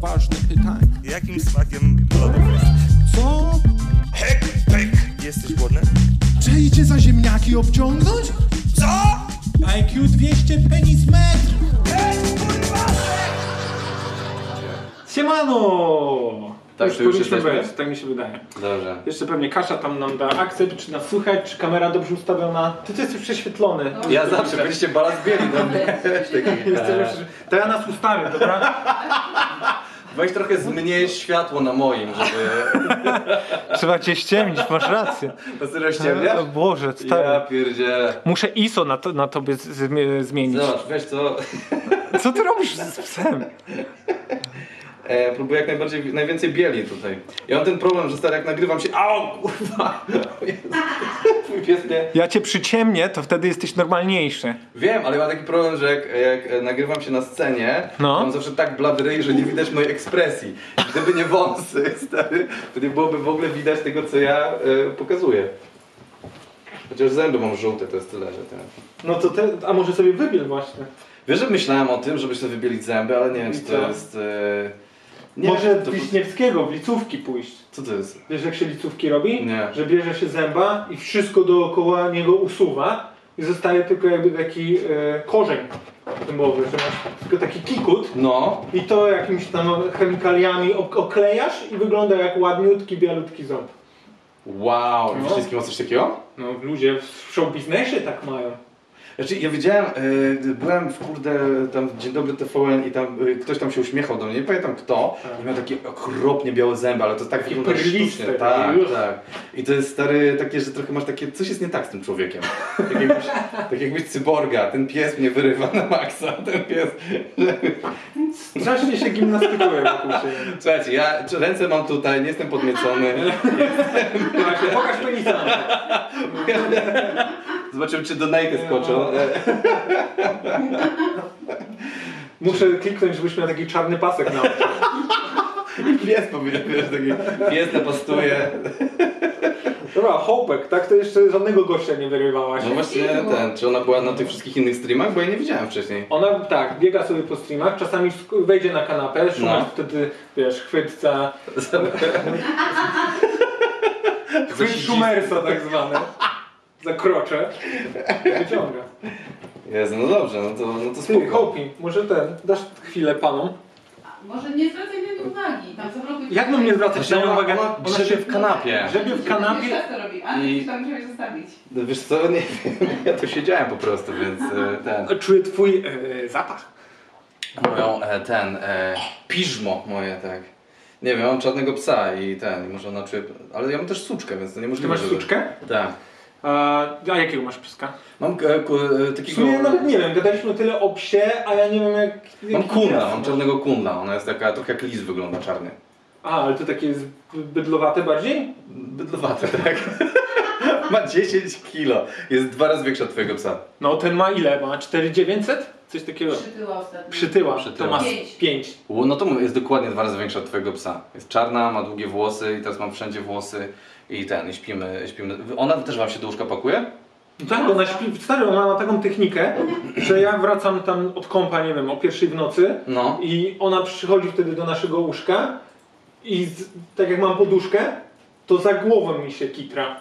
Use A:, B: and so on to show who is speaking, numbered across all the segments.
A: ważne pytanie.
B: Jakim smakiem lodów jesteś?
A: Co?
B: Hek, pek. Jesteś głodny?
C: Czy idzie za ziemniaki obciągnąć?
B: Co?
A: IQ 200 penis metr!
D: Siemano!
E: Tak, to już
D: powinniśmy
E: jesteśmy?
D: być, tak mi się wydaje.
E: Dobrze.
D: Jeszcze pewnie Kasia tam nam da akcent, czy nas słychać, czy kamera dobrze ustawiona. Ty, ty jesteś
F: No.
D: prześwietlony.
E: Ja zawsze byliście balast bieli no. do mnie.
D: Jesteś
F: Eee.
D: prześwietlony. To ja nas ustawię, dobra?
E: Weź trochę zmniejsz światło na moim, żeby...
F: Trzeba cię ściemnić, masz rację.
E: To serio ściemnia?
F: O Boże,
E: Ja
F: stary.
E: pierdzielę.
F: Muszę ISO na, to, na tobie z, z, zmienić.
E: Zobacz, wiesz co,
D: No.
F: Co ty robisz z psem?
E: e, próbuję jak najbardziej, najwięcej bieli tutaj. Ja mam ten problem, że stary jak nagrywam się, au, kurwa, O Jezu. mój pies mnie
F: Ja cię przyciemnię, to wtedy jesteś normalniejszy.
E: Wiem, ale mam taki problem, że jak, jak e, nagrywam się na scenie,
F: No.
E: to mam zawsze tak bladryj, że nie widać mojej ekspresji. Gdyby nie wąsy, stary, to nie byłoby w ogóle widać tego, co ja e, pokazuję. Chociaż zęby mam żółte, to jest tyle, że ten.
D: No to ty, a może sobie wybiel właśnie.
E: Wiesz, że myślałem o tym, żeby sobie wybielić zęby, ale nie wiem, czy
D: I
E: to
D: co?
E: jest... E, nie
D: Może
E: wiem,
D: do
E: to,
D: Wiśniewskiego w licówki pójść.
E: Co to jest?
D: Wiesz jak się licówki robi?
E: Nie.
D: Że bierze się zęba i wszystko dookoła niego usuwa i zostaje tylko jakby taki e, korzeń zębowy, że masz tylko taki kikut.
E: No,
D: I to jakimiś tam chemikaliami ok- oklejasz i wygląda jak ładniutki, bialutki ząb.
E: wow,
D: No.
E: no. wszystkim ma coś takiego?
D: No ludzie w show biznesie tak mają.
E: Znaczy, ja widziałem, y, byłem w kurde, tam w Dzień Dobry TVN i tam y, ktoś tam się uśmiechał do mnie, nie pamiętam kto, i miał takie okropnie białe zęby, ale to tak
D: Takie
E: wygląda
D: perliste,
E: sztucznie.
D: takie
E: Tak,
D: już.
E: tak. I to jest stary takie, że trochę masz takie, coś jest nie tak z tym człowiekiem. Tak jakbyś, tak jakbyś cyborga, ten pies mnie wyrywa na maksa, ten pies.
D: Strasznie się gimnastykują wokół siebie.
E: Słuchajcie, ja ręce mam tutaj, nie jestem podniecony.
D: Właśnie, Pokaż penisa.
E: Zobaczymy, czy E, donate skoczą.
D: Muszę kliknąć, żebyś miał taki czarny pasek na oczy.
E: Pies powinien, wiesz, taki pies napastuje.
D: Dobra, Hopek, tak to jeszcze żadnego gościa nie wyrywałaś.
E: No właśnie ten, czy ona była na tych wszystkich innych streamach, bo ja nie widziałem wcześniej.
D: Ona tak, biega sobie po streamach, czasami sk- wejdzie na kanapę, Szumasz
E: No.
D: wtedy, wiesz, chwytca, chwyt
E: Zasiedzisko.
D: szumersa tak zwane. Zakrocze. Wyciąga.
E: Jezu, no dobrze, no to, no to
D: Ty,
E: spoko.
D: Hopi, może ten, dasz chwilę panom?
G: Może nie zwracaj na nią uwagi. Tam zablokuj.
D: Jak mam nie zwracać na nią
E: ona,
D: uwagę?
E: ona grzebie w kanapie.
D: Grzebie w kanapie.
G: Wiesz, co robi, ale
E: I-
G: I... tam musiałeś zostawić.
E: No wiesz co, nie wiem, ja tu siedziałem po prostu, więc e, ten,
D: Czuję twój e, zapach.
E: moją, e, ten, e, piżmo moje, tak. Nie wiem, mam czarnego psa i ten, i może ona czuje, ale ja mam też suczkę, więc to nie
D: Ty
E: możliwe,
D: masz
E: żeby-
D: suczkę?
E: Tak.
D: A, a jakiego masz pieska?
E: Mam e, ku, e,
D: W
E: takiego,
D: sumie nawet nie wiem, gadaliśmy tyle o psie, a ja nie wiem jak...
E: mam
D: jaki pies
E: kunla, mam
D: masz.
E: czarnego kunla, ona jest taka, trochę jak lis wygląda czarny.
D: A, ale to takie jest bydlowate bardziej?
E: Bydlowate, tak. Ma 10 kilo, jest dwa razy większa od twojego psa.
D: No ten ma ile? Ma 4900? Coś takiego.
G: Przytyła ostatnio.
D: Przytyła.
E: Przytyła.
D: To ma
G: Pięć.
D: 5.
E: Ło, No to mu- jest dokładnie dwa razy większa od twojego psa. Jest czarna, ma długie włosy i teraz mam wszędzie włosy i ten, i śpimy, śpimy. Ona też wam się do łóżka pakuje?
D: No tak, ona śpi, stary, ona ma taką technikę, że ja wracam tam od kąpa, nie wiem, o pierwszej w nocy
E: No.
D: i ona przychodzi wtedy do naszego łóżka i z, tak jak mam poduszkę, to za głową mi się kitra.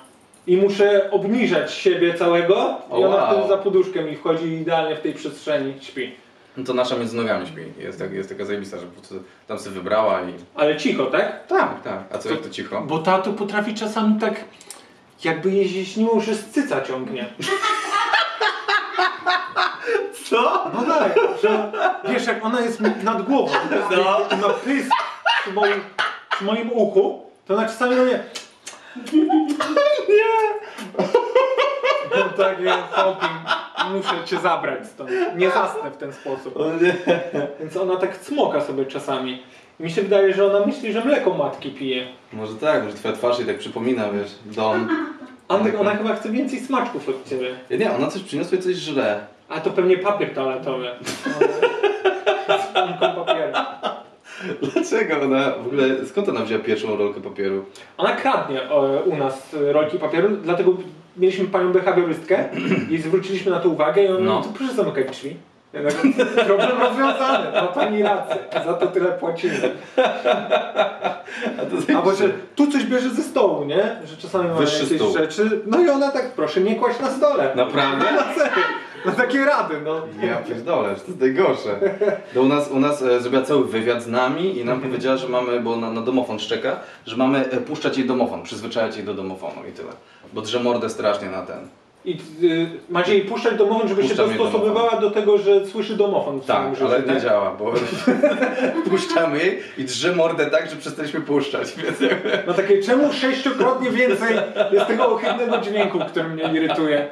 D: I muszę obniżać siebie całego i
E: O,
D: ona
E: wow.
D: wtedy za poduszkę mi wchodzi i idealnie w tej przestrzeni śpi.
E: no to nasza między nogami śpi. Jest, tak, jest taka zajebista, że po prostu tam sobie wybrała i...
D: Ale cicho, tak?
E: Tak, tak. A co, jak to cicho?
D: Bo tato potrafi czasami tak, jakby jej zieśniło, że z cyca ciągnie. Co? No tak, że wiesz, jak ona jest mi nad głową, no. na pysk przy moim, przy moim uchu, to ona czasami do mnie... Nie! No tak, ja chłopie, muszę cię zabrać stąd. Nie zasnę w ten sposób. Więc ona tak cmoka sobie czasami. Mi się wydaje, że ona myśli, że mleko matki pije.
E: Może tak, może twoja twarz jej tak przypomina, wiesz, dom.
D: Antek, ona chyba chce więcej smaczków od ciebie.
E: Ja Nie, ona coś przyniosła i coś żre.
D: A to pewnie papier toaletowy. Z plamką papieru.
E: Dlaczego ona w ogóle... Skąd ona wzięła pierwszą rolkę papieru?
D: Ona kradnie e, u nas e, rolki papieru, dlatego mieliśmy panią behawiorystkę i zwróciliśmy na to uwagę i ona
E: No.
D: no. proszę zamykać drzwi. Jednak Problem rozwiązany, ma pani rację. Za to tyle płacimy.
E: A to
D: Albo
E: zajmie-
D: że tu coś bierze ze stołu, nie? Że czasami mamy
E: Wyższy
D: jakieś
E: stół.
D: rzeczy. No i ona tak, proszę nie kłaść na stole.
E: Naprawdę?
D: Na serio. No takie rady, no.
E: Ja pierdolę, że to jest najgorsze. No u nas, u nas e, zrobiła cały wywiad z nami i nam powiedziała, że mamy, bo na, na domofon szczeka, że mamy e, puszczać jej domofon, przyzwyczajać jej do domofonu i tyle. Bo drze mordę strasznie na ten.
D: I y, macie jej puszczać domofon, żeby
E: Puszczam
D: się
E: jej
D: dostosowywała do tego, że słyszy domofon. w
E: Tak,
D: samym życiu,
E: ale
D: nie?
E: nie działa, bo puszczamy jej i drze mordę tak, że przestaliśmy puszczać, więc jakby...
D: No takie, czemu sześciokrotnie więcej jest tego ohydnego dźwięku, który mnie irytuje?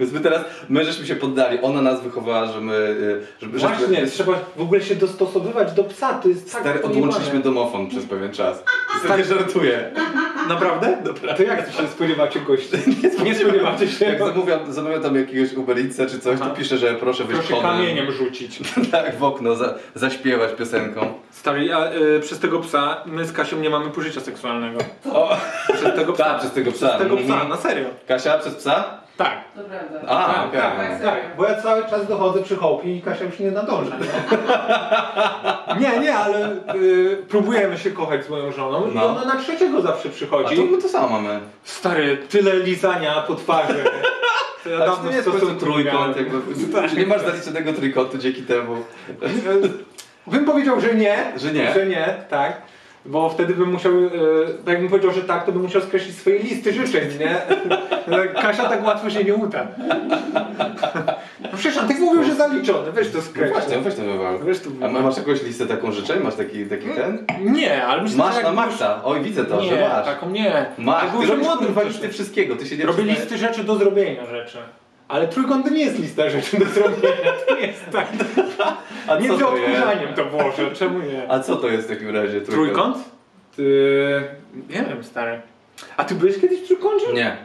E: Więc my teraz, my żeśmy się poddali, ona nas wychowała, że my... e, Żeby, że-
D: Właśnie, trzeba w ogóle się dostosowywać do psa, to jest tak
E: Stary,
D: pojebane.
E: odłączyliśmy domofon przez pewien czas. Stary, żartuję.
D: Naprawdę? To jak się spodziewacie gości? Nie spodziewacie się.
E: Jak zamówiam, zamawiam tam jakiegoś Uberica czy coś, to piszę, że proszę wyjść
D: Proszę
E: kodem.
D: kamieniem rzucić.
E: Tak, w okno za, zaśpiewać piosenką.
H: Stary, a y, przez tego psa my z Kasią nie mamy pożycia seksualnego.
E: O, Tak,
H: Przez tego
E: ta,
H: psa.
E: przez tego psa.
H: Przez tego
E: Mhm.
H: psa, na serio.
E: Kasia, przez psa?
H: Tak.
G: To prawda.
E: A, okej.
G: tak,
D: no. Tak, bo ja cały czas dochodzę przy hołpie i Kasia już nie nadąża. Nie, nie, ale y, próbujemy się kochać z moją żoną i
E: No.
D: ona na trzeciego zawsze
E: A
D: przychodzi.
E: to my to samo mamy.
D: Stary, tyle lizania po twarzy. To ja
E: A czy Tak, to
D: dawno
E: nie jest po prostu
D: stosunku nie miałem.
E: trójkąt, jakby, czy nie masz zaliczonego trójkątu dzięki temu. No
D: Bym powiedział, że nie.
E: Że nie.
D: Że nie, tak. Bo wtedy bym musiał, e, bo jakbym powiedział, że tak, to bym musiał skreślić swoje listy życzeń, nie? Kasia tak łatwo się nie uda. No Przecież Antek mówił, że zaliczony, weź to
E: No
D: skreśl.
E: właśnie, weź to wywal.
D: Wiesz, tu
E: A ma- masz jakąś listę taką życzeń? Masz taki, taki ten?
H: Nie, ale myślę, że
E: Masz
H: jak
E: na
H: już-
E: maksa. Oj, widzę to, że
H: Nie,
D: tak.
E: masz.
H: taką nie.
E: Masz,
H: Jak
E: ty
H: już
E: robisz
H: młodym
E: kurwa
H: też.
E: listę wszystkiego, ty się nie
D: Robię
E: przyznajesz.
D: listy rzeczy do zrobienia rzeczy. Ale trójkąt to nie jest lista rzeczy do zrobienia, to jest tak.
E: A co
D: Między
E: to jest?
D: odkurzaniem to włożę, czemu nie?
E: A co to jest w takim razie trójkąt?
H: Trójkąt? Ty... Nie wiem, stary.
D: A ty byłeś kiedyś w trójkącie?
E: Nie.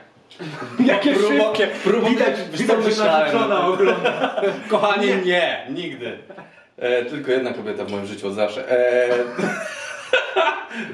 D: Jakie
E: Próbo-
D: szybkie!
E: próbo-
D: widać,
E: wiesz co,
D: widać, że
E: myślałem,
D: narzeczona
E: no.
D: ogląda.
E: Kochanie, nie, nigdy. E, tylko jedna kobieta w moim życiu od zawsze. E,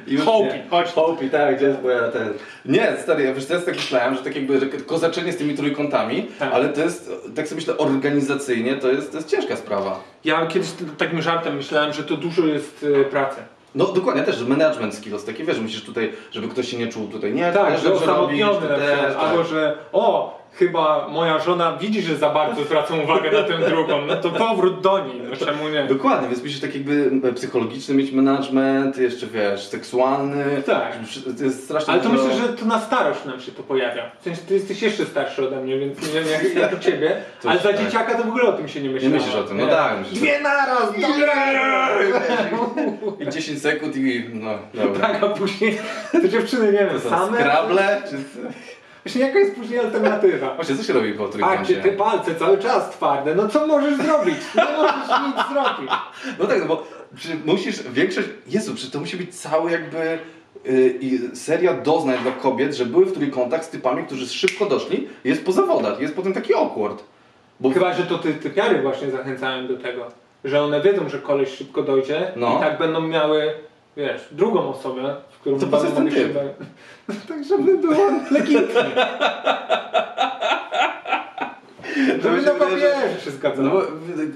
E: już nie.
D: Hopi, chodź.
E: Hopi, tak, gdzie jest moja ten... Nie, stary, ja wiesz, teraz tak myślałem, że tak jakby że kozaczenie z tymi trójkątami,
H: Tak.
E: ale to jest, tak sobie myślę, organizacyjnie to jest, to jest ciężka sprawa.
H: Ja kiedyś t- takim żartem myślałem, że to dużo jest y, pracy.
E: No dokładnie, też management skills, takie wiesz, musisz tutaj, żeby ktoś się nie czuł tutaj, nie, to
D: Tak,
E: też
D: że
E: dobrze robisz,
D: osamotniony
E: to
D: na
E: też,
D: przykład.
E: tak.
D: Albo, że o, chyba moja żona widzi, że za bardzo zwracam uwagę na tę drugą, no to powrót do niej, no czemu nie?
E: Dokładnie, więc musisz tak jakby psychologiczny mieć management, jeszcze wiesz, seksualny.
D: Tak.
E: To jest strasznie
D: Ale to
E: dużo-
D: myślę, że to na starość nam się to pojawia. W sensie, ty jesteś jeszcze starszy ode mnie, więc nie wiem jak, jak u ciebie.
E: Coś
D: Ale za
E: tak.
D: dzieciaka to w ogóle o tym się nie
E: Nie
D: myślało.
E: myślisz o tym, no
D: Nie.
E: tak, myślisz.
D: Dwie naraz, dobra!
E: I 10 sekund i no, dobra.
D: Tak, a później te dziewczyny, nie
E: To
D: wiem,
E: są
D: same...
E: Scrabble? Czy...
D: Właśnie jaka jest później alternatywa?
E: Właśnie, co się robi po
D: A czy
E: trójkącie?
D: te palce cały czas twarde, no co możesz zrobić? Nie możesz nic zrobić.
E: No tak, no bo czy musisz, większość, Jezu, czy to musi być cały jakby y, i seria doznań dla kobiet, że były w trójkątach z typami, którzy szybko doszli, jest po zawodach, jest potem taki awkward. Bo
D: Chyba, że to ty, typiary właśnie zachęcają do tego, że one wiedzą, że koleś szybko dojdzie
E: No.
D: i tak będą miały, wiesz, drugą osobę, w którą
E: To po
D: będą
E: co ten
D: mogli się...
E: typ?
D: No, tak, żeby było lekkie. Żeby
E: mi się
D: na
E: wydaje,
D: papierze
E: że-
D: się
E: No bo
D: zgadzało.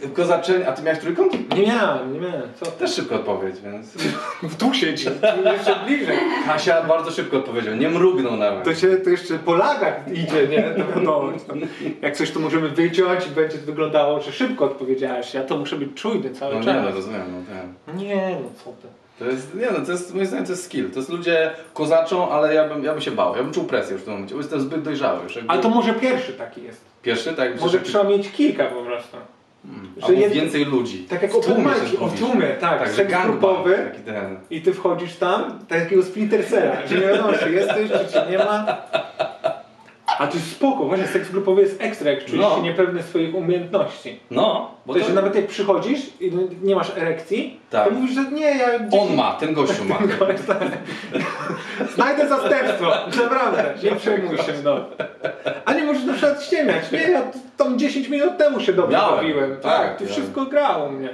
E: y, kozaczeń, a ty miałeś trójkąt?
D: Nie miałem, nie miałem, co ty?
E: Też szybko odpowiedź, więc...
D: Tu siedzi, tu jeszcze bliżej.
E: Kasia bardzo szybko odpowiedział, nie mrugnął nawet.
D: To się to jeszcze po lagach idzie, nie? To wiadomo. że tam Jak coś to możemy wyciąć i będzie wyglądało, że szybko odpowiedziałeś. Ja to muszę być czujny cały
E: No nie,
D: czas.
E: no rozumiem, no tak.
D: Nie, no co ty.
E: To jest, nie no, to jest, moim zdaniem to jest skill. To jest ludzie kozaczą, ale ja bym, ja bym się bał. Ja bym czuł presję już w tym momencie, bo jestem zbyt dojrzały już. Jakby
D: Ale to może pierwszy taki jest.
E: Pierwszy, tak?
D: Może
E: że-
D: trzeba mieć kilka po prostu.
E: albo
D: że jed-
E: więcej ludzi.
D: Tak jak
E: W tłumie
D: open
E: też
D: mic, o
E: mówisz.
D: tłumie, tak,
E: Tak,
D: tak
E: że
D: seks
E: gangbang,
D: grupowy
E: taki ten.
D: i ty wchodzisz tam, takiego splinter cella, że nie wiadomo, czy jesteś, czy cię nie ma. A to jest spoko, właśnie seks grupowy jest ekstra, jak czujesz
E: No.
D: się niepewny swoich umiejętności.
E: No,
D: Bo
E: bo to,
D: to, że nawet jak przychodzisz i nie masz erekcji,
E: Tak.
D: to mówisz, że nie, ja gdzieś
E: on ma, ten gościu ma.
D: tak. Znajdę zastępstwo, naprawdę, nie przejmuj się no. mną. A nie możesz na przykład ściemiać, nie, ja t- tam 10 minut temu się dobrze
E: Miałem,
D: bawiłem,
E: tak,
D: tak, tu
E: miałem.
D: wszystko grało u mnie.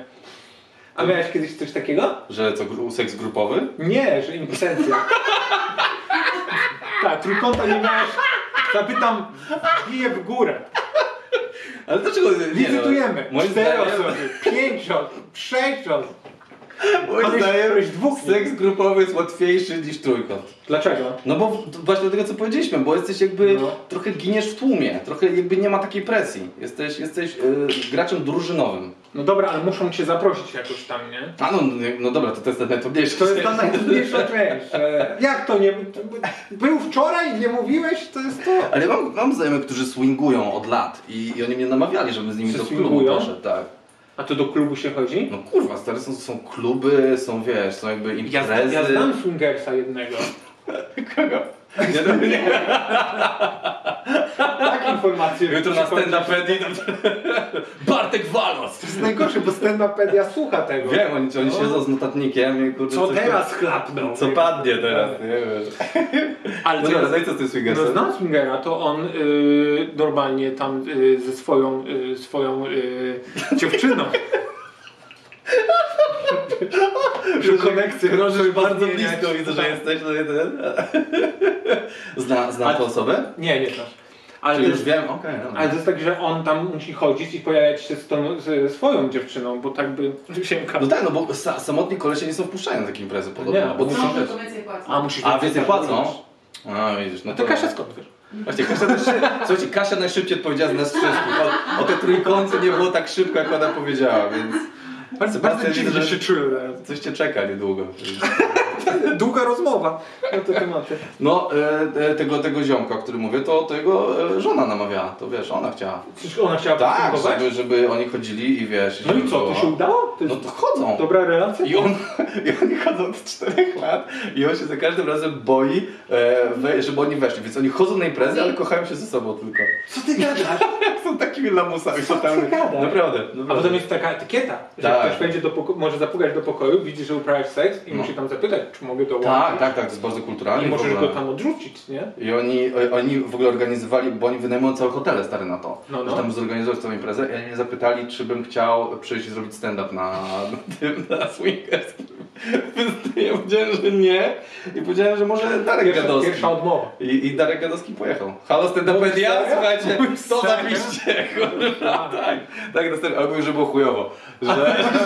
D: A miałeś kiedyś coś takiego?
E: Że co, gru- seks grupowy?
D: Nie, że impotencja. tak, trójkąta nie miałeś, zapytam, bije w górę.
E: Ale dlaczego nie?
D: Licytujemy.
E: No, moim
D: Cztery
E: zdaniem,
D: osoby, pięć osób, sześć osób.
E: moim zdaniem
D: Któryś dwóch
E: seks grupowy jest łatwiejszy niż trójkąt.
D: Dlaczego?
E: No bo w- właśnie do tego co powiedzieliśmy, bo jesteś jakby
D: No.
E: trochę giniesz w tłumie, trochę jakby nie ma takiej presji. Jesteś, jesteś yy, graczem drużynowym.
D: No dobra, ale muszą cię zaprosić jakoś tam, nie?
E: A no, no, no dobra, to, to jest ten najtrudniejszy.
D: To jest ta najtrudniejsza część. e, Jak to nie... Był wczoraj, nie mówiłeś, to jest to.
E: Ale mam, mam znajomych, którzy swingują od lat i, i oni mnie namawiali, żebym z nimi
D: Czy
E: do klubu
D: swingują?
E: poszedł, tak.
D: A to do klubu się chodzi?
E: No kurwa, stary, są, są kluby, są wiesz, są jakby
D: Ja,
E: imprezy.
D: ja znam swingersa jednego.
E: No, Kogo? Nie, no, nie.
D: Tak informacje.
E: Jutro na stand-upedii Bartek Walos!
D: To jest najgorsze, bo stand-upedia słucha tego.
E: Wiem, oni, oni siedzą z notatnikiem i kurde...
D: Co
E: coś-
D: teraz chlapnął?
E: Co padnie teraz, nie wiem.
D: Ale
E: No
D: co
E: dobra,
D: jest-
E: no i co z tym
D: No
E: swingersem?
D: znam Swingera, to on y, normalnie tam y, ze swoją, y, swoją y, dziewczyną. Że konekcję
E: Krążysz bardzo
D: zmieniać.
E: blisko, widzę, że jesteś no jeden. Zna, zna tą osobę?
D: Nie, nie znasz. Ale
E: Czyli
D: to,
E: już
D: jest,
E: wiem, okej. dobra.
D: ale to jest tak, że on tam musi chodzić i pojawiać się z tą z swoją dziewczyną, bo tak by sięga.
E: No tak, no bo sa, samotni kolesie nie są wpuszczani na takie imprezy podobno,
D: Nie, no.
E: bo muszą
G: Są,
E: wiesz.
G: to więcej płacą.
D: A musisz
E: A
D: więcej
E: więcej
D: zapłacić.
E: płacą? A widzisz, no
D: To Kasia skąd wiesz?
E: Właśnie, Kasia też się... Słuchajcie, Kasia najszybciej odpowiedziała z nas wszystkich. O, o te trójkąty nie było tak szybko, jak ona powiedziała, więc
D: Bardzo,
E: Sebastian
D: bardzo dziwnie
E: widzę, że-
D: się czuję teraz.
E: coś cię czeka niedługo.
D: Długa rozmowa na te tematy.
E: No, e, e, tego, tego ziomka, o którym mówię, to, to jego e, żona namawiała, to wiesz, ona chciała.
D: Przecież ona chciała
E: Tak,
D: posłuchować?
E: żeby, żeby oni chodzili i wiesz...
D: No i
E: żeby
D: co, to
E: było.
D: się udało? To jest
E: No to chodzą.
D: dobra relacja?
E: I, on, I oni chodzą od czterech lat i on się za każdym razem boi, e, we, żeby oni weszli. Więc oni chodzą na imprezy, ale kochają się ze sobą tylko.
D: Co ty gadasz?
E: Są takimi lamusami
D: Co ty
E: totalnymi.
D: gadasz?
E: Naprawdę,
D: A
E: naprawdę.
D: potem jest taka etykieta, że
E: Tak.
D: ktoś wejdzie do poko- może zapukać do pokoju, widzi, że uprawiasz seks i
E: No.
D: musi tam zapytać, czy mogę
E: Tak,
D: dołączyć.
E: tak, tak, to jest bardzo kulturalne.
D: I
E: w
D: możesz
E: ogóle.
D: go tam odrzucić, nie?
E: I oni, oni w ogóle organizowali, bo oni wynajmują całe hotele stary na to.
D: No, no.
E: Że tam zorganizować całą imprezę i oni mnie zapytali, czy bym chciał przyjść i zrobić stand-up na, na tym, na swingerskim. Ja powiedziałem, że nie. I powiedziałem, że może Darek
D: Pierwsza,
E: Gadowski.
D: pierwsza odmowa.
E: I, I Darek Gadowski pojechał. Halo Stendapedia,
D: serio?
E: słuchajcie, to
D: Serio?
E: zapiszcie, kurwa, tak. Tak, następnie, albo już że było chujowo, że,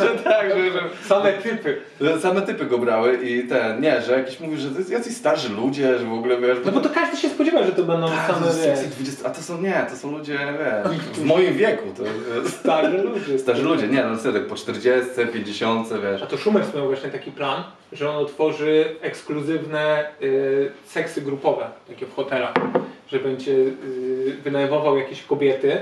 E: że tak, że, że
D: Same typy.
E: same typy go brały i ten, nie, że jakiś mówi, że to jest jacyś starzy ludzie, że w ogóle, wiesz,
D: No bo to każdy się spodziewa, że to będą
E: tak, to
D: same
E: jest jacyś
D: wiesz,
E: 20, a to są, nie, to są ludzie, wiesz, w moim wieku, to jest,
D: starzy ludzie.
E: starzy ludzie, nie, no serio, po 40, 50, wiesz.
D: A to Schumer miał właśnie taki plan, że on otworzy ekskluzywne y, seksy grupowe, takie w hotelach, że będzie y, wynajmował jakieś kobiety.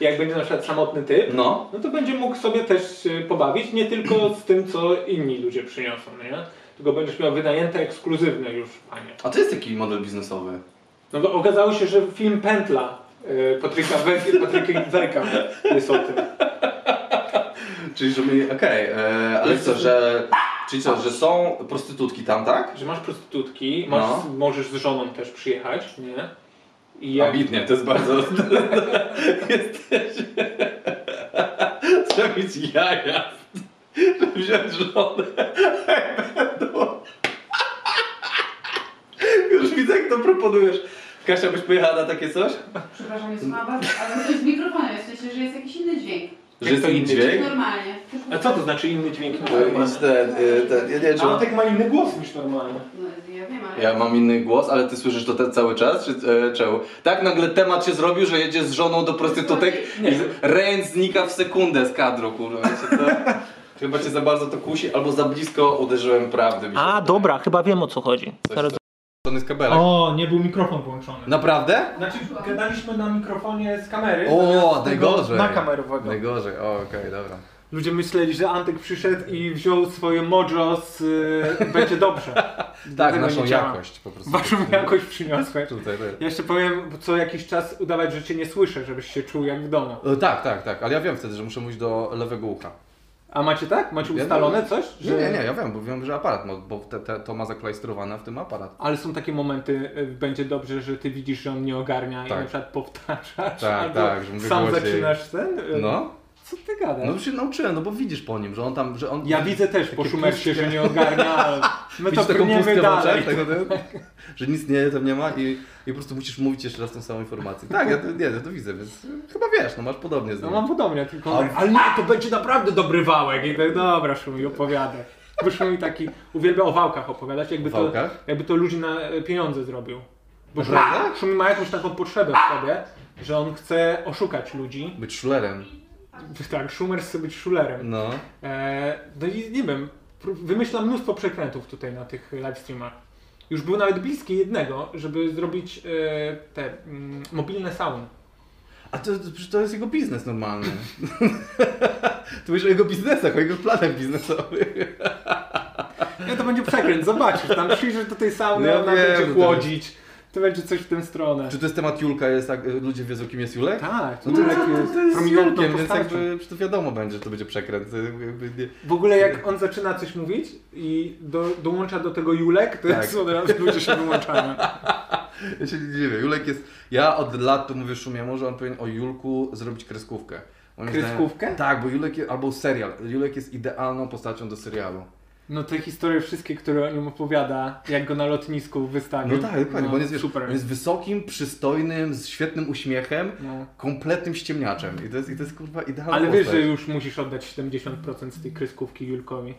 D: Jak będzie na przykład samotny typ,
E: No,
D: no to będzie mógł sobie też y, pobawić, nie tylko z tym, co inni ludzie przyniosą, nie? Tylko będziesz miał wynajęte ekskluzywne już, panie.
E: a to jest taki model biznesowy.
D: No bo okazało się, że film Pętla y, Patryka Wek- Patryka Werka jest o tym.
E: Czyli, że my, okej, e, ale co, że, czyli co, że są prostytutki tam, tak?
D: Że masz prostytutki, masz,
E: No.
D: możesz z żoną też przyjechać, nie? I
E: Jak...
D: jak,
E: Ambitnie, to jest bardzo... Jesteś... Zrobić jaja. Żeby Wziąć żonę. No. Już widzę, jak to proponujesz. Kasia, byś pojechała na takie coś?
G: Przepraszam, nie słucham was, ale to jest mikrofon, w sensie, że jest jakiś inny dźwięk.
E: Że
D: Jak
E: jest
D: to
E: inny
D: inny
E: dźwięk?
G: Normalnie.
D: A co to znaczy inny dźwięk?
E: To jest Ten, y, ten, ja nie wiem, czy on...
D: Antek tak ma inny głos niż normalny.
G: No, ja wiem, ale...
E: Ja mam inny głos, ale ty słyszysz to te, cały czas, czy e, czemu? Tak nagle temat się zrobił, że jedzie z żoną do prostytutek i z- Rejent znika w sekundę z kadru, kurwa. wiecie, to, chyba cię za bardzo to kusi, albo za blisko uderzyłem prawdy. mi się wydaje.
I: chyba wiem o co chodzi. Zaraz
E: To jest kabelek.
D: O, nie był mikrofon włączony.
E: No. Naprawdę?
D: Znaczy, gadaliśmy na mikrofonie z kamery.
E: O,
D: Na kamerowego.
E: Najgorzej, o, okej, dobra.
D: Ludzie myśleli, że Antek przyszedł i wziął swoje mojo z... y, będzie dobrze.
E: Tak,
D: Tego
E: naszą
D: nie działa.
E: jakość po prostu.
D: Waszą jakość przyniosłem.
E: Tutaj, tutaj.
D: Ja jeszcze powiem, co jakiś czas udawać, że cię nie słyszę, żebyś się czuł jak w domu.
E: E, Tak, tak, tak, ale ja wiem wtedy, że muszę mówić do lewego ucha.
D: A macie tak? Macie
E: Ja
D: ustalone coś?
E: Nie, nie, nie, ja wiem, bo wiem, że aparat, ma, bo te, te, to ma zaklajstrowane w tym aparat.
D: Ale są takie momenty, y, będzie dobrze, że ty widzisz, że on nie ogarnia i
E: Tak.
D: na przykład powtarzasz,
E: Tak,
D: albo
E: tak, że mówię
D: sam
E: głośniej.
D: zaczynasz ten, y,
E: No,
D: Co ty gadasz?
E: No już się nauczyłem, no bo widzisz po nim, że on tam, że on...
D: ja widzę też po szumercie, że nie ogarnia, ale my to
E: Widzisz taką
D: brniemy
E: pustkę w
D: dalej.
E: oczach, tego, tego, że nic nie, tam nie ma i, i po prostu musisz mówić jeszcze raz tą samą informację. Tak, ja to, nie, ja to widzę, więc chyba wiesz, no masz podobnie z
D: No
E: nim.
D: mam podobnie, tylko... Ale nie, to będzie naprawdę dobry wałek. I tak, dobra, Szumi, opowiadaj. Bo Szumi taki uwielbia o wałkach opowiadać, jakby to,
E: Wałkach?
D: jakby to ludzi na e, pieniądze zrobił. Bo Szumi,
E: Naprawdę?
D: Szumi ma jakąś taką potrzebę w sobie, że on chce oszukać ludzi.
E: Być szlerem.
D: Tak, Szumer chce być szulerem.
E: No.
D: E, no i nie wiem, pró- wymyślam mnóstwo przekrętów tutaj na tych livestreamach. Już był nawet bliski jednego, żeby zrobić e, te mm, mobilne sauny.
E: A to, to, przecież to jest jego biznes normalny. Ty mówisz o jego biznesach, o jego planach biznesowych.
D: Nie, to będzie przekręt, zobaczysz, tam przyjrzysz do tej sauny,
E: No ja
D: ona
E: wiem,
D: będzie
E: że to
D: chłodzić. To będzie coś w tę stronę.
E: Czy to jest temat Julka, jest tak, ludzie wiedzą kim jest Julek?
D: Tak,
E: No to,
D: Julek
E: to, to jest
D: prominentną
E: Julkiem, więc
D: postacią.
E: jakby przecież to wiadomo będzie, że to będzie przekręt. Jakby nie.
D: W ogóle jak on zaczyna coś mówić i do, dołącza do tego Julek, to
E: Tak.
D: jest od razu ludzie się wyłączają.
E: Ja się nie dziwię. Julek jest. Ja od lat to mówię Szumiemu, że on powinien o Julku zrobić kreskówkę. Moim zdaniem-
D: Kreskówkę?
E: tak, bo Julek jest, albo serial. Julek jest idealną postacią do serialu.
D: No te historie wszystkie, które o nim opowiada, jak go na lotnisku wystawił.
E: No tak, dokładnie, bo on jest, wiesz,
D: super.
E: on jest wysokim, przystojnym, z świetnym uśmiechem,
D: No.
E: kompletnym ściemniaczem. I to jest, i to jest kurwa idealna
D: Ale
E: postać.
D: wiesz, że już musisz oddać 70% z tej kreskówki Julkowi.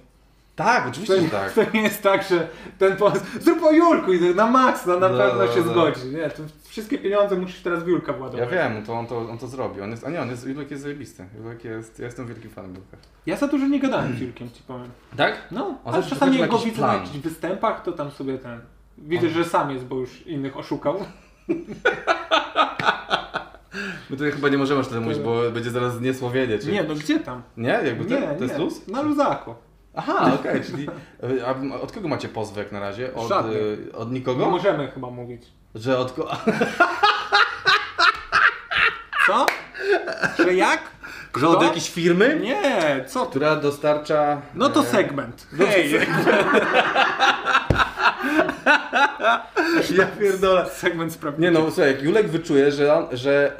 E: Tak,
D: To,
E: oczywiście, że tak.
D: to nie jest tak, że ten pomysł, zrób o Julku i na maksa na
E: No,
D: pewno
E: no,
D: się
E: no.
D: zgodzi. Nie, to wszystkie pieniądze musisz teraz w Julka
E: Ja
D: władować.
E: wiem, to on, to on to zrobi. On jest, a nie, on jest, Julek jest zajebisty. Julek jest, ja jestem wielkim fanem Julka.
D: Ja za dużo nie gadałem z Julkiem, ci powiem.
E: Tak?
D: No,
E: A
D: ale
E: zawsze
D: czasami
E: wychodzi
D: jak go
E: jakiś
D: widzę na
E: plan.
D: jakichś występach, to tam sobie ten... Widzę, że sam jest, bo już innych oszukał.
E: My tutaj chyba nie możemy jeszcze mówić, bo będzie zaraz niesłowienie. Czy...
D: Nie, no gdzie tam?
E: Nie? Jakby
D: Nie,
E: to, to jest
D: nie. No,
E: luz?
D: Na luzaku.
E: Aha, okej, czyli e, a od kogo macie pozwy jak na razie? Od,
D: Żadnych.
E: e, od
D: Nie
E: nikogo?
D: możemy chyba mówić.
E: Że od ko-
D: Co? Że jak?
E: że od
D: Kto?
E: jakiejś firmy,
D: Nie, co ty?
E: która dostarcza
D: No to segment. Hej,
E: ja pierdolę.
D: segment sprawny.
E: Nie no, słuchaj, jak Julek wyczuje, że, on- że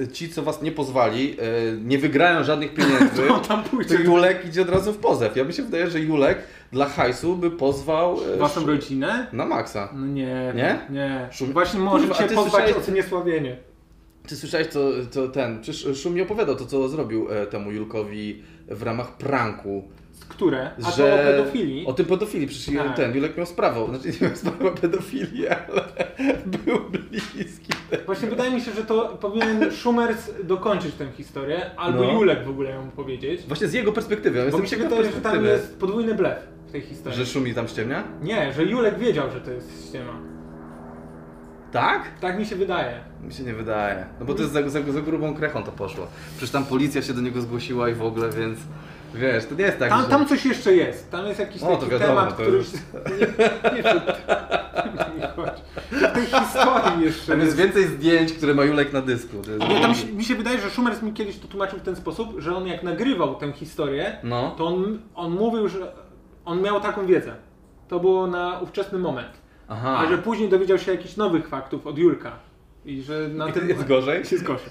E: e, ci, co was nie pozwali, e, nie wygrają żadnych pieniędzy,
D: To on No, tam pójdzie.
E: to Julek idzie od razu w pozew. Ja mi się wydaje, że Julek dla hajsu by pozwał e,
D: Waszą
E: Sz-
D: rodzinę?
E: na maksa.
D: No nie.
E: Nie?
D: Nie.
E: Szum-
D: Właśnie może
E: Kurwa, a
D: się
E: ty
D: pozwać
E: słyszałeś-
D: o ceniesławienie.
E: Ty słyszałeś, co, co ten, przecież Szum mi opowiadał to, co zrobił e, temu Julkowi w ramach pranku.
D: Które? A
E: że...
D: to o pedofilii?
E: O tym pedofilii, przecież
D: Tak.
E: ten Julek miał sprawę, znaczy nie miał sprawę pedofilii, ale był bliski.
D: Właśnie wydaje mi się, że to powinien Schumerz dokończyć tę historię, albo
E: No.
D: Julek w ogóle ją powiedzieć.
E: Właśnie z jego perspektywy, ale
D: Bo mi się wydaje, że tam jest podwójny blef w tej historii.
E: Że szumi tam ściemnia?
D: Nie, że Julek wiedział, że to jest ściema.
E: Tak?
D: Tak mi się wydaje.
E: Mi się nie wydaje. No bo to jest za, za, za grubą krechą to poszło. Przecież tam policja się do niego zgłosiła i w ogóle, więc wiesz, to nie jest tak,
D: Tam,
E: że...
D: tam coś jeszcze jest. Tam jest jakiś
E: O,
D: taki
E: to wiadomo,
D: temat,
E: to
D: który
E: już-
D: nie, nie, nie, nie chodzi. W tej historii jeszcze
E: Tam
D: jest.
E: jest więcej zdjęć, które ma Julek na dysku. To jest...
D: Nie, tam się, mi się wydaje, że Schumer mi kiedyś to tłumaczył w ten sposób, że on jak nagrywał tę historię,
E: No.
D: to on, on mówił, że on miał taką wiedzę. To było na ówczesny moment.
E: Aha.
D: A, że później dowiedział się jakichś nowych faktów od Julka. I że na tym
E: Jest gorzej?
D: się zgorszy.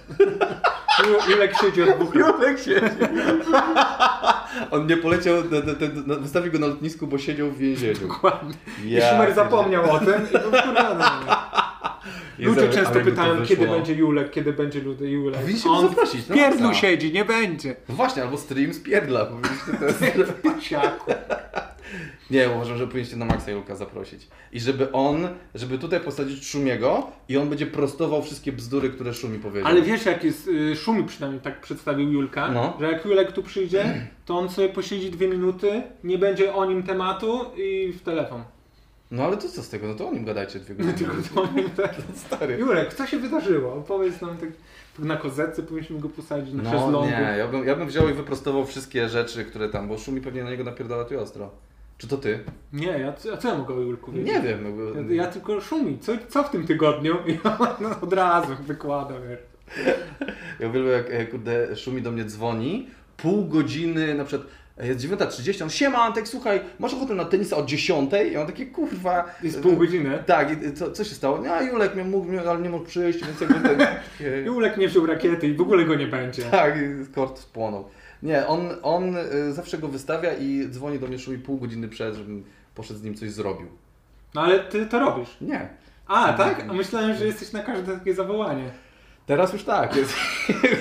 D: Ju- Julek siedzi od dwóch lat.
E: Julek siedzi. On nie poleciał, na, na, na, na, wystawił go na lotnisku, bo siedział w więzieniu.
D: Dokładnie. I
E: Ja
D: Schumer
E: pierdzie-
D: zapomniał o tym i był wkurwiony. Ludzie
E: Jezu,
D: często
E: ale jakby to
D: pytają,
E: wyszło.
D: kiedy będzie Julek, kiedy będzie Ludy Julek.
E: Powinniśmy go zaprosić, no.
D: pierdlu
E: Tak.
D: siedzi, nie będzie.
E: No właśnie, albo stream z pierdla. Powinniście to jest...
D: Pasiaku.
E: Nie, uważam, że powinniście na Maxa Julka zaprosić. I żeby on, żeby tutaj posadzić Szumiego i on będzie prostował wszystkie bzdury, które Szumi powiedział.
D: Ale wiesz jak jest, y, Szumi przynajmniej tak przedstawił Julka,
E: No.
D: że jak Julek tu przyjdzie, to on sobie posiedzi dwie minuty, nie będzie o nim tematu i w telefon.
E: No ale to co z tego? No to o nim gadajcie dwie godziny.
D: Tylko to o nim tak.
E: Stary.
D: Julek, co się wydarzyło? Opowiedz nam tak, na kozetce powinniśmy go posadzić, na
E: No
D: szezlongu.
E: nie, ja bym, ja bym wziął i wyprostował wszystkie rzeczy, które tam, bo Szumi pewnie na niego napierdala ty ostro. Czy to ty?
D: Nie, ja, a co ja mogę o Julku wiedzieć?
E: Nie wiem. jakby-
D: Ja, ja tylko szumi, co, co w tym tygodniu? I ona od razu wykłada, wiesz.
E: Ja uwielbiam jak, e, kurde, Szumi do mnie dzwoni pół godziny, na przykład e, jest 9.30, on siema Antek, słuchaj, masz ochotę na tenisa o 10.00? I on takie, kurwa...
D: Jest pół godziny.
E: Tak, i co, co się stało? No, Julek mnie mógł, mnie- ale nie mógł przyjść, więc jakby ten...
D: I ulek nie wziął rakiety i w ogóle go nie będzie.
E: tak, i kort spłonął. Nie, on, on y, zawsze go wystawia i dzwoni do mnie szui pół godziny przed, żebym poszedł z nim coś zrobił.
D: No ale ty to robisz.
E: Nie.
D: A, tak? A myślałem, że jesteś na każde takie zawołanie.
E: Teraz już tak. Jest,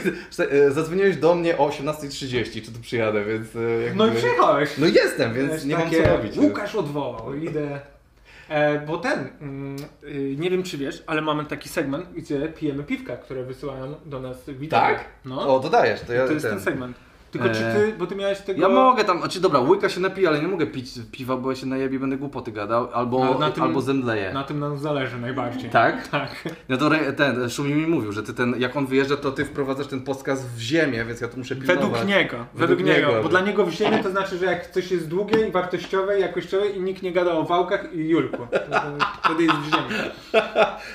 E: e, zadzwoniłeś do mnie o 18.30, czy tu przyjadę, więc... y, Jakby...
D: No i przyjechałeś.
E: No jestem, więc
D: Wiesz,
E: nie mam
D: takie,
E: co robić.
D: Łukasz odwołał, idę. E, bo ten, mm, y, nie wiem czy wiesz, ale mamy taki segment, gdzie pijemy piwka, które wysyłają do nas widzowie.
E: Tak?
D: No,
E: O, dodajesz, to ja
D: to jest ten segment. Tylko czy ty, bo ty miałeś tego...
J: E, Ja mogę tam, znaczy dobra, łyka się napije, ale nie mogę pić piwa, bo ja się najebię, będę głupoty gadał, albo,
D: No, na tym-
J: albo zemdleję.
D: Na tym nam zależy najbardziej.
J: Tak?
D: Tak.
J: No to re- ten, Szumi mi mówił, że
E: Że ty ten, jak on wyjeżdża, to ty wprowadzasz ten podcast w ziemię, więc ja to muszę pilnować.
D: Według niego, według,
E: Według
D: niego,
E: niego. tak.
D: bo dla niego wzięcie to znaczy, że jak coś jest długie i wartościowe, i jakościowe i nikt nie gada o wałkach i Julku. No to Wtedy jest wzięcie.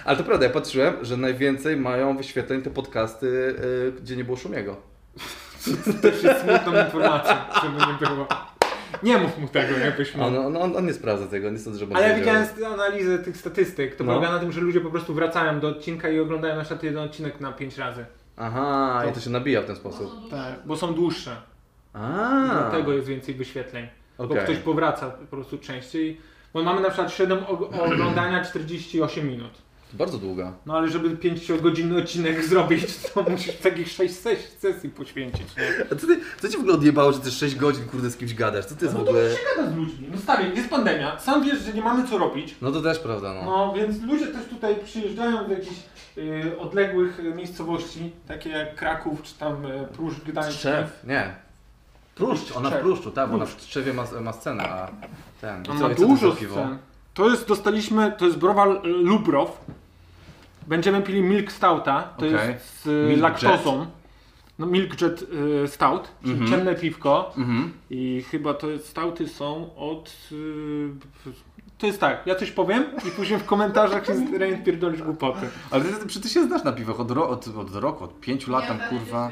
E: Ale to prawda, ja patrzyłem, że najwięcej mają wyświetleń te podcasty, y, gdzie nie było Szumiego.
D: Też jest smutną informacją, żeby nie było. Nie mów mu tego, jakbyś mógł.
E: On, on, on, on nie sprawdza tego, nie sądzę, żeby on
D: Ale ja
E: wiedział.
D: widziałem z- analizę tych statystyk. To
E: No.
D: polega na tym, że ludzie po prostu wracają do odcinka i oglądają na przykład jeden odcinek na 5 razy.
E: Aha, i to się nabija w ten sposób.
D: Tak. Bo są dłuższe.
E: A,
D: Dlatego jest więcej wyświetleń. Bo
E: Okej.
D: ktoś powraca po prostu częściej. Bo mamy na przykład 7 og- oglądania 48 minut.
E: bardzo długa.
D: No ale żeby 5-godzinny odcinek zrobić, to musisz takich 6 ses- sesji poświęcić. Nie?
E: A co, ty, co ci w ogóle odjebało, że ty 6 godzin kurde z kimś gadasz? Co ty jest w
D: No to
E: ogóle...
D: się gada z ludźmi. No stary, jest pandemia, sam wiesz, że nie mamy co robić.
E: No to też prawda, no.
D: No więc ludzie też tutaj przyjeżdżają do jakichś y, odległych y, miejscowości, takie jak Kraków czy tam y, Pruszcz, Gdańsk.
E: Trzew, nie. Pruszcz, ona w
D: Trzew.
E: Pruszczu, tak, bo ona w Trzewie ma, ma scenę, a ten...
D: No,
E: i
D: ma
E: i to
D: dużo
E: za piwo?
D: scen. To jest, dostaliśmy, to jest browar y, Lubrow. Będziemy pili Milk Stouta, to
E: Okej.
D: jest z y,
E: Milk
D: laktozą. No, Milk Jet y, Stout, czyli ciemne piwko.
E: Mhm.
D: I chyba to jest, stauty są od... y, to jest tak, ja coś powiem i później w komentarzach się Rejent pierdolisz głupoty.
J: Ale ty, czy ty się znasz na piwach od, ro, od, od roku, od pięciu lat tam, kurwa.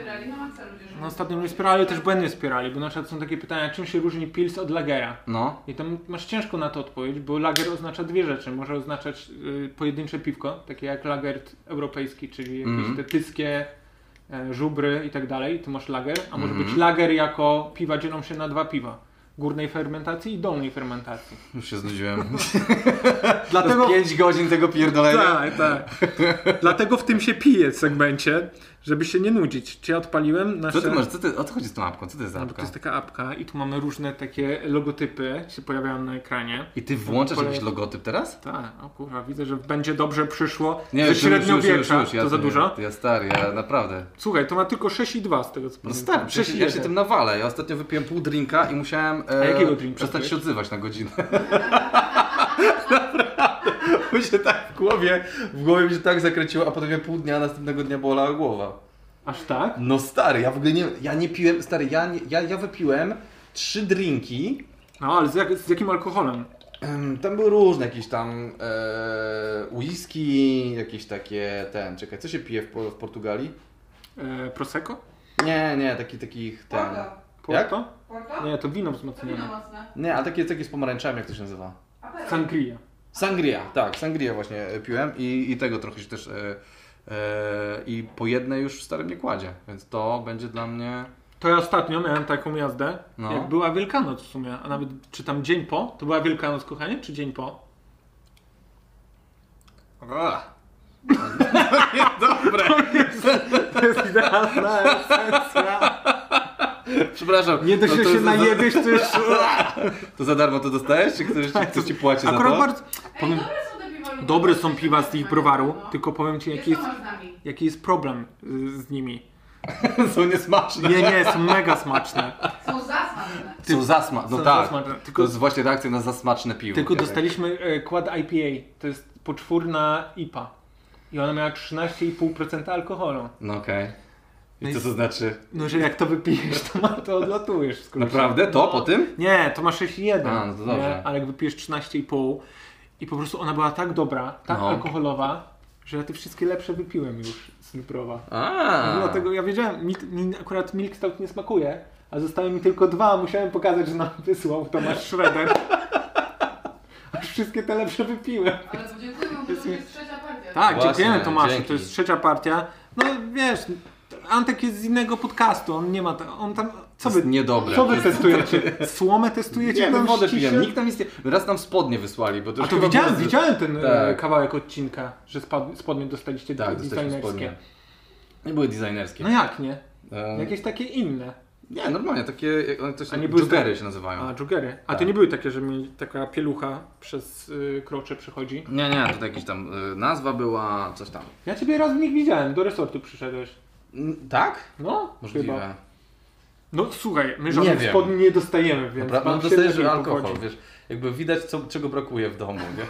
D: No ostatnio mnie wspierali, ale też błędnie wspierali, bo na przykład są takie pytania, czym się różni pils od lagera?
J: No.
D: I tam masz ciężko na to odpowiedzieć, bo lager oznacza dwie rzeczy. Może oznaczać y, pojedyncze piwko, takie jak lager t- europejski, czyli jakieś
J: Mhm.
D: te tyskie, e, żubry i tak dalej, to masz lager, a
J: Mhm.
D: może być lager jako piwa dzielą się na dwa piwa. Górnej fermentacji i dolnej fermentacji.
J: Już się znudziłem. No.
D: Dlatego,
J: Pięć godzin tego pierdolenia.
D: tak, tak. Dlatego w tym się pije segmencie, żeby się nie nudzić. Czy ja odpaliłem nasze...
J: Co ty masz, co ty, o co chodzi z tą apką? Co to jest za
D: No, bo to
J: apka?
D: jest taka apka i tu mamy różne takie logotypy, się pojawiają na ekranie.
J: I ty włączasz
D: Pole-
J: jakiś logotyp teraz?
D: Tak, o kurwa, widzę, że będzie dobrze przyszło
J: Nie,
D: ze
J: już, już, już,
D: średniowiecza.
J: już, już, ja
D: to za
J: nie-
D: dużo?
J: Ja stary, ja naprawdę.
D: Słuchaj, to ma tylko 6,2 z tego co
J: No
D: pamiętam.
J: stary, przecież ja się
D: 6,1.
J: tym nawalę. Ja ostatnio wypiłem pół drinka i musiałem e,
D: A jakiego drinka
J: przestać
D: piłeś?
J: się odzywać na godzinę. Naprawdę. Mi się tak w głowie,
E: W głowie mi się tak zakręciło, a potem mnie pół dnia, następnego dnia bolała głowa.
D: Aż tak?
E: No stary, ja w ogóle nie, ja nie piłem, stary, ja, nie, ja, ja wypiłem trzy drinki,
D: No, ale z, jak, z jakim alkoholem?
E: Em, tam były różne jakieś tam e, whisky, jakieś takie, ten, czekaj, co się pije w, Po- w Portugalii?
D: E, Prosecco?
E: Nie, nie, taki, takich, ten,
G: Porto.
D: Porto?
G: Porto?
D: Nie, to wino
G: To wino
D: wzmocnione.
G: mocne.
E: nie, a takie, takie z pomarańczami, jak to się nazywa?
G: Apel.
D: Sangria.
E: Sangria, tak, sangria właśnie e, piłem i, i tego trochę się też, e, e, i po jednej już w starym nie kładzie, więc to będzie dla mnie...
D: To ja ostatnio miałem taką jazdę,
E: No.
D: jak była Wielkanoc w sumie, a nawet czy tam dzień po? To była Wielkanoc, kochanie, czy dzień po?
E: Ugh.
D: To jest idealna esencja.
E: Przepraszam.
D: Nie dość,
E: no
D: że
E: to
D: się
E: za-
D: najebiesz, to już...
E: To za darmo to dostajesz? Czy ktoś,
D: Tak,
E: ktoś ci płaci za
D: Akurat
E: to?
D: bardzo...
G: Ej,
D: Powiem,
G: dobre są te piwa. No.
D: dobre są piwa z ich browaru, tylko powiem ci, jaki
G: Jakie
D: jest
G: jest... z nami.
D: jaki jest problem y, z nimi.
E: Są niesmaczne.
D: Nie, nie, są mega smaczne.
G: Są zasmażone.
E: Są zasma, no
D: Są
E: tak.
D: zasmaczne,
E: To
D: Tylko,
E: jest właśnie reakcja na zasmaczne piwo.
D: tylko
E: Kiedyś.
D: dostaliśmy e, quad IPA, to jest poczwórna IPA. I ona miała 13,5% alkoholu.
E: No okej.
D: No
E: I co
D: i-
E: to znaczy?
D: No, że jak to wypijesz, to, ma, to odlatujesz. w skrócie.
E: Naprawdę? To
D: No.
E: po tym?
D: Nie, to ma 6,1.
E: A, no to dobrze.
D: Nie? Ale jak wypijesz 13,5 i po prostu ona była tak dobra, tak
E: No.
D: alkoholowa, że ja te wszystkie lepsze wypiłem już z Lubrowa.
E: A.
D: No Dlatego ja wiedziałem, mi, mi akurat milk stout nie smakuje, a zostały mi tylko dwa, a musiałem pokazać, że nam wysłał Tomasz Szweder. Aż wszystkie te lepsze wypiłem.
G: Ale podziękujmy, bo to jest trzecia partia.
D: Tak,
E: Właśnie,
D: dziękujemy Tomaszu,
E: dzięki.
D: to jest trzecia partia. No wiesz, Antek jest z innego podcastu, on nie ma, ta- on tam, co wy,
E: Niedobre.
D: co wy testujecie? Słomę testujecie?
E: Nie, my
D: Tam
E: wodę
D: ściszę?
E: pijemy. Nikt nam nic nie... Raz nam spodnie wysłali, bo to
D: A
E: już
D: to
E: chyba
D: widziałem,
E: było z-
D: widziałem ten e,
E: Tak.
D: kawałek odcinka, że spad- spodnie dostaliście
E: Tak, dostaliśmy
D: designerskie.
E: spodnie. Nie były designerskie.
D: No jak nie?
E: Ehm,
D: Jakieś takie inne.
E: Nie, normalnie, takie... jak One też
D: A nie były
E: joggery się nazywają.
D: A, joggery. A to
E: Tak.
D: nie były takie, że mi taka pielucha przez y, krocze przychodzi?
E: Nie, nie, to jakaś tam y, nazwa była, coś tam.
D: Ja ciebie raz w nich widziałem, do resortu przyszedłeś.
E: Mm, Tak?
D: No, chyba.
E: Możliwe.
D: No słuchaj, my
E: Nie
D: żadnych
E: wiem.
D: spodni nie dostajemy, więc
E: Dobra, no
D: pan się
E: dostajesz
D: lepiej
E: alkohol,
D: powodzi.
E: wiesz, jakby widać co, czego brakuje w domu, nie?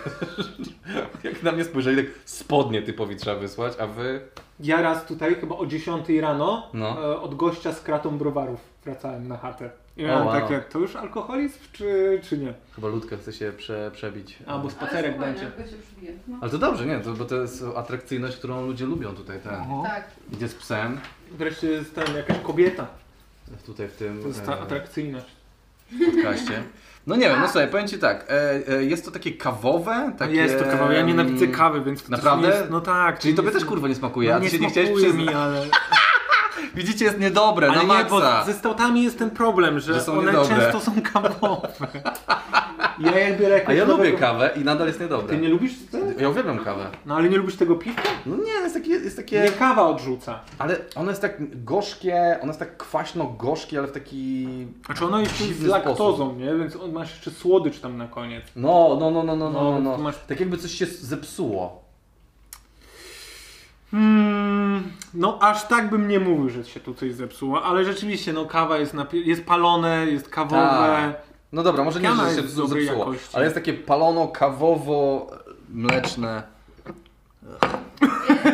E: Jak na mnie spojrzeli, tak spodnie typowi trzeba wysłać, a wy...
D: Ja raz tutaj chyba o 10 rano
E: No.
D: e, od gościa z kratą browarów wracałem na chatę. I
E: O,
D: miałem
E: wow.
D: takie, to już alkoholizm czy, czy nie?
E: Chyba ludka chce się prze, przebić.
D: A, bo
G: Ale
D: spacerek
G: spokojnie,
D: będzie.
G: tylko się przybije. No.
E: Ale to dobrze, nie, to, bo to jest atrakcyjność, którą ludzie lubią tutaj, ten.
D: Mhm.
G: Tak.
E: Idzie z psem,
D: Wreszcie jest tam jakaś kobieta.
E: tutaj w
D: To
E: tym
D: jest ta
E: e,
D: atrakcyjność.
E: podcaście. No nie wiem, no słuchaj, powiem Ci tak, e, e, jest to takie No kawowe, takie...
D: No Jest to kawał, ja nienawidzę
E: mm,
D: kawy, więc to
E: Naprawdę?
D: Jest, no tak.
E: Czyli
D: to
E: tobie
D: jest-
E: też kurwa nie smakuje, a
D: no
E: ty się nie
D: smakuje
E: chciałeś przyznać.
D: mi, ale...
E: Widzicie, jest niedobre,
D: Ale
E: na
D: nie, bo
E: maksa.
D: ze stoutami jest ten problem, że,
E: Że są
D: one
E: niedobre.
D: często są kawowe. Ja jak biorę
E: A
D: jakąś
E: ja lubię
D: nowego-
E: kawę i nadal jest niedobre.
D: Ty nie lubisz? tego?
E: Ja uwielbiam kawę.
D: No ale nie lubisz tego piwka?
E: No nie, jest takie, jest takie...
D: Nie kawa odrzuca.
E: Ale ono jest tak gorzkie, ono jest tak kwaśno-gorzkie, ale w taki...
D: Znaczy ono jest z
E: Dziwny
D: laktozą,
E: sposób.
D: nie? Więc on masz jeszcze słodycz tam na koniec.
E: No, no, no, no, no,
D: No,
E: no, no.
D: tu masz-
E: Tak jakby coś się zepsuło.
D: Hmm, no aż tak bym nie mówił, że się tu coś zepsuło, ale rzeczywiście no kawa jest, napie- jest palone, jest kawowe.
E: Tak. No dobra, może nie,
D: Kawa
E: że się
D: jest
E: zepsuło,
D: dobrej
E: zepsuło
D: jakości.
E: ale jest takie palono-kawowo-mleczne.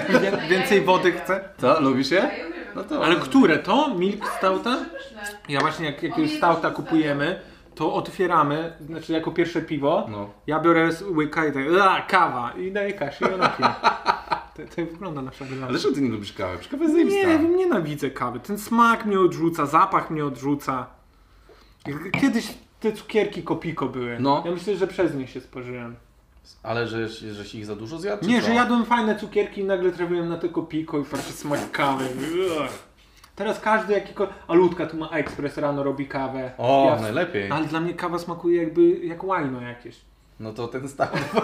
D: Wie- Więcej wody chce.
E: Co? Lubisz je?
G: Ja je uwielbiam.
E: No to...
D: Tak. Ale które to? Milk Stouta?
G: Przepyszne.
D: Ja właśnie jak jakiegoś stouta kupujemy, to otwieramy, znaczy jako pierwsze piwo,
E: No.
D: ja biorę z łyka i tak, a, kawa i daję kaszę i ona pije. To, to wygląda nasza relacja.
E: Ale czemu ty nie lubisz kawy? Przecież kawa jest
D: Nie,
E: zajebista.
D: ja wiem, nienawidzę kawy. Ten smak mnie odrzuca, zapach mnie odrzuca. Kiedyś te cukierki kopiko były.
E: No.
D: Ja myślę, że przez nie się spożyłem.
E: Ale że, że się ich za dużo zjadł? czy
D: Nie,
E: co?
D: że jadłem fajne cukierki i nagle trafiłem na te kopiko i patrzę smak kawy. Ugh. Teraz każdy jakiko... A Ludka tu ma ekspres, rano robi kawę.
E: O,
D: w-
E: najlepiej.
D: Ale dla mnie kawa smakuje jakby jak łajno jakieś.
E: No to ten staw.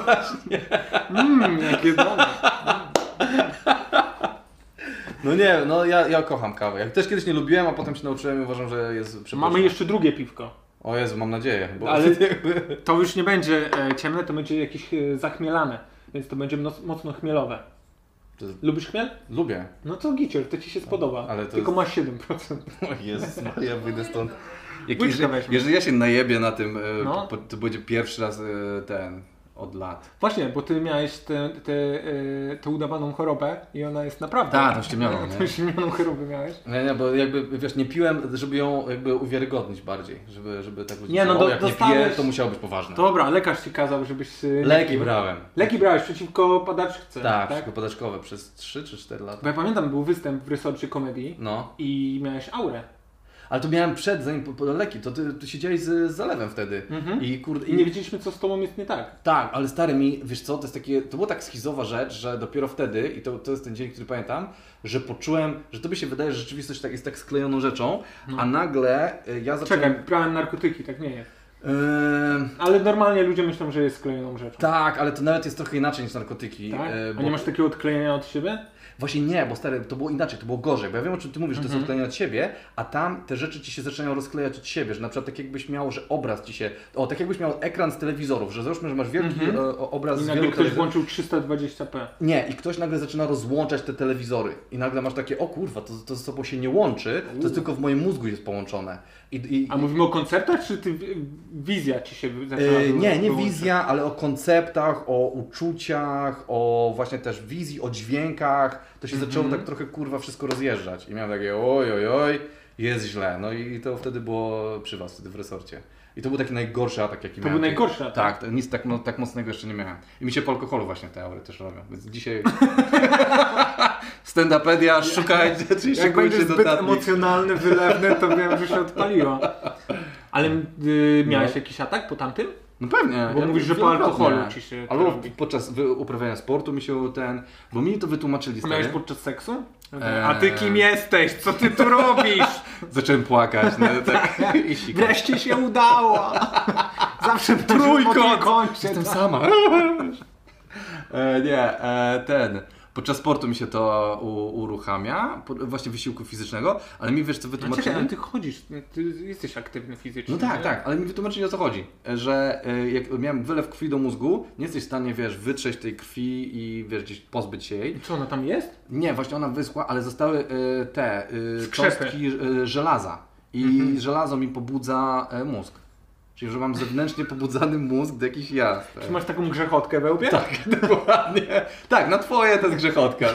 E: Mm,
D: Mmm, jakie dobre.
E: No nie, no ja, ja kocham kawę. Ja też kiedyś nie lubiłem, a potem się nauczyłem i uważam, że jest przepyszna.
D: Mamy jeszcze drugie piwko.
E: O Jezu, mam nadzieję, bo...
D: Ale-
E: jakby-
D: To już nie będzie e, ciemne, to będzie jakieś e, zachmielane. Więc to będzie mno- mocno chmielowe.
E: To-
D: Lubisz chmiel?
E: Lubię.
D: No to gicior, to ci się spodoba.
E: Ale to
D: Tylko
E: jest-
D: masz 7%.
E: O Jezus, ja
G: No
E: wyjdę stąd. Jak,
D: Łyczkę
E: jeżeli,
D: weźmy.
E: jeżeli ja się najebię na tym, e,
D: No.
E: po, to będzie pierwszy raz e, ten, od lat.
D: Właśnie, bo ty miałeś tę te, e, tę udawaną chorobę i ona jest naprawdę.
E: Tak, tą ściemnioną, nie?
D: Tą ściemnioną chorobę miałeś.
E: Nie, nie, bo jakby, wiesz, nie piłem, żeby ją jakby uwiarygodnić bardziej, żeby, żeby tak ludzie
D: Nie, no
E: mówili, o,
D: do-
E: jak nie
D: dostałeś-
E: piję, to musiało być poważne.
D: Dobra, lekarz ci kazał, żebyś. e, nie
E: Leki
D: pił.
E: brałem.
D: Leki brałeś przeciwko padaczce.
E: Tak,
D: Tak,
E: tak? podaczkowe przez 3 czy 4 lata.
D: Bo ja pamiętam, był występ w resorcie komedii
E: No,
D: i miałeś aurę.
E: ale to miałem przed, zanim po, po leki, to ty, ty siedziałeś z z zalewem wtedy
D: Mhm.
E: i kurde,
D: I nie wiedzieliśmy, co z tobą jest nie tak.
E: Tak, ale stary mi, wiesz co, to jest takie, to była tak schizowa rzecz, że dopiero wtedy, i to, to jest ten dzień, który pamiętam, że poczułem, że tobie się wydaje, że rzeczywistość tak, jest tak sklejoną rzeczą, a nagle y, ja zacząłem...
D: No. Czekaj, brałem narkotyki, tak nie jest.
E: Ym,
D: Ale normalnie ludzie myślą, że jest sklejoną rzeczą.
E: tak, ale to nawet jest trochę inaczej niż narkotyki.
D: Tak?
E: y,
D: A nie masz takiego odklejenia od siebie?
E: Właśnie nie, bo stary, to było inaczej, to było gorzej, bo ja wiem o czym ty mówisz, że to
D: Mhm.
E: jest odklejenie od siebie, a tam te rzeczy ci się zaczynają rozklejać od siebie, że na przykład tak jakbyś miał, że obraz ci się, o, tak jakbyś miał ekran z telewizorów, że załóżmy, że masz wielki e, o-
D: Mhm.
E: obraz
D: I
E: z
D: nagle
E: wielu
D: ktoś
E: telewizorów.
D: włączył 320p.
E: Nie, i ktoś nagle zaczyna rozłączać te telewizory. I nagle masz takie, o kurwa, to, to ze sobą się nie łączy, to jest tylko w moim mózgu jest połączone. I, i,
D: A mówimy o koncertach, czy ty wi- wizja ci się wy- zaczęła
E: Yy,
D: wy-
E: nie, nie
D: wyłączać?
E: wizja, ale o konceptach, o uczuciach, o właśnie też wizji, o dźwiękach. To się
D: Mhm.
E: zaczęło tak trochę kurwa wszystko rozjeżdżać. I miałem takie oj, oj, oj, jest źle. No i to wtedy było przy was, wtedy w resorcie. I to był taki najgorszy atak, jaki
D: To
E: miałem.
D: był najgorszy atak?
E: Tak, to nic tak, no, tak mocnego jeszcze nie miałem. I mi się po alkoholu właśnie te aury też robią. Więc dzisiaj Standupedia, szukajcie, czyli
D: Jak
E: szykujcie
D: będzie zbyt
E: notatnik.
D: emocjonalny, wylewny, to wiem, że się odpaliło. Ale y, miałeś jakiś atak po tamtym?
E: No pewnie.
D: Bo
E: ja
D: mówisz, że po
E: wielokrotnie.
D: alkoholu ci się-
E: Albo w- podczas wy- uprawiania sportu mi się ten... Bo mi to wytłumaczyli
D: A Miałeś
E: stary.
D: podczas seksu?
E: Eee.
D: A ty kim jesteś? Co ty tu robisz?
E: Zacząłem płakać. No, tak. I sikać.
D: Wreszcie się udało! Zawsze
E: Trójkąt!
D: Kończę,
E: Jestem sama. e, nie, e, ten. Podczas sportu mi się to u, uruchamia, po, właśnie wysiłku fizycznego, ale mi wiesz co
D: No
E: wytłumaczyli?
D: czekaj, ale ty chodzisz, ty jesteś aktywny fizycznie.
E: No tak, tak, ale mi wytłumaczyli o co chodzi. Że e, jak miałem wylew krwi do mózgu, nie jesteś w stanie, wiesz, wytrzeć tej krwi i wiesz, gdzieś pozbyć się jej.
D: Co ona tam jest?
E: Nie, właśnie ona wyschła, ale zostały e, te e,
D: Skrzepy.
E: cząstki e, żelaza. I żelazo mi pobudza e, mózg. Czyli, że mam zewnętrznie pobudzany mózg do jakichś jazd. e.
D: Ty masz taką grzechotkę we łbie?
E: Tak, dokładnie. Tak, na twoje to jest grzechotka.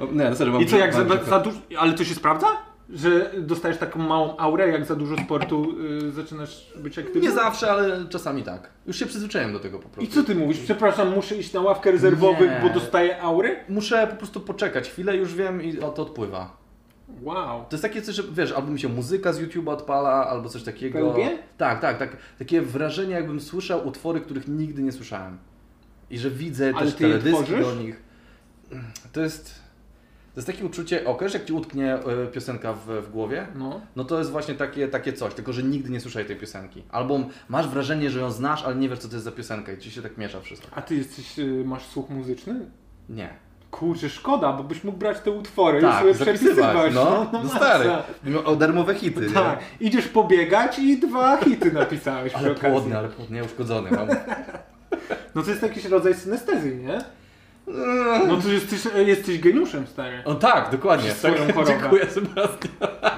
E: No, nie, no serio, mam
D: I co, jak
E: mam
D: za,
E: grzechotkę.
D: za dużo... Ale to się sprawdza? Że dostajesz taką małą aurę, jak za dużo sportu y, zaczynasz być aktywny?
E: Nie zawsze, ale czasami tak. Już się przyzwyczaiłem do tego po prostu.
D: I co ty mówisz? Przepraszam, muszę iść na ławkę rezerwowych,
E: Nie.
D: bo dostaję aury?
E: Muszę po prostu poczekać chwilę, już wiem i o to odpływa.
D: Wow.
E: To jest takie coś, że wiesz, albo mi się muzyka z YouTube'a odpala, albo coś takiego.
D: Pełbie?
E: Tak, tak, tak. Takie wrażenie, jakbym słyszał utwory, których nigdy nie słyszałem. I że widzę
D: Ale
E: też
D: ty je
E: teledyski
D: tworzysz?
E: do nich. To jest. To jest takie uczucie, o, kojarzysz, jak ci utknie e, piosenka w, w głowie?
D: No.
E: No to jest właśnie takie, takie coś, tylko że nigdy nie słyszałeś tej piosenki. Albo masz wrażenie, że ją znasz, ale nie wiesz, co to jest za piosenka i ci się tak miesza wszystko.
D: A ty jesteś, y, masz słuch muzyczny?
E: Nie.
D: Kurczę, szkoda, bo byś mógł brać te utwory
E: Tak,
D: i sobie
E: zapisywać,
D: przepisywać.
E: no, no stary.
D: masa.
E: O darmowe hity, nie?
D: Tak, idziesz pobiegać i dwa hity napisałeś przy
E: Ale
D: okazji.
E: płodny, ale płodny, uszkodzony mam.
D: No to jest jakiś rodzaj synestezji, nie?
E: Eee.
D: No to jesteś, jesteś geniuszem, stary.
E: O tak, dokładnie.
D: Swoją chorobę.
E: Dziękuję Sebastian.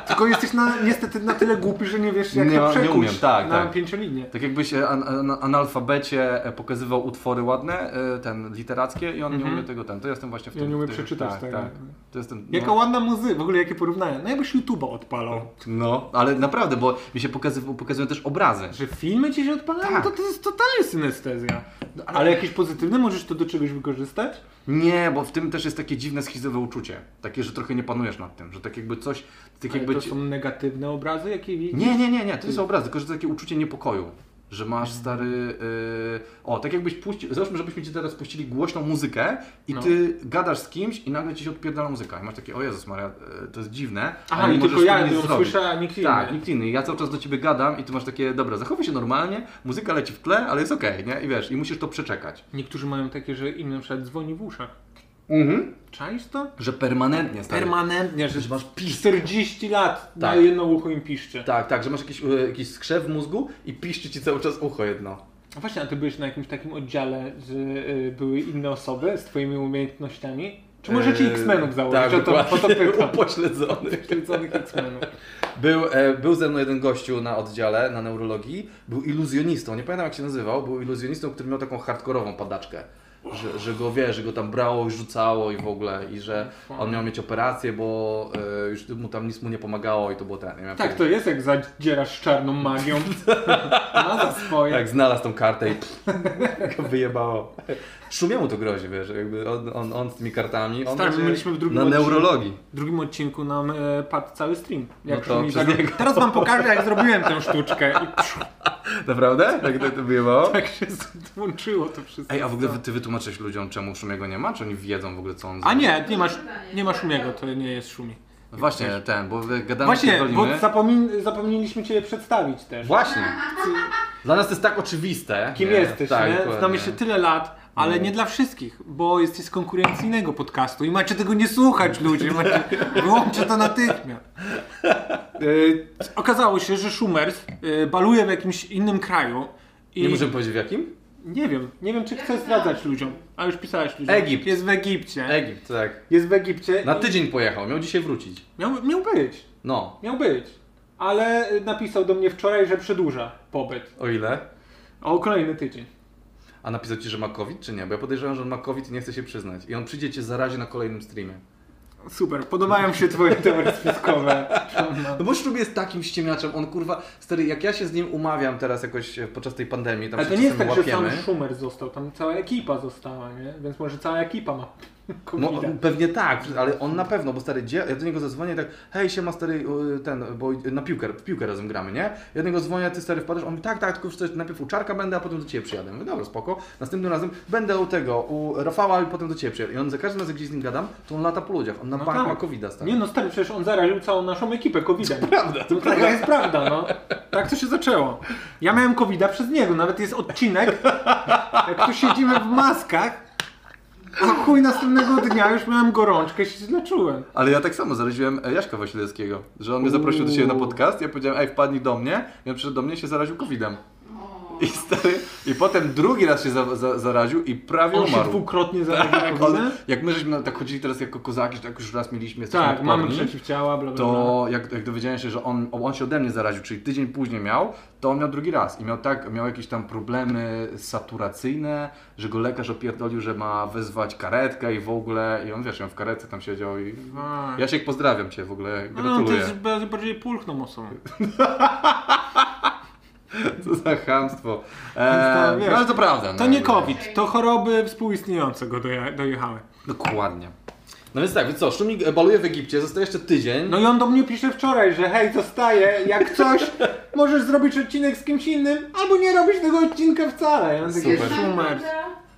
D: Tylko jesteś na, niestety na tyle głupi, że nie wiesz jak
E: Nie, nie
D: to przekuć
E: umiem, tak,
D: na
E: tak.
D: pięciolinię.
E: Tak jakbyś e, an, an, analfabecie e, pokazywał utwory ładne, e, ten literackie i on nie
D: Mhm.
E: umie tego ten. To jestem właśnie w
D: Ja
E: tym.
D: nie umiem
E: w tym-
D: przeczytać
E: tak,
D: tego.
E: tak. To jestem.
D: Jaka
E: no,
D: ładna muzyka, w ogóle jakie porównania. No jakbyś YouTube'a odpalał.
E: no, ale naprawdę, bo mi się pokazy, pokazują też obrazy.
D: Że filmy ci się odpalają? No
E: Tak.
D: To, to jest totalnie synestezja. No, ale... ale jakieś pozytywne możesz to do czegoś wykorzystać?
E: Nie, bo w tym też jest takie dziwne schizowe uczucie. Takie, że trochę nie panujesz nad tym, że tak jakby coś. Tak
D: Ale
E: jakby
D: to
E: ci-
D: są negatywne obrazy, jakie widzisz?
E: Nie, nie, nie, nie, to jest obraz, tylko że to takie uczucie niepokoju. Że masz stary. y, O, tak jakbyś puścił. Załóżmy, żebyśmy ci teraz puścili głośną muzykę i
D: No.
E: ty gadasz z kimś i nagle ci się odpierdala muzyka. I masz takie, o Jezus Maria, y, to jest dziwne.
D: Aha,
E: ale
D: i
E: nie
D: tylko
E: możesz
D: ja
E: tego nic
D: ją
E: zrobić.
D: słyszę, a nikt inny.
E: Tak, nikt inny. Ja cały czas do ciebie gadam i ty masz takie, dobra, zachowuj się normalnie, muzyka leci w tle, ale jest okej, nie? I wiesz, i musisz to przeczekać.
D: Niektórzy mają takie, że im na przykład dzwoni w uszach.
E: Mhm.
D: Czaisz to?
E: Że permanentnie, stary.
D: Permanentnie, że
E: Tak. Że masz pisz.
D: 40 lat na
E: Tak.
D: jedno ucho im piszcze.
E: Tak, tak, że masz jakiś, y, jakiś skrzew w mózgu i piszczy ci cały czas ucho jedno.
D: A właśnie, a ty byłeś na jakimś takim oddziale, że y, były inne osoby z twoimi umiejętnościami? Czy możecie
E: Eee,
D: X-Menów założyć?
E: Tak,
D: o to, o to pytam.
E: upośledzony.
D: Upośledzonych X-Menów.
E: Był, e, był ze mną jeden gościu na oddziale, na neurologii, był iluzjonistą, nie pamiętam jak się nazywał, był iluzjonistą, który miał taką hardkorową padaczkę. Że, że go wie, że go tam brało i rzucało i w ogóle, i że on miał mieć operację, bo e, już mu tam nic mu nie pomagało i to było ten. Nie miałem
D: Tak, to
E: pojęcia.
D: jest jak zadzierasz czarną magią. Ma za swoje.
E: Jak znalazł tą kartę i pff, go wyjebało. Szumiemu to grozi, wiesz, jakby on, on, on z tymi kartami. On
D: Stary,
E: będzie
D: my mieliśmy w drugim
E: Na
D: odcinku-
E: neurologii.
D: W drugim odcinku nam e, padł cały stream.
E: No
D: Jak
E: to
D: szumi
E: przez
D: tak-
E: niego.
D: Teraz wam pokażę, jak zrobiłem tę sztuczkę. I psz,
E: Naprawdę? Tak to, to wyjebało?
D: tak się włączyło to wszystko.
E: Ej, a w ogóle wy- ty wytłumaczysz ludziom, czemu Szumiego nie ma? Czy oni wiedzą w ogóle, co on
D: A nie, nie masz, nie masz Szumiego, to nie jest Szumi.
E: No Właśnie ten, bo wy gadamy
D: Właśnie,
E: pierdolimy.
D: bo zapomin- zapomnieliśmy Cię przedstawić też.
E: Właśnie. Dla nas to jest tak oczywiste.
D: Kim
E: nie? tak,
D: jesteś, nie?
E: dokładnie. Mhm.
D: Znamy się tyle lat, ale nie dla wszystkich, bo jesteś z konkurencyjnego podcastu i macie tego nie słuchać ludzie, macie, wyłączcie to natychmiast. Yy, okazało się, że Schumers yy, baluje w jakimś innym kraju i
E: Nie możemy powiedzieć w jakim?
D: nie wiem, nie wiem czy chcesz zdradzać ludziom, a już pisałeś ludziom.
E: Egipt.
D: Jest w Egipcie.
E: Egipt, tak.
D: Jest w Egipcie.
E: Na
D: i-
E: tydzień pojechał, miał dzisiaj wrócić.
D: Miał, miał być,
E: No.
D: miał być, ale yy, napisał do mnie wczoraj, że przedłuża pobyt
E: O ile?
D: o kolejny tydzień.
E: A napisał ci, że ma COVID, czy nie? Bo ja podejrzewam, że on ma COVID i nie chce się przyznać. I on przyjdzie cię zarazi na kolejnym streamie.
D: Super, podobają się twoje teorie spiskowe.
E: No bo Szrub jest takim ściemniaczem, on kurwa... Stary, jak ja się z nim umawiam teraz jakoś e, podczas tej pandemii, tam
D: Ale
E: się
D: to nie jest
E: czasem
D: tak, że
E: łapiemy.
D: sam Schumer został, tam cała ekipa została, nie? Więc może cała ekipa ma
E: No, on- pewnie tak, ale on na pewno, bo stary, dzie- ja do niego zadzwonię i tak, hej, siema stary, y, ten, bo na piłkę, w piłkę razem gramy, nie? Ja do niego dzwonię, ty stary wpadasz, on mówi, tak, tak, tylko coś, najpierw u Czarka będę, a potem do Ciebie przyjadę. Mówię, dobra, spoko, następnym razem będę u tego, u Rafała i potem do Ciebie przyjadę. I on za każdym razem, gdzie z nim gadam, to on lata po ludziach, on na
D: No
E: bank
D: tak.
E: ma covid stary.
D: Nie no stary, przecież on zaraził całą naszą ekipę COVID-em.
E: Prawda,
D: To taka jest prawda, no. Tak to się zaczęło. Ja miałem covid przez niego, nawet jest odcinek, jak tu siedzimy w maskach, a chuj następnego dnia już miałem gorączkę i się źle czułem.
E: Ale ja tak samo zaraziłem e, Jaśka Wasilewskiego, że on mnie zaprosił do siebie na podcast, ja powiedziałem, ej, wpadnij do mnie, i on przyszedł do mnie i się zaraził covidem. I stary, i potem drugi raz się za, za, zaraził i prawie
D: On się
E: umarł. Tak,
D: dwukrotnie zaraził
E: Jak, on,
D: COVID-em.
E: jak my żeśmy tak chodzili teraz jako kozaki, że tak już raz mieliśmy, jesteśmy
D: Tak, mamy
E: odporni,
D: przeciwciała, bla bla bla.
E: To jak, jak dowiedziałem się, że on, on się ode mnie zaraził, czyli tydzień później miał, to on miał drugi raz i miał tak, miał jakieś tam problemy saturacyjne, że go lekarz opierdolił, że ma wezwać karetkę i w ogóle, i on wiesz, on w karetce tam siedział i...
D: A.
E: Jasiek, pozdrawiam Cię w ogóle,
D: Tak. No, to
E: gratuluję.
D: jest bardziej- bardziej pulchną osobą.
E: Co za chamstwo.
D: Więc
E: E,
D: to, wiesz,
E: no ale to prawda.
D: To
E: no,
D: nie
E: jakby.
D: COVID, to choroby współistniejące go doja- dojechały.
E: Dokładnie. No więc tak, więc co, Szumik e, baluje w Egipcie, zostaje jeszcze tydzień.
D: No i on do mnie pisze wczoraj, że hej, zostaję, jak coś, możesz zrobić odcinek z kimś innym, albo nie robisz tego odcinka wcale. Ja mam takie
E: Super.
D: szumer.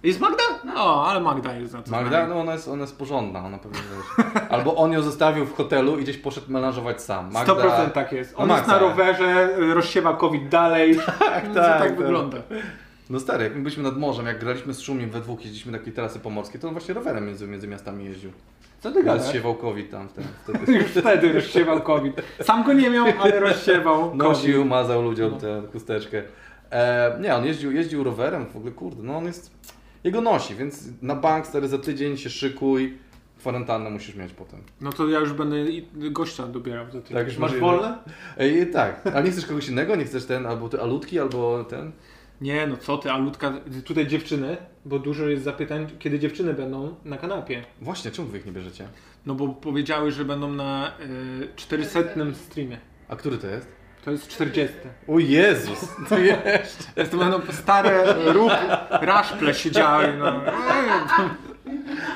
D: Jest Magda? No, ale Magda jest za to. znaczy-
E: Magda,
D: znana.
E: no ona jest, ona jest porządna, ona pewnie wiesz. Albo on ją zostawił w hotelu i gdzieś poszedł melanżować sam. Magda...
D: 100% tak jest. On
E: No
D: jest na
E: Magda.
D: rowerze, y, rozsiewa COVID dalej. tak, tak, tak,
E: tak.
D: wygląda.
E: No stary, jak my byliśmy nad morzem, jak graliśmy z Szumim we dwóch, jeździliśmy na takie tarasy pomorskie, to on właśnie rowerem między, między miastami jeździł.
D: Co ty
E: Teraz
D: gadasz?
E: się wałkowi tam wtedy. wtedy.
D: Już wtedy rozsiewał COVID. Sam go nie miał, ale rozsiewał COVID.
E: Nosił, mazał
D: No.
E: ludziom tę chusteczkę. E, nie, on jeździł, jeździł rowerem, w ogóle kurde, no on jest... Jego nosi, więc na bank stary za tydzień się szykuj, kwarantannę musisz mieć potem.
D: No to ja już będę i- gościa dobierał do tego.
E: Tak, już
D: Masz
E: możliwe.
D: wolne?
E: Ej, tak, a nie chcesz kogoś innego? Nie chcesz ten, albo te alutki, albo ten?
D: Nie, no co ty, a ludka, tutaj dziewczyny, bo dużo jest zapytań, kiedy dziewczyny będą na kanapie.
E: Właśnie, czemu wy ich nie bierzecie?
D: No bo powiedziały, że będą na y, 400 streamie.
E: A który to jest?
D: To jest 40.
E: O Jezus! To jest.
D: Teraz No, to będą stare rób, raszple siedziały. No.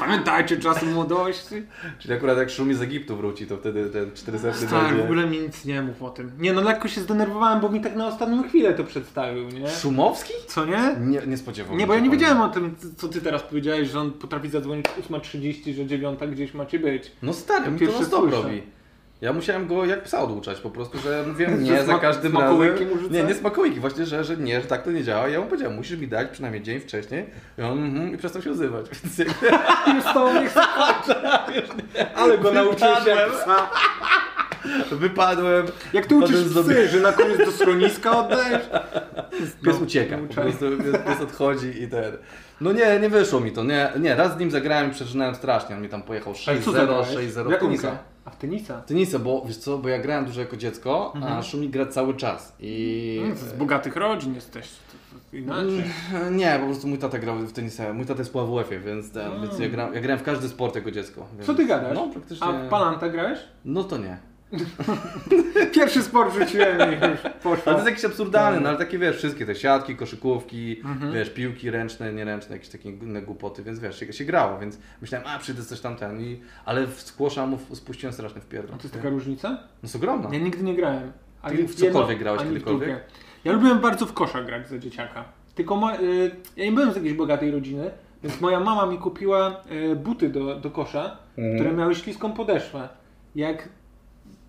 D: Pamiętajcie czasy młodości.
E: Czyli akurat jak Szumi z Egiptu wróci, to wtedy ten 400
D: Stary, Tak, w
E: będzie...
D: ogóle mi nic nie mów o tym. Nie, no lekko się zdenerwowałem, bo mi tak na ostatnią chwilę to przedstawił, nie?
E: Szumowski?
D: Co nie?
E: Nie, nie spodziewałem
D: Nie, bo ja
E: się,
D: nie
E: powiem.
D: wiedziałem o tym, co ty teraz powiedziałeś, że on potrafi zadzwonić 8.30, że 9 gdzieś macie być.
E: No stary, mi to
D: Pierwsze
E: na stop
D: słyszę.
E: robi. Ja musiałem go jak psa oduczać po prostu, że wiem
D: Że
E: nie za
D: smak-
E: każdym
D: smakołyki mu
E: razem.
D: rzuca?
E: Nie, nie smakołyki, właśnie, że, że nie, że tak to nie działa. I ja mu powiedziałem, musisz mi dać przynajmniej dzień wcześniej. I on mhm, i przestał się odzywać. Więc jakby
D: Już z tobą nie chcę Ale go nauczyłeś jak psa.
E: wypadłem.
D: Jak ty uczysz
E: Potem
D: psy,
E: zrobię-
D: że na koniec do schroniska oddajesz?
E: Pies
D: No,
E: ucieka, po
D: ucieka.
E: prostu pies, pies odchodzi i ten. No nie, nie wyszło mi to, nie, nie, raz z nim zagrałem i przeżynałem strasznie, on mi tam pojechał 6-0,
D: zagrałeś?
E: 6-0
D: Jaką
E: w tenisa.
D: grę? A w tenisa?
E: Tenisa, bo wiesz co, bo ja grałem dużo jako dziecko,
D: Mhm.
E: a Szumi gra cały czas i...
D: Mm, Z bogatych rodzin jesteś. To- to Inaczej.
E: Mm, Nie, po prostu mój tata grał w tenisa, mój tata jest po AWF-ie, więc, ten, więc ja, grałem, ja grałem w każdy sport jako dziecko. Więc,
D: Mm. Co ty gadasz?
E: No praktycznie...
D: A w palanta grałeś?
E: No to nie.
D: Pierwszy sport rzuciłem i już poszło.
E: Ale to jest jakiś absurdalny, no ale takie wiesz, wszystkie te siatki, koszykówki,
D: Mhm.
E: wiesz, piłki ręczne, nieręczne, jakieś takie inne głupoty, więc wiesz, się, się grało, więc myślałem, a przyjdę coś tam ten, i, ale w squasha mu w- spuściłem straszny
D: A
E: wpierdol.
D: to jest taka różnica?
E: No jest ogromna.
D: Ja nigdy nie grałem.
E: Ty w cokolwiek grałeś
D: ani w
E: kiedykolwiek?
D: drugie. Ja lubiłem bardzo w kosza grać za dzieciaka. Tylko ma, y, ja nie byłem z jakiejś bogatej rodziny, więc moja mama mi kupiła y, buty do, do kosza,
E: Mhm.
D: które miały śliską podeszwę. Jak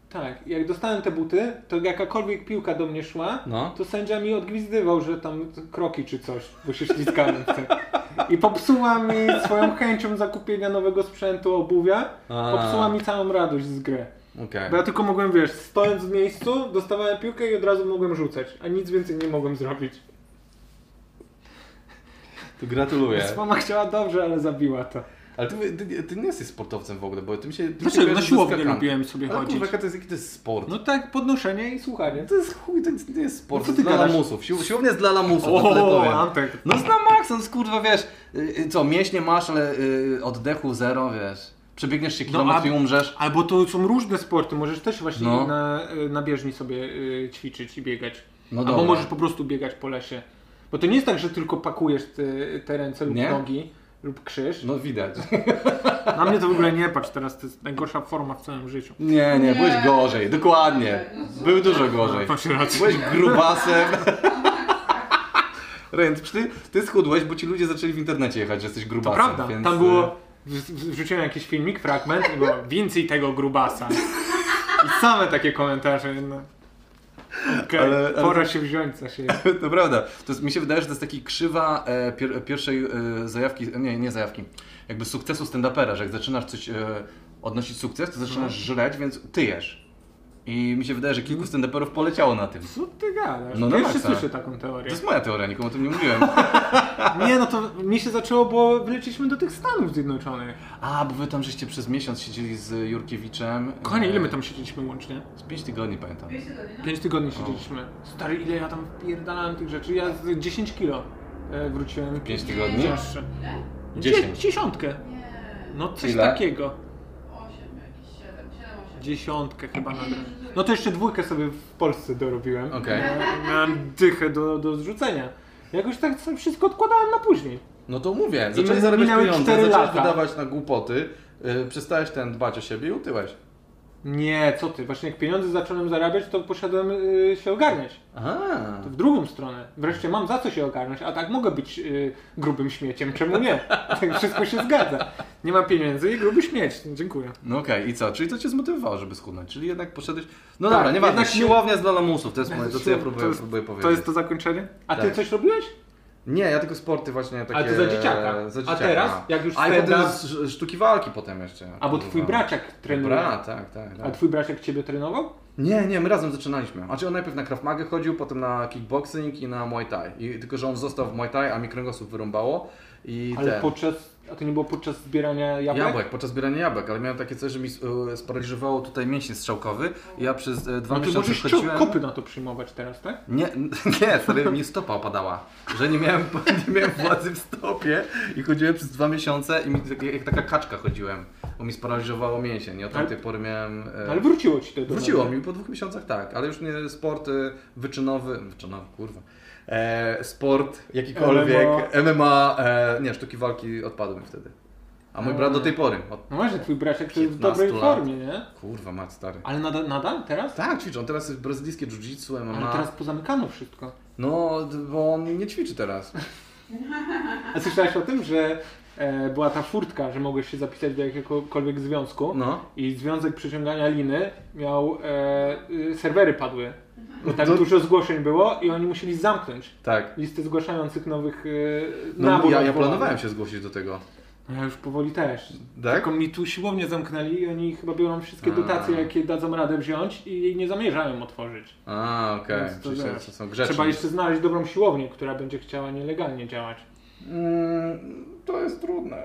D: tak, jak dostałem te buty, to jakakolwiek piłka do mnie szła,
E: No.
D: to sędzia mi odgwizdywał, że tam kroki czy coś, bo się śliskałem w tym. I popsuła mi swoją chęcią zakupienia nowego sprzętu, obuwia,
E: A.
D: popsuła mi całą radość z gry.
E: Okej.
D: Bo ja tylko mogłem, wiesz, stojąc w miejscu, dostawałem piłkę i od razu mogłem rzucać, a nic więcej nie mogłem zrobić.
E: To gratuluję.
D: Więc mama chciała dobrze, ale zabiła to.
E: Ale ty, ty, ty nie jesteś sportowcem w ogóle, bo tym się... Tym się
D: Dlaczego? Znaczy,
E: kojarzy
D: Na
E: ze
D: no siłownię
E: skakanką.
D: lubiłem sobie
E: Ale
D: chodzić.
E: kurwa, jaka to jest, jaki to jest sport?
D: No tak, podnoszenie i słuchanie.
E: To jest chuj, to nie jest sport,
D: No co
E: to jest
D: ty
E: dla
D: gadasz?
E: lamusów. Sił, siłownia jest dla lamusów, to
D: O,
E: tyle powiem.
D: Antek.
E: No znam Max, no kurwa, wiesz, y, y, co, mięśnie masz, ale y, oddechu zero, wiesz. Przebiegniesz się kilometr
D: No a-
E: i umrzesz.
D: Albo to są różne sporty, możesz też właśnie
E: No.
D: na, na bieżni sobie y, ćwiczyć i biegać.
E: No
D: Albo
E: dobra.
D: możesz po prostu biegać po lesie. Bo to nie jest tak, że tylko pakujesz te, te ręce lub
E: Nie?
D: nogi, lub krzyż.
E: No widać.
D: Na mnie to w ogóle nie patrz, teraz to jest najgorsza forma w całym życiu.
E: Nie, nie,
G: Nie.
E: byłeś gorzej, dokładnie. Był dużo gorzej.
D: Masz rację.
E: Byłeś grubasem. Rent, czy ty, ty schudłeś, bo ci ludzie zaczęli w internecie jechać, że jesteś grubasem.
D: Prawda,
E: więc, y,
D: tam było, w- w- wrzuciłem jakiś filmik, fragment i było więcej tego grubasa. I same takie komentarze. No. Okej,
E: Ale- ale-
D: pora się wziąć za siebie.
E: e, To prawda. To jest, mi się wydaje, że to jest taki krzywa e, pier, pierwszej e, zajawki, e, nie, nie zajawki, jakby sukcesu stand-upera, że jak zaczynasz coś e, odnosić sukces, to zaczynasz
D: No.
E: żreć, więc ty jesz. I mi się wydaje, że kilku
D: Mhm.
E: stand-uperów poleciało na tym.
D: Co ty gadasz?
E: No
D: No,
E: na
D: Pierwszy
E: maksa.
D: słyszę taką teorię.
E: To jest moja teoria, nikomu o tym nie mówiłem.
D: Nie, no to mi się zaczęło, bo wylecieliśmy do tych Stanów Zjednoczonych.
E: A, bo wy tam żeście przez miesiąc siedzieli z Jurkiewiczem.
D: Kochanie,
E: E,
D: ile my tam siedzieliśmy łącznie?
E: Z 5 tygodni pamiętam.
G: Wiecie do niej, no?
D: Pięć tygodni siedzieliśmy. Stary, ile ja tam wpierdalałem tych rzeczy? Ja z 10 kilo e, wróciłem.
E: 5 tygodni?
D: Cięższe.
G: Ile?
E: Dziesięć.
D: Dzie- Dziesiątkę.
G: Nie.
D: No coś
E: Ile?
D: takiego.
G: no, Osiem, jakieś siedem, siedem, osiem.
D: Dziesiątkę chyba nawet. No to jeszcze dwójkę sobie w Polsce dorobiłem.
E: Okej.
D: Ja Miałem dychę do, do zrzucenia. Jakoś tak sobie wszystko odkładałem na później.
E: No to mówię, zacząłeś
D: mi-
E: zarabiać
D: minęły
E: pieniądze,
D: cztery
E: zacząłeś
D: lata.
E: wydawać na głupoty, yy, przestałeś ten dbać o siebie i utyłeś.
D: Nie, co ty, właśnie jak pieniądze zacząłem zarabiać, to poszedłem y, się ogarniać.
E: Aha.
D: W drugą stronę. Wreszcie mam za co się ogarnąć, a tak mogę być y, grubym śmieciem, czemu nie? Tak wszystko się zgadza. Nie ma pieniędzy i gruby śmieć. Dziękuję.
E: No okej, i co? Czyli to cię zmotywowało, żeby schudnąć, czyli jednak poszedłeś... No
D: Tak,
E: dobra, nie
D: jednak nie-
E: siłownia jest dla lamusów, to jest moje, to co ja próbuję,
D: To jest-
E: próbuję powiedzieć.
D: To jest to zakończenie? A ty
E: Tak.
D: coś robiłeś?
E: Nie, ja tylko sporty właśnie takie...
D: Ale to za dzieciaka.
E: Za
D: A
E: dzieciaka.
D: teraz, jak już
E: A i potem
D: stand-up-
E: z- sz- sztuki walki potem jeszcze.
D: Albo twój braciak trenuje.
E: Bra, tak, tak.
D: A
E: tak.
D: twój braciak ciebie trenował?
E: Nie, nie, my razem zaczynaliśmy. Znaczy on najpierw na Krav Magę chodził, potem na kickboxing i na Muay Thai. I, tylko, że on został w Muay Thai, a mi kręgosłup wyrąbało. I
D: Ale
E: ten...
D: podczas. A to nie było podczas zbierania jabłek?
E: Jabłek, podczas zbierania jabłek, ale miałem takie coś, że mi e, sparaliżowało tutaj mięsień strzałkowy i ja przez e, dwa
D: No ty
E: miesiące
D: możesz cio-
E: chodziłem...
D: kopy na to przyjmować teraz, tak?
E: Nie, nie, stary, mi stopa opadała, że nie miałem, nie miałem władzy w stopie i chodziłem przez dwa miesiące i mi, tak- jak taka kaczka chodziłem, bo mi sparaliżowało mięsień i od tamtej pory miałem... e,
D: Ale wróciło ci to do
E: Wróciło
D: normy.
E: mi po dwóch miesiącach, tak, ale już nie sport y, wyczynowy, wyczynowy, kurwa, e, sport jakikolwiek, MMA, e, nie, sztuki walki odpadły mi wtedy. A mój brat do tej pory, od,
D: No właśnie, twój braciak to jest w
E: 15
D: dobrej
E: lat.
D: formie, nie?
E: kurwa mać stary.
D: Ale nadal, nadal teraz?
E: Tak, ćwiczą, teraz jest brazylijskie jiu-jitsu, MMA.
D: Ale teraz pozamykano wszystko.
E: No, d- bo on nie ćwiczy teraz.
D: A słyszałeś o tym, że e, była ta furtka, że mogłeś się zapisać do jakiegokolwiek związku
E: No.
D: i Związek Przyciągania Liny miał... E, y, serwery padły. Bo tak
E: to-
D: dużo zgłoszeń było i oni musieli zamknąć
E: Tak.
D: listy zgłaszających nowych e,
E: No,
D: nabór
E: ja, ja
D: odwołany.
E: planowałem się zgłosić do tego.
D: Ja już powoli też.
E: Tak?
D: Tylko mi tu siłownie zamknęli i oni chyba biorą wszystkie
E: A.
D: dotacje, jakie dadzą radę wziąć i nie zamierzają otworzyć.
E: A, okej,
D: Więc to
E: czyli są,
D: wiesz,
E: są grzeczni.
D: Trzeba jeszcze znaleźć dobrą siłownię, która będzie chciała nielegalnie działać.
E: Mm, to jest trudne.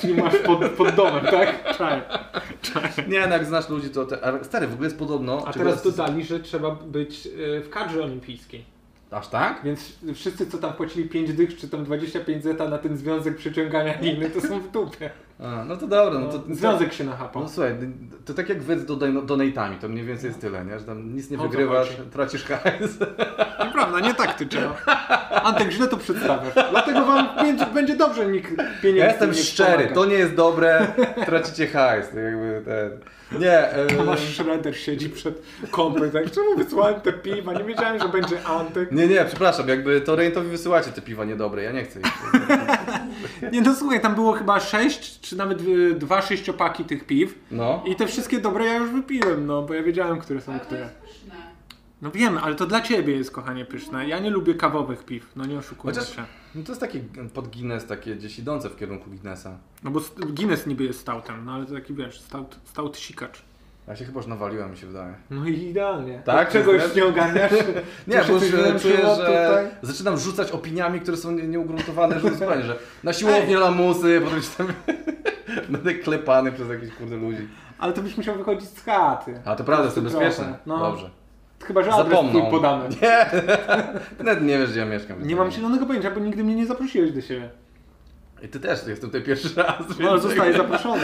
D: Czyli masz pod, pod domem, tak? Czaj.
E: Nie, no jak znasz ludzi, to... Te... ale Stary, w ogóle jest podobno...
D: A
E: czy
D: teraz
E: to jest-
D: dodali, że trzeba być e, w kadrze olimpijskiej.
E: Aż tak?
D: Więc wszyscy, co tam płacili 5 dych, czy tam 25 zeta na ten związek przyciągania liny, to są w dupie.
E: A, no to dobra, no to...
D: Związek się
E: No
D: nachapał.
E: słuchaj, to tak jak wy z doda- donatami, to mniej więcej jest tyle, nie? Że tam nic nie
D: O co
E: wygrywasz,
D: chodzi?
E: tracisz hajs. No,
D: Nieprawda, nie tak ty trzeba. Antek, źle to przedstawiasz. Dlatego wam pięć, będzie dobrze, nikt pieniędzy
E: Ja jestem
D: nie
E: szczery,
D: wspomaga.
E: to nie jest dobre, tracicie hajs. to Jakby ten. Nie, e,
D: Tomasz Schroeder siedzi przed kompem, tak, czemu wysłałem te piwa, nie wiedziałem, że będzie Antek.
E: nie, nie, przepraszam, jakby to Rejntowi wysyłacie te piwa niedobre, ja nie chcę ich.
D: Nie no słuchaj, tam było chyba sześć, czy nawet y, dwa sześciopaki tych piw
E: No.
D: i te wszystkie dobre ja już wypiłem, no, bo ja wiedziałem, które są
G: Ale to
D: które.
G: jest pyszne.
D: No wiem, ale to dla ciebie jest, kochanie, pyszne. Ja nie lubię kawowych piw, no nie oszukujmy
E: Chociaż-
D: się.
E: no to jest takie pod Guinness, takie gdzieś idące w kierunku Guinnessa.
D: No bo s- Guinness niby jest stoutem, no ale to taki, wiesz, stout, stout sikacz.
E: Ja się chyba już nawaliłem, mi się wydaje.
D: No i idealnie.
E: Tak?
D: Czegoś nie ogarniasz?
E: Nie, bo
D: Muszę
E: już
D: coś
E: e, czuję,
D: wymyślić
E: że zaczynam rzucać opiniami, które są nie- nieugruntowane, że zupełnie, że na siłownię lamusy, potem się tam będę klepany przez jakichś kurde ludzi.
D: Ale to byś musiał wychodzić z chaty.
E: A to prawda, jestem
D: Trochę,
E: bezpieczny.
D: no.
E: Dobrze.
D: Chyba, że adres
E: Zapomną.
D: twój podamy.
E: Nie, Ty nawet nie wiesz, gdzie ja mieszkam.
D: Nie mam zielonego pojęcia, bo nigdy mnie nie zaprosiłeś do siebie.
E: I ty też, jestem tutaj pierwszy raz.
D: No, ale
E: więc-
D: zostaję zaproszony.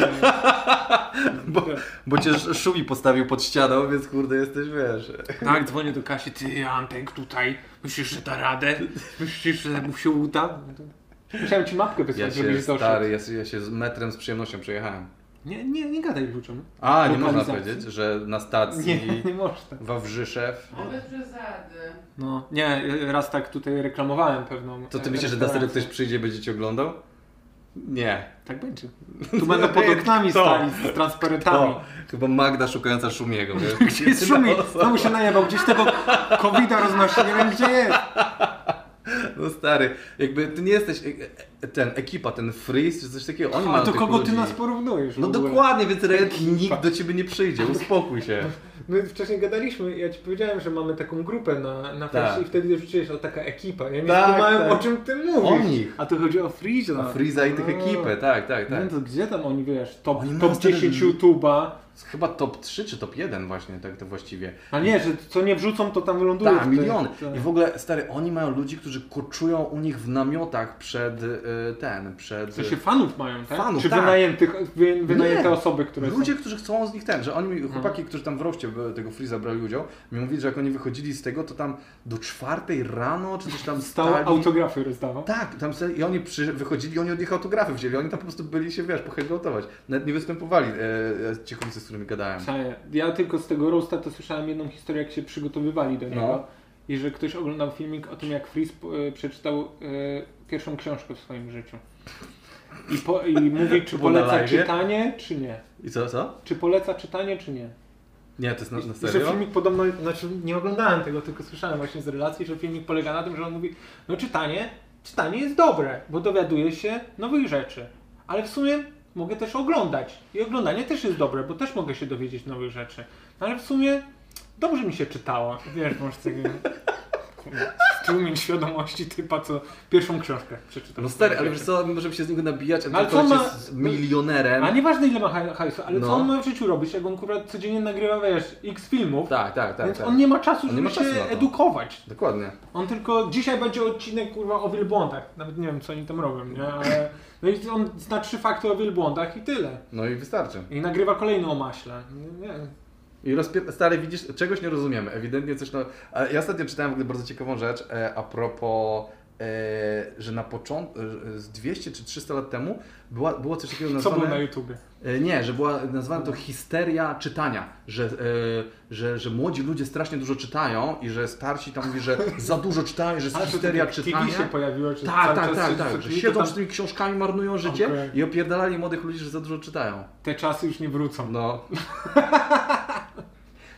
E: bo, bo cię sz- Szumi postawił pod ścianą, więc kurde jesteś, wiesz.
D: Tak, dzwonię do Kasi, ty Antek tutaj, myślisz, że da radę? Myślisz, że mu się uda? Musiałem ci mapkę
E: Ja
D: wysłać,
E: się,
D: żebyś
E: stary,
D: doszedł.
E: ja, się- ja się z metrem z przyjemnością przejechałem.
D: Nie, nie, nie gadaj wrzucony.
E: A, nie można
D: Lokalizacji.
E: powiedzieć, że na stacji
D: Nie, No. nie można.
E: Wawrzyszew.
G: A bez przesady.
D: No, nie, raz tak tutaj reklamowałem pewną.
E: To ty
D: e,
E: myślisz, że na serio ktoś
D: restaurację.
E: przyjdzie i będzie cię oglądał? Nie.
D: Tak będzie. Tu będą pod
E: jak
D: oknami
E: kto?
D: stali z transparentami.
E: O, chyba Magda szukająca Szumiego. wiesz?
D: Gdzie jest Szumi? Znowu się najebał, gdzieś tego COVID-a roznosi, nie wiem gdzie jest.
E: No stary, jakby ty nie jesteś e- e- ten ekipa, ten freeze czy coś takiego. Oni
D: A
E: mają
D: do
E: tych
D: kogo ty
E: ludzi.
D: nas porównujesz? w
E: No
D: ogóle?
E: dokładnie, więc Red nikt do ciebie nie przyjdzie, uspokój się.
D: My wcześniej gadaliśmy, ja ci powiedziałem, że mamy taką grupę na, na
E: Tak.
D: fejsie i wtedy ty rzuciłeś o taka ekipa. Ja nie
E: Tak,
D: skumałem
E: tak.
D: o czym ty mówisz.
E: O nich.
D: A tu chodzi o Freeza.
E: A Freeza i tych ekipę, tak, tak,
D: No
E: tak.
D: to gdzie tam oni wiesz, top,
E: Oni
D: top
E: mają stary-
D: 10 YouTube'a,
E: Chyba top 3 czy top 1 właśnie, tak to właściwie.
D: a nie, że co nie wrzucą to tam ląduje. w
E: Tak,
D: tym-
E: miliony.
D: tak.
E: I w ogóle, stary, oni mają ludzi, którzy koczują u nich w namiotach przed y, ten, przed...
D: To się fanów mają, tak?
E: Fanów,
D: Czy
E: tak.
D: wynajętych, wy, wynajęte
E: Nie.
D: osoby, które
E: Ludzie,
D: są. Mhm.
E: którzy chcą z nich ten, że oni, chłopaki, którzy tam w roście tego Freeza brali udział, mi mówili, że jak oni wychodzili z tego, to tam do czwartej rano, czy coś tam
D: Stało
E: stali.
D: autografy rozdawał.
E: Tak, tam se, i oni przy, wychodzili i oni od nich autografy wzięli. Oni tam po prostu byli się, wiesz, poheadlotować. Nawet nie występowali e, e, ci komicy, z którymi gadałem.
D: Czaję. Ja tylko z tego roasta to słyszałem jedną historię, jak się przygotowywali do niego.
E: No.
D: I że ktoś oglądał filmik o tym, jak Freeze e, przeczytał e, pierwszą książkę w swoim życiu. I, po, i mówi, czy
E: Bo na
D: poleca
E: live'ie?
D: czytanie, czy nie.
E: I co, co?
D: Czy poleca czytanie, czy nie.
E: Nie, to jest na, na
D: I że
E: serio?
D: filmik podobno, znaczy nie oglądałem tego, tylko słyszałem właśnie z relacji, że filmik polega na tym, że on mówi, no czytanie, czytanie jest dobre, bo dowiaduje się nowych rzeczy. Ale w sumie mogę też oglądać. I oglądanie też jest dobre, bo też mogę się dowiedzieć nowych rzeczy. No ale w sumie dobrze mi się czytało. Wiesz, masz taki kurwa, strumień świadomości typa, co pierwszą książkę przeczytał.
E: No stary, ale wiesz co, my możemy się z niego nabijać, a
D: No, Ale
E: ten
D: co
E: koleś
D: ma-
E: jest milionerem.
D: A nieważne ile ma haj- hajsu, ale
E: No.
D: co on ma w życiu robić, jak on kurwa codziennie nagrywa, wiesz, x filmów,
E: Tak, tak, tak.
D: więc
E: tak.
D: on nie ma czasu,
E: On nie
D: żeby
E: ma czasu
D: się
E: na to.
D: edukować.
E: Dokładnie.
D: On tylko dzisiaj będzie odcinek kurwa o wielbłądach. Nawet nie wiem co oni tam robią, nie? Ale... No i on zna trzy fakty o wielbłądach i tyle.
E: No i wystarczy.
D: I nagrywa kolejny o maśle. Nie, nie.
E: I rozpier... Stary, widzisz, czegoś nie rozumiemy. Ewidentnie coś... No... a Ja ostatnio czytałem w ogóle bardzo ciekawą rzecz e, a propos, e, że na początku, e, z 200 czy 300 lat temu była, było coś takiego
D: Co
E: nazwane...
D: było na YouTubie?
E: E, Nie, że była nazwana to histeria czytania, że, e, że, że młodzi ludzie strasznie dużo czytają i że starsi tam mówi, że za dużo czytają, że jest
D: Ale to
E: histeria
D: tak
E: czytania.
D: TV się pojawiło, czy
E: Tak,
D: cały
E: tak,
D: czas
E: tak,
D: się-
E: tak, że
D: to
E: siedzą
D: tam
E: przy tymi książkami, marnują życie
D: Okej.
E: i opierdalali młodych ludzi, że za dużo czytają.
D: Te czasy już nie wrócą.
E: No.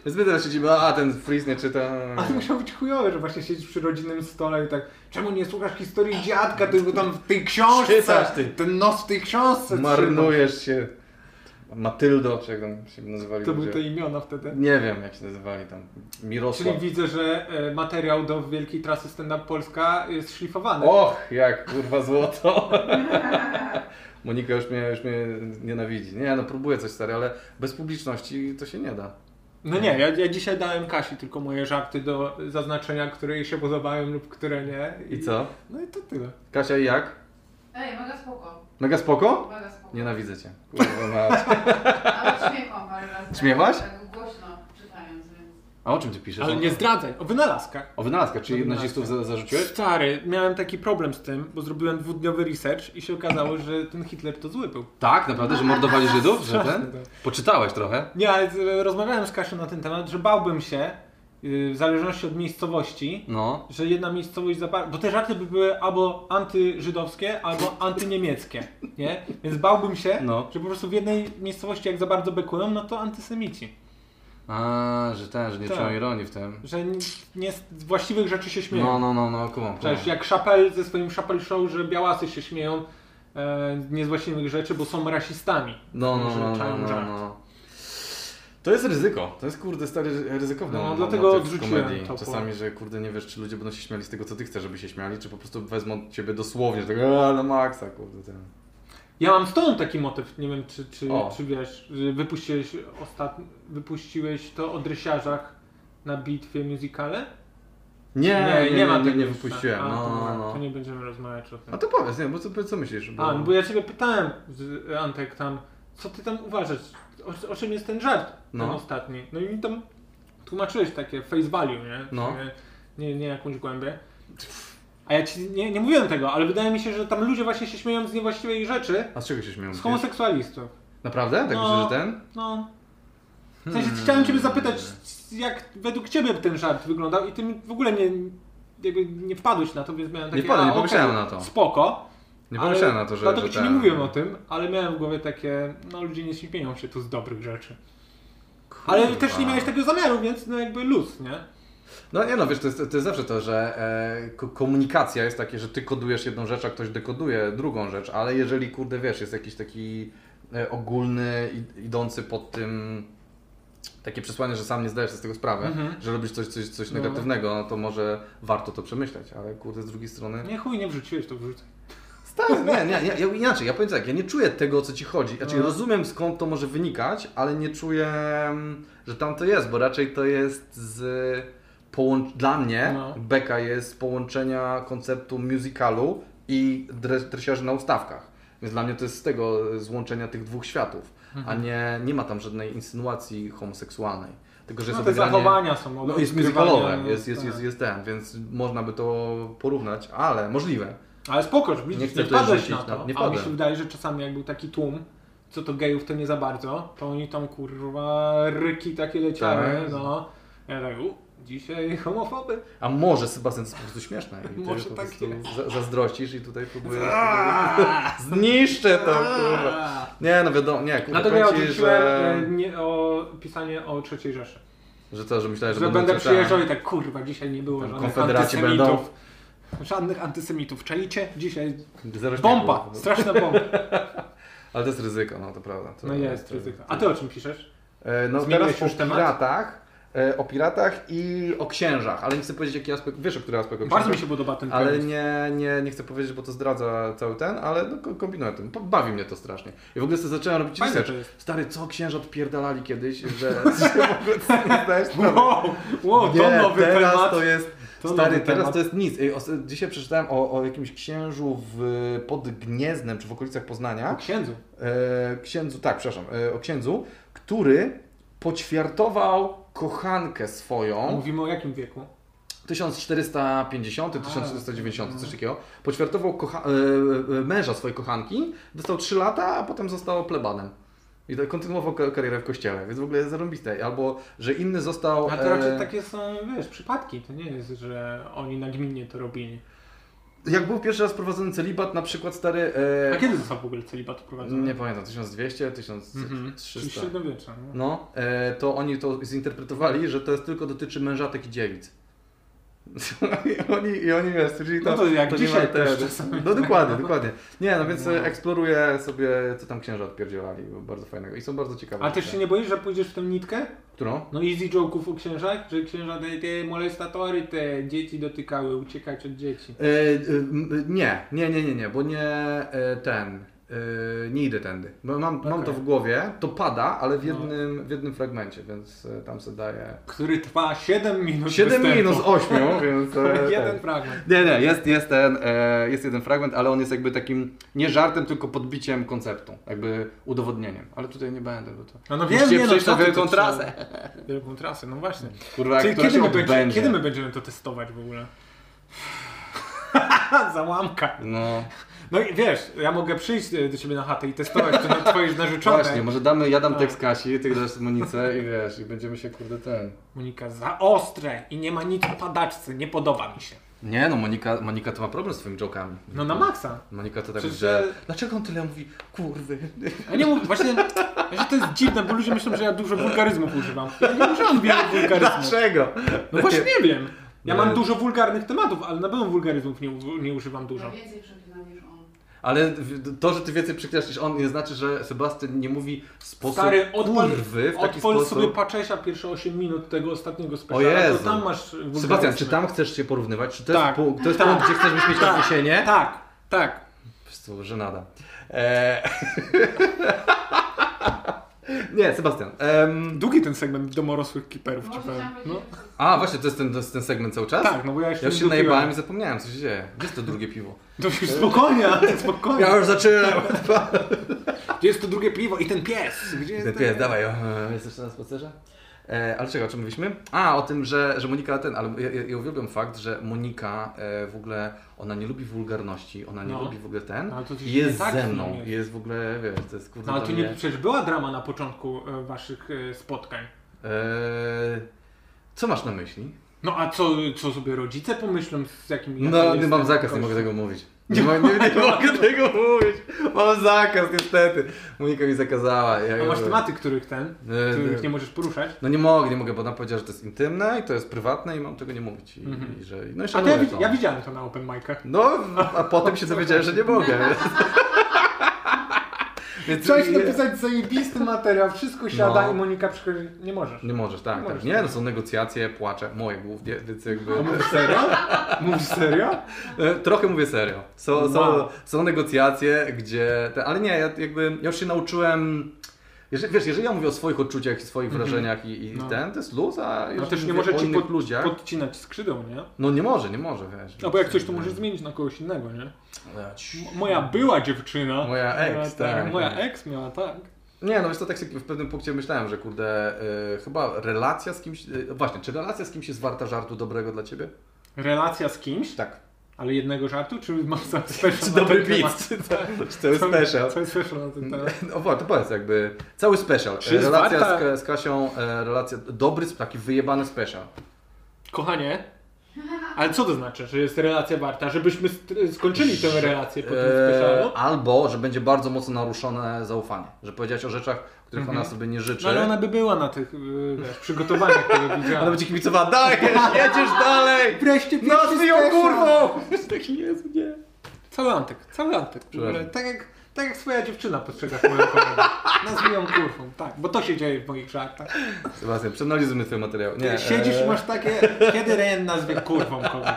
E: Więc my teraz siedzimy, a ten Freeze nie czyta.
D: A to musiało być chujowe, że właśnie siedzisz przy rodzinnym stole i tak Czemu nie słuchasz historii dziadka, ty go tam w tej książce,
E: Czytasz ty.
D: ten nos w tej książce trzyma.
E: Marnujesz się. Matyldo, czy jak tam się nazywali
D: To były
E: ludzie.
D: te imiona wtedy.
E: Nie wiem, jak się nazywali tam. Mirosław.
D: Czyli widzę, że e, materiał do wielkiej trasy stand-up Polska jest szlifowany.
E: Och, jak kurwa złoto. Monika już mnie, już mnie nienawidzi. Nie, no próbuję coś stary, ale bez publiczności to się nie da.
D: No nie, ja, ja dzisiaj dałem Kasi tylko moje żarty do zaznaczenia, które jej się podobają lub które nie.
E: I co?
D: No i to tyle.
E: Kasia i jak?
G: Ej, mega spoko.
E: Mega spoko?
G: Mega spoko.
E: Nienawidzę cię. Kurwa, mać.
G: Ale śmiechłam parę razy.
E: Śmiechałaś?
G: Tak głośno czytając, więc...
E: A o czym ty piszesz?
D: Ale nie zdradzaj, o wynalazkach.
E: O wynalazkach, czyli
D: O wynalazkach.
E: nazistów za, zarzuciłeś?
D: Stary, miałem taki problem z tym, bo zrobiłem dwudniowy research i się okazało, że ten Hitler to zły był.
E: Tak, naprawdę, że mordowali Żydów? Że ten?
D: Tak.
E: Poczytałeś trochę?
D: Nie, ale z- rozmawiałem z Kasią na ten temat, że bałbym się, yy, w zależności od miejscowości,
E: No.
D: że jedna miejscowość za bardzo. Bo te żarty by były albo antyżydowskie, albo antyniemieckie, nie? Więc bałbym się,
E: No.
D: że po prostu w jednej miejscowości jak za bardzo bekują, no to antysemici.
E: A, że ten, że nie
D: Tak.
E: czują ironii w tym.
D: Że nie, nie z właściwych rzeczy się śmieją.
E: No, no, no, no, kumam, kumam.
D: Przecież jak Chapelle ze swoim Chapelle Show, że białasy się śmieją e, nie z właściwych rzeczy, bo są rasistami.
E: No, no,
D: Że
E: no, no,
D: czają
E: no,
D: żart.
E: no. To jest ryzyko. To jest kurde stary ry- ryzykowne.
D: No,
E: na- na
D: dlatego
E: tych
D: odrzuciłem to, bo-
E: Czasami, że kurde nie wiesz, czy ludzie będą się śmiali z tego, co ty chcesz, żeby się śmiali, czy po prostu wezmą ciebie dosłownie, że tak, "A, na maksa, kurde ten.
D: Ja mam z tobą taki motyw, nie wiem czy, czy,
E: O.
D: czy wiesz, że wypuściłeś, ostatni, wypuściłeś to o drysiarzach na bitwie musicale?
E: Nie, nie, nie, nie,
D: ma
E: nie,
D: tego
E: nie
D: już, tak.
E: wypuściłem.
D: A,
E: No,
D: dobra,
E: no,
D: To
E: no.
D: nie będziemy rozmawiać o tym.
E: A to powiedz, nie, bo co, powiedz, co myślisz? Bo...
D: A, no bo ja ciebie pytałem, z, e, Antek, tam, co ty tam uważasz, o, o czym jest ten żart, ten
E: No.
D: ostatni. No i mi tam tłumaczyłeś takie face value, nie?
E: No.
D: Nie, nie, nie jakąś głębię. A ja ci nie, nie mówiłem tego, ale wydaje mi się, że tam ludzie właśnie się śmieją z niewłaściwej rzeczy,
E: A z czego się śmieją?
D: z
E: ludzie?
D: homoseksualistów.
E: Naprawdę? Tak
D: No.
E: myślę, że ten?
D: No. W sensie
E: Hmm.
D: chciałem ciebie zapytać, jak według ciebie ten żart wyglądał i ty mi w ogóle nie, jakby nie wpadłeś na to, więc miałem takie...
E: wpadłem, nie
D: a, okej,
E: pomyślałem na to.
D: Spoko.
E: Nie
D: ale
E: pomyślałem na to, że...
D: Dlatego
E: że no.
D: ci nie mówiłem o tym, ale miałem w głowie takie, no ludzie nie śmieją się tu z dobrych rzeczy. Ale
E: Kurwa.
D: też nie miałeś tego zamiaru, więc no jakby luz, nie?
E: No nie no, wiesz, to jest, to jest zawsze to, że e, ko- komunikacja jest takie, że ty kodujesz jedną rzecz, a ktoś dekoduje drugą rzecz, ale jeżeli, kurde, wiesz, jest jakiś taki e, ogólny, id- idący pod tym takie przesłanie, że sam nie zdajesz sobie z tego sprawy, że robisz coś, coś, coś
D: Mhm. No.
E: negatywnego, no to może warto to przemyśleć, ale kurde, z drugiej strony...
D: Nie chuj, nie wrzuciłeś, to wrzucę.
E: Stary, Tak, nie, nie, nie, ja inaczej, ja powiem tak, ja nie czuję tego, o co ci chodzi. Znaczy,
D: No.
E: rozumiem skąd to może wynikać, ale nie czuję, że tam to jest, bo raczej to jest z. Połącz... Dla mnie
D: No.
E: beka jest połączenia konceptu musicalu i dre- dresiarzy na ustawkach. Więc dla mnie to jest z tego e, złączenia tych dwóch światów,
D: Mhm.
E: a nie, nie ma tam żadnej insynuacji homoseksualnej. Tylko, że
D: No
E: jest
D: te
E: odegranie-
D: zachowania są
E: no jest
D: odkrywania,
E: musicalowe,
D: no,
E: jest, jest,
D: tak.
E: jest, jest ten, więc można by to porównać, ale możliwe.
D: Ale spoko, że widzisz,
E: Nie
D: nie,
E: chcę tutaj
D: wpadłeś
E: rzucić,
D: na to.
E: no, nie
D: A mi
E: wpadłem.
D: się wydaje, że czasami jak był taki tłum, co to gejów to nie za bardzo, to oni tam kurwa ryki takie leciały,
E: Tak.
D: no. Ja tak, u, dzisiaj homofoby.
E: A może Sebastian to jest po prostu śmieszne i ty
D: Może
E: po
D: tak
E: prostu
D: jest.
E: za- zazdrościsz i tutaj próbujesz... Zniszczę to, kurwa. Nie, no wiadomo, nie, kurwa,
D: Dlatego ja
E: powiem ci,
D: odrzuciłem
E: że,
D: e, nie, o, pisanie o III Rzeszy.
E: że co, że myślałeś, że,
D: Że
E: będą
D: będę
E: coś
D: przyjeżdżał i tak, kurwa, dzisiaj nie było
E: Tam
D: żadnych
E: konfederaci
D: antysemitów. Żadnych antysemitów. Czajcie? Dzisiaj
E: tam, zarośniaków.
D: bomba, straszna bomba.
E: tak. Ale to jest ryzyko, no to prawda. To,
D: No jest,
E: to-
D: ryzyko. A ty o czym piszesz?
E: E, No
D: Zmieniłeś
E: teraz
D: już
E: o
D: temat?
E: piratach, e, o piratach i o księżach, ale nie chcę powiedzieć jaki aspekt, wiesz o który aspekt o księżach?
D: Bardzo mi się podoba ten
E: Ale
D: pomysł.
E: nie, nie, nie chcę powiedzieć, bo to zdradza cały ten, ale no, ko- kombinuję tym. Po- Bawi mnie to strasznie. I w ogóle sobie zacząłem robić
D: Fajne
E: research.
D: to jest.
E: Stary, co księża odpierdalali kiedyś, że że w ogóle sobie nie zdajesz sprawy.
D: Wow, wow, to
E: Nie,
D: nowy
E: teraz
D: temat.
E: to jest,
D: To
E: stary,
D: nowy
E: teraz
D: temat.
E: to jest nic. Ej, os- Dzisiaj przeczytałem o, o jakimś księżu w, pod Gnieznem, czy w okolicach Poznania.
D: O księdzu.
E: E, księdzu, tak, przepraszam, e, o księdzu, który poćwiartował kochankę swoją.
D: Mówimy o jakim wieku?
E: 1450, 1490,
D: no.
E: coś takiego. Poćwiartował kocha- e, e, męża swojej kochanki, dostał 3 lata, a potem został plebanem. I tak kontynuował ka- karierę w kościele, więc w ogóle zarąbiste. Albo, że inny został...
D: A to
E: e,
D: raczej tak- takie są, wiesz, przypadki. To nie jest, że oni na gminie to robili.
E: Jak był pierwszy raz prowadzony celibat, na przykład stary...
D: A
E: E...
D: kiedy został w ogóle celibat wprowadzony?
E: Nie pamiętam, 1200,
D: Mhm.
E: 1300.
D: Czyli średniowiecza. No.
E: No, e, to oni to zinterpretowali, że to jest tylko dotyczy mężatek i dziewic. I oni, I oni wiesz, czyli to,
D: No to jak
E: nie
D: dzisiaj
E: ma
D: też
E: te-
D: czasami.
E: No dokładnie, dokładnie. Nie, no więc e, eksploruję sobie, co tam księża odpierdzielali, bo bardzo fajnego i są bardzo ciekawe.
D: A ty
E: rzeczy.
D: się nie boisz, że pójdziesz w tę nitkę?
E: Którą? E,
D: No easy joke'ów o księżach, że księża te, te molestatory te dzieci dotykały, uciekać od dzieci.
E: E, e, m, nie, nie, nie, nie, nie, bo nie e, ten. e, Nie idę tędy. Bo Mam, mam to
D: Okej. No.
E: w głowie, to pada, ale w jednym, w jednym fragmencie, więc e, tam se daję.
D: Który trwa 7 minut
E: 7
D: występu.
E: minus 8, więc. e,
D: Jeden
E: ten.
D: fragment.
E: Nie, nie, jest, jest, ten, e, jest jeden fragment, ale on jest jakby takim nie żartem, tylko podbiciem konceptu, jakby udowodnieniem. Ale tutaj nie będę, bo to.
D: No, no
E: Musicie
D: wiem, nie, no,
E: przejść
D: co
E: na
D: ty
E: wielką
D: tu
E: trasę.
D: trzeba- Wielką trasę, no właśnie.
E: Kurwa,
D: Czyli
E: Tak, która
D: kiedy my,
E: się
D: będzie,
E: odbędzie.
D: kiedy my będziemy to testować w ogóle? Załamka.
E: No,
D: No i wiesz, ja mogę przyjść e, do ciebie na chatę i testować to na twoje narzeczone.
E: właśnie, może damy, ja dam
D: No.
E: tekst Kasi, ty dasz Monice i wiesz, i będziemy się kurde ten.
D: Monika, za ostre i nie ma nic o padaczce, nie podoba mi się.
E: Nie no, Monika, Monika to ma problem z swoimi jokami.
D: No na maksa.
E: Monika to tak,
D: Przecież-
E: że... Dlaczego on tyle mówi, kurwy?
D: Ja nie mówię, właśnie, właśnie to jest dziwne, bo ludzie myślą, że ja dużo wulgaryzmów używam. Ja nie używam wielu wulgaryzmów.
E: Dlaczego?
D: No właśnie nie wiem. Ja
E: Nie.
D: mam dużo wulgarnych tematów, ale na pewno wulgaryzmów nie, u- nie używam dużo.
G: No więcej przeklinam niż on.
E: Ale w- to, że ty więcej przyklasz niż on, nie znaczy, że Sebastian nie mówi w sposób
D: Stary, odpal,
E: kurwy w taki
D: odpal
E: sposób.
D: sobie Paczesia pierwsze 8 minut tego ostatniego
E: O
D: specjalu,
E: Jezu.
D: to tam masz wulgaryzmy.
E: Sebastian, czy tam chcesz się porównywać? Czy to jest,
D: Tak.
E: punkt, to jest punkt, gdzie chcesz mieć
D: Tak.
E: odniesienie?
D: Tak, tak.
E: Po prostu żenada. E... Nie, Sebastian. em,
D: Długi ten segment domorosłych kiperów, czy
G: Może
D: powiem.
G: chciałam
D: No.
G: powiedzieć, że
E: A, właśnie, to jest, ten, to jest ten segment cały czas?
D: Tak, no bo ja
E: Ja
D: jeszcze
E: już się najebałem i zapomniałem, co się dzieje. Gdzie jest to drugie piwo?
D: To już spokojnie, ale spokojnie.
E: Ja już zaczynam!
D: Gdzie jest to drugie piwo i ten pies? Gdzie jest
E: Ten pies, dawaj, o, jesteś na spacerze? E, ale czego, o czym mówiliśmy? A, o tym, że, że Monika ten, ale ja, ja, ja uwielbiam fakt, że Monika e, w ogóle, ona nie lubi wulgarności, ona nie
D: No.
E: lubi w ogóle ten.
D: No, ale to coś
E: I jest
D: nie tak
E: ze
D: z nim
E: mną,
D: jest.
E: jest w ogóle, wiesz, to jest kurde
D: No ale tu
E: dla
D: nie,
E: mnie-
D: przecież była drama na początku e, waszych e, spotkań.
E: E, co masz na myśli?
D: No a co, co sobie rodzice pomyślą z jakim... jaki
E: No, nie
D: jestem
E: mam zakaz, nie
D: gościem?
E: mogę tego mówić. Nie, mo- nie, nie mogę tego mówić. Mam zakaz, niestety. Monika mi zakazała. Ja
D: A masz
E: ja-
D: tematy, których ten,
E: E,
D: których
E: e,
D: nie możesz poruszać.
E: No nie mogę, nie mogę, bo ona powiedziała, że to jest intymne i to jest prywatne i mam tego nie mówić. I, i że, no i
D: Mhm. A to ja,
E: szanuję
D: wi-
E: to.
D: ja widziałem to na open micach.
E: No, a potem się dowiedziałem, że nie mogę. Więc
K: Chciałeś
E: i-
K: napisać zajebisty materiał, wszystko siada
E: No.
K: i Monika przychodzi, nie możesz.
E: Nie możesz, tak,
K: Nie
E: tak.
K: możesz.
E: Nie, no są negocjacje, płacze, moje głównie, więc jakby...
K: Serio? Mówisz serio?
E: E, Trochę mówię serio.
D: No.
E: Są, są,
K: Wow.
E: są negocjacje, gdzie. Te, ale nie, ja jakby ja już się nauczyłem. Jeżeli, wiesz, jeżeli ja mówię o swoich odczuciach i swoich wrażeniach i, i
D: Mhm. No.
E: ten, to jest luz, a
D: No
E: jeżeli
D: też nie
E: mówię
D: może
E: o
D: ci
E: innych
D: pod,
E: ludziach.
D: podcinać skrzydeł, nie?
E: No nie może, nie może, wiesz.
D: No bo jak coś, to możesz zmienić na kogoś innego, nie?
E: E, ciu.
D: M- Moja była dziewczyna.
E: Moja ex,
D: miała
E: tak,
D: Moja
E: tak.
D: ex miała, tak.
E: Nie, no wiesz, to tak sobie w pewnym punkcie myślałem, że kurde, e, chyba relacja z kimś. e, właśnie, czy relacja z kimś jest warta żartu dobrego dla ciebie?
D: Relacja z kimś,
E: Tak.
D: ale jednego żartu, czy masz cały special
E: Czy
D: na
E: dobry
D: ten temat?
E: beat? Czy to- Czy to jest special?
D: Cały special na ten temat.
E: No właśnie, to powiedz jakby cały special.
D: Czy jest
E: relacja
D: warta-
E: z, z Kasią, e, relacja dobry, taki wyjebany special.
D: Kochanie, ale co to znaczy, że jest relacja warta? Żebyśmy st- skończyli tę relację po tym
E: E,
D: specialu?
E: albo, że będzie bardzo mocno naruszone zaufanie. Że powiedziałeś o rzeczach, których ona sobie nie życzy.
D: No ale ona by była na tych y, wiesz, przygotowaniach, które widziałem.
E: Ona będzie kibicowała, dajesz, jedziesz dalej!
K: Wreszcie
E: No
K: pierwszy
E: ty ją
K: special.
E: kurwą! Taki jest, Tak nie.
D: Cały antyk, cały antyk. W ogóle,
E: Przepraszam.
D: tak, jak, tak jak swoja dziewczyna postrzega moją kolegę. Nazwij ją kurwą, tak, bo to się dzieje w moich żartach.
E: Sebastian, przeanalizujmy ten materiał. Nie, e,
D: Siedzisz i masz takie, kiedy Ren nazwie kurwą kogoś.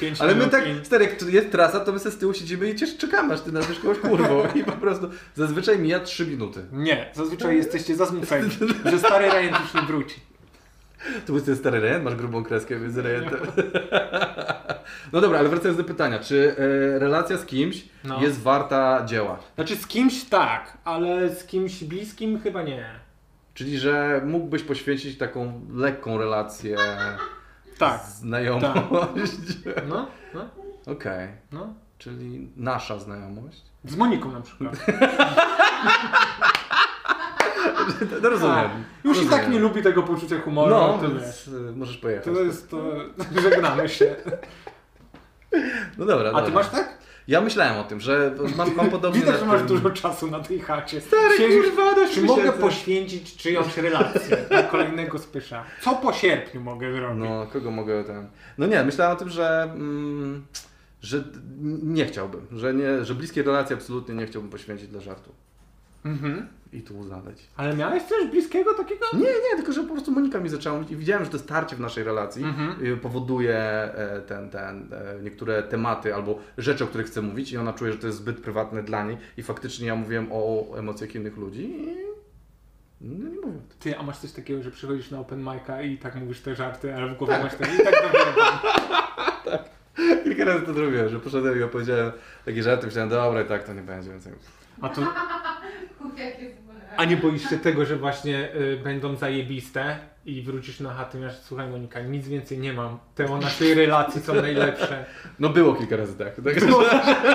D: Pięć
E: Ale my
D: minut
E: tak,
D: i-
E: stary, jak tu jest trasa, to my se z tyłu siedzimy i cię czekamy, aż ty nazwiesz kogoś kurwą. I po prostu zazwyczaj mija 3 minuty.
D: Nie, zazwyczaj jesteście zasmuceni, że stary Ryan już nie wróci.
E: Tu jest ten stary rejent, masz grubą kreskę między rejentem. No dobra, ale wracając do pytania, czy e, relacja z kimś
D: No.
E: jest warta dzieła?
D: Znaczy z kimś tak, ale z kimś bliskim chyba nie.
E: Czyli, że mógłbyś poświęcić taką lekką relację
D: Tak,
E: znajomość.
D: no, no,
E: Okej,
D: no.
E: czyli nasza znajomość.
D: Z Moniką na przykład.
E: No rozumiem.
D: Już i
E: rozumiem.
D: tak nie lubi tego poczucia humoru,
E: No,
D: to wiesz.
E: więc, e, możesz pojechać.
D: To jest to... Żegnamy się.
E: No dobra,
D: A ty
E: dobra.
D: masz tak?
E: Ja myślałem o tym, że mam, mam podobnie
D: Widać,
E: na
D: że masz
E: tym-
D: dużo czasu na tej chacie.
E: Stary,
D: Siedzisz-
E: kurwa, dasz
D: Czy
E: mi
D: mogę
E: siedzę.
D: poświęcić czyjąś relację do kolejnego spysza? Co po sierpniu mogę zrobić?
E: No, kogo mogę ten. No nie, myślałem o tym, że. Mm, że d- nie chciałbym, że, nie, że bliskie relacje absolutnie nie chciałbym poświęcić dla żartu.
D: Mhm.
E: I tu uzaleć.
D: Ale miałeś coś bliskiego takiego?
E: Nie, nie, tylko że po prostu Monika mi zaczęła mówić i widziałem, że to starcie w naszej relacji y, powoduje e, ten, ten, e, niektóre tematy albo rzeczy, o których chcę mówić i ona czuje, że to jest zbyt prywatne dla niej i faktycznie ja mówiłem o emocjach innych ludzi i no, nie mówię o tym.
D: Ty, a masz coś takiego, że przychodzisz na open mic'a i tak mówisz te żarty, ale w głowie masz te... I tak dobrze.
E: Kilka razy to zrobiłem, że poszedłem i opowiedziałem takie żarty, myślałem, dobra, i tak to nie będzie, więc jakby-
D: A to...
G: Jakie złe.
D: A nie boisz się tego, że właśnie y, będą zajebiste i wrócisz na chatę i masz, słuchaj Monika, nic więcej nie mam. Te o naszej relacji są najlepsze.
E: No było kilka razy tak. tak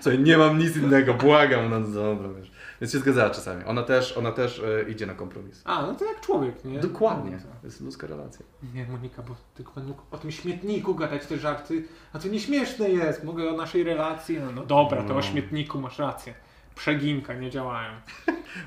E: Słuchaj, nie mam nic innego, błagam, no dobra, wiesz. Więc się zgadzała czasami. Ona też, ona też e, idzie na kompromis.
D: A, no to jak człowiek, nie?
E: Dokładnie.
D: No to-
E: To jest ludzka relacja.
D: Nie, Monika, bo tylko będę mógł o tym śmietniku gadać te żarty, a to nieśmieszne jest, mogę o naszej relacji, no, no dobra, to o śmietniku masz rację. Przeginka, nie działają.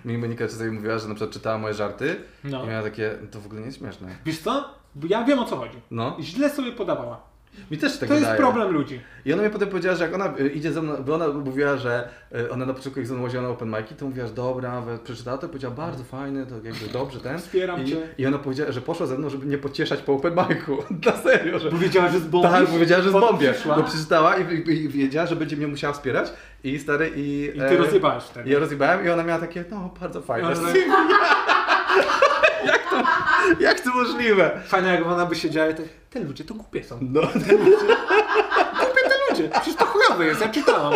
E: Mi Monika czasami mówiła, że na przykład czytała moje żarty
D: No.
E: i miała takie, to w ogóle nie jest śmieszne.
D: Wiesz co? Bo ja wiem o co chodzi.
E: No.
D: Źle sobie podawała.
E: Mi też się tak
D: To jest
E: wydaje.
D: problem ludzi.
E: I ona mi potem powiedziała, że jak ona y, idzie ze mną, bo ona mówiła, że y, ona na początku jak ze mną łaziła na open mic'i, to mówiła, że dobra, we- przeczytała to i powiedziała, bardzo fajny, to jakby dobrze ten.
D: Wspieram
E: I,
D: cię.
E: I ona powiedziała, że poszła ze mną, żeby mnie pocieszać po open mic'u. Na serio, że
D: Bo wiedziała, że zbombisz.
E: Tak, powiedziała, że
D: potem
E: zbombię.
D: przyszła
E: Bo przeczytała i, i, i wiedziała, że będzie mnie musiała wspierać. I stary i.
D: I ty rozjebałeś wtedy.
E: Ja rozjebałem i ona miała takie, no bardzo
D: I
E: fajne.
D: ona tak-
E: Jak to możliwe?
D: Fajne jak ona by siedziała i tak, te ludzie to głupie są.
E: No.
D: Głupie te ludzie, przecież to chujowe jest, ja czytałam.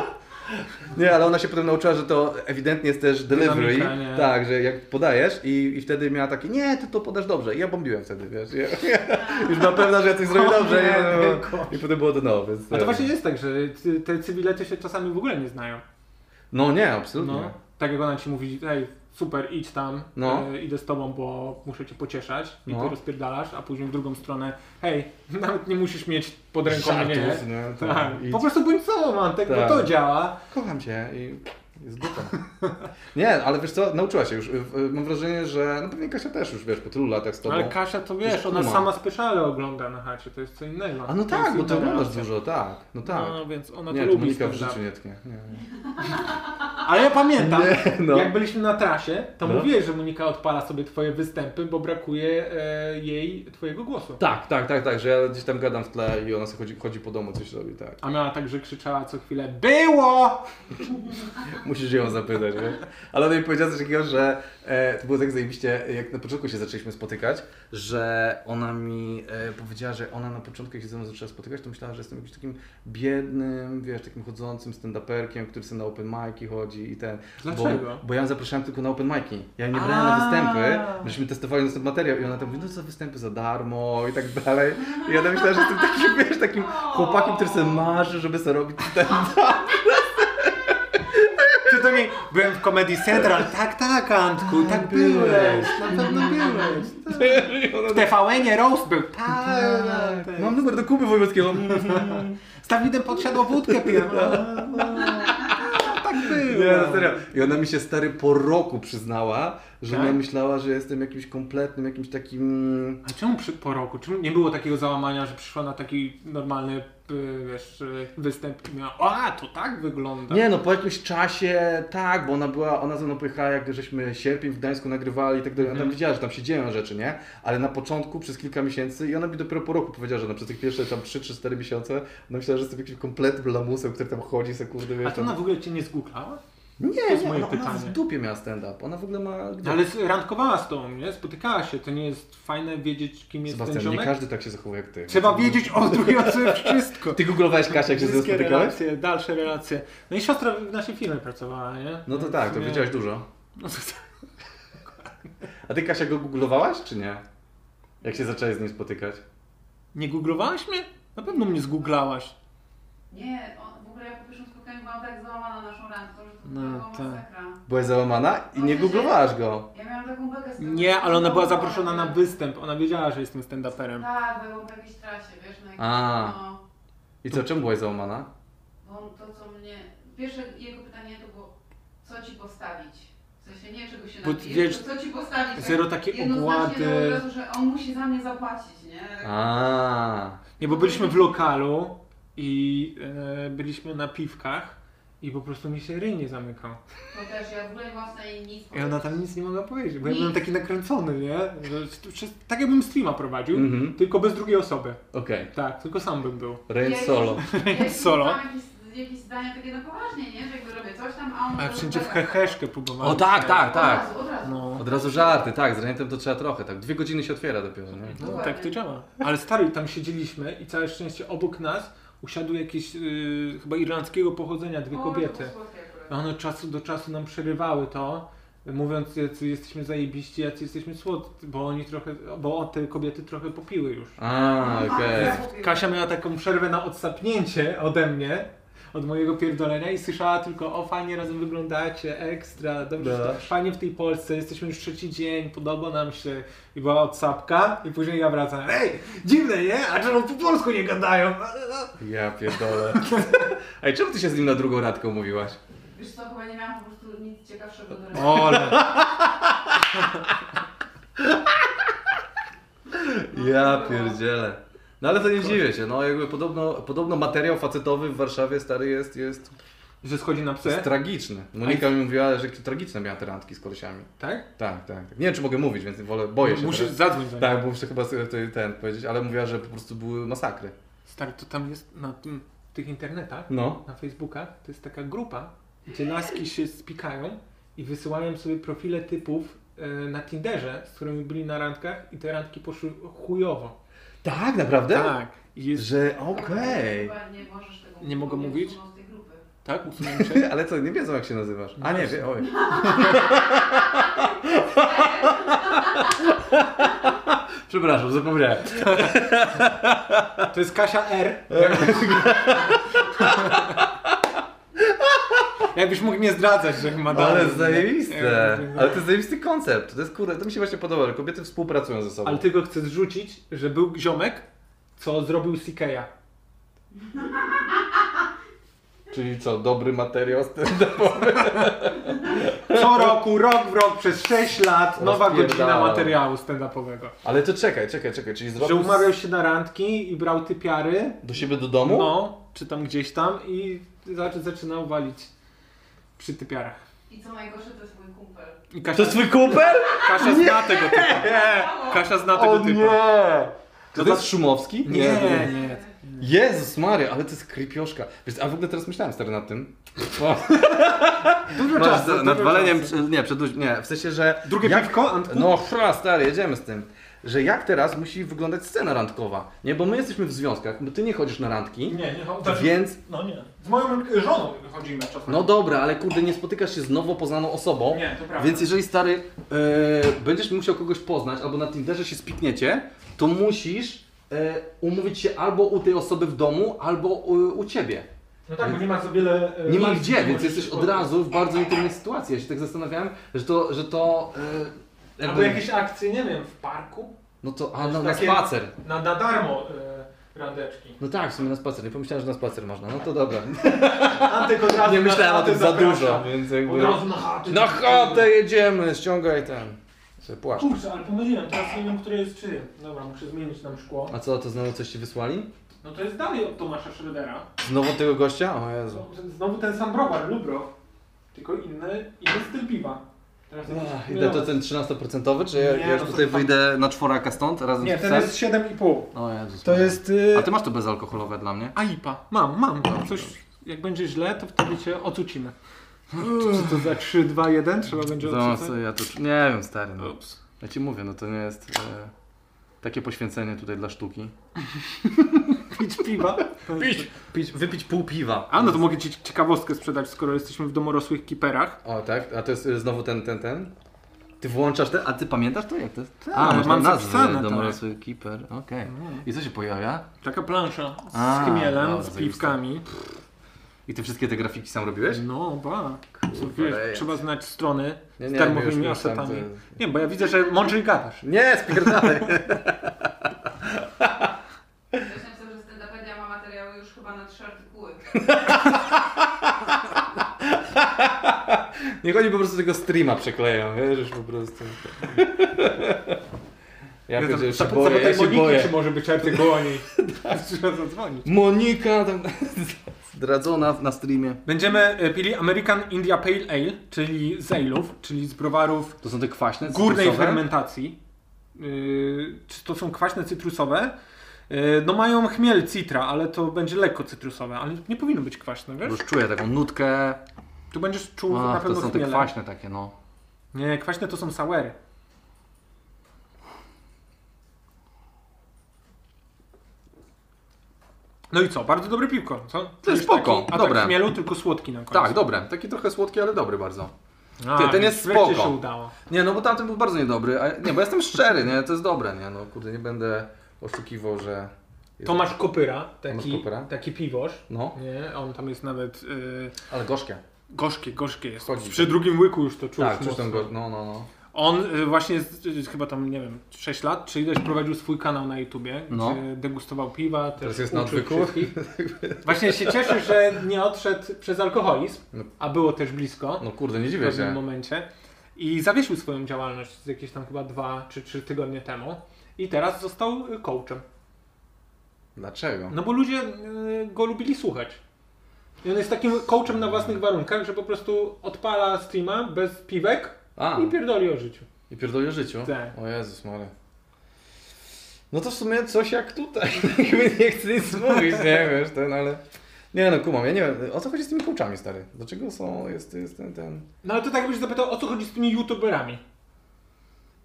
E: Nie, ale ona się potem nauczyła, że to ewidentnie jest też delivery.
D: Dynamika, nie?
E: Tak, że jak podajesz i, i wtedy miała takie, nie, ty to podasz dobrze. I ja bombiłem wtedy, wiesz. Ja, już na pewno, że ja coś zrobię dobrze.
D: nie,
E: Nie,
D: tylko.
E: I potem było to no, więc...
D: A to właśnie jest tak, że ty- te cywilety się czasami w ogóle nie znają.
E: No nie, absolutnie.
D: No, tak jak ona ci mówi, ej, super, idź tam,
E: No.
D: e, idę z tobą, bo muszę cię pocieszać i
E: No.
D: ty rozpierdalasz, a później w drugą stronę, hej, nawet nie musisz mieć pod ręką
E: Żartów,
D: mnie.
E: nie?
D: Tak.
E: Idź.
D: Po prostu bądź sobą, Antek,
E: Tak.
D: bo to działa.
E: kocham cię i jest dupa. Nie, ale wiesz co, nauczyła się już. Y, y, Mam wrażenie, że no pewnie Kasia też już, wiesz, po tylu latach z tobą.
D: Ale Kasia to wiesz,
E: Już
D: ona
E: kuma.
D: sama speszale ogląda na chacie, to jest co innego.
E: A no
D: jest
E: tak, bo
D: inna
E: ty oglądasz
D: relacja.
E: dużo, tak. No tak.
D: No, więc ona
E: nie,
D: to
E: to
D: lubi
E: Monika w
D: stand-up.
E: życiu nie tknie. Nie, nie.
D: Ale ja pamiętam,
E: Nie, no.
D: jak byliśmy na trasie, to
E: No.
D: mówiłeś, że Monika odpala sobie twoje występy, bo brakuje e, jej twojego głosu.
E: Tak, tak, tak, tak, że ja gdzieś tam gadam w tle i ona sobie chodzi, chodzi po domu, coś robi, tak.
D: A miała także krzyczała co chwilę Było!
E: Musisz ją zapytać, wiesz? Ale ona mi powiedziała coś takiego, że e, to było tak zajebiście, jak na początku się zaczęliśmy spotykać, że ona mi e, powiedziała, że ona na początku, jak się ze mną zaczęła spotykać, to myślała, że jestem jakimś takim biednym, wiesz, takim chodzącym stand-uperkiem, który sobie na open mic'i chodzi i ten.
D: Dlaczego?
E: Bo, bo ja ją zapraszałem tylko na open mic'i. Ja jej nie brałem na występy, żeśmy testowali następny materiał i ona tam mówi, no co występy za darmo i tak dalej. I ja tam myślałem, że jestem takim, wiesz, takim chłopakiem, który sobie marzy, żeby sobie robić ten
D: Czy to nie... Byłem w Comedy Central. Tak, tak, Antku, tak byłeś.
E: Tak,
D: Na pewno byłeś. W TVN-ie roast był. Tak, tak. Mhm.
E: Mam numer do Kuby Wojewódzkiego.
D: Z Dawidem podsiadł wódkę piłem. Tak było.
E: No. Nie, no serio. I ona mi się stary po roku przyznała, że
D: Tak?
E: ona myślała, że jestem jakimś kompletnym, jakimś takim.
D: A czemu przy, po roku? Czemu nie było takiego załamania, że przyszła na taki normalny y, wiesz, y, występ i miała a, to tak wygląda.
E: Nie no, po jakimś czasie tak, bo ona była, ona ze mną pojechała, jak żeśmy sierpień w Gdańsku nagrywali i tak dalej. Ona
D: Mhm.
E: tam widziała, że tam się dzieją rzeczy, nie? Ale na początku przez kilka miesięcy i ona mi dopiero po roku powiedziała, że ona przez tych pierwsze tam 3 czy 4 miesiące, ona myślała, że jestem jakimś kompletnym lamusem, który tam chodzi, se kurde, wiesz.
D: A to
E: tam...
D: ona w ogóle cię nie zgooglała?
E: Nie,
D: jest
E: nie, no,
D: moje
E: ona, ona w
D: pytanie. No,
E: dupie miała stand-up. Ona w ogóle ma.
D: Ale z- randkowała z tobą, nie? Spotykała się. To nie jest fajne wiedzieć, kim jest ten
E: Sebastian, nie
D: ziomek?
E: każdy tak się zachowuje jak ty.
D: Trzeba wiedzieć o drugiej wszystko.
E: Ty googlowałeś Kasia, jak się ze mną
D: Wszystkie
E: spotykałeś?
D: relacje, dalsze relacje. No i siostra w naszej firmie pracowała, nie?
E: No to
D: Więc
E: tak, to
D: nie-
E: wiedziałeś dużo.
D: No to tak.
E: A ty Kasia go googlowałaś, czy nie? Jak się zaczęłaś z nim spotykać?
D: Nie googlowałaś mnie? Na pewno mnie zgooglałaś.
G: Nie, on, w ogóle ja po pierwszym spotkaniu byłam tak załamana naszą randką, że to
D: No,
G: była
D: tak.
G: masakra.
E: Byłaś załamana i nie googlowałaś go.
G: Ja miałam taką bekę z tego,
D: Nie,
G: że-
D: ale ona była zaproszona na występ. Ona wiedziała, że jestem stand-uperem.
G: Tak, byłam w jakiejś trasie, wiesz, na jakiejś,
E: A.
G: no,
E: I co, czemu byłaś załamana?
G: bo on to co mnie, pierwsze jego pytanie to było, co ci postawić? W sensie nie czego się
D: Bo
G: napijesz,
D: wiesz,
G: tylko co ci postawić? Tak
D: zero takiej
G: jednoznacznie
D: ogłady.
G: od razu, że on musi za mnie zapłacić, nie?
E: A.
D: Nie, bo byliśmy w lokalu i e, byliśmy na piwkach i po prostu mi się ryj nie zamykał.
G: To też ja w ogóle nie mam w stanie nic
D: I ona tak-
G: powiedzieć.
D: tam nic nie mogła powiedzieć, bo ja
G: Nic.
D: byłem taki nakręcony, nie? Że, że, tak jakbym streama prowadził,
E: Mhm.
D: tylko bez drugiej osoby.
E: Okej.
D: Tak, tylko sam bym był.
E: Rain solo.
D: Solo.
G: Ja solo. Jakieś, jakieś zdania takie na poważnie, nie? Że jakby robię coś tam, a on...
D: A
G: to
D: wszędzie w
G: tak-
D: heheszkę próbowałem.
E: O tak, tak,
G: Od
E: tak.
G: razu, od razu.
D: No.
E: Od razu żarty, tak, z rejentem to trzeba trochę, tak. Dwie godziny się otwiera dopiero, nie?
D: No
G: Dokładnie.
D: tak to działa. Ale stary, tam siedzieliśmy i całe szczęście obok nas usiadły jakieś y, chyba irlandzkiego pochodzenia dwie
G: O,
D: kobiety.
G: to było słodkie akurat.
D: One od czasu do czasu nam przerywały to, mówiąc jacy jesteśmy zajebiści, jacy jesteśmy słodcy, bo oni trochę, bo te kobiety trochę popiły już.
E: A, okej.
D: Kasia miała taką przerwę na odsapnięcie ode mnie, od mojego pierdolenia i słyszała tylko o fajnie razem wyglądacie, ekstra, dobrze,
E: No.
D: że tak fajnie w tej Polsce, jesteśmy już trzeci dzień, podoba nam się i była odsapka i później ja wracam, ej, dziwne nie, a czemu po polsku nie gadają?
E: Ja pierdolę. Ej, czemu ty się z nim na drugą radkę umówiłaś?
G: Wiesz co, chyba nie miałam po prostu nic ciekawszego do robienia.
D: Ole,
E: Ja pierdzielę. No ale to nie dziwię się, no jakby podobno, podobno materiał facetowy w Warszawie stary jest, jest,
D: że schodzi na psy,
E: jest tragiczny. Monika mi mówiła, że tragiczne miała te randki z kolesiami.
D: tak?
E: Tak, tak, tak. Nie wiem czy mogę mówić, więc wolę, boję się.
D: Musisz
E: teraz.
D: zadzwonić do
E: Tak, bo muszę chyba sobie tutaj ten powiedzieć, ale mówiła, że po prostu były masakry.
D: Stary, to tam jest na tym, tych internetach,
E: No.
D: na Facebookach, to jest taka grupa, gdzie laski się spikają i wysyłają sobie profile typów e, na Tinderze, z którymi byli na randkach i te randki poszły chujowo.
E: Tak, naprawdę?
D: I jest,
E: Że okej.
G: Chyba nie możesz tego
D: Nie mogę
G: bo
D: mówić?
G: usuną z tej grupy.
D: Tak? Usunąłem się?
E: Ale co, nie wiedzą jak się nazywasz. A nie, wie, oj. Przepraszam, zapomniałem.
D: To jest Kasia R. Jakbyś mógł nie zdradzać, że ma
E: Ale
D: dalej.
E: zajebiste. Ale to jest zajebisty koncept. To jest kurde, to mi się właśnie podoba, że kobiety współpracują ze sobą.
D: Ale ty go chcesz rzucić, że był ziomek, co zrobił CK'a.
E: Czyli co, dobry materiał z tym
D: Co roku, rok w rok, przez 6 lat, nowa godzina
E: Rozpierdalał.
D: materiału stand-upowego.
E: Ale to czekaj, czekaj, czekaj, czyli
D: Że
E: zrobił
D: umawiał się na randki i brał typiary,
E: do siebie do domu?
D: no, czy tam gdzieś tam i za- zaczynał walić przy typiarach.
G: I co najgorsze, to jest mój kumpel.
D: I Kasia,
E: To jest twój kumpel?
D: Kasia zna tego typa. Kasia zna tego
E: O
D: typa.
E: nie! To,
D: To
E: jest Szumowski?
D: Nie, nie, nie.
E: Jezus Maria, ale to jest krypioszka. Wiesz, a w ogóle teraz myślałem stary nad tym.
D: Dużo
E: Masz,
D: czasu.
E: za-
D: dużo
E: nad waleniem,
D: czasu.
E: przy- nie, przed ludźmi, nie, w sensie, że...
D: Drugie
E: jak-
D: piwko, Antku?
E: No fra, stary, jedziemy z tym. Że jak teraz musi wyglądać scena randkowa? Nie, bo my jesteśmy w związkach, bo ty nie chodzisz na randki,
K: Nie, nie chodzę.
E: więc...
K: No nie. Z moją żoną chodzimy czasami.
E: No dobra, ale kurde, nie spotykasz się z nowo poznaną osobą,
K: Nie, to prawda.
E: więc jeżeli stary, e, będziesz musiał kogoś poznać albo na Tinderze się spikniecie, to musisz e, umówić się albo u tej osoby w domu, albo e, u, u ciebie.
K: No tak, bo nie ma za wiele... e,
E: Nie ma
K: miejsc,
E: gdzie, więc
K: możesz
E: jesteś
K: się
E: od
K: spotkać.
E: razu w bardzo intymnej sytuacji. Ja się tak zastanawiałem, że to, że to e,
K: Albo
E: jakby,
K: jakieś akcje, nie wiem, w parku?
E: no to a, na, na
K: takie-
E: spacer.
K: Na, na darmo e, randeczki.
E: No tak, w sumie na spacer. Nie pomyślałem, że na spacer można. No to dobra.
K: Antek od razu
E: Nie
K: na
E: myślałem o
K: chatę
E: tym za
K: zaprasza.
E: dużo, więc jakby...
K: Od razu na chatę.
E: Na chatę jedziemy, ściągaj ten. Sobie płaszcz.
K: Kurczę, ale pomyliłem, teraz nie wiem, które jest czyje. Dobra, muszę zmienić nam szkło.
E: A co, to znowu coś ci wysłali?
K: No to jest dalej od Tomasza Schrödera.
E: Znowu tego gościa? O Jezu.
K: Znowu ten sam browar, Lubro. Tylko inny, inny styl piwa. Teraz jakiś-
E: Ach, Ile
D: no.
E: to ten 13% czy ja,
K: Nie,
E: ja już
K: no to
E: tutaj
K: tam-
E: wyjdę na czworaka stąd razem
K: Nie,
E: z
K: ten
E: psem?
K: jest 7,5.
E: O Jezus.
D: To
E: Maria.
D: jest... y,
E: A ty masz to bezalkoholowe dla mnie?
D: AIPA. Mam, mam. Tam coś, jak będzie źle, to wtedy cię ocucimy. Czy to za 3, 2, 1 trzeba będzie
E: To,
D: ocucać?
E: ja to nie wiem stary. No. Ja ci mówię, no to nie jest e, takie poświęcenie tutaj dla sztuki.
D: Pić piwa. To jest-
E: pić wypić pół piwa.
D: A no to mogę ci ciekawostkę sprzedać, skoro jesteśmy w domorosłych kiperach.
E: O tak, a to jest e, znowu ten, ten, ten? Ty włączasz ten, a ty pamiętasz to jak to jest?
D: Tak, mam zapisane, tak.
E: domorosły keeper, okej. I co się pojawia?
D: Taka plansza z
E: A,
D: chmielem,
E: no,
D: z
E: zajebiste.
D: piwkami.
E: I ty wszystkie te grafiki sam robiłeś?
D: No, ba.
E: rejestr.
D: Wiesz, trzeba znać strony
E: Nie,
D: z
E: nie,
D: darmowymi
E: już- już tam
D: asetami.
E: to-
D: Nie, bo ja widzę, że mądrzej gadasz.
E: Nie, spierdalaj.
G: Ktoś napisał, że Stendapedia ma materiały już chyba na trzy artykuły.
E: Niech oni po prostu tego streama przekleją, wiesz, już po prostu. Ja, ja, ja się boję, ja tak się boję.
D: czy może być artykuł o niej. Tak. Trzeba zadzwonić.
E: Monika tam zdradzona na streamie.
D: Będziemy e, pili American India Pale Ale, czyli z ale'ów, czyli z browarów
E: To są te kwaśne
D: górnej
E: cytrusowe?
D: fermentacji. Yy, czy to są kwaśne cytrusowe? Yy, no mają chmiel citra, ale to będzie lekko cytrusowe, ale nie powinno być kwaśne,
E: Bo
D: wiesz?
E: Już czuję taką nutkę.
D: Tu będziesz czuł na
E: A, to
D: pewno
E: są te
D: chmiele.
E: kwaśne takie, no.
D: Nie, kwaśne to są sauery. No i co? Bardzo dobre piwko, co? To
E: spoko,
D: taki atak
E: dobre.
D: chmielu, tylko słodki na końcu.
E: Tak, dobre. Taki trochę słodki, ale dobry bardzo.
D: A,
E: Ty, ten
D: więc
E: jest
D: wreszcie
E: spoko.
D: się udało.
E: Nie, no bo tamten był bardzo niedobry. A, nie, bo jestem szczery, nie? To jest dobre, nie? No kurde, nie będę oszukiwał, że...
D: Tomasz Kopyra, taki,
E: Tomasz Kopyra?
D: taki piwoż.
E: No,
D: Nie, on tam jest nawet... Yy,
E: ale gorzkie.
D: Gorzkie, gorzkie jest.
E: Chodzi.
D: Przy drugim łyku już to czuć
E: Tak, czuć
D: mocno.
E: tam go... No, no, no.
D: On y, właśnie z, y, chyba tam, nie wiem, 6 lat czy ileś prowadził swój kanał na YouTubie,
E: No.
D: gdzie degustował piwa, też
E: Teraz jest na
D: uczył
E: odwyku.
D: wszystkich. Właśnie się cieszę, że nie odszedł przez alkoholizm,
E: No.
D: a było też blisko
E: No kurde, nie
D: w
E: dziwię
D: pewnym
E: się.
D: momencie. I zawiesił swoją działalność z jakieś tam chyba 2 czy 3 tygodnie temu. I teraz został y, coachem.
E: Dlaczego?
D: No bo ludzie y, go lubili słuchać. I on jest takim coachem na własnych warunkach, że po prostu odpala streama bez piwek
E: A,
D: i pierdoli o życiu.
E: i pierdolę o życiu?
D: Tak.
E: O Jezus Maria. No to w sumie coś jak tutaj. Jakby nie chcę nic mówić, nie wiesz, ten, ale... Nie no, kumam, ja nie wiem, o co chodzi z tymi kołczami, stary? Dlaczego są, jest, jest ten, ten...
D: No ale to tak byś zapytał, o co chodzi z tymi youtuberami?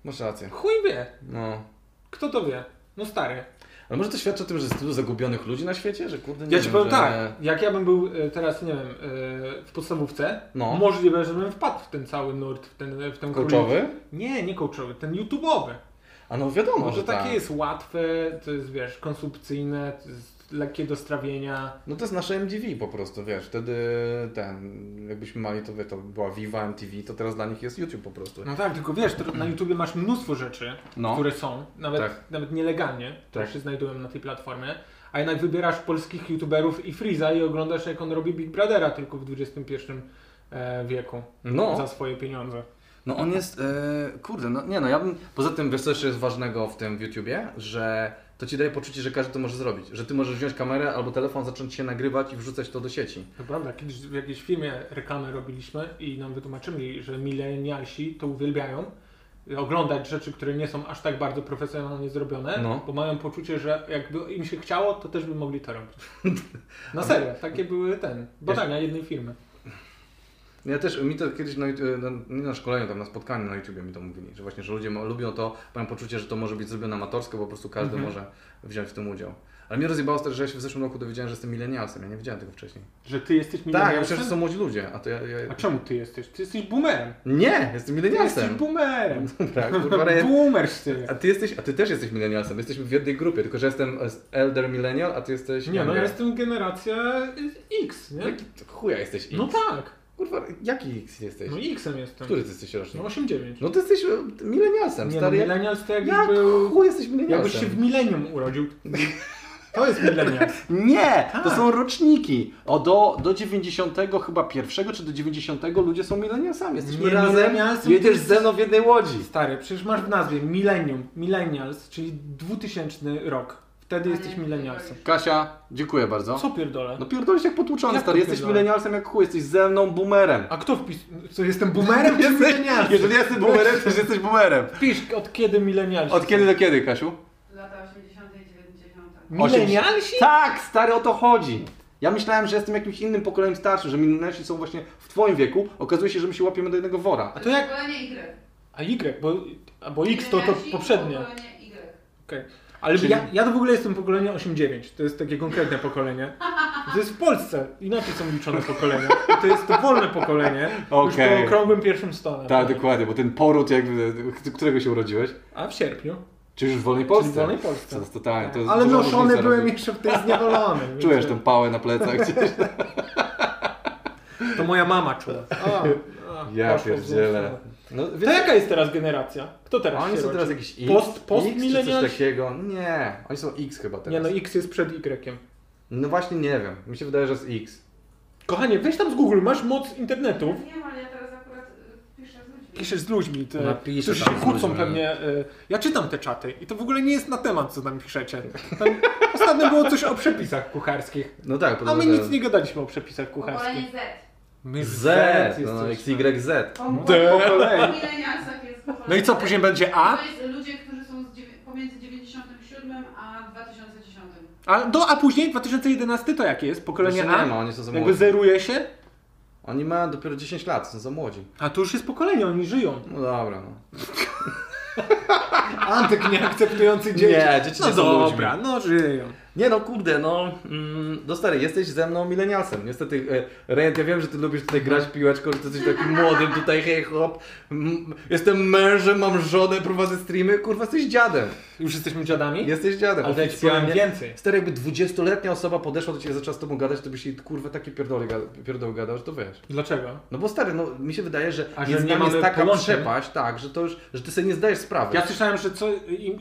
E: Masz rację.
D: Chuj wie,
E: No.
D: kto to wie? No stary.
E: Ale może to świadczy o tym, że jest tylu zagubionych ludzi na świecie, że kurde nie
D: Ja
E: wiem,
D: ci powiem
E: że...
D: tak, jak ja bym był e, teraz, nie wiem, e, w podstawówce,
E: No.
D: możliwe, żebym wpadł w ten cały nurt, w, ten, e, w tę króliczkę.
E: Coachowy?
D: Nie, nie coachowy, ten YouTube'owy.
E: A no wiadomo,
D: Może
E: że tak.
D: takie jest łatwe, to jest, wiesz, konsumpcyjne, to jest lekkie do strawienia.
E: No to jest nasze MTV po prostu, wiesz, wtedy ten, jakbyśmy mali, to wie, to była Viva MTV, to teraz dla nich jest YouTube po prostu.
D: No tak, tylko wiesz, to na YouTubie masz mnóstwo rzeczy,
E: No.
D: które są, nawet,
E: Tak.
D: nawet nielegalnie, które
E: Tak.
D: się znajdują na tej platformie. A jednak wybierasz polskich youtuberów i Freeza i oglądasz jak on robi Big Brothera tylko w XXI e, wieku
E: No.
D: za swoje pieniądze.
E: No on jest, e, kurde, no nie no, ja bym, poza tym wiesz co jeszcze jest ważnego w tym YouTubie, że to ci daje poczucie, że każdy to może zrobić, że ty możesz wziąć kamerę albo telefon, zacząć się nagrywać i wrzucać to do sieci.
D: To prawda, kiedyś w jakiejś filmie reklamę robiliśmy i nam wytłumaczyli, że milenialsi to uwielbiają oglądać rzeczy, które nie są aż tak bardzo profesjonalnie zrobione,
E: No.
D: bo mają poczucie, że jakby im się chciało, to też by mogli to robić. Na serio, takie były ten, badania jednej firmy.
E: No Ja też, mi to kiedyś, na, YouTube- na, nie na szkoleniu, tam na spotkaniu na YouTubie mi to mówili, że właśnie, że ludzie ma- lubią to, mają poczucie, że to może być zrobione amatorsko, bo po prostu
D: Mhm.
E: każdy może wziąć w tym udział. Ale mnie rozjebało też, że ja się w zeszłym roku dowiedziałem, że jestem milenialsem, ja nie wiedziałem tego wcześniej.
D: Że ty jesteś
E: Tak, ja
D: milenialsem?
E: myślałem, że to są młodzi ludzie, a to ja... ja...
D: A czemu ty jesteś? Ty jesteś boomerem.
E: Nie, jestem
D: Ty jesteś
E: milenialsem!
D: boomerem.
E: Tak, kurwa, re-
D: Boomer ty.
E: A ty jesteś, a ty też jesteś milenialsem. Jesteśmy w jednej grupie, tylko że jestem e, elder millennial, a ty jesteś
D: Nie, no
E: younger. No
D: ja jestem generacja X, nie?
E: Jaki to chuja jesteś X?
D: No tak,
E: Kurwa, jaki X jesteś?
D: no X-em jestem.
E: Który ty jesteś
D: No
E: rocznik?
D: 8-9.
E: No ty jesteś e, milenialsem,
D: Nie,
E: stary.
D: no,
E: jak-
D: milenials to jakbyś
E: Jak
D: był...
E: chuj jesteś
D: Jakbyś się
E: milenialsem?
D: w milenium urodził. To jest milenial.
E: Nie! To
D: Tak.
E: są roczniki. O, do, do 90 chyba pierwszego czy do 90 ludzie są milenialsami. Jesteśmy
D: Nie,
E: razem,
D: milenialsem
E: jedziesz
D: to
E: ze mną w jednej łodzi.
D: Stary, przecież masz w nazwie milenium, millennials, czyli 2000 rok. Wtedy jesteś milenialsem.
E: Kasia, dziękuję bardzo.
D: Co pierdolę?
E: No pierdolisz jak potłuczony,
D: Jak
E: stary.
D: to
E: Jesteś
D: pierdolę?
E: milenialsem jak chuj, jesteś ze mną boomerem.
D: A kto wpis... Co, jestem boomerem czy milenialsem?
E: Jeżeli jesteś boomerem, to jesteś boomerem.
D: Pisz, od kiedy milenialsi
E: Od kiedy do kiedy, Kasiu?
G: Lata 80. i 90.
D: są. Milenialsi?
E: Tak, stary, o to chodzi. Ja myślałem, że jestem jakimś innym pokoleniem starszym, że milenialsi są właśnie w twoim wieku. Okazuje się, że my się łapiemy do jednego wora.
D: A to jak...
G: Pokolenie Y.
D: A Y, bo... A bo X to to
G: Milenialsi i
D: poprzednie.
G: Pokolenie Y.
D: Okej. Ale
E: Czyli-
D: ja, ja to w ogóle jestem pokolenie 8-9. To jest takie konkretne pokolenie. To jest w Polsce. Inaczej są liczone pokolenia. To jest to wolne pokolenie. Już
E: Okej.
D: po okrągłym pierwszym stole.
E: Tak, dokładnie, bo ten poród, jakby, którego się urodziłeś,
D: A w sierpniu.
E: czy już w wolnej
D: Polsce.
E: Polsce?
D: Czyli w wolnej
E: To
D: Polsce.
E: jest totalnie, to jest
D: Ale
E: duża
D: noszony
E: różnica
D: byłem
E: robi.
D: jeszcze w tej zniewolonej. więc-
E: Czujesz tę pałę na plecach gdzieś.
D: To moja mama czuła. A, a,
E: Ja
D: poszło w złą
E: pierdzielę.
D: stronę.
E: No,
D: To jaka jest teraz generacja? Kto teraz
E: oni
D: się
E: są
D: rodzi?
E: teraz jakiś X,
D: Post- post
E: X czy coś
D: milenialsi?
E: takiego. Nie, oni są X chyba teraz.
D: Nie no, X jest przed Y.
E: no właśnie nie wiem, mi się wydaje, że jest X.
D: Kochanie, weź tam z Google, masz moc internetu.
G: Nie wiem, ale ja teraz akurat y, piszę z ludźmi.
D: Piszesz z ludźmi, te,
E: Napiszę
D: którzy się
E: No, tam z
D: kłócą
E: ludźmi. no.
D: pewnie. Y, ja czytam te czaty i to w ogóle nie jest na temat, co tam piszecie. Tam ostatnio było coś o przepisach kucharskich.
E: No tak,
D: A my
E: podobno-
D: nic nie gadaliśmy o przepisach
G: Pokolenie
D: kucharskich.
G: Z.
D: My
E: Z, no,
D: jesteśmy.
E: XYZ.
D: Po kolei.
G: Milenialsach jest pokolenie
D: No i co,
G: Z.
D: później będzie A?
G: To jest ludzie, którzy są z dziewię- pomiędzy 97 a 2010.
D: A, do, a później 2011 to jakie jest? Pokolenie
E: Właśnie
D: A?
E: nie ma, oni są za
D: Jakby
E: młodzi.
D: zeruje się?
E: Oni mają dopiero 10 lat, są za młodzi.
D: A to już jest pokolenie, oni żyją.
E: No dobra, no.
D: Antyk nieakceptujący dzieci.
E: Nie, dzieci
D: no
E: nie są
D: dobra, no żyją.
E: Nie no, kurde, no. Mm, no stary, jesteś ze mną milenialsem. Niestety, e, Rejent, ja wiem, że ty lubisz tutaj grać piłeczką, że ty jesteś takim młodym tutaj, hej hop. Mm, jestem mężem, mam żonę, prowadzę streamy. Kurwa, jesteś dziadem.
D: Już jesteśmy dziadami?
E: Jesteś dziadem,
D: Ale ja ci powiem więcej.
E: Stary, jakby 20-letnia osoba podeszła do ciebie i zaczęła z tobą gadać, to byś jej, kurwa, takie pierdole, ga- pierdoły gadał, że to wiesz.
D: Dlaczego?
E: No bo stary, no mi się wydaje, że,
D: A że
E: między
D: nie
E: nami jest
D: mamy
E: taka
D: połączeń?
E: przepaść, tak, że to już, że ty sobie nie zdajesz sprawy.
D: Ja słyszałem, że co. Im,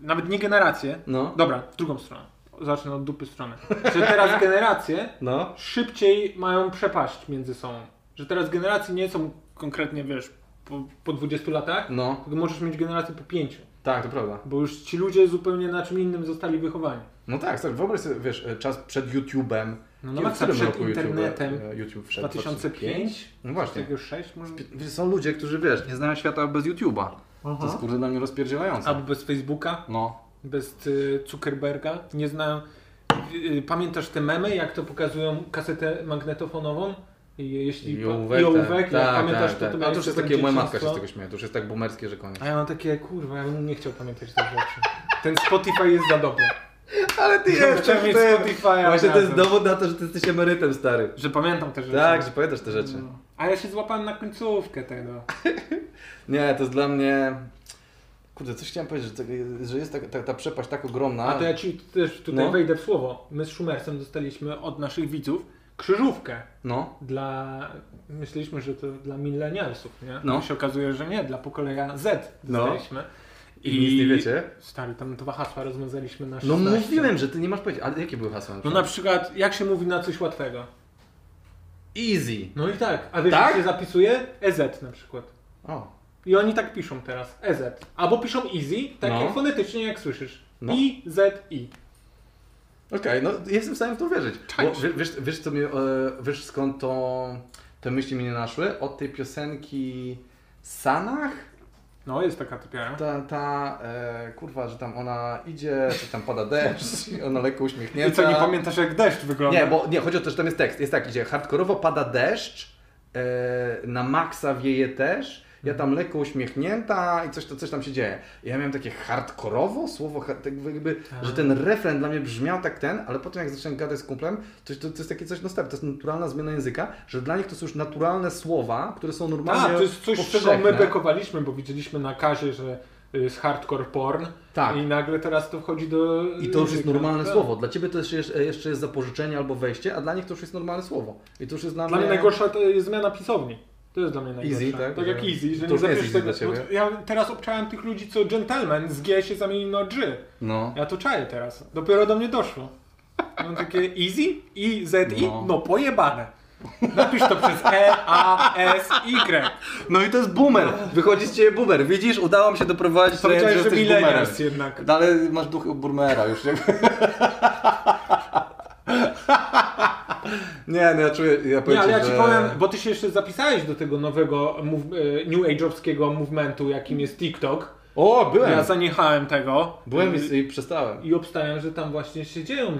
D: nawet nie generacje.
E: No.
D: Dobra, w drugą stronę. Zacznę od dupy strony. Że teraz generacje
E: No.
D: szybciej mają przepaść między sobą. Że teraz generacje nie są konkretnie, wiesz, po, po 20 latach,
E: No.
D: tylko możesz mieć generację po 5.
E: Tak, to prawda.
D: Bo już ci ludzie zupełnie na czym innym zostali wychowani.
E: No tak, stary, wyobraź sobie, wiesz, e, czas przed YouTube'em.
D: No
E: Kiedy-
D: na maksa
E: w którym
D: przed
E: roku YouTube,
D: internetem.
E: e, YouTube wszedł?
D: 2005?
E: No właśnie.
D: Tego 6 może?
E: Wiesz, są ludzie, którzy, wiesz, nie znają świata bez YouTube'a. To jest, kurde, dla mnie rozpierdzielające.
D: Albo bez Facebooka?
E: No.
D: bez y, Zuckerberga, nie znają. y, Pamiętasz te memy, jak to pokazują kasetę magnetofonową? I Jeśli pa- i ołówek, jak pamiętasz to, to
E: Tak, A to już
D: miałeś
E: jest
D: potem
E: takie, moja matka się
D: dzieciństwo.
E: z tego śmieje, to już jest tak boomerskie, że koniec.
D: A ja mam takie, kurwa, ja bym nie chciał pamiętać tych rzeczy. Ten Spotify jest za dobry.
E: Ale ty
D: Chciałem
E: jeszcze
D: mieć
E: ty.
D: Spotify'a
E: Właśnie to jest
D: razem.
E: dowód na to, że ty jesteś emerytem, stary.
D: Że No. pamiętam te rzeczy.
E: Tak, że pamiętasz te rzeczy.
D: A ja się złapałem na końcówkę tego.
E: Nie, to jest dla mnie... Kurde, coś chciałem powiedzieć, że, tak- że jest ta, ta, ta przepaść tak ogromna.
D: A to ja ci też tutaj
E: No.
D: wejdę w słowo. My z Szumersem dostaliśmy od naszych widzów krzyżówkę.
E: No.
D: Dla... Myśleliśmy, że to dla milenialsów, nie?
E: No.
D: No. się okazuje, że nie, dla pokolenia Z
E: No.
D: dostaliśmy.
E: I nic nie wiecie?
D: Stary, tam dwa hasła rozwiązaliśmy na
E: No
D: 16.
E: mówiłem, że ty nie masz powiedzieć. Ale jakie były hasła?
D: No na przykład, jak się mówi na coś łatwego?
E: Easy.
D: No i tak, a wiesz,
E: Tak?
D: jak się zapisuje? EZ na przykład.
E: O.
D: I oni tak piszą teraz, EZ. Albo piszą easy, tak
E: No.
D: jak fonetycznie, jak słyszysz.
E: No.
D: I, Z, I.
E: Okej, no jestem w stanie w to wierzyć. Bo
D: Cześć.
E: wiesz, wiesz, wiesz, co mi, e, wiesz skąd to, te myśli mnie naszły? Od tej piosenki Sanach?
D: No, jest taka typiara.
E: Ta, ta e, kurwa, że tam ona idzie, czy tam pada deszcz, i ona lekko uśmiechnięta.
D: I co, nie pamiętasz jak deszcz wygląda?
E: Nie, bo nie, chodzi o to, że tam jest tekst. Jest tak, idzie hardkorowo pada deszcz, e, na maksa wieje też. Ja tam lekko uśmiechnięta i coś, to, coś tam się dzieje. I ja miałem takie hardkorowo słowo, ha- tak jakby, że ten refren dla mnie brzmiał tak ten, ale potem jak zacząłem gadać z kumplem, to, to, to jest takie coś, no stary, to jest naturalna zmiana języka, że dla nich to są już naturalne słowa, które są normalnie
D: Tak, to jest coś, z czego
E: No powszechne.
D: my bekowaliśmy, bo widzieliśmy na karze, że y, jest hardcore porn.
E: Tak.
D: I nagle teraz to wchodzi do.
E: I to już jest
D: języka.
E: normalne
D: Tak.
E: słowo. Dla ciebie to jeszcze jest, jeszcze jest zapożyczenie albo wejście, a dla nich to już jest normalne słowo. I to już jest dla,
D: yy, Dla mnie
E: mnie
D: najgorsza to jest zmiana pisowni. To jest dla mnie najgorsza.
E: Easy, tak?
D: Tak jak
E: Że-
D: easy, że
E: to
D: nie
E: już nie jest
D: zapisz
E: easy
D: tego.
E: dla ciebie.
D: bo Ja teraz obczałem tych ludzi, co gentleman z G się zamieni na G.
E: No.
D: Ja to czaję teraz. Dopiero do mnie doszło. Mam takie easy, i, z, i,
E: No.
D: no, pojebane. Napisz to przez E, A, S, Y.
E: No i to jest boomer. Wychodzi z ciebie boomer. Widzisz, udało mi się doprowadzić do tego,
D: Powiedziałeś,
E: że
D: że
E: jesteś
D: milenial
E: boomerem.
D: jednak.
E: Dalej masz duch boomera już. jakby. nie, no ja czuję, ja powiem
D: Nie, ale ja ci
E: że...
D: powiem, bo ty się jeszcze zapisałeś do tego nowego move, e, new age'owskiego movementu, jakim jest TikTok.
E: O, byłem.
D: Ja zaniechałem tego.
E: Byłem i,
D: i,
E: i przestałem.
D: i obstawiam, że tam właśnie się dzieją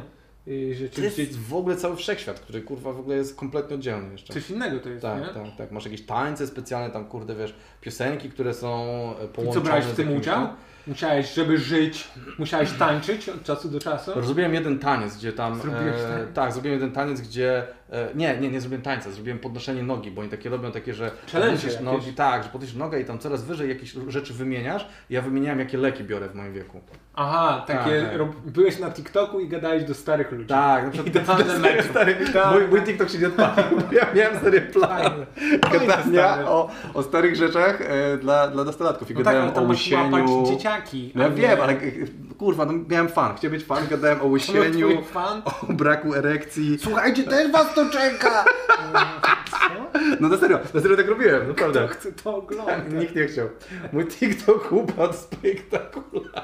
D: y,
E: To
D: rzeczy. gdzie-
E: jest w ogóle cały wszechświat, który kurwa w ogóle jest kompletnie oddzielny jeszcze.
D: Coś innego to jest, nie?
E: Tak, tak, tak. Masz jakieś tańce specjalne, tam kurde, wiesz, piosenki, które są e,
D: I
E: połączone
D: co, brałeś w
E: z
D: tym
E: jakimś no.
D: udział?
E: tam-
D: Musiałeś, żeby żyć, musiałeś tańczyć od czasu do czasu?
E: Zrobiłem jeden taniec, gdzie tam.
D: Zrobiłeś taniec?
E: tak, zrobiłem jeden taniec, gdzie. E, nie, nie, nie zrobiłem tańca, zrobiłem podnoszenie nogi, bo oni takie robią takie, że
D: Challenge
E: podnosisz
D: jakieś.
E: nogi, tak, że podnosisz nogę i tam coraz wyżej jakieś rzeczy wymieniasz. Ja wymieniałem jakie leki biorę w moim wieku.
D: Aha, takie,
E: Tak, tak.
D: rob- byłeś na TikToku i gadałeś do starych ludzi.
E: Tak, na przykład.
D: Idealne metody.
E: Stary,
D: Tak.
E: mój, mój TikTok się nie odpalił. Ja miałem stary plan
D: Fajne.
E: gadania
D: No stary.
E: o, o starych rzeczach e, dla, dla nastolatków. I
D: No tak,
E: gadałem
D: ale tam
E: o
D: masz łapać
E: łysieniu.
D: dzieciaki.
E: No ja
D: a nie- No,
E: wiem, ale e, kurwa, no, miałem fan. Chciałem być fan, gadałem o łysieniu,
D: Twój fan?
E: o braku erekcji.
K: Słuchajcie, też was to czeka!
E: No na serio, na serio tak robiłem, naprawdę.
D: Chcę to oglądać.
E: Nikt nie chciał. Mój TikTok upadł spektakularnie.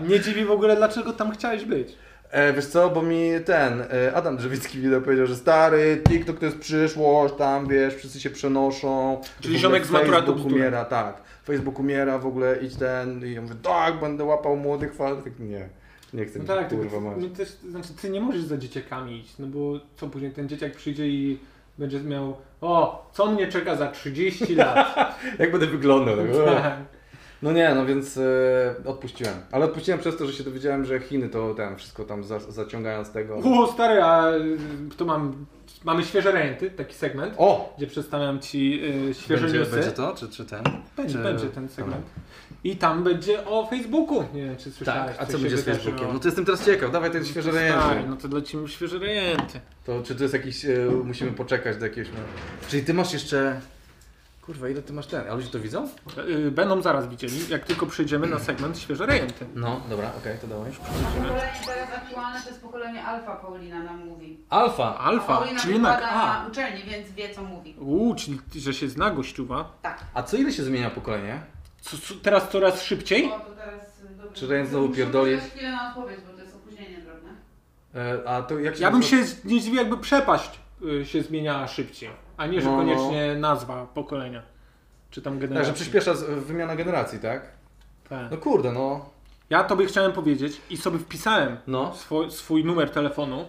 D: Nie dziwi w ogóle, dlaczego tam chciałeś być.
E: E, wiesz co, bo mi ten e, Adam Drzewicki wideo powiedział, że stary, TikTok to jest przyszłość, tam wiesz, wszyscy się przenoszą.
D: Czyli
E: W ogóle
D: ziomek z maturatu
E: Facebook
D: bzdury.
E: umiera, tak. Facebook umiera, w ogóle idź ten. I ja mówię, tak, będę łapał młodych fan. Tak, nie, nie chcę
D: No
E: mi
D: tak,
E: się,
D: tylko
E: kurwa
D: ty,
E: mać.
D: my też, znaczy ty nie możesz za dzieciakami iść, no bo co później ten dzieciak przyjdzie i będzie miał o, co mnie czeka za 30 lat.
E: Jak będę wyglądał? Tak?
D: Tak.
E: No nie, no więc e, odpuściłem. Ale odpuściłem przez to, że się dowiedziałem, że Chiny to ten, wszystko tam za, zaciągają z tego.
D: O, stary, a y, tu mam, mamy świeże renty, taki segment,
E: O!
D: gdzie przedstawiam ci y, świeże newsy.
E: to, czy, czy ten?
D: Będzie, będzie ten segment. I tam będzie o Facebooku. Nie wiem, czy słyszałeś.
E: Tak, a co
D: się
E: będzie z
D: wydarzyło.
E: Facebookiem? No to jestem teraz ciekaw, dawaj ten świeże
D: Stary,
E: rejenty.
D: no to lecimy świeże rejenty.
E: To czy to jest jakiś, e, musimy poczekać do jakiegoś... No. Czyli ty masz jeszcze... Kurwa, ile ty masz ten? A ludzie to widzą?
D: Y, Będą zaraz widzieli, jak tylko przyjdziemy na segment świeże rejenty.
E: No, dobra, okej, to dawaj.
G: A pokolenie teraz aktualne to jest pokolenie alfa, Paulina nam mówi.
E: Alfa!
G: A
D: Alfa,
G: Paulina
D: czyli jednak
G: wykłada
D: A.
G: na uczelni, więc wie co mówi.
D: Uuu, czyli że się zna gościuwa.
G: Tak.
E: A co ile się zmienia pokolenie?
D: Co, co, teraz coraz szybciej?
G: O, to teraz... y, Dobrze.
E: Czy Ryan znowu
G: Muszę
E: pierdoli?
G: poczekać chwilę na odpowiedź, bo to jest opóźnienie drobne.
E: E, a to jak się...
D: Ja bym się z- nie zdziwił, jakby przepaść y, się zmieniała szybciej, a nie, że
E: No, no.
D: koniecznie nazwa pokolenia. Czy tam generacji.
E: Także Tak, przyspiesza z- wymiana generacji, tak?
D: Tak.
E: No kurde, no...
D: Ja tobie chciałem powiedzieć i sobie wpisałem
E: No.
D: swój, swój numer telefonu,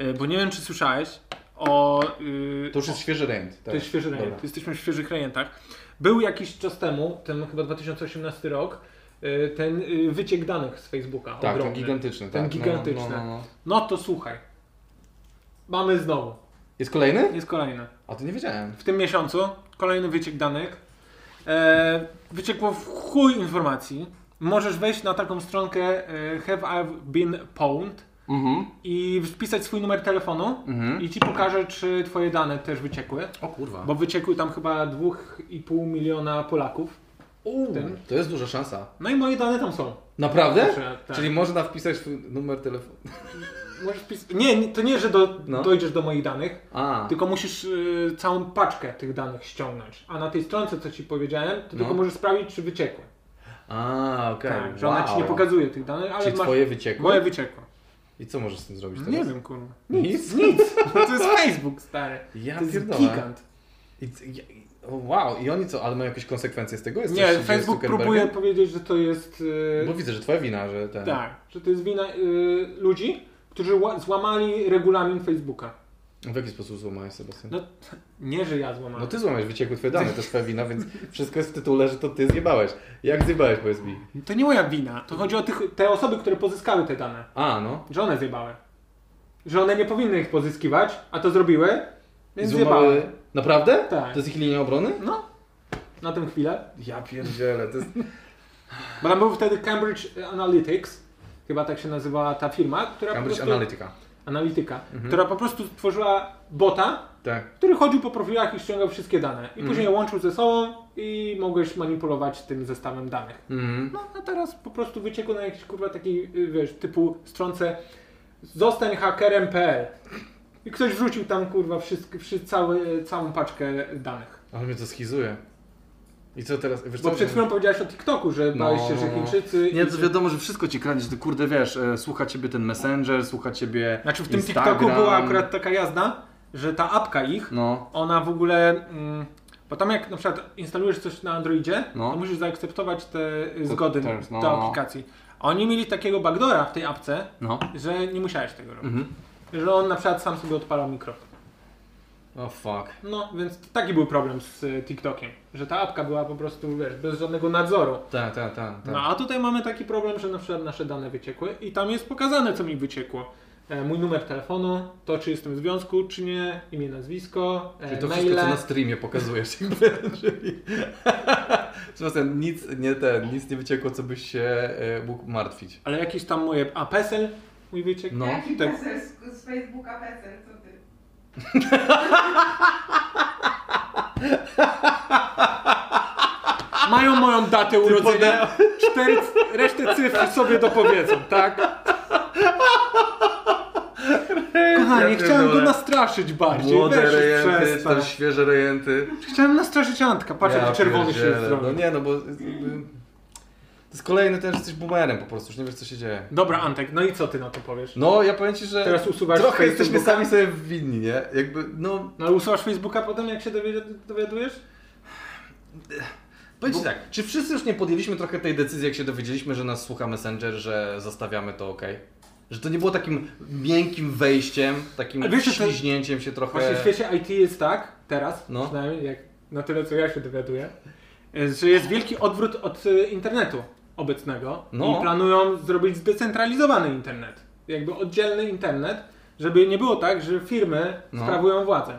D: y, bo nie wiem, czy słyszałeś o... y,
E: To już jest świeży rejent. tak.
D: To jest świeży rejent. Jesteśmy w świeżych rejentach. Był jakiś czas temu, ten chyba 2018 rok, e, ten e, wyciek danych z Facebooka.
E: Tak,
D: ogromny.
E: ten gigantyczny.
D: Ten
E: tak. No,
D: gigantyczny.
E: No, no, no.
D: No to słuchaj. Mamy znowu.
E: Jest kolejny?
D: Jest kolejny.
E: A to nie wiedziałem.
D: W tym miesiącu kolejny wyciek danych. E, wyciekło w chuj informacji. Możesz wejść na taką stronkę e, Have I Been Pwned
E: Mhm.
D: i wpisać swój numer telefonu
E: Mhm.
D: i ci pokaże, czy twoje dane też wyciekły.
E: O kurwa.
D: Bo wyciekły tam chyba 2,5 miliona Polaków.
E: Uuu,
D: ten-
E: to jest duża szansa.
D: No i moje dane tam są.
E: Naprawdę?
D: Że tak.
E: Czyli można wpisać swój numer telefonu.
D: Możesz wpis- nie, nie, to nie, że do,
E: No.
D: dojdziesz do moich danych,
E: A.
D: tylko musisz y, całą paczkę tych danych ściągnąć. A na tej stronce, co ci powiedziałem, to
E: No.
D: tylko możesz sprawdzić, czy wyciekły.
E: A, okej.
D: Tak, że ona ci nie pokazuje tych danych, ale
E: Czyli
D: masz...
E: twoje wyciekło?
D: Moje wyciekło.
E: I co możesz z tym zrobić teraz?
D: Nie wiem, kurwa.
E: Nic?
D: Nic. To jest Facebook, stary.
E: Ja
D: to jest
E: pierdolę.
D: gigant.
E: I, c- ja- i, o, wow, i oni co, ale mają jakieś konsekwencje z tego? Jest coś,
D: Nie,
E: się dzieje z
D: Facebook
E: Zuckerbergiem?
D: próbuje powiedzieć, że to jest... y,
E: Bo widzę, że twoja wina, że ten...
D: tak, że to jest wina y, ludzi, którzy ła- złamali regulamin Facebooka.
E: W jaki sposób złamałeś, Sebastian?
D: No,
E: No,
D: t- nie, że ja złamałem.
E: ty złamałeś, wyciekły twoje dane, to jest twoja wina, więc wszystko jest w tytule, że to ty zjebałeś. Jak zjebałeś, powiedz mi?
D: To nie moja wina. To chodzi o tych, te osoby, które pozyskały te dane.
E: A, no.
D: Że one zjebały. Że one nie powinny ich pozyskiwać, a to zrobiły,
E: I
D: więc zjebały.
E: Naprawdę?
D: Tak.
E: To jest ich linia obrony?
D: No, na tę chwilę.
E: Ja pierdzielę, to jest...
D: Bo tam był wtedy Cambridge Analytics, chyba tak się nazywała ta firma, która po
E: Cambridge
D: prostu,
E: Analytica. Mhm.
D: Analytica, która po prostu stworzyła bota,
E: Tak.
D: który chodził po profilach i ściągał wszystkie dane. I
E: Mhm.
D: później je łączył ze sobą i mogłeś manipulować tym zestawem danych.
E: Mhm.
D: No a teraz po prostu wyciekło na jakiś kurwa taki, y, wiesz, typu stronce zostań hakerem.pl i ktoś wrzucił tam kurwa wszystkie, wszy, cały, całą paczkę danych.
E: Ale mnie to schizuje. I co teraz? Wiesz,
D: Bo
E: co?
D: przed chwilą powiedziałeś o TikToku, że bałeś się, że
E: no, no.
D: Chińczycy...
E: Nie,
D: i
E: to
D: że-
E: wiadomo, że wszystko ci kradnie, że ty kurde wiesz, e, słucha ciebie ten messenger, słucha ciebie.
D: Znaczy w tym
E: Instagram.
D: TikToku była akurat taka jazda, że ta apka ich,
E: No.
D: ona w ogóle. Mm, bo tam jak na przykład instalujesz coś na Androidzie,
E: No.
D: to musisz zaakceptować te y, zgody
E: terms, no,
D: do
E: no.
D: aplikacji. A oni mieli takiego backdora w tej apce,
E: No.
D: że nie musiałeś tego robić.
E: Mhm.
D: Że on na przykład sam sobie odpalał mikro.
E: O fuck.
D: No, więc taki był problem z y, TikTokiem, że ta apka była po prostu, wiesz, bez żadnego nadzoru.
E: Tak, tak, tak.
D: No a tutaj mamy taki problem, że na przykład nasze dane wyciekły i tam jest pokazane, co mi wyciekło. E, mój numer telefonu, to czy jestem w związku, czy nie, imię, nazwisko, e,
E: Czyli to
D: maile.
E: wszystko, co na streamie pokazujesz, jakby, czyli... Sebastian, nic nie ten, nic nie wyciekło, co byś się e, mógł martwić.
D: Ale jakieś tam moje, a PESEL mój wyciek.
E: No.
G: Jaki
D: Tak.
G: PESEL z, z Facebooka PESEL, co ty?
D: Mają moją datę urodzenia,
E: poda-
D: cztery, resztę cyfr sobie dopowiedzą, tak? Kochanie, chciałem go nastraszyć bardziej,
E: Młode
D: weź już
E: rejenty,
D: przestań.
E: tam świeże rejenty.
D: Chciałem nastraszyć Antka, patrz jaki czerwony się
E: pierdzielę.
D: zrobił.
E: No nie, no bo... jakby- To jest kolejny ten, że jesteś boomerem po prostu, już nie wiesz, co się dzieje.
D: Dobra Antek, no i co ty na to powiesz?
E: No, ja powiem ci, że
D: Teraz usuwasz
E: trochę
D: Facebooka?
E: jesteśmy sami sobie winni, nie? Jakby, no,
D: No ale usuwasz Facebooka potem, jak się dowiad- dowiadujesz?
E: powiedz tak, czy wszyscy już nie podjęliśmy trochę tej decyzji, jak się dowiedzieliśmy, że nas słucha Messenger, że zostawiamy to ok? Że to nie było takim miękkim wejściem,
D: A
E: takim
D: wiesz, że to-
E: śliźnięciem się trochę...
D: Właśnie w świecie IT jest tak, teraz
E: No.
D: przynajmniej, jak na tyle co ja się dowiaduję, e, że jest wielki odwrót od y, internetu obecnego
E: No.
D: i planują zrobić zdecentralizowany internet. Jakby oddzielny internet, żeby nie było tak, że firmy
E: No.
D: sprawują władzę.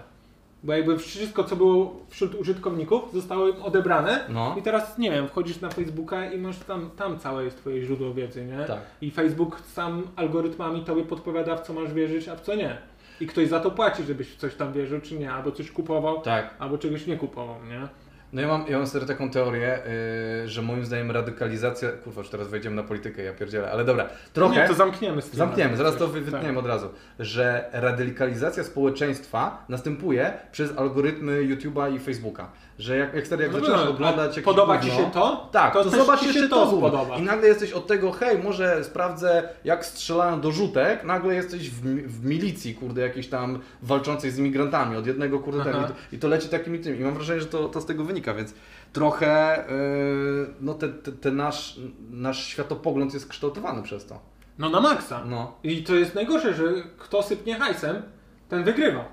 D: Bo jakby wszystko, co było wśród użytkowników, zostało im odebrane
E: No.
D: i teraz, nie wiem, wchodzisz na Facebooka i masz tam, tam całe jest twoje źródło wiedzy, nie?
E: Tak.
D: I Facebook sam algorytmami tobie podpowiada, w co masz wierzyć, a w co nie. I ktoś za to płaci, żebyś w coś tam wierzył, czy nie, albo coś kupował,
E: Tak.
D: albo czegoś nie kupował, nie?
E: No ja mam, ja mam sobie taką teorię, yy, że moim zdaniem radykalizacja... Kurwa, już teraz wejdziemy na politykę, ja pierdzielę, ale dobra. Trochę...
D: Nie, to zamkniemy z tym.
E: Zamkniemy, zaraz to
D: Coś,
E: wy-
D: tak.
E: wytniemy od razu, że radykalizacja społeczeństwa następuje przez algorytmy YouTube'a i Facebooka. Że jak, jak stary, jak
D: No
E: zaczynasz
D: no, a
E: oglądać jakieś
D: podoba ci
E: gówno-
D: się to?
E: Tak,
D: To
E: to,
D: też
E: zobacz
D: ci
E: jeszcze
D: się
E: to,
D: to
E: gówno.
D: spodoba.
E: I nagle jesteś od tego, hej, może sprawdzę jak strzelają do rzutek, nagle jesteś w, mi- w milicji, kurde, jakiejś tam walczącej z imigrantami, od jednego kurde ten. I
D: Aha.
E: to, I to leci takimi tym. I mam wrażenie, że to, to z tego wynika, więc trochę yy, no te, te, te nasz, nasz światopogląd jest kształtowany przez to.
D: No na maksa.
E: No.
D: I to jest najgorsze, że kto sypnie hajsem, ten wygrywa.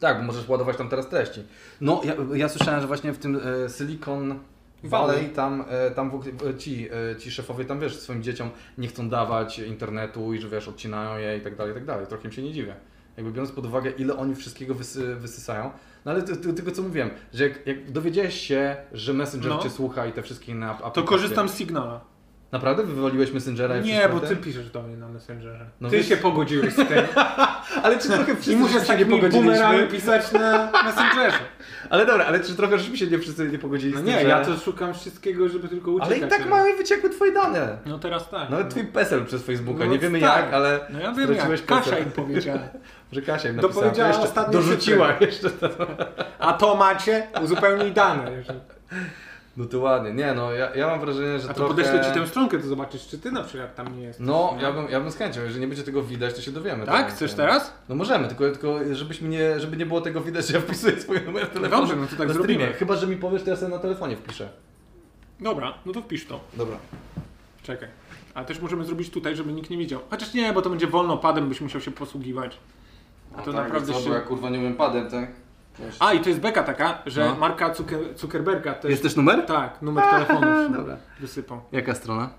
E: Tak, bo możesz ładować tam teraz treści. No, ja, ja słyszałem, że właśnie w tym e, Silicon Walej tam, e, tam w ogóle, e, ci, e, ci szefowie tam wiesz, swoim dzieciom nie chcą dawać internetu i że wiesz, odcinają je i tak dalej, i tak dalej. Trochę im się nie dziwię. Jakby biorąc pod uwagę, ile oni wszystkiego wysy, wysysają. No ale ty- ty- tylko co mówiłem, że jak, jak dowiedziałeś się, że Messenger
D: No.
E: cię słucha i te wszystkie inne ap-
D: To
E: aplikacje.
D: korzystam z Signala.
E: Naprawdę wywaliłeś Messengera i
D: Nie,
E: wszystko
D: bo
E: te?
D: ty piszesz do mnie na Messengerze.
E: tak? No
D: ty
E: wiesz-
D: się pogodziłeś z tym.
E: Ale czy trochę
D: I
E: wszyscy
D: muszę
E: się
D: z takimi
E: pogodziliśmy?
D: boomerami pisać na Messengerze.
E: Ale dobra, ale czy trochę żeśmy się nie wszyscy nie pogodzili
D: No
E: z tym,
D: nie,
E: że...
D: ja to szukam wszystkiego, żeby tylko uciekać. no.
E: Ale i tak
D: od-
E: mamy wyciekły twoje dane.
D: No teraz tak.
E: Nawet twój PESEL przez Facebooka,
D: No
E: nie wiemy
D: tak.
E: jak, ale
D: No ja wiem
E: straciłeś
D: jak, Kasia
E: PESEL.
D: im powiedziała.
E: Że Kasia im
D: Dopowiedziała
E: napisała, to jeszcze
D: ostatnie
E: dorzuciła jeszcze. To.
D: A to macie? Uzupełnij dane. jeszcze.
E: No to ładnie. Nie no, ja, ja mam wrażenie, że
D: A to
E: trochę...
D: podeślę ci tę stronkę, to zobaczysz, czy ty na przykład tam nie jesteś.
E: No, ja bym, ja bym z chęcią, jeżeli nie będzie tego widać, to się dowiemy.
D: Tak?
E: Tego.
D: Chcesz teraz?
E: No możemy, tylko, tylko żebyśmy nie, żeby nie było tego widać, że ja wpisuję swój numer telefonu
D: dobrze, no to tak
E: na
D: zrobimy.
E: streamie. Chyba, że mi powiesz, to ja sobie na telefonie wpiszę.
D: Dobra, no to wpisz to.
E: Dobra.
D: Czekaj. A też możemy zrobić tutaj, żeby nikt nie widział. Chociaż nie, bo to będzie wolno padem, byś musiał się posługiwać. A to naprawdę
E: tak, co,
D: się...
E: bo ja kurwa nie umiem padem, tak?
D: A i to jest beka taka, że
E: No.
D: marka Zucker... Zuckerberga też...
E: Jest też numer?
D: Tak, numer telefonu się
E: Dobra.
D: wysypał.
E: Jaka strona?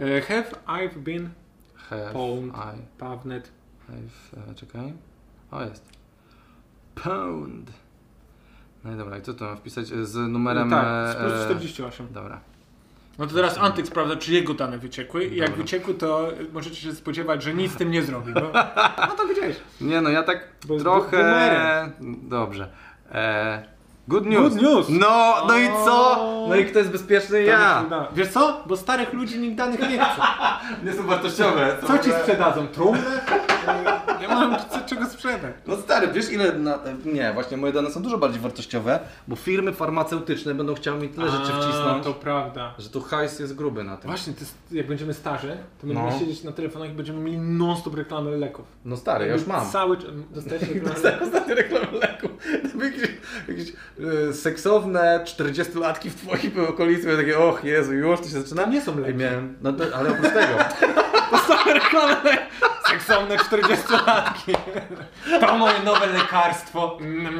D: E, have I've been
E: Have
D: Pwned.
E: I,
D: Pawnet.
E: I've, e, czekaj. O, jest. Pound. No i dobra, i co tu mam wpisać? E, Z numerem...
D: No tak, z
E: e,
D: plus
E: e,
D: 48.
E: Dobra.
D: No to teraz Antyk sprawdza, czy jego dane wyciekły. I jak
E: Dobra.
D: wyciekły, to możecie się spodziewać, że nic z tym nie zrobi. Bo... No to widziałeś.
E: Nie no, ja tak
D: Bo jest
E: trochę...
D: boomerem.
E: Dobrze. E, good news.
D: Good news.
E: No, no i co? No i kto jest bezpieczny? Ja.
D: Wiesz co? Bo starych ludzi nikt danych nie chce.
E: Nie są wartościowe.
D: Co ci sprzedadzą? Trumnę? Nie mam co, czego sprzedać.
E: No stary, wiesz ile... Na... Nie, właśnie moje dane są dużo bardziej wartościowe, bo firmy farmaceutyczne będą chciały mi tyle rzeczy wcisnąć.
D: To prawda.
E: Że tu hajs jest gruby na tym.
D: Właśnie, to jest, jak będziemy starzy, to będziemy
E: No.
D: siedzieć na telefonach i będziemy mieli non-stop reklamy leków.
E: No stary, ja już mam.
D: Cały czas... Dostajesz reklamy?
E: Dostałem ostatnio reklamę leku. To były jakieś, jakieś e, seksowne 40-latki w twojej okolicy. Były takie, och Jezu, już to się zaczyna.
D: Tam nie są leki.
E: I miałem, no to, ale oprócz tego.
D: Seksowne 40-latki. To moje nowe lekarstwo. Mm.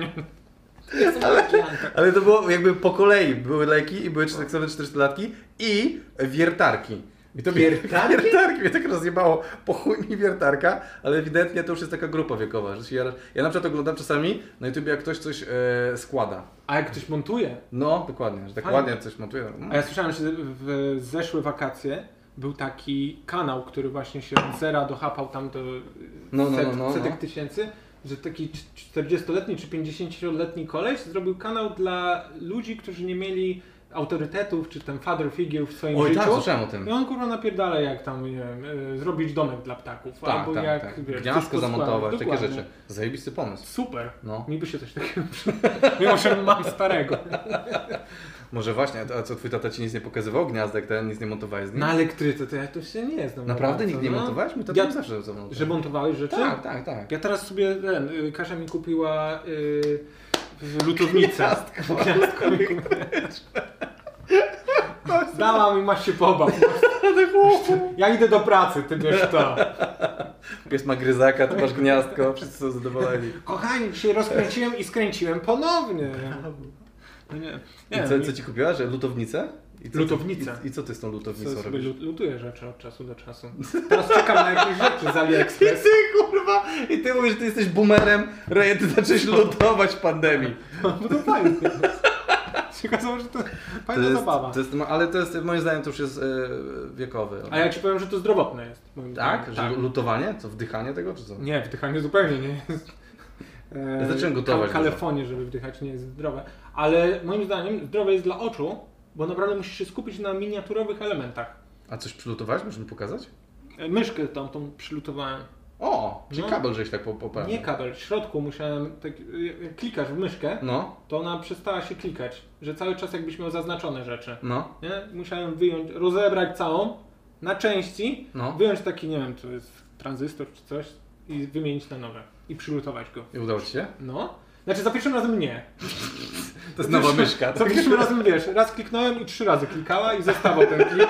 E: Ale to było jakby po kolei. Były leki i były seksowne 40-latki i wiertarki. I to wiertarki? Wiertarki mnie tak rozjebało. Po chuj mi wiertarka, ale ewidentnie to już jest taka grupa wiekowa. Że się ja, ja na przykład oglądam czasami na YouTube, jak ktoś coś e, składa.
D: A jak ktoś montuje,
E: No, dokładnie, że tak
D: Fajne.
E: ładnie coś montuje. Mm.
D: A ja słyszałem, że w zeszłe wakacje był taki kanał, który właśnie się od zera dochapał tam do
E: No, no,
D: set,
E: no, no,
D: setek
E: no.
D: tysięcy, że taki cz- 40-letni czy 50-letni koleś zrobił kanał dla ludzi, którzy nie mieli autorytetów czy tam father figure w swoim
E: Oj,
D: życiu.
E: tak, słyszałem o tym.
D: I on kurwa napierdala jak tam, nie wiem, y, zrobić domek dla ptaków,
E: Tak,
D: albo
E: tak,
D: jak,
E: tak.
D: wiesz,
E: Gniazdko
D: wszystko
E: zamontować,
D: składać.
E: takie
D: Dokładnie.
E: rzeczy. Zajebisty pomysł.
D: Super.
E: No.
D: Mi by się coś takiego przydało. Mimo, że mam starego.
E: Może właśnie, a co twój tata ci nic nie pokazywał? Gniazdek ten, nic nie montowałeś z nim?
D: Na elektryce to ja to się nie znam.
E: No Naprawdę
D: bardzo,
E: nikt nie
D: no.
E: montowałeś? Mój tata
D: Ja-
E: ja... zawsze zamontował.
D: Że montowałeś rzeczy?
E: Tak, tak, tak.
D: Ja teraz sobie ten, y, Kasia mi kupiła y, w- lutownicę. Gniazdko. mi kupiła. Dała mi, masz się pobaw. Ja idę do pracy, ty wiesz to.
E: Pies ma gryzaka, ty masz gniazdko, wszyscy są zadowoleni.
D: Kochani, dzisiaj rozkręciłem i skręciłem ponownie. No nie, nie
E: I co, co ci kupiła? Że lutownicę? I co,
D: Lutownicę.
E: I, I co ty z tą lutownicą
D: No, co, sobie
E: robisz?
D: lu- lutuję rzeczy od czasu do czasu. Teraz czekam na jakieś rzeczy z AliExpress.
E: kurwa! I ty mówisz, że ty jesteś boomerem, Rejet, ty zacząłeś lutować w pandemii.
D: No to fajnie. Się okazało, że to
E: To
D: fajna
E: jest,
D: zabawa.
E: to jest, ale to jest, moim zdaniem, to już jest e, wiekowy.
D: A ja ci powiem, że to zdrowotne jest. Moim
E: Tak?
D: zdaniem.
E: Że lutowanie? Co, wdychanie tego, czy co?
D: Nie, wdychanie zupełnie nie jest. E,
E: Ja zacząłem gotować
D: Ka- kalefonie, żeby wdychać, nie jest zdrowe. Ale moim zdaniem zdrowe jest dla oczu, bo naprawdę musisz się skupić na miniaturowych elementach.
E: A coś przylutowałeś? Możesz mi pokazać?
D: E, Myszkę tą, tą przylutowałem.
E: O, czyli
D: No.
E: kabel żeś tak po- poprawił.
D: Nie kabel, w środku musiałem, tak, y, jak klikasz w myszkę,
E: No,
D: to ona przestała się klikać, że cały czas jakbyś miał zaznaczone rzeczy.
E: no.
D: Nie? Musiałem wyjąć, rozebrać całą na części,
E: No.
D: wyjąć taki, nie wiem, to jest tranzystor czy coś i wymienić na nowe i przylutować go.
E: I udało ci się?
D: No. Znaczy za pierwszym razem nie.
E: To jest nowa myszka.
D: Za pierwszym razem wiesz, raz kliknąłem i trzy razy klikała i zostawał ten klik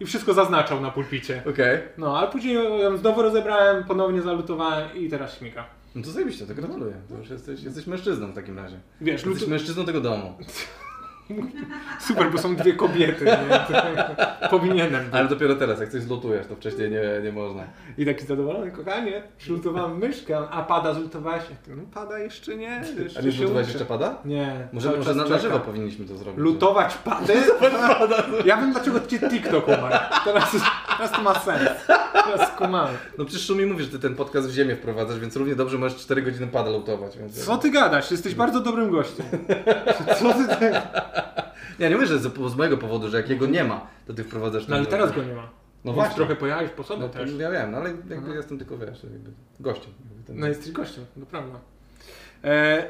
D: i wszystko zaznaczał na pulpicie.
E: Okej.
D: No, ale później ją znowu rozebrałem, ponownie zalutowałem i teraz śmiga.
E: No to zajebiście, to gratuluję. To już jesteś, jesteś mężczyzną w takim razie.
D: Wiesz, no
E: Jesteś
D: lutu...
E: mężczyzną tego domu.
D: Super, bo są dwie kobiety. Nie? To Powinienem.
E: Ale dopiero teraz, jak coś zlutujesz, to wcześniej nie, nie można.
D: I taki zadowolony, kochanie, przylutowałem myszkę, a pada zlutowałeś? Ja tak, No pada jeszcze nie, jeszcze
E: A nie
D: się
E: zlutowałeś
D: uczę.
E: jeszcze pada?
D: Nie.
E: Może,
D: cały
E: może
D: czas
E: na, na
D: czekam.
E: żywo powinniśmy to zrobić.
D: Lutować pady? Ja wiem dlaczego cię TikTok umarł. Teraz, teraz to ma sens. Teraz kumamy.
E: No przecież Szumi mówi, że ty ten podcast w ziemię wprowadzasz, więc równie dobrze możesz 4 godziny pada lutować. Więc
D: Co ty gadasz? Jesteś bardzo dobrym gościem. Co ty... tak-
E: Ja nie mówię, że z, z mojego powodu, że jak jego nie ma, to ty wprowadzasz...
D: No ale
E: ten-
D: teraz go nie ma.
E: No
D: Więc
E: właśnie.
D: Trochę pojechałeś po sobie
E: No to
D: też. Mhm.
E: ja wiem, no ale jakby
D: Aha.
E: jestem tylko, wiesz, jakby gościem. Jakby ten...
D: No jesteś gościem, to prawda. E,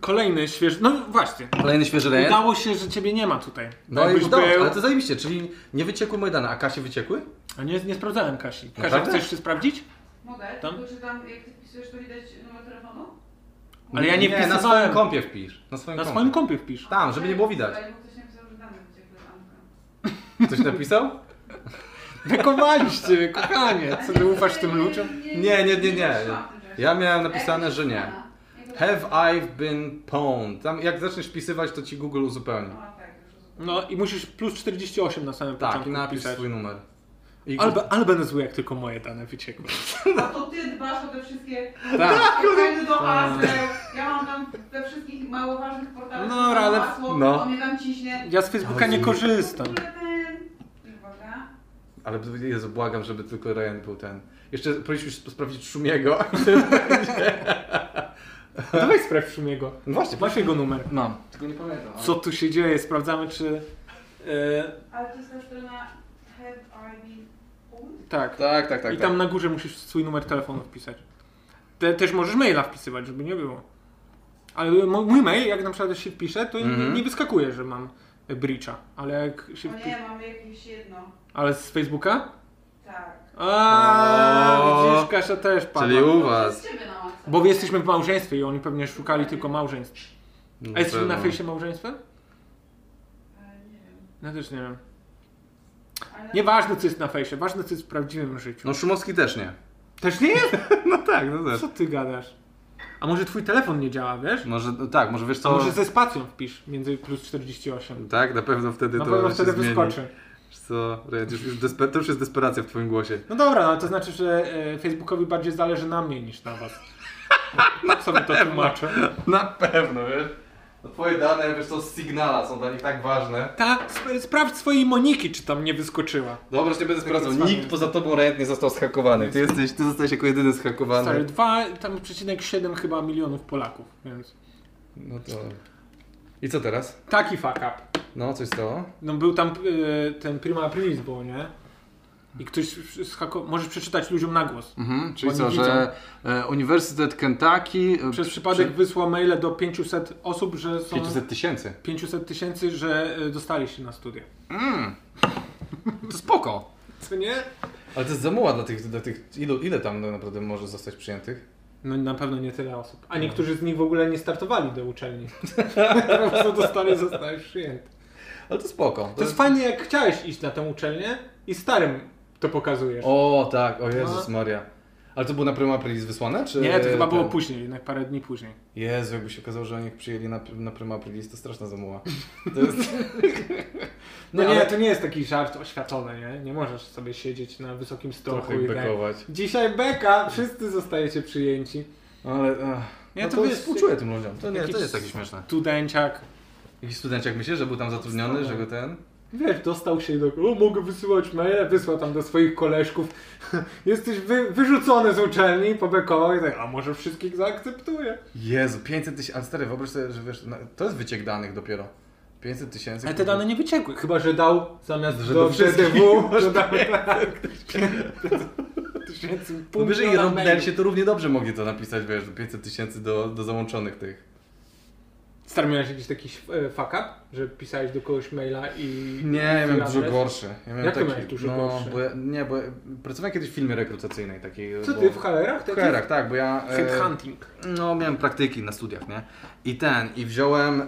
D: kolejny świeży... No właśnie.
E: Kolejny świeży rejent.
D: Udało się, że ciebie nie ma tutaj.
E: No i
D: Jakbyś
E: udało, się,
D: był-
E: ale to zajebiście, czyli nie wyciekły Majdana, a Kasie wyciekły?
D: A nie, nie sprawdzałem Kasi. Kasia,
E: Naprawdę?
D: chcesz się sprawdzić?
G: Mogę?
D: Tam?
G: Tylko czy tam, jak ty wpisujesz, to widać numer telefonu?
D: Ale ja nie,
E: na swoim
D: wpisywałem.
E: kompie wpisz. Na swoim,
D: na
E: kompie.
D: swoim kompie wpisz.
E: Tam, żeby nie było widać.
G: Tutaj mu ktoś napisał, że dane wyciekły, Anka.
E: Ktoś napisał?
D: Wykowaliście, mnie, kochanie. Co ty ufasz tym ludziom?
E: Nie, nie, nie, nie.
G: wytrzymałam w tym czasie.
E: Ja miałem
G: A jak
E: napisane,
G: jest
E: że nie.
G: znana? Jak to-
E: Have I been pwned? Tam jak zaczniesz pisywać, to ci Google uzupełni.
G: A, tak, już rozumiem.
D: No i musisz plus 48 na samym
E: Tak, i
D: początku
E: napisz
D: wpisać.
E: swój numer. I
D: Ale, ale będę zły, jak tylko moje dane wyciekły.
G: A to ty dbasz o te wszystkie
D: Tak.
G: Wejdę do haseł. Ja mam tam we wszystkich mało ważnych portalach.
D: No
G: mam
D: dobra, ale-
G: Hasło,
E: no.
G: On mnie tam ciśnie.
D: Ja z Facebooka nie korzystam.
G: W ogóle ten- Uwaga.
E: Ale Jezu, błagam, żeby tylko Ryan był ten. Jeszcze powinniśmy sprawdzić Szumiego.
D: No Dawaj sprawdź Szumiego.
E: No właśnie,
D: Masz jego numer.
E: mam. Tylko nie pamiętam.
D: Co tu się dzieje? Sprawdzamy, czy... e,
G: Ale to jest ta strona Have I Been Owned?
D: tak.
E: Tak, tak, tak.
D: I tam na górze musisz swój numer telefonu wpisać. Te, też możesz maila wpisywać, żeby nie było. Ale mo- mój mail, jak na przykład się wpiszę, to
E: Mhm.
D: nie, nie wyskakuje, że mam e, breacha. Ale jak się
G: O
D: wpiszę...
G: nie, mamy jakieś jedno.
D: Ale z Facebooka?
G: Tak.
D: A,
E: O.
D: widzisz, Kasia też padła.
E: Czyli u
G: To jest
E: was.
G: z ciebie na łatce.
D: Bo jesteśmy w małżeństwie i oni pewnie szukali tylko małżeństw. A jesteśmy na
E: pewno.
D: fejsie małżeństwem?
G: Ale nie wiem.
D: Ja też nie wiem.
G: Ale
D: Nieważne co jest na fejsie, ważne co jest w prawdziwym życiu.
E: No Szumowski też nie.
D: Też nie jest?
E: No tak, no też.
D: Co ty gadasz? A może twój telefon nie działa, wiesz?
E: Może, no tak, może wiesz
D: A
E: co...
D: może ze spacją wpisz między plus 48.
E: Tak, na pewno wtedy
D: Na
E: to
D: pewno
E: się
D: wtedy
E: zmieni.
D: wyskoczy.
E: Wiesz Co, Ryan, już, już desper... to już jest desperacja w twoim głosie.
D: No dobra, no to znaczy, że e, Facebookowi bardziej zależy na mnie niż na was. Tak sobie to tłumaczę.
E: Na pewno, wiesz. No twoje dane, wiesz co, z Signala są dla nich tak ważne.
D: Tak, sp- sprawdź swojej Moniki, czy tam nie wyskoczyła.
E: Dobra, już nie będę sprawdzał.
D: jest
E: Nikt
D: fajnie.
E: poza tobą Ryan nie został zhakowany. Ty, jesteś, ty zostałeś jako jedyny
D: Stary,
E: zhakowany.
D: 2, tam przecinek 7 chyba milionów Polaków, więc
E: No to... I co teraz?
D: taki fuck up.
E: No, coś stało?
D: No był tam y, ten Prima Aprilis było, nie? I ktoś zhako... Możesz przeczytać ludziom na głos.
E: Mhm,
D: czyli Bo nie co, że,
E: e, Uniwersytet Kentucky... e,
D: Przez przypadek wysłał maile do 500 osób, że są
E: 500 tysięcy.
D: 500 tysięcy, że y, dostali się na studia.
E: To spoko.
D: Co nie?
E: Ale to jest za muła dla tych... Dla tych ilu, ile tam tak naprawdę może zostać przyjętych?
D: No na pewno nie tyle osób. A niektórzy z nich w ogóle nie startowali do uczelni. Po prostu dostali, zostałeś przyjęty.
E: Ale to spoko. To,
D: To jest fajnie, jak chciałeś iść na tę uczelnię i starym to pokazujesz.
E: O tak, o Jezus Maria. Ale to było na Prima Aprilis wysłane? Czy
D: nie, to chyba było
E: ten?
D: później, jednak parę dni później.
E: Jezu, jakby się okazało, że oni ich przyjęli na, na Prima Aprilis, to straszna zamuła. To jest...
D: No
E: Nie,
D: nie,
E: ale-
D: to nie jest taki żart oświatowy, nie? Nie możesz sobie siedzieć na wysokim stołku
E: Trochę
D: i
E: ich
D: tak.
E: bekować.
D: Dzisiaj beka, wszyscy zostajecie przyjęci.
E: Ale... Ach,
D: Nie,
E: no
D: to
E: to,
D: wiesz,
E: współczuję tym ludziom. To nie,
D: jakiś-
E: to jest takie śmieszne.
D: Studenciak,
E: Jakiś student, jak myślisz, że był tam zatrudniony, że go ten...
D: wiesz, dostał się do... O, mogę wysyłać maile, wysłał tam do swoich koleżków. Jesteś wy, wyrzucony z uczelni, pobekował i tak, a może wszystkich zaakceptuję.
E: Jezu, 500 tysięcy... Ale stary, wyobraź sobie, że wiesz, no, to jest wyciek danych dopiero. 500 tysięcy...
D: Ale te dane nie wyciekły, chyba że dał zamiast
E: Że
D: do,
E: do wszystkich
D: DDW, to dał tak. Tysięcy
E: No
D: punktów
E: wyżej
D: na
E: jedną
D: mailu.
E: się to równie dobrze mogli to napisać, wiesz, 500 tysięcy do, do załączonych tych.
D: Stary, miałeś jakiś taki e, fuck up, że pisałeś do kogoś maila i...
E: Nie, ja miałem
D: Adres?
E: dużo gorszy. Ja miałem
D: Jak ty
E: taki,
D: miałeś dużo
E: no,
D: gorszy?
E: Bo ja, nie, bo ja pracowałem kiedyś w filmie rekrutacyjnej takiej.
D: Co
E: bo,
D: ty, w HR-ach?
E: w
D: takich?
E: HR-ach, tak, bo ja. e,
D: Headhunting.
E: No, miałem praktyki na studiach, nie? I ten, i wziąłem, e,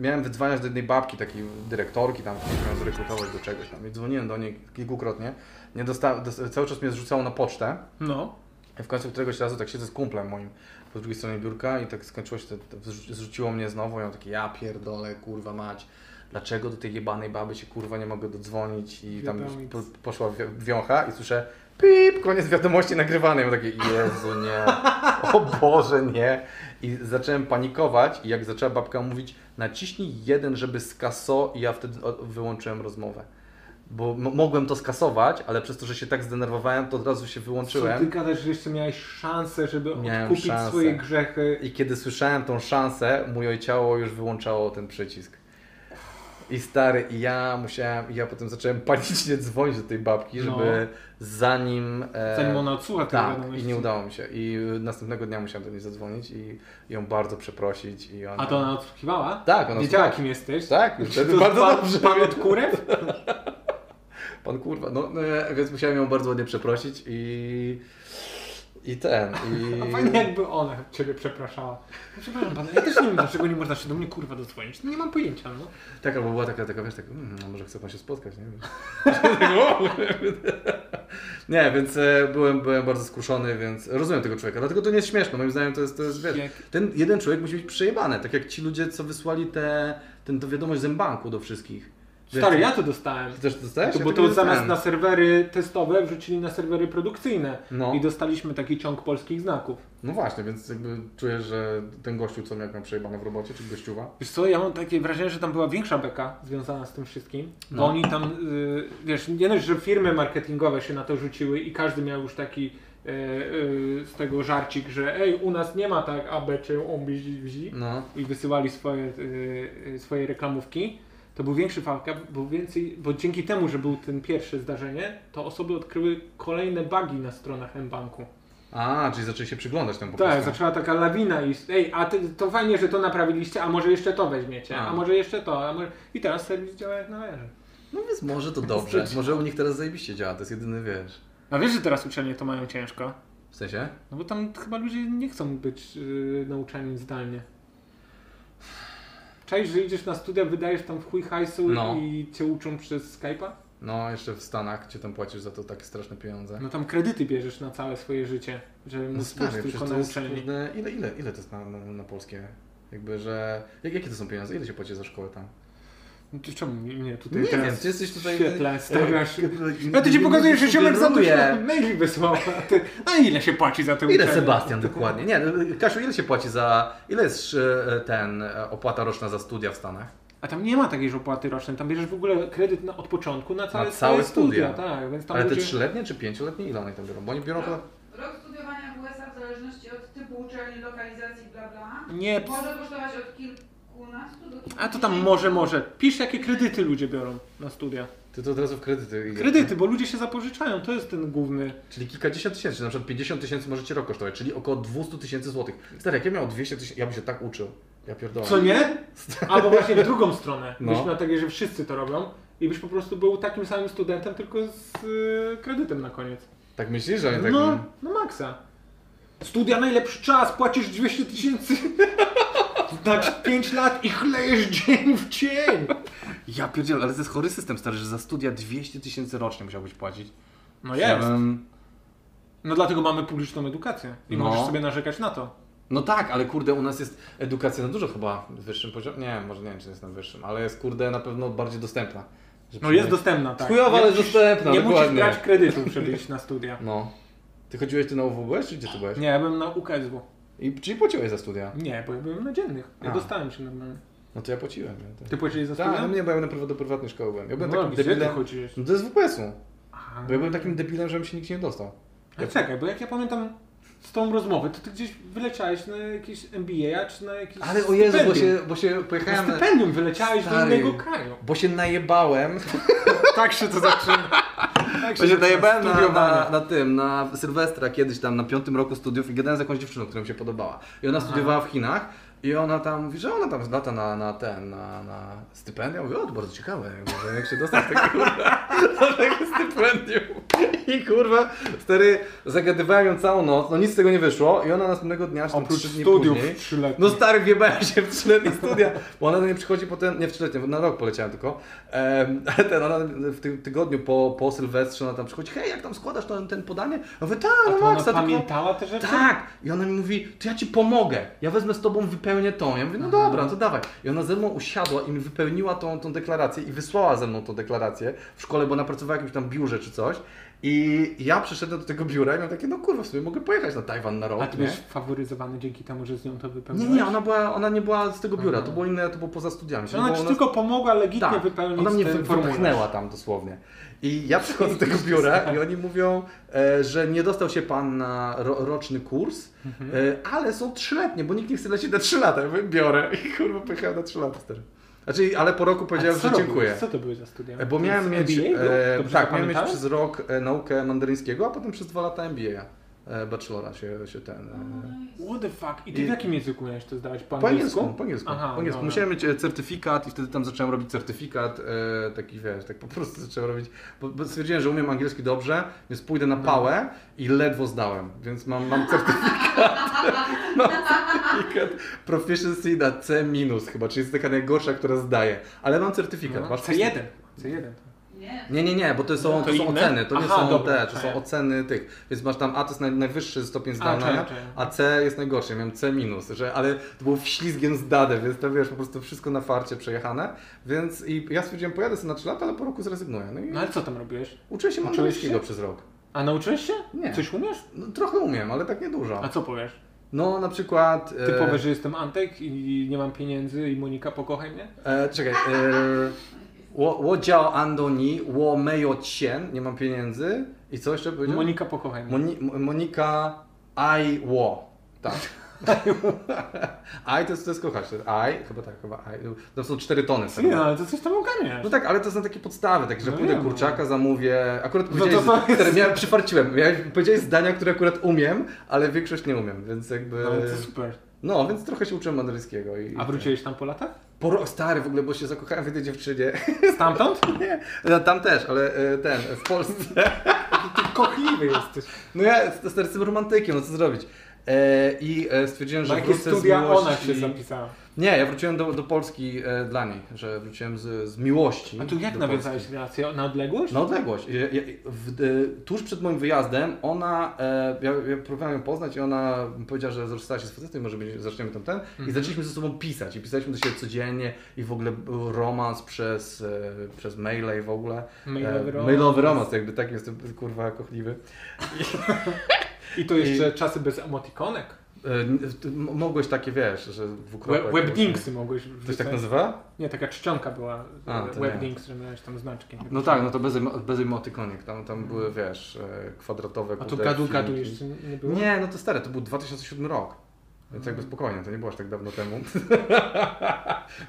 E: miałem wydzwaniać do jednej babki, takiej dyrektorki tam, którą miałem zrekrutować do czegoś tam. I dzwoniłem do niej kilkukrotnie. Nie dosta- dos- cały czas mnie zrzucało na pocztę.
D: No.
E: I w końcu któregoś razu tak siedzę z kumplem moim po drugiej stronie biurka i tak skończyło się, to, to zrzu- zrzuciło mnie znowu i on taki, ja pierdolę, kurwa mać, dlaczego do tej jebanej baby się kurwa nie mogę dodzwonić i tam już
D: Wiadomic.
E: po, poszła wi- wiącha i słyszę pip, koniec wiadomości nagrywanej. Ja takie, Jezu nie, o Boże nie. I zacząłem panikować i jak zaczęła babka mówić, naciśnij jeden, żeby skaso i ja wtedy o- wyłączyłem rozmowę. Bo m- mogłem to skasować, ale przez to, że się tak zdenerwowałem, to od razu się wyłączyłem.
D: Ty gadasz, że jeszcze miałeś szansę, żeby
E: Miałem
D: odkupić
E: szansę.
D: swoje grzechy.
E: I kiedy słyszałem tą szansę, moje ciało już wyłączało ten przycisk. I stary, i ja musiałem, i ja potem zacząłem panicznie dzwonić do tej babki,
D: No.
E: żeby zanim... E,
D: Zanim ona odsłucha tę
E: Tak,
D: wiadomość.
E: i nie udało mi się. I następnego dnia musiałem do niej zadzwonić i ją bardzo przeprosić. I ona...
D: A to ona odsłuchiwała?
E: Tak, ona
D: Wiedziała,
E: słuchała.
D: kim jesteś?
E: Tak, już
D: Czy
E: wtedy
D: to
E: bardzo
D: pan,
E: dobrze.
D: Pan od kurew?
E: Pan kurwa, no, e, więc musiałem ją bardzo ładnie przeprosić i... I ten, i...
D: Fajnie jakby ona ciebie przepraszała. No Przepraszam pana, ja też nie wiem dlaczego nie można się do mnie kurwa dodzwonić. Nie mam pojęcia, no.
E: Tak, albo była taka, taka wiesz, tak, mm, no może chce pan się spotkać, nie wiem. nie, więc e, byłem, byłem bardzo skruszony, więc rozumiem tego człowieka. Dlatego to nie jest śmieszne, moim zdaniem to jest, to jest wiesz,
D: Jak-
E: ten jeden człowiek musi być przejebany, tak jak ci ludzie, co wysłali te, ten, tę wiadomość z mBanku do wszystkich. Wiesz,
D: Stary, ja to dostałem.
E: Ty też dostałeś?
D: To,
E: Ja
D: bo
E: tego
D: to
E: nie
D: zamiast
E: dostałem.
D: na serwery testowe wrzucili na serwery produkcyjne.
E: No.
D: I dostaliśmy taki ciąg polskich znaków.
E: No właśnie, więc jakby czuję, że ten gościu, co miał miał przejebane w robocie, czy gościuwa,
D: Wiesz co, ja mam takie wrażenie, że tam była większa beka związana z tym wszystkim, bo
E: No.
D: oni tam, y, wiesz, nie dość, że firmy marketingowe się na to rzuciły i każdy miał już taki y, y, z tego żarcik, że ej, u nas nie ma tak AB cię wzi
E: no.
D: i wysyłali swoje, y, y, swoje reklamówki, to był większy falka, bo więcej, bo dzięki temu, że był ten pierwsze zdarzenie, to osoby odkryły kolejne bugi na stronach mBanku.
E: A, czyli zaczęli się przyglądać temu po
D: Tak,
E: prostu.
D: zaczęła taka lawina i ej, a ty, to fajnie, że to naprawiliście, a może jeszcze to weźmiecie, a,
E: A.
D: może jeszcze to, a może... I teraz serwis działa jak należy.
E: No więc może to dobrze, może u nich teraz zajebiście działa, to jest jedyny, wiesz,
D: A wiesz, że teraz uczelnie to mają ciężko?
E: w sensie?
D: No bo tam chyba ludzie nie chcą być yy, nauczani zdalnie. Cześć, że idziesz na studia, wydajesz tam w chuj hajsu
E: No.
D: i cię uczą przez Skype'a?
E: No, jeszcze w Stanach, gdzie tam płacisz za to takie straszne pieniądze.
D: No tam kredyty bierzesz na całe swoje życie, żeby
E: No
D: móc
E: stary,
D: być
E: przecież
D: tylko
E: to
D: na
E: jest,
D: uczelni.
E: kurde, ile, ile, ile to jest na, na, na polskie? Jakby, że... Jak, jakie to są pieniądze? Ile się płaci za szkołę tam?
D: No to czemu mnie tutaj
E: Nie
D: teraz...
E: wiem, ty jesteś tutaj...
D: świetle stawiasz.
E: Ja
D: No ty ci pokazujesz, że ziomek za dużo
E: sugeruję.
D: maili wysłał. A, ty, a ile się płaci za tę
E: Ile
D: uczelnię?
E: Sebastian dokładnie? Nie, no, Kasiu, ile się płaci za... Ile jest e, ten e, opłata roczna za studia w Stanach?
D: A tam nie ma takiej opłaty rocznej, tam bierzesz w ogóle kredyt na, od początku na całe,
E: Na
D: swoje
E: całe
D: studia.
E: studia.
D: Tak, więc tam
E: Ale te
D: ludzie...
E: trzyletnie czy pięcioletnie? Ile oni tam biorą? Bo oni biorą chyba...
G: Rok studiowania w USA w zależności od typu uczelni, lokalizacji, bla bla,
D: Nie, p-
G: może kosztować od kilkunastu do kilkudziesięciu.
D: a to tam może, może. Pisz jakie kredyty ludzie biorą na studia.
E: Ty to od razu w kredyty idziesz,
D: Kredyty, bo ludzie się zapożyczają, to jest ten główny...
E: Czyli kilkadziesiąt tysięcy, na przykład 50 tysięcy możecie rok kosztować, czyli około 200 tysięcy złotych. Stary, jak ja miał 200 tysięcy, ja bym się tak uczył. Ja pierdolę.
D: Co nie? Albo właśnie w drugą stronę.
E: No.
D: Byś miał takie, że wszyscy to robią i byś po prostu był takim samym studentem, tylko z y, kredytem na koniec.
E: Tak myślisz, że oni tak...
D: No, no maksa. Studia najlepszy czas, płacisz 200 tysięcy. Dać 5 lat i chlejesz dzień w dzień.
E: Ja pierdzielę, ale to jest chory system stary, że za studia 200 tysięcy rocznie musiałbyś płacić.
D: No
E: Ja
D: jest.
E: bym-
D: No dlatego mamy publiczną edukację i
E: No.
D: możesz sobie narzekać na to.
E: No tak, ale kurde, u nas jest edukacja na dużo chyba wyższym poziomie. Nie, może nie wiem, czy jest na wyższym, ale jest kurde na pewno bardziej dostępna. Że
D: No jest
E: przynajmniej-
D: dostępna, tak.
E: Chujowa,
D: Nie
E: ale
D: musisz-
E: dostępna,
D: Nie musisz
E: dokładnie.
D: brać kredytu, żeby iść na studia.
E: No. Ty chodziłeś ty na UW byłeś, czy gdzie ty byłeś?
D: Nie, ja byłem na UKSW.
E: I, czyli płaciłeś za studia?
D: Nie, bo ja byłem na dziennych. Ja
E: A.
D: dostałem się normalnie.
E: No to ja płaciłem. Ja
D: Ty płaciłeś za
E: Tak,
D: studia?
E: no nie, bo ja na prywa- do prywatnej szkoły byłem. Ja byłem
D: no,
E: takim
D: gdzie ty
E: debilem.
D: chodziłeś?
E: No to jest WPS-u.
D: Aha.
E: Bo ja byłem takim debilem, żebym się nikt nie dostał.
D: Ale czekaj, bo jak ja pamiętam z tą rozmowę, to ty gdzieś wyleciałeś na jakieś MBA czy na jakieś
E: Ale o Jezu, bo
D: stypendium.
E: się, bo się
D: Na
E: pojechałem... na-
D: stypendium wyleciałeś do
E: Stary.
D: innego kraju.
E: Bo się najebałem.
D: Tak się to zaczyna. Tak
E: Bo się
D: zaczyna
E: najebałem na,
D: studiowanie.
E: na, na tym, na Sylwestra kiedyś tam, na piątym roku studiów i gadałem z jakąś dziewczyną, która mi się podobała. I ona studiowała w Chinach i ona tam mówi, że ona tam lata na, na ten, na, na stypendium. Ja mówię, o, to bardzo ciekawe, jakby, że jak się dostać do takiego, do takiego stypendium. I kurwa, stary, zagadywałem ją całą noc, no nic z tego nie wyszło i ona następnego dnia, czy tam
D: Oprócz
E: trzy dni
D: studiów
E: później,
D: trzyletnich.
E: no stary, wjebałem się w trzyletnie studia, bo ona do mnie przychodzi potem, nie w trzyletnie, na rok poleciałem tylko, em, ale ten, ona w tym tygodniu po, po Sylwestrze, ona tam przychodzi, hej, jak tam składasz ten, ten podanie? Ja mówię, tak,
D: A
E: no
D: to ona
E: maksa, tylko...
D: pamiętała te rzeczy?
E: Tak! I ona mi mówi, to ja ci pomogę, ja wezmę z tobą, wypełnię tą. Ja mówię, no dobra, to dawaj. I ona ze mną usiadła i mi wypełniła tą, tą deklarację i wysłała ze mną tą deklarację w szkole, bo ona pracowała w jakimś tam biurze czy coś. I ja przyszedłem do tego biura i miałem takie, no kurwa, w sumie mogę pojechać na Tajwan na rok,
D: A ty
E: nie?
D: byłeś faworyzowany dzięki temu, że z nią to
E: Nie,
D: wypełniłeś?
E: nie, ona, była, ona nie była z tego biura, to było inne, to było poza studiami.
D: Czy ona
E: Było
D: ci
E: u nas- Tak,
D: tylko pomogła legitnie wypełnić
E: ona mnie
D: ten
E: wy-
D: formularz?
E: wypchnęła tam dosłownie. I ja przychodzę do tego biura i oni mówią, e, że nie dostał się pan na ro, roczny kurs,
D: Mhm.
E: e, ale są trzyletnie, bo nikt nie chce lecieć na trzy lata. Ja mówię, biorę i kurwa pojechałem na trzy lata stary. Znaczy, ale po roku
D: A
E: powiedziałem,
D: co
E: że dziękuję.
D: robiłeś? Co to były za studia?
E: E, Bo miałem
D: Z
E: mieć,
D: MBA był?
E: e,
D: Dobrze
E: tak, miałem mieć
D: zapamiętałem?
E: przez rok e, naukę mandaryńskiego, a potem przez dwa lata MBA. E, bachelora się, się ten... E,
D: What the fuck? I ty
E: I-
D: w jakim języku miałeś to zdawać? Po
E: po
D: angielsku?
E: angielsku, po angielsku.
D: Aha,
E: po angielsku.
D: dobra.
E: Musiałem mieć e, certyfikat i wtedy tam zacząłem robić certyfikat, e, taki wiesz, tak po prostu zacząłem robić, bo, bo stwierdziłem, że umiem angielski dobrze, więc pójdę
D: No.
E: na pałę i ledwo zdałem, więc mam, mam certyfikat, mam certyfikat proficiency na C minus chyba, czyli jest taka najgorsza, która zdaje, ale mam certyfikat.
D: No,
E: masz-
D: C1. C1.
G: Nie.
E: Nie, nie, nie, bo to są, to
D: To
E: są
D: inne?
E: oceny, to nie
D: Aha,
E: są
D: dobra,
E: te, to
D: czekaj.
E: są oceny tych. Więc masz tam A to jest naj, najwyższy stopień zdania,
D: czekaj, czekaj.
E: a C jest najgorszy, ja miałem C minus, że, ale to było wślizgiem zdane, więc to wiesz, po prostu wszystko na farcie przejechane. Więc i ja stwierdziłem, pojadę sobie na 3 lata, ale po roku zrezygnuję. No i
D: No ale co tam robiłeś?
E: uczyłem się
D: uczyłeś
E: mandaryńskiego
D: się?
E: przez rok.
D: A nauczyłeś się?
E: Nie.
D: Coś umiesz?
E: No, trochę umiem, ale tak niedużo.
D: A co powiesz?
E: No na przykład...
D: Ty powiesz, że jestem Antek i nie mam pieniędzy i Monika pokochaj mnie?
E: E, czekaj. E, Wo wo dział Andoni, wo meio cien, nie mam pieniędzy. I co jeszcze powiedział?
D: No, Monika pokochaj mnie.
E: Moni Mo- Monika I Wo. Tak. I to jest, to jest kochać. to jest I, chyba tak, chyba I. To są cztery tony.
D: Nie, no, ale to coś tam ogarniasz.
E: No tak, ale to są takie podstawy, tak, że
D: No
E: pójdę
D: wiem,
E: kurczaka, zamówię. Akurat
D: No
E: powiedziałeś,
D: to to jest-
E: teraz miałem, przyparciłem, miałeś, powiedziałeś zdania, które akurat umiem, ale większość nie umiem, więc jakby.
D: Ale to super.
E: No, więc trochę się uczyłem mandaryńskiego. tak, I, tak.
D: A wróciłeś tam po latach?
E: Po, ro- stary w ogóle, bo się zakochałem w tej dziewczynie.
D: Stamtąd?
E: Nie, no, tam też, ale e, ten, w Polsce.
D: Kochliwy jesteś.
E: No ja z- stary jestem romantykiem, no co zrobić? E, I e, stwierdziłem, że
D: Na jakie
E: wrócę z
D: studia
E: miłości.
D: ona się zapisała?
E: Nie, ja wróciłem do, do Polski e, dla niej, że wróciłem z, z miłości.
D: A tu jak
E: Mm, do
D: nawiązałeś
E: Polski. No,
D: relację? Na odległość?
E: Na odległość. Ja, ja, w, e, tuż przed moim wyjazdem ona, e, ja, ja próbowałem ją poznać i ona powiedziała, że rozstała się z facetem, może będzie- zaczniemy tam ten.
D: Mhm.
E: I zaczęliśmy ze sobą pisać. I pisaliśmy do siebie codziennie i w ogóle był romans przez, e, przez maile i w ogóle. E,
D: Mailowy romans.
E: Mailowy romans, jakby tak jestem kurwa kochliwy.
D: I to jeszcze czasy bez emotikonek.
E: E, n- ty m- Mogłeś takie, wiesz, że
D: We-
E: dwukropek.
D: Webdingsy mogłeś
E: Coś
D: wrzucać.
E: tak nazywa?
D: Nie, taka czcionka była.
E: A,
D: e,
E: to
D: Webdings, że miałeś tam znaczki.
E: No tak, no to bez, emo- bez emotykoniek. Tam, tam były, wiesz, e, kwadratowe
D: A tu
E: kurde,
D: gadu gadu
E: filmiki.
D: jeszcze nie było?
E: Nie, no to stare, to był 2007 rok. Więc jakby spokojnie, to nie było aż tak dawno temu.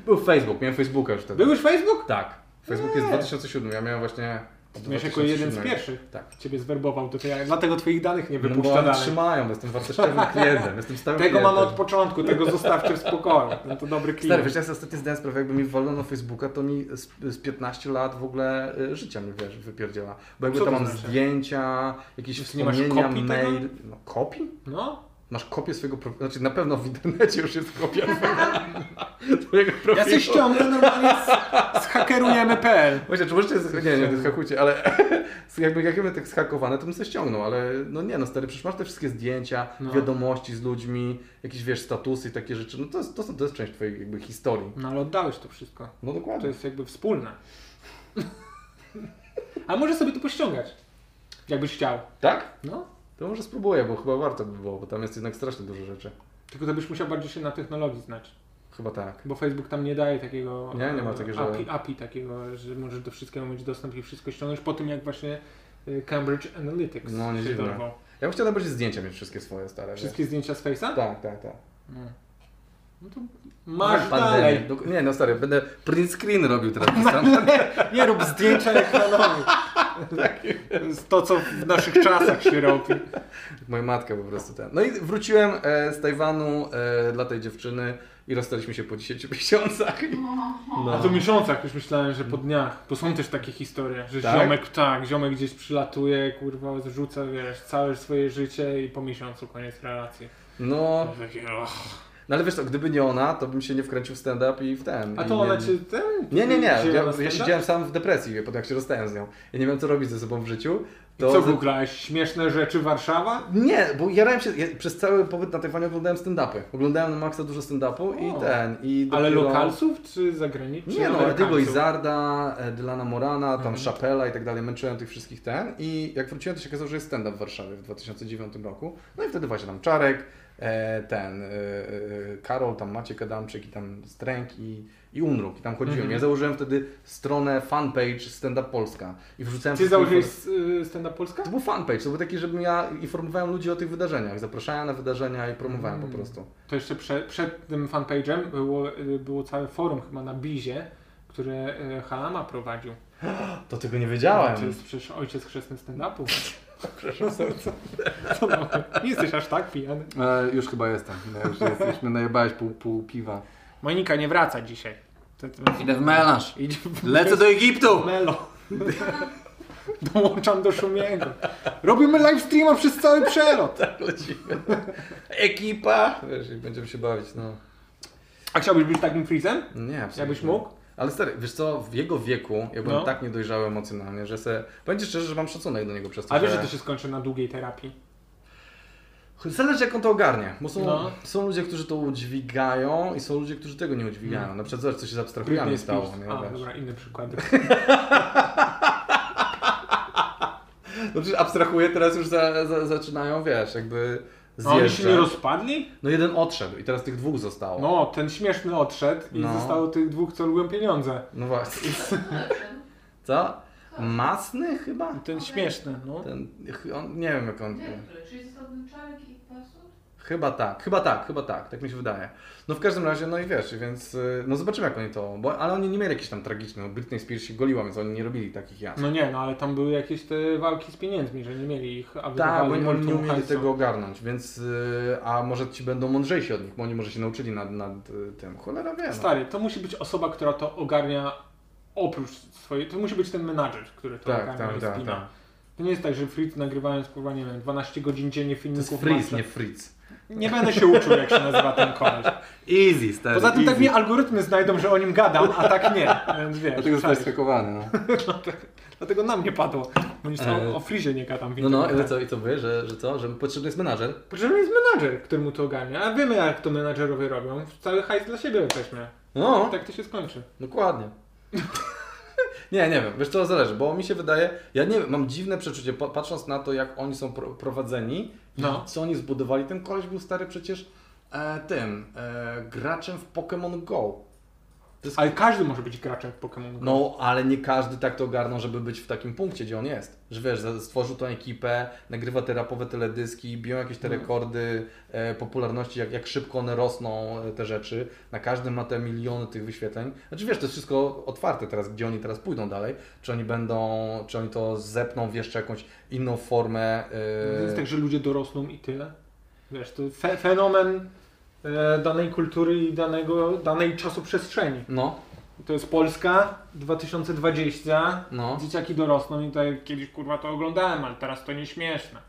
E: Był Facebook, miałem Facebooka już wtedy.
D: Był już Facebook?
E: Tak. Facebook jest 2007, ja miałem właśnie... od
D: Miałeś jako jeden z
E: 2007.
D: pierwszych.
E: Tak.
D: Ciebie zwerbował do tej, dlatego twoich danych nie
E: No bo
D: wypuszcza
E: oni
D: dalej.
E: trzymają, bo jestem wartościowym klientem, jestem stałym
D: Tego
E: klientem.
D: mamy od początku, tego zostawcie w spokoju. No to dobry klient.
E: Stary, wiesz, ja sobie ostatnio zdałem sprawę, jakby mi wallono Facebooka, to mi z, z 15 lat w ogóle y, życia mi, wiesz, wypierdziela. Bo jakby
D: Co
E: tam
D: to
E: mam
D: znaczy?
E: zdjęcia, jakieś
D: Czy nie masz
E: wspomnienia,
D: kopii
E: mail... No, kopii?
D: No,
E: Masz kopię swojego profilu, znaczy na pewno w internecie już jest kopia twojego- twojego profilu.
D: ja się ściągnę normalnie z, z hakerujemy.pl.
E: Właśnie, czy możecie, z- nie, nie, zhakujcie, ale jakby jak mamy tak zhakowane, to bym sobie ściągnął, ale no nie, no stary, przecież masz te wszystkie zdjęcia,
D: No.
E: wiadomości z ludźmi, jakieś, wiesz, statusy i takie rzeczy, no to jest, to, są, to jest część twojej jakby historii.
D: No ale oddałeś to wszystko.
E: No
D: To
E: dokładnie.
D: jest jakby wspólne. A może sobie to pościągać. Jakbyś chciał.
E: Tak?
D: No.
E: To może spróbuję, bo chyba warto by było, bo tam jest jednak strasznie dużo rzeczy.
D: Tylko to byś musiał bardziej się na technologii znać.
E: Chyba tak.
D: Bo Facebook tam nie daje takiego.
E: Nie, nie ma takiego,
D: API,
E: że-
D: API takiego, że możesz do wszystkiego mieć dostęp i wszystko ściągnąć po tym, jak właśnie y, Cambridge Analytics
E: No, nie
D: się
E: dziwne.
D: dorwał.
E: Ja bym chciał najbardziej zdjęcia mieć wszystkie swoje stare.
D: Wszystkie zdjęcia z Face'a?
E: wiesz. Tak, tak, tak.
D: No to masz
E: Pandemię.
D: dalej.
E: Dok- Nie, no stary, będę print screen robił teraz.
D: Nie rób zdjęcia ekranowych. To jest to, co w naszych czasach się robi.
E: Moja matka po prostu ten. No i wróciłem e, z Tajwanu e, dla tej dziewczyny i rozstaliśmy się po 10 miesiącach.
G: No.
D: A to miesiącach już myślałem, że po dniach. Bo są też takie historie, że
E: Tak?
D: ziomek tak, ziomek gdzieś przylatuje, kurwa, zrzuca, wiesz, całe swoje życie i po miesiącu koniec relacji.
E: No,
D: Ja Takie, och.
E: no ale wiesz co, gdyby nie ona, to bym się nie wkręcił w stand-up i w ten.
D: A
E: i
D: to
E: nie-
D: ona cię ten?
E: Nie, nie, nie.
D: wzięła na
E: Ja, ja
D: stand-up?
E: siedziałem sam w depresji, potem jak się rozstałem z nią. Ja nie wiem, co robić ze sobą w życiu. To
D: Co googlałeś? Śmieszne rzeczy Warszawa?
E: Nie, bo jarałem się, ja przez cały pobyt na Tajwanie oglądałem stand-upy. Oglądałem na maksa dużo stand-upu
D: O.
E: i ten, i
D: Ale
E: dopiero-
D: lokalsów czy zagranicznych?
E: Nie no, Ediego
D: Amerykańców?
E: Izarda, e, Dylana Morana, tam Chapela i tak dalej, męczyłem tych wszystkich ten i jak wróciłem to się okazało, że jest stand-up w Warszawie w 2009 roku, no i wtedy właśnie tam Czarek, e, ten, e, e, Karol, tam Maciek Adamczyk i tam Stręk i, i Unruk i tam chodziłem. Ja założyłem wtedy stronę fanpage Stand-Up Polska i wrzucałem...
D: Ty
E: wszystkie
D: założyłeś
E: info-
D: y, stand-up Polska?
E: to był fanpage, to był taki, żebym ja informowałem ludzi o tych wydarzeniach, zapraszałem na wydarzenia i promowałem po prostu.
D: To jeszcze przed, przed tym fanpage'em było, y, było całe forum chyba na Bizie, które y, Halama prowadził.
E: To tego nie
D: To
E: wiedziałem.
D: jest przecież ojciec chrzestny stand-upu. Przepraszam bardzo. Nie jesteś aż tak pijany.
E: E, już chyba jestem, no, już jest, już mnie najebałeś pół, pół piwa.
D: Monika nie wraca dzisiaj. To, to,
L: Idę w melanż.
D: idź w
L: Lecę do Egiptu!
D: melo. Dołączam do Szumiego. Robimy live streama przez cały przelot.
E: Lecimy. Ekipa! Wiesz, i będziemy się bawić, no.
D: A chciałbyś być takim freezem?
E: Nie, absolutnie.
D: Jakbyś mógł?
E: Ale stary, wiesz co, w jego wieku ja byłem
D: No.
E: tak niedojrzały emocjonalnie, że se... Powiem ci szczerze, że mam szacunek do niego przez to,
D: A wiesz, że to się skończy na długiej terapii.
E: Zależy jak on to ogarnie, bo są,
D: No.
E: są ludzie, którzy to udźwigają i są ludzie, którzy tego nie udźwigają.
D: Mm.
E: Na przykład zobacz, co się z abstrahujami stało. Nie,
D: A,
E: Wiesz.
D: dobra, inny przykład.
E: No przecież abstrahuję, teraz już za, za, zaczynają, wiesz, jakby
D: A No, oni
E: zjeżdżać.
D: się nie rozpadli?
E: No jeden odszedł i teraz tych dwóch zostało. No,
D: No, ten śmieszny odszedł i
E: No.
D: zostało tych dwóch, co lubią pieniądze.
E: właśnie. Co? Masny chyba?
D: Ten śmieszny, no.
E: Ten, ch- on, nie wiem jak on...
G: Nie, który? Czyli został czarek i pasur?
E: Chyba tak, chyba tak, chyba tak, tak mi się wydaje. No w każdym razie, no i wiesz, więc y, no zobaczymy jak oni to... Bo, ale oni nie mieli jakichś tam tragicznych, no Britney Spears się goliła, więc oni nie robili takich jazd.
D: No nie, no ale tam były jakieś te walki z pieniędzmi, że nie mieli ich, a
E: Tak, bo
D: wydawali
E: oni, oni nie
D: multum
E: umieli
D: hajsu.
E: tego ogarnąć, więc... y, a może ci będą mądrzejsi od nich, bo oni może się nauczyli nad, nad y, tym. Cholera wie, no.
D: Stary, to musi być osoba, która to ogarnia oprócz swojej... To musi być ten menadżer, który to
E: Tak,
D: ogarnia
E: tak,
D: i
E: tak,
D: spina.
E: tak.
D: To nie jest tak, że Fritz nagrywając kurwa, nie wiem, 12 godzin dziennie
E: To
D: filmików.
E: jest Fritz,
D: master-
E: nie Fritz.
D: nie będę się uczył, jak się nazywa ten koleś.
E: Easy, stary,
D: Poza tym tak
E: easy.
D: mnie algorytmy znajdą, że o nim gadam, a tak nie. Więc wiesz,
E: Dlatego
D: czaisz.
E: zostałeś skakowany, no.
D: Dlatego na mnie padło. Bo nic
E: Eee.
D: o, o frizie nie gadam. w
E: No, no, ale
D: internecie.
E: co, i co wy, że, że co, że potrzebny jest menadżer?
D: Potrzebny jest menadżer, który mu to ogarnia. A wiemy, jak to menadżerowie robią. Cały hajs dla siebie weźmie.
E: No,
D: Tak to się skończy.
E: dokładnie. nie, nie wiem, wiesz co, zależy, bo mi się wydaje, ja nie wiem, mam dziwne przeczucie, pa- patrząc na to, jak oni są pro prowadzeni
D: No.
E: i co oni zbudowali. Ten koleś był stary przecież e, tym, e, graczem w Pokémon Go.
D: Ale każdy może być graczem w Pokémon Go.
E: No, ale nie każdy tak to ogarnął, żeby być w takim punkcie, gdzie on jest. Że wiesz, za- stworzył tą ekipę, nagrywa te rapowe teledyski, biją jakieś
D: No.
E: te rekordy e, popularności, jak, jak szybko one rosną, e, te rzeczy. Na każdym ma te miliony tych wyświetleń. Znaczy wiesz, to jest wszystko otwarte teraz, gdzie oni teraz pójdą dalej. Czy oni będą, czy oni to zepną w jeszcze jakąś inną formę.
D: To jest
E: E,
D: tak, że ludzie dorosną i tyle. Wiesz, to fe fenomen e, danej kultury i danego, danej czasoprzestrzeni.
E: no,
D: To jest Polska 2020.
E: no.
D: Dzieciaki dorosną i tak kiedyś kurwa to oglądałem, ale teraz to nie śmieszne.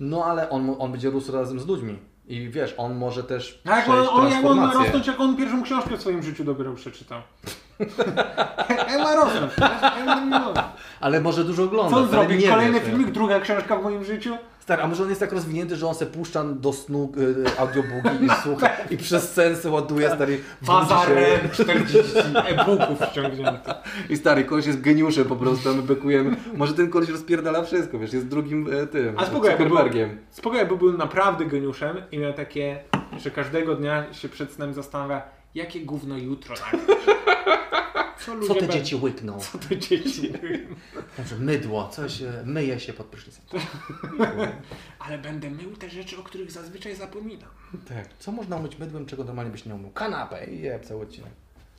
E: No, ale on, on będzie rósł razem z ludźmi. I wiesz, on może też
D: A jak Tak, on,
E: przejść
D: on, jak on ma
E: transformację.
D: rosnąć, jak on pierwszą książkę w swoim życiu dopiero przeczytał. jak ma rosnąć? Jak ma nie rosnąć?
E: Ale może dużo
D: Co
E: oglądać.
D: on
E: ale
D: zrobi?
E: nie
D: Kolejny
E: wiesz, nie?
D: filmik, druga książka w moim życiu?
E: Stary, a może on jest tak rozwinięty, że on se puszcza do snu y, audiobooki i słucha i przez sensy ładuje stary budzi się.
D: Bazarem 40 e-booków wciągnięty.
E: I stary, koleś jest geniuszem po prostu, a my bekujemy. Może ten koleś rozpierdala wszystko, wiesz, jest drugim e, tym,
D: A spoko, jakby był,
E: Zuckerbergiem.
D: spoko jakby był naprawdę geniuszem i miał takie, że każdego dnia się przed snem zastanawia, jakie gówno jutro nagrać. Co, ludzie
L: Co te
D: będą-
L: dzieci łykną?
D: Co te dzieci?
L: Dobrze, Mydło, coś e, myje się pod prysznicem.
D: Ale będę mył te rzeczy, o których zazwyczaj zapominam.
E: Tak. Co można umyć mydłem, czego normalnie byś nie umył? Kanapę i jeb cały odcinek.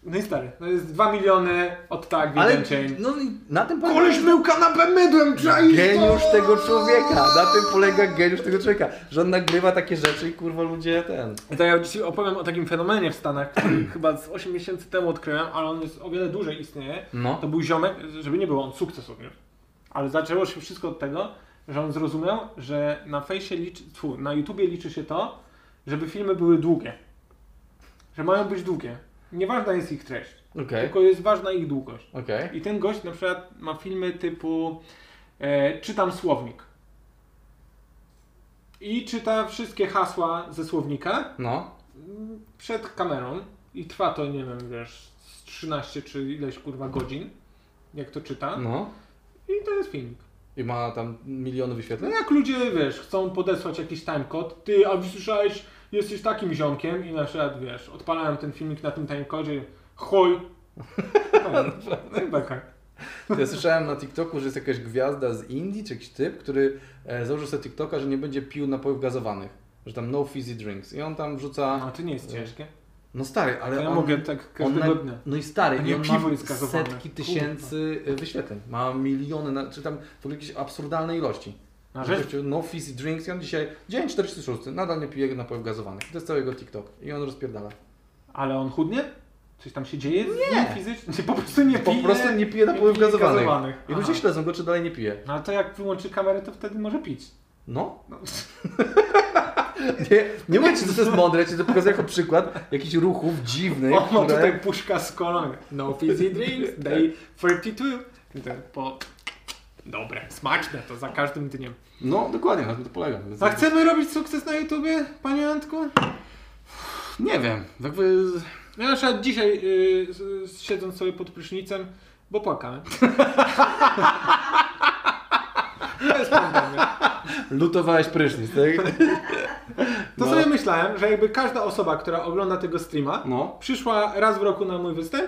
D: No i stary, no jest 2 miliony od tak, w
E: Ale
D: jeden cień.
E: no, i na tym polega
M: Koleś mył kanapę mydłem, czaisz
E: geniusz
M: to?
E: tego człowieka. Na tym polega geniusz tego człowieka. Że on nagrywa takie rzeczy i kurwa ludzie ten.
D: I to ja dzisiaj opowiem o takim fenomenie w Stanach, który chyba z 8 miesięcy temu odkryłem, ale on jest o wiele dłużej istnieje.
E: No.
D: To był ziomek, żeby nie było, on sukces odniósł. Ale zaczęło się wszystko od tego, że on zrozumiał, że na fejsie liczy, tfu, na YouTubie liczy się to, żeby filmy były długie. Że mają być długie. Nieważna jest ich treść,
E: Okej.
D: tylko jest ważna ich długość.
E: Okej.
D: I ten gość na przykład ma filmy typu e, czytam słownik. I czyta wszystkie hasła ze słownika
E: No.
D: przed kamerą i trwa to, nie wiem, wiesz, z 13 czy ileś kurwa godzin, jak to czyta.
E: No.
D: I to jest filmik.
E: I ma tam miliony
D: No
E: wyświetleń.
D: jak ludzie, wiesz, chcą podesłać jakiś timecode, ty, a słyszałeś, jesteś takim ziomkiem i na przykład, wiesz, odpalałem ten filmik na tym timecodzie, chuj. No i beka.
E: Ja słyszałem na TikToku, że jest jakaś gwiazda z Indii, czy jakiś typ, który e, założył sobie TikToka, że nie będzie pił napojów gazowanych. Że tam no fizzy drinks. I on tam
D: A
E: wrzuca...
D: to nie jest ciężkie.
E: No stary, ale
D: To ja
E: on...
D: mogę tak
E: on
D: każdego dnia.
E: No i stary,
D: A
E: i
D: nie,
E: on
D: piwo
E: ma
D: jest gazowane.
E: setki
D: Kurwa.
E: tysięcy e, wyświetleń. Ma miliony, na, czy tam w ogóle jakieś absurdalne ilości.
D: Na
E: Że
D: rzecz
E: gościu No fizzy drinks i on dzisiaj, dzień 46, nadal nie pije napojów gazowanych. I To jest całego TikTok. I on rozpierdala.
D: Ale on chudnie? Coś tam się dzieje z nim fizycznie? Po prostu nie
E: Po
D: pije.
E: prostu nie pije napojów
D: pije
E: gazowanych.
D: gazowanych.
E: I ludzie
D: Aha.
E: śledzą go, czy dalej nie pije.
D: No ale to jak wyłączy kamerę, to wtedy może pić.
E: No. nie, nie mówię ci, że to jest mądre, ci to pokazuję jako przykład jakichś ruchów dziwnych,
D: O, mam
E: No które...
D: tutaj puszka z kolą. No fizzy drinks, day 32. I to Po... Dobre, smaczne to za każdym dniem.
E: No, dokładnie, na tym to polega. Więc-
D: A chcemy robić sukces na YouTubie, panie Antku?
E: Nie wiem, jakby...
D: No Ja na przykład dzisiaj y, s- s- siedząc sobie pod prysznicem, bo płakałem. to jest pandemia.
E: Lutowałeś prysznic, tak?
D: To
E: No.
D: sobie myślałem, że jakby każda osoba, która ogląda tego streama,
E: No,
D: przyszła raz w roku na mój występ,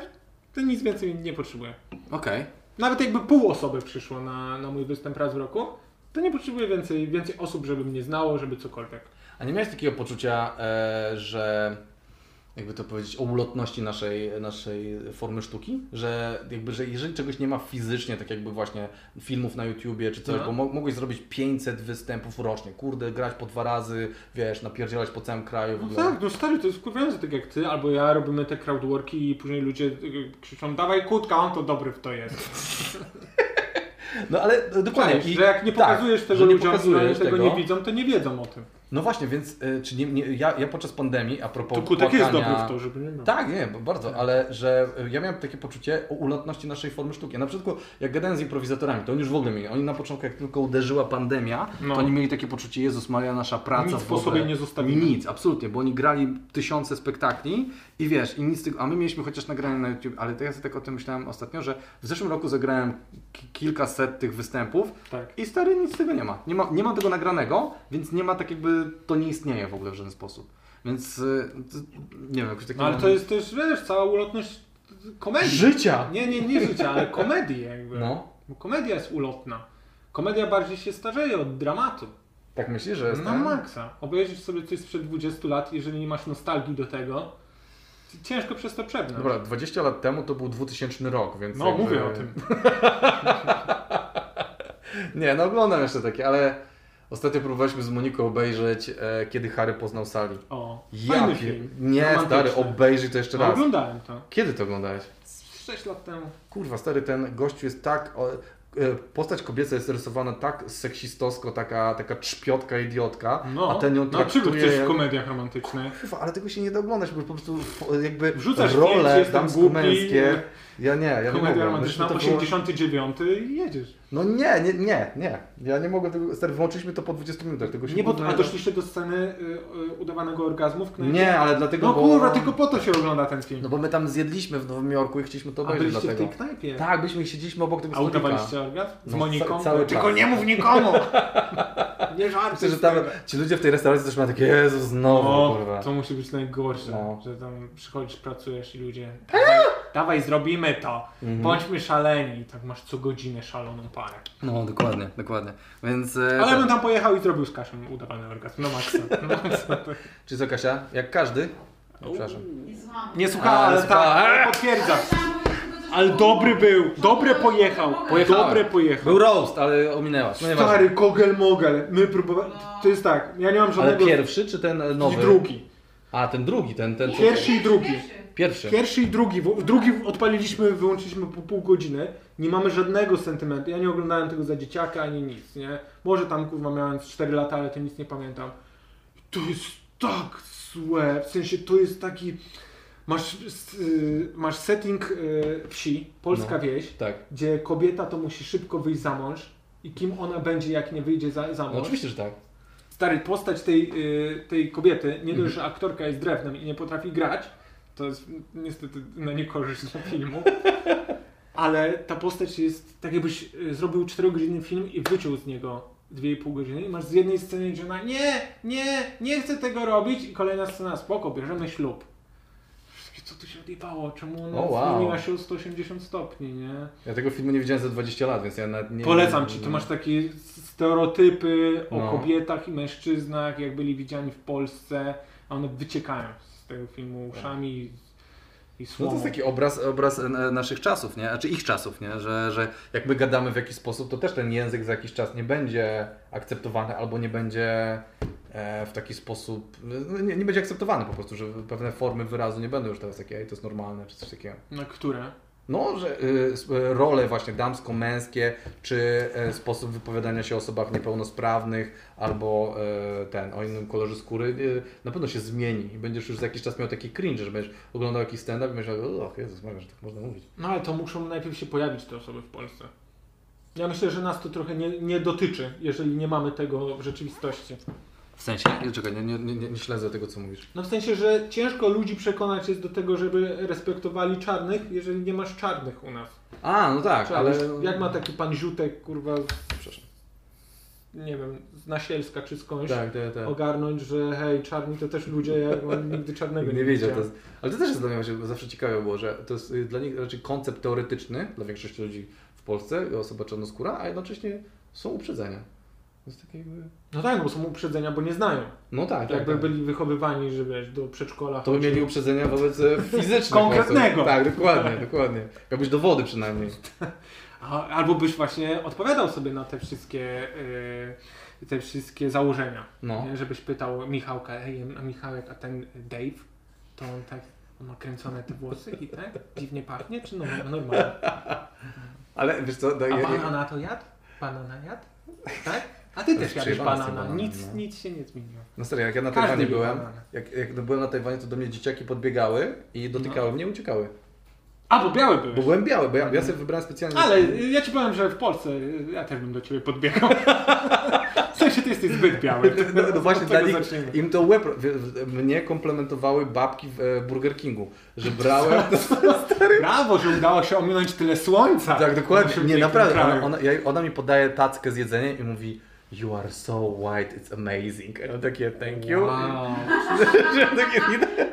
D: to nic więcej nie potrzebuję.
E: okej.
D: Nawet jakby pół osoby przyszło na, na mój występ raz w roku, to nie potrzebuję więcej, więcej osób, żeby mnie znało, żeby cokolwiek.
E: A nie miałeś takiego poczucia, e, że jakby to powiedzieć, o ulotności naszej, naszej formy sztuki? Że jakby, że jeżeli czegoś nie ma fizycznie, tak jakby właśnie filmów na YouTubie czy coś,
D: No.
E: bo mo- mogłeś zrobić 500 występów rocznie, kurde, grać po dwa razy, wiesz, napierdzielać po całym kraju. w
D: No
E: ogóle.
D: tak, no stary, to jest wkurwiające, tak jak ty albo ja robimy te crowdworki i później ludzie y, krzyczą dawaj kutka, on to dobry w to jest.
E: No ale e, dokładnie.
D: Czaisz, że jak nie pokazujesz
E: tak,
D: tego
E: że nie
D: ludziom,
E: pokazujesz
D: którzy tego
E: tego.
D: nie widzą, to nie wiedzą o tym.
E: No właśnie, więc e, czy nie, nie ja, ja podczas pandemii, a propos
D: To kutek jest
E: płakania-
D: dobry w to, żeby nie miał.
E: Tak, nie, bo bardzo, ale że y, ja miałem takie poczucie o ulotności naszej formy sztuki. Ja Na przykład jak gadałem z improwizatorami, to oni już w ogóle mieli, oni na początku jak tylko uderzyła pandemia,
D: No.
E: to oni mieli takie poczucie, Jezus Maria, nasza praca.
D: Nic
E: w
D: po
E: ogóle.
D: sobie nie zostawimy.
E: Nic, absolutnie, bo oni grali tysiące spektakli i wiesz, i nic tego, a my mieliśmy chociaż nagranie na YouTube, ale to ja sobie tak o tym myślałem ostatnio, że w zeszłym roku zagrałem ki- kilkaset tych występów
D: Tak.
E: i stary, nic z tego nie ma. Nie ma, nie ma tego nagranego, więc nie ma tak jakby, to nie istnieje w ogóle w żaden sposób. Więc y, to, nie wiem, jakoś takie
D: No, ale
E: mam-
D: to jest też, wiesz, cała ulotność komedii.
E: Życia!
D: Nie, nie, nie życia, ale komedii jakby.
E: No,
D: Bo komedia jest ulotna. Komedia bardziej się starzeje od dramatu.
E: tak myślisz, że jest
D: Na
E: ten?
D: maksa. Obejrzysz sobie coś sprzed 20 lat, jeżeli nie masz nostalgii do tego, ciężko przez to przebrnąć.
E: Dobra, 20 lat temu to był 2000 rok, więc
D: no,
E: jakby-
D: mówię o tym.
E: Nie, no oglądam jeszcze takie, ale ostatnio próbowaliśmy z Moniką obejrzeć, e, kiedy Harry poznał Sally.
D: O,
E: Ja
D: fajny
E: pie-
D: film.
E: Nie,
D: Romantyczny.
E: stary, obejrzyj to jeszcze
D: No,
E: raz.
D: oglądałem to.
E: Kiedy to oglądałeś?
D: 6 lat temu.
E: Kurwa, stary, ten gościu jest tak... O, e, postać kobieca jest rysowana tak seksistowsko, taka, taka trzpiotka, idiotka,
D: No,
E: a ten ją
D: dlaczego
E: traktuje...
D: chcesz w komediach romantycznych?
E: Kurwa, ale tego się nie da oglądać, bo po prostu po- jakby
D: Wrzucasz zdjęcie,
E: role
D: jestem
E: damsko-męskie...
D: głupi.
E: Ja nie, ja nie
D: Komedia
E: mogłem. Myśmy
D: romantyczna,
E: to było-
D: 89 i jedziesz.
E: No nie, nie, nie, nie. Ja nie mogę tego. Stary, wyłączyliśmy to po 20 minutach. Tego się
D: Nie, bo,
E: udało.
D: a doszliście do sceny y, y, udawanego orgazmu w knajpie?
E: Nie, ale dlatego.
D: No
E: bo...
D: kurwa, tylko po to się ogląda ten film.
E: No bo my tam zjedliśmy w Nowym Jorku i chcieliśmy to
D: a
E: obejrzeć.
D: byliście w
E: dlatego.
D: tej knajpie.
E: Tak, byliśmy i siedzieliśmy obok tego
D: A
E: stolika.
D: udawaliście orgazm? Z
E: No,
D: Moniką?
E: ca- cały
D: Tylko
E: czas.
D: nie mów nikomu! nie żartuj
E: Myślę, że
D: z
E: tam
D: tego.
E: ci ludzie w tej restauracji też mają takie, Jezu, znowu,
D: O,
E: kurwa.
D: No, to musi być najgorsze,
E: No.
D: że tam przychodzisz, pracujesz i ludzie dawaj, dawaj zrobimy to,
E: Mhm.
D: bądźmy szaleni. I tak masz co godzinę szaloną parę.
E: No, dokładnie, dokładnie. Więc. e,
D: Ale
E: tak.
D: bym tam pojechał i zrobił z Kaszem udawany orgazm, no maksa. No maksa.
E: Czy co, Kasia? Jak każdy. O, przepraszam.
N: Jezu,
G: słucham.
D: Nie słuchała, ale tak, ale potwierdza.
G: Chciałam powiedzieć tylko coś
D: Ale
G: o-
D: dobry był, dobre
G: Mogę,
D: pojechał,
G: mogę.
E: Pojechałem.
D: dobre pojechał.
E: Był roast, ale ominęłaś. No nieważne.
D: Stary kogel mogel, my próbowali, to jest tak, ja nie mam
E: Ale
D: żadnego
E: pierwszy czy ten e,
D: i
E: nowy?
D: drugi.
E: A, ten drugi, ten, ten
G: Nie,
D: Pierwszy i drugi.
G: pierwszy.
E: pierwszy.
D: Pierwszy i drugi, w- drugi odpaliliśmy, wyłączyliśmy po pół godziny, nie mamy żadnego sentymentu, ja nie oglądałem tego za dzieciaka ani nic, nie? Może tam kurwa miałem 4 lata, ale to nic nie pamiętam. To jest tak złe, w sensie to jest taki, masz, yy, masz setting yy, wsi, polska wieś,
E: Tak.
D: gdzie kobieta to musi szybko wyjść za mąż i kim ona będzie, jak nie wyjdzie za, za mąż.
E: No, oczywiście, że tak.
D: Stary, postać tej, y, tej kobiety,
E: Mhm.
D: nie dość, że aktorka jest drewnem i nie potrafi grać, to jest mm, niestety na niekorzyść dla filmu, ale ta postać jest, tak jakbyś y, zrobił 4-godzinny film i wyciął z niego 2,5 godziny i masz z jednej sceny, gdzie ona nie, nie, nie chcę tego robić i kolejna scena, spoko, bierzemy ślub. Wszystkie, Co tu się odjebało? Czemu ona
E: O, wow.
D: zmieniła się o 180 stopni, nie?
E: Ja tego filmu nie widziałem za 20 lat, więc ja nawet nie...
D: Polecam ci, tu masz takie stereotypy o
E: No.
D: kobietach i mężczyznach, jak byli widziani w Polsce, a one wyciekają z tego filmu uszami i, i
E: Tak. No to
D: słomą.
E: jest taki obraz, obraz e, naszych czasów, nie? Znaczy ich czasów, nie? Że, że jak my gadamy w jakiś sposób, to też ten język za jakiś czas nie będzie akceptowany albo nie będzie e, w taki sposób, no, nie, nie będzie akceptowany po prostu, że pewne formy wyrazu nie będą już teraz takie, ej, to jest normalne, czy coś takiego.
D: Na które?
E: No, że y, s- y, role właśnie damsko-męskie, czy y, sposób wypowiadania się o osobach niepełnosprawnych, albo y, ten, o innym kolorze skóry, y, na pewno się zmieni i będziesz już za jakiś czas miał taki cringe, że będziesz oglądał jakiś stand-up i myślał, o Jezus Maria, że tak można mówić.
D: No ale to muszą najpierw się pojawić te osoby w Polsce. Ja myślę, że nas to trochę nie, nie dotyczy, jeżeli nie mamy tego w rzeczywistości.
E: W sensie, nie, czekaj, nie, nie, nie, nie śledzę tego, co mówisz.
D: No w sensie, że ciężko ludzi przekonać jest do tego, żeby respektowali czarnych, jeżeli nie masz czarnych u nas.
E: A, no tak,
D: Czarnych.
E: ale...
D: Jak ma taki pan Ziutek, kurwa,
E: Przepraszam.
D: nie wiem, z Nasielska czy skądś,
E: Tak, tak, tak.
D: ogarnąć, że hej, czarni to też ludzie, ja on nigdy czarnego nie,
E: Nie wiedział, to
D: widziałem.
E: jest, ale to też jest dla mnie właśnie zawsze ciekawe było, że to jest y, dla nich raczej koncept teoretyczny dla większości ludzi w Polsce, osoba czarnoskóra, a jednocześnie są uprzedzenia. To jest takie jakby...
D: No tak, no bo są uprzedzenia, bo nie znają.
E: No tak, tak,
D: Jakby
E: tak.
D: byli wychowywani, że wiesz, do przedszkola.
E: To by mieli uprzedzenia wobec e, fizycznych
D: Konkretnego.
E: osób. Tak, dokładnie, dokładnie. Jakbyś dowody przynajmniej.
D: A, albo byś właśnie odpowiadał sobie na te wszystkie, y, te wszystkie założenia.
E: No.
D: Nie? Żebyś pytał Michałka, hej, a Michałek, a ten Dave, to on tak, on ma kręcone te włosy i tak, dziwnie pachnie, czy no, normalnie?
E: Ale wiesz
D: A
E: co, daje...
D: banana to jadł? Banana jadł? Tak? A ty też jadłeś
E: przyjebane z tym
D: banana.
E: bananem,
D: Nic,
E: no.
D: nic się nie zmieniło.
E: No serio, jak ja na
D: Każdy
E: Tajwanie
D: lubi
E: byłem,
D: banany.
E: jak, jak no byłem na Tajwanie, to do mnie dzieciaki podbiegały i dotykały
D: No.
E: mnie i uciekały.
D: A, bo białe były.
E: Bo byłem biały, bo ja, ja sobie wybrałem specjalnie...
D: No. Ale ja ci powiem, że w Polsce ja też bym do ciebie podbiegał. W sensie ty jesteś zbyt biały.
E: No, no właśnie,
D: Od
E: dla
D: tego
E: nich,
D: zacznijmy.
E: im to łeb... w- w- Mnie komplementowały babki w e, Burger Kingu, że brałem...
D: Brawo, że udało się ominąć tyle słońca.
E: tak,
D: w
E: dokładnie.
D: naszym
E: Nie,
D: pięknym
E: naprawdę.
D: kraju.
E: Ona, ona, ja- ona mi podaje tackę z jedzeniem i mówi You are so white, it's amazing. Ja takie thank you.
D: Wow.
E: Że takie, nie-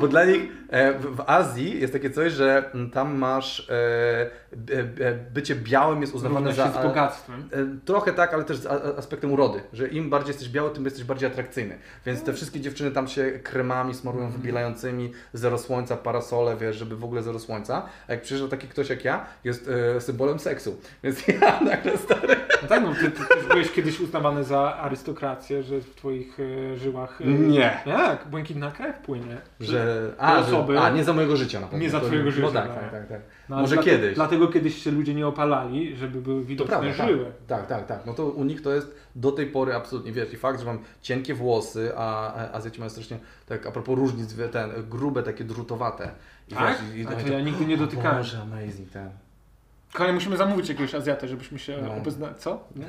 E: bo dla nich e, w, w Azji jest takie coś, że mm, tam masz e, b- e, bycie białym jest uznawane
D: Równa
E: za...
D: się z bogactwem.
E: E, Trochę tak, ale też z a- a- aspektem urody, że im bardziej jesteś biały, tym jesteś bardziej atrakcyjny. Więc te wszystkie dziewczyny tam się kremami smarują wybielającymi, zero słońca, parasole, wiesz, żeby w ogóle zero słońca. A jak przyjeżdża taki ktoś jak ja, jest e, symbolem seksu. Więc ja nagle stary...
D: No tak, no, ty, ty też byłeś kiedyś uznawany za arystokrację, że w twoich e, żyłach... e,
E: Nie.
D: Jak? Błękitna krew płynie.
E: Że, a,
D: Te
E: że,
D: osoby-
E: a, nie za mojego życia na pewno.
D: Nie za
E: To-
D: twojego
E: No
D: życia,
E: tak,
D: no.
E: tak, tak. tak.
D: No, ale
E: Może
D: dlatego,
E: kiedyś.
D: Dlatego kiedyś się ludzie nie opalali, żeby były
E: To
D: widoczne
E: prawda, tak,
D: żyły.
E: tak, tak, tak. No to u nich to jest do tej pory absolutnie, wiesz, i fakt, że mam cienkie włosy, a a Azjaci mają strasznie, tak a propos różnic, wie, ten, grube, takie drutowate. I
D: Tak?
E: wiesz, i- i-
D: A to
E: i-
D: ja nigdy nie dotykałem.
E: Boże, amazing, ten.
D: Kochanie, musimy zamówić jakiegoś Azjata, żebyśmy się
E: No.
D: no. obeznali. Co? Nie?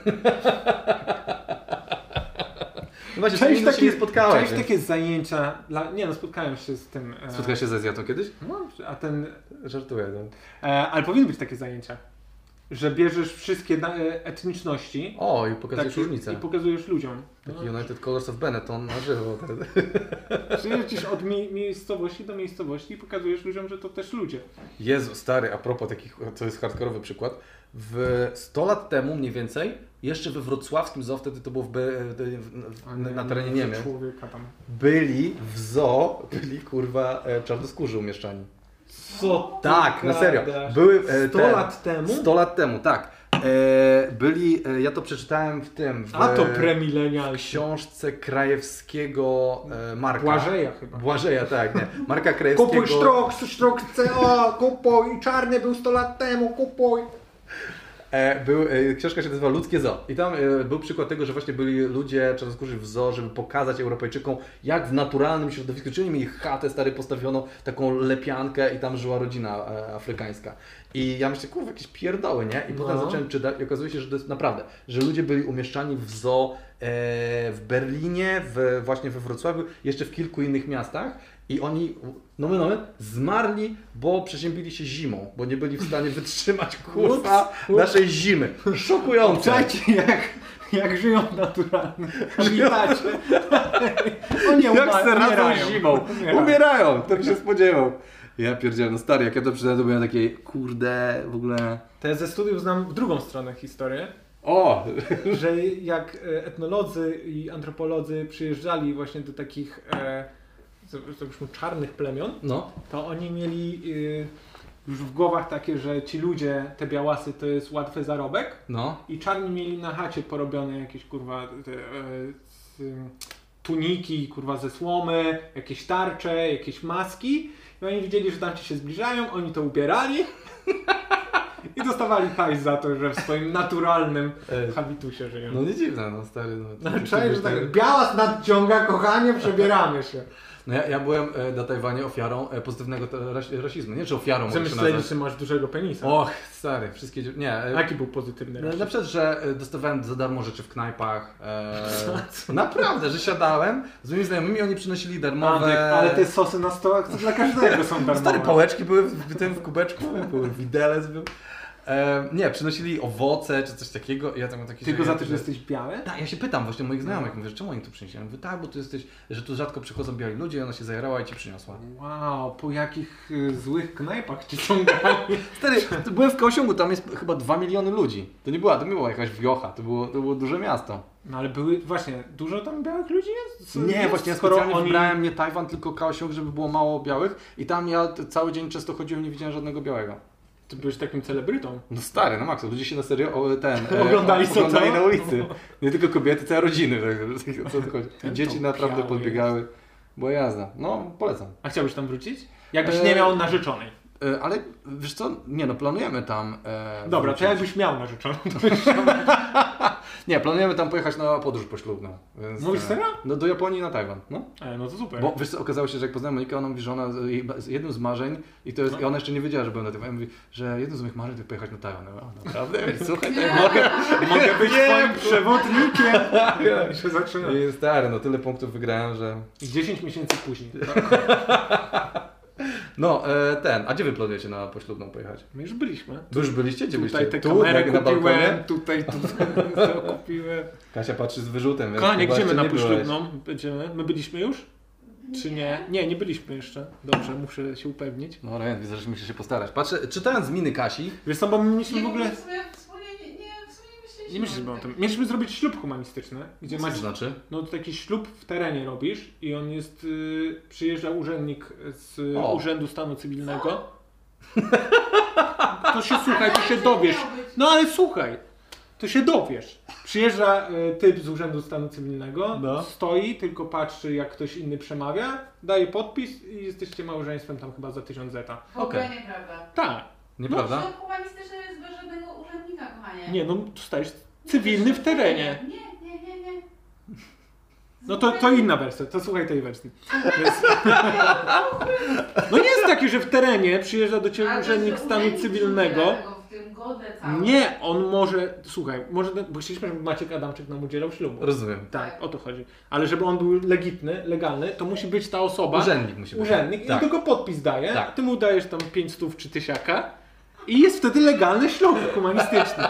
E: No właśnie, część takie, się nie spotkałem.
D: Część takie zajęcia. Dla... Nie no, spotkałem się z tym. E...
E: Spotkałeś się z Azjatą kiedyś?
D: No, a ten.
E: Żartuję, no.
D: E, ale powinny być takie zajęcia. Że bierzesz wszystkie na, e, etniczności
E: O, i pokazujesz
D: takie-
E: różnicę.
D: Tak, i pokazujesz ludziom.
E: Taki United Colors of Benetton na żywo.
D: Przyjeżdżasz od mi- miejscowości do miejscowości i pokazujesz ludziom, że to też ludzie.
E: Jezu, stary, a propos takich, to jest hardkorowy przykład. W 100 lat temu mniej więcej jeszcze we wrocławskim zoo, wtedy to było w, Be- w, w, na terenie Niemiec,
D: E, Człowieka tam.
E: byli w zoo, byli kurwa e, czarnoskórzy umieszczani.
D: Co?
E: Tak, na serio. Były e,
D: 100
E: te-
D: lat temu?
E: 100 lat temu, tak. E, byli, e, ja to przeczytałem w tym, w
D: A to
E: e,
D: premilenialsi.
E: książce Krajewskiego e, Marka.
D: Błażeja chyba.
E: Błażeja, tak, nie. Marka Krajewskiego.
L: Kupuj sztrok, sztrok CO, kupuj, czarny był 100 lat temu, kupuj.
E: E, był, e, książka się nazywa Ludzkie Zoo. I tam e, był przykład tego, że właśnie byli ludzie czarnoskórzy w zoo, żeby pokazać Europejczykom, jak w naturalnym środowisku, czyli mieli chatę stary postawioną, taką lepiankę i tam żyła rodzina e, afrykańska. I ja myślę, kurwa, jakieś pierdoły, nie? I potem
D: No.
E: zacząłem czytać i okazuje się, że to jest naprawdę, że ludzie byli umieszczani w zoo e, w Berlinie, w, właśnie we Wrocławiu, jeszcze w kilku innych miastach. I oni, no my, no my, zmarli, bo przeziębili się zimą, bo nie byli w stanie wytrzymać kurwa naszej zimy. Szokujące.
D: Słuchajcie, jak, jak żyją w naturalnym habitacie. Oni
E: Jak se radzą
D: umierają.
E: zimą.
D: Umierają.
E: Umierają, to by się spodziewał. Ja pierdzielę, no stary, jak ja to przeczytałem, to byłem takie, kurde, w ogóle...
D: To ja ze studiów znam w drugą stronę historię,
E: O!
D: że jak e, etnolodzy i antropolodzy przyjeżdżali właśnie do takich e, co- co byśmy, czarnych plemion,
E: No,
D: to oni mieli y, już w głowach takie, że ci ludzie, te białasy, to jest łatwy zarobek
E: no,
D: i czarni mieli na chacie porobione jakieś kurwa te, e, z, ym, tuniki, kurwa ze słomy, jakieś tarcze, jakieś maski i oni widzieli, że tamci się zbliżają, oni to ubierali i dostawali hajs za to, że w swoim naturalnym
E: Ej.
D: habitusie żyją.
E: no nie dziwne, no stary, no...
D: No, Czaj, że tak, białas nadciąga, kochanie, przebieramy się.
E: No ja, ja byłem e, na Tajwanie ofiarą e, pozytywnego te- ras, rasizmu, nie? Czy ofiarą mogę się
D: Zamyśleli,
E: nazwać.
D: że masz dużego penisa.
E: Och, stary, wszystkie dziew- Nie, e,
D: Jaki był pozytywny
E: No, Na przykład, że e, dostawałem za darmo rzeczy w knajpach. E, naprawdę, że siadałem z moimi znajomymi, oni przynosili
D: Antek,
E: darmowe...
D: ale te sosy na stołach to dla każdego są darmowe.
E: no, Stary, pałeczki były w, w tym w kubeczku, były widelec był. E, nie, przynosili owoce czy coś takiego i ja tam mam taki...
D: Tylko
E: że-
D: za to, że jesteś No. biały?
E: Tak, ja się pytam właśnie moich znajomych, mówię, że czemu oni tu przynieśli? Ja mówię, tak, bo tu jesteś, że tu rzadko przychodzą biali ludzie i ona się zajarała i ci przyniosła.
D: No. Wow, po jakich y, złych knajpach cię ciągali.
E: Stary, to byłem w Kaosiągu, tam jest chyba 2 miliony ludzi. To nie była, to nie była jakaś wiocha, to było, to było duże miasto.
D: No ale były, właśnie, dużo tam białych ludzi jest? Co-
E: Nie,
D: jest?
E: właśnie ja
D: Skoro
E: specjalnie wybrałem nie Tajwan, tylko Kaosiąg, żeby było mało białych i tam ja t- cały dzień często chodziłem, nie widziałem żadnego białego.
D: Ty byłeś takim celebrytą.
E: No stary, no Max, ludzie się na serio o, ten,
D: Oglądali co
E: oglądali
D: to?
E: na ulicy. Nie tylko kobiety, całe rodziny. tak, o Co tu chodzi? I dzieci naprawdę
D: biały
E: podbiegały. Była jazda. No, polecam.
D: A chciałbyś tam wrócić? Jakbyś
E: E,
D: nie miał narzeczonej.
E: E, ale wiesz co, nie no, planujemy tam... E,
D: Dobra,
E: wrócić.
D: to jakbyś miał narzeczoną. to-
E: Nie, planujemy tam pojechać na podróż poślubną. Więc,
D: Mówisz
E: e,
D: serio?
E: No do Japonii na Tajwan, no.
D: E, no to super.
E: Bo wiesz co, okazało się, że jak poznałem Monikę, ona mówi, że ona z- jej- z- jednym z marzeń, i to jest,
D: No.
E: i ona jeszcze nie wiedziała, że byłem na Tajwanie, mówi, że jednym z moich marzeń to pojechać na Tajwan. Ja mówię, A, naprawdę? Ja mówię, Słuchaj, tak mogę.
D: Mogę być twoim przewodnikiem. I się zaczyna.
E: I stary, no tyle punktów wygrałem, że...
D: I 10 miesięcy później. tak?
E: No, e, ten, a gdzie wy planujecie na poślubną pojechać?
D: My już byliśmy.
E: Wy już byliście? Gdzie
D: Tutaj
E: byliście?
D: tę kamerę
E: na- na
D: kupiłem,
E: balkonie?
D: tutaj to kupiłem.
E: Kasia patrzy z wyrzutem, więc
D: Kochanie,
E: chyba
D: gdzie my
E: jeszcze
D: na
E: nie byłeś.
D: poślubną będziemy? My byliśmy już? Czy nie? Nie, nie byliśmy jeszcze. Dobrze, muszę się upewnić.
E: No Ryan, widzę, że musisz się postarać. Patrzę, czytając z miny Kasi,
D: Wiesz co, bo my mieliśmy w ogóle...
G: Wspólnie, wspólnie, nie, nie, wspólnie
D: Nie
G: nie myśleliśmy.
D: myślisz o tym. Mieliśmy zrobić ślub humanistyczny, gdzie
E: co to
D: masz...
E: znaczy?
D: No to taki ślub w terenie robisz i on jest... Y, przyjeżdża urzędnik z y,
E: O.
D: Urzędu Stanu Cywilnego. To się słuchaj, to się dowiesz. No ale słuchaj, to się dowiesz. Przyjeżdża y, typ z Urzędu Stanu Cywilnego,
E: No.
D: stoi, tylko patrzy jak ktoś inny przemawia, daje podpis i jesteście małżeństwem tam chyba za 1000 zeta.
G: W ogóle
E: Okej.
G: nieprawda.
D: Tak,
E: Nieprawda?
G: Ślub humanistyczny jest bez żadnego urzędnika, kochanie.
D: nie no, dostajesz cywilny w terenie.
G: Nie, nie, nie, nie.
D: No to, to inna wersja, to słuchaj tej wersji. Więc- No nie jest taki, że w terenie przyjeżdża do ciebie
G: Ale
D: urzędnik
G: że
D: stanu
G: urzędnik
D: cywilnego.
G: cywilnego W tym godę całym.
D: Nie, on może, słuchaj, może, bo chcieliśmy, żeby Maciek Adamczyk nam udzielał ślubu.
E: Rozumiem.
D: Tak, o to chodzi. Ale żeby on był legitny, legalny, to musi być ta osoba.
E: Urzędnik musi być.
D: Urzędnik i
E: Tak.
D: tylko podpis daje,
E: Tak.
D: a ty mu dajesz tam 500 czy tysiaka i jest wtedy legalny ślub humanistyczny.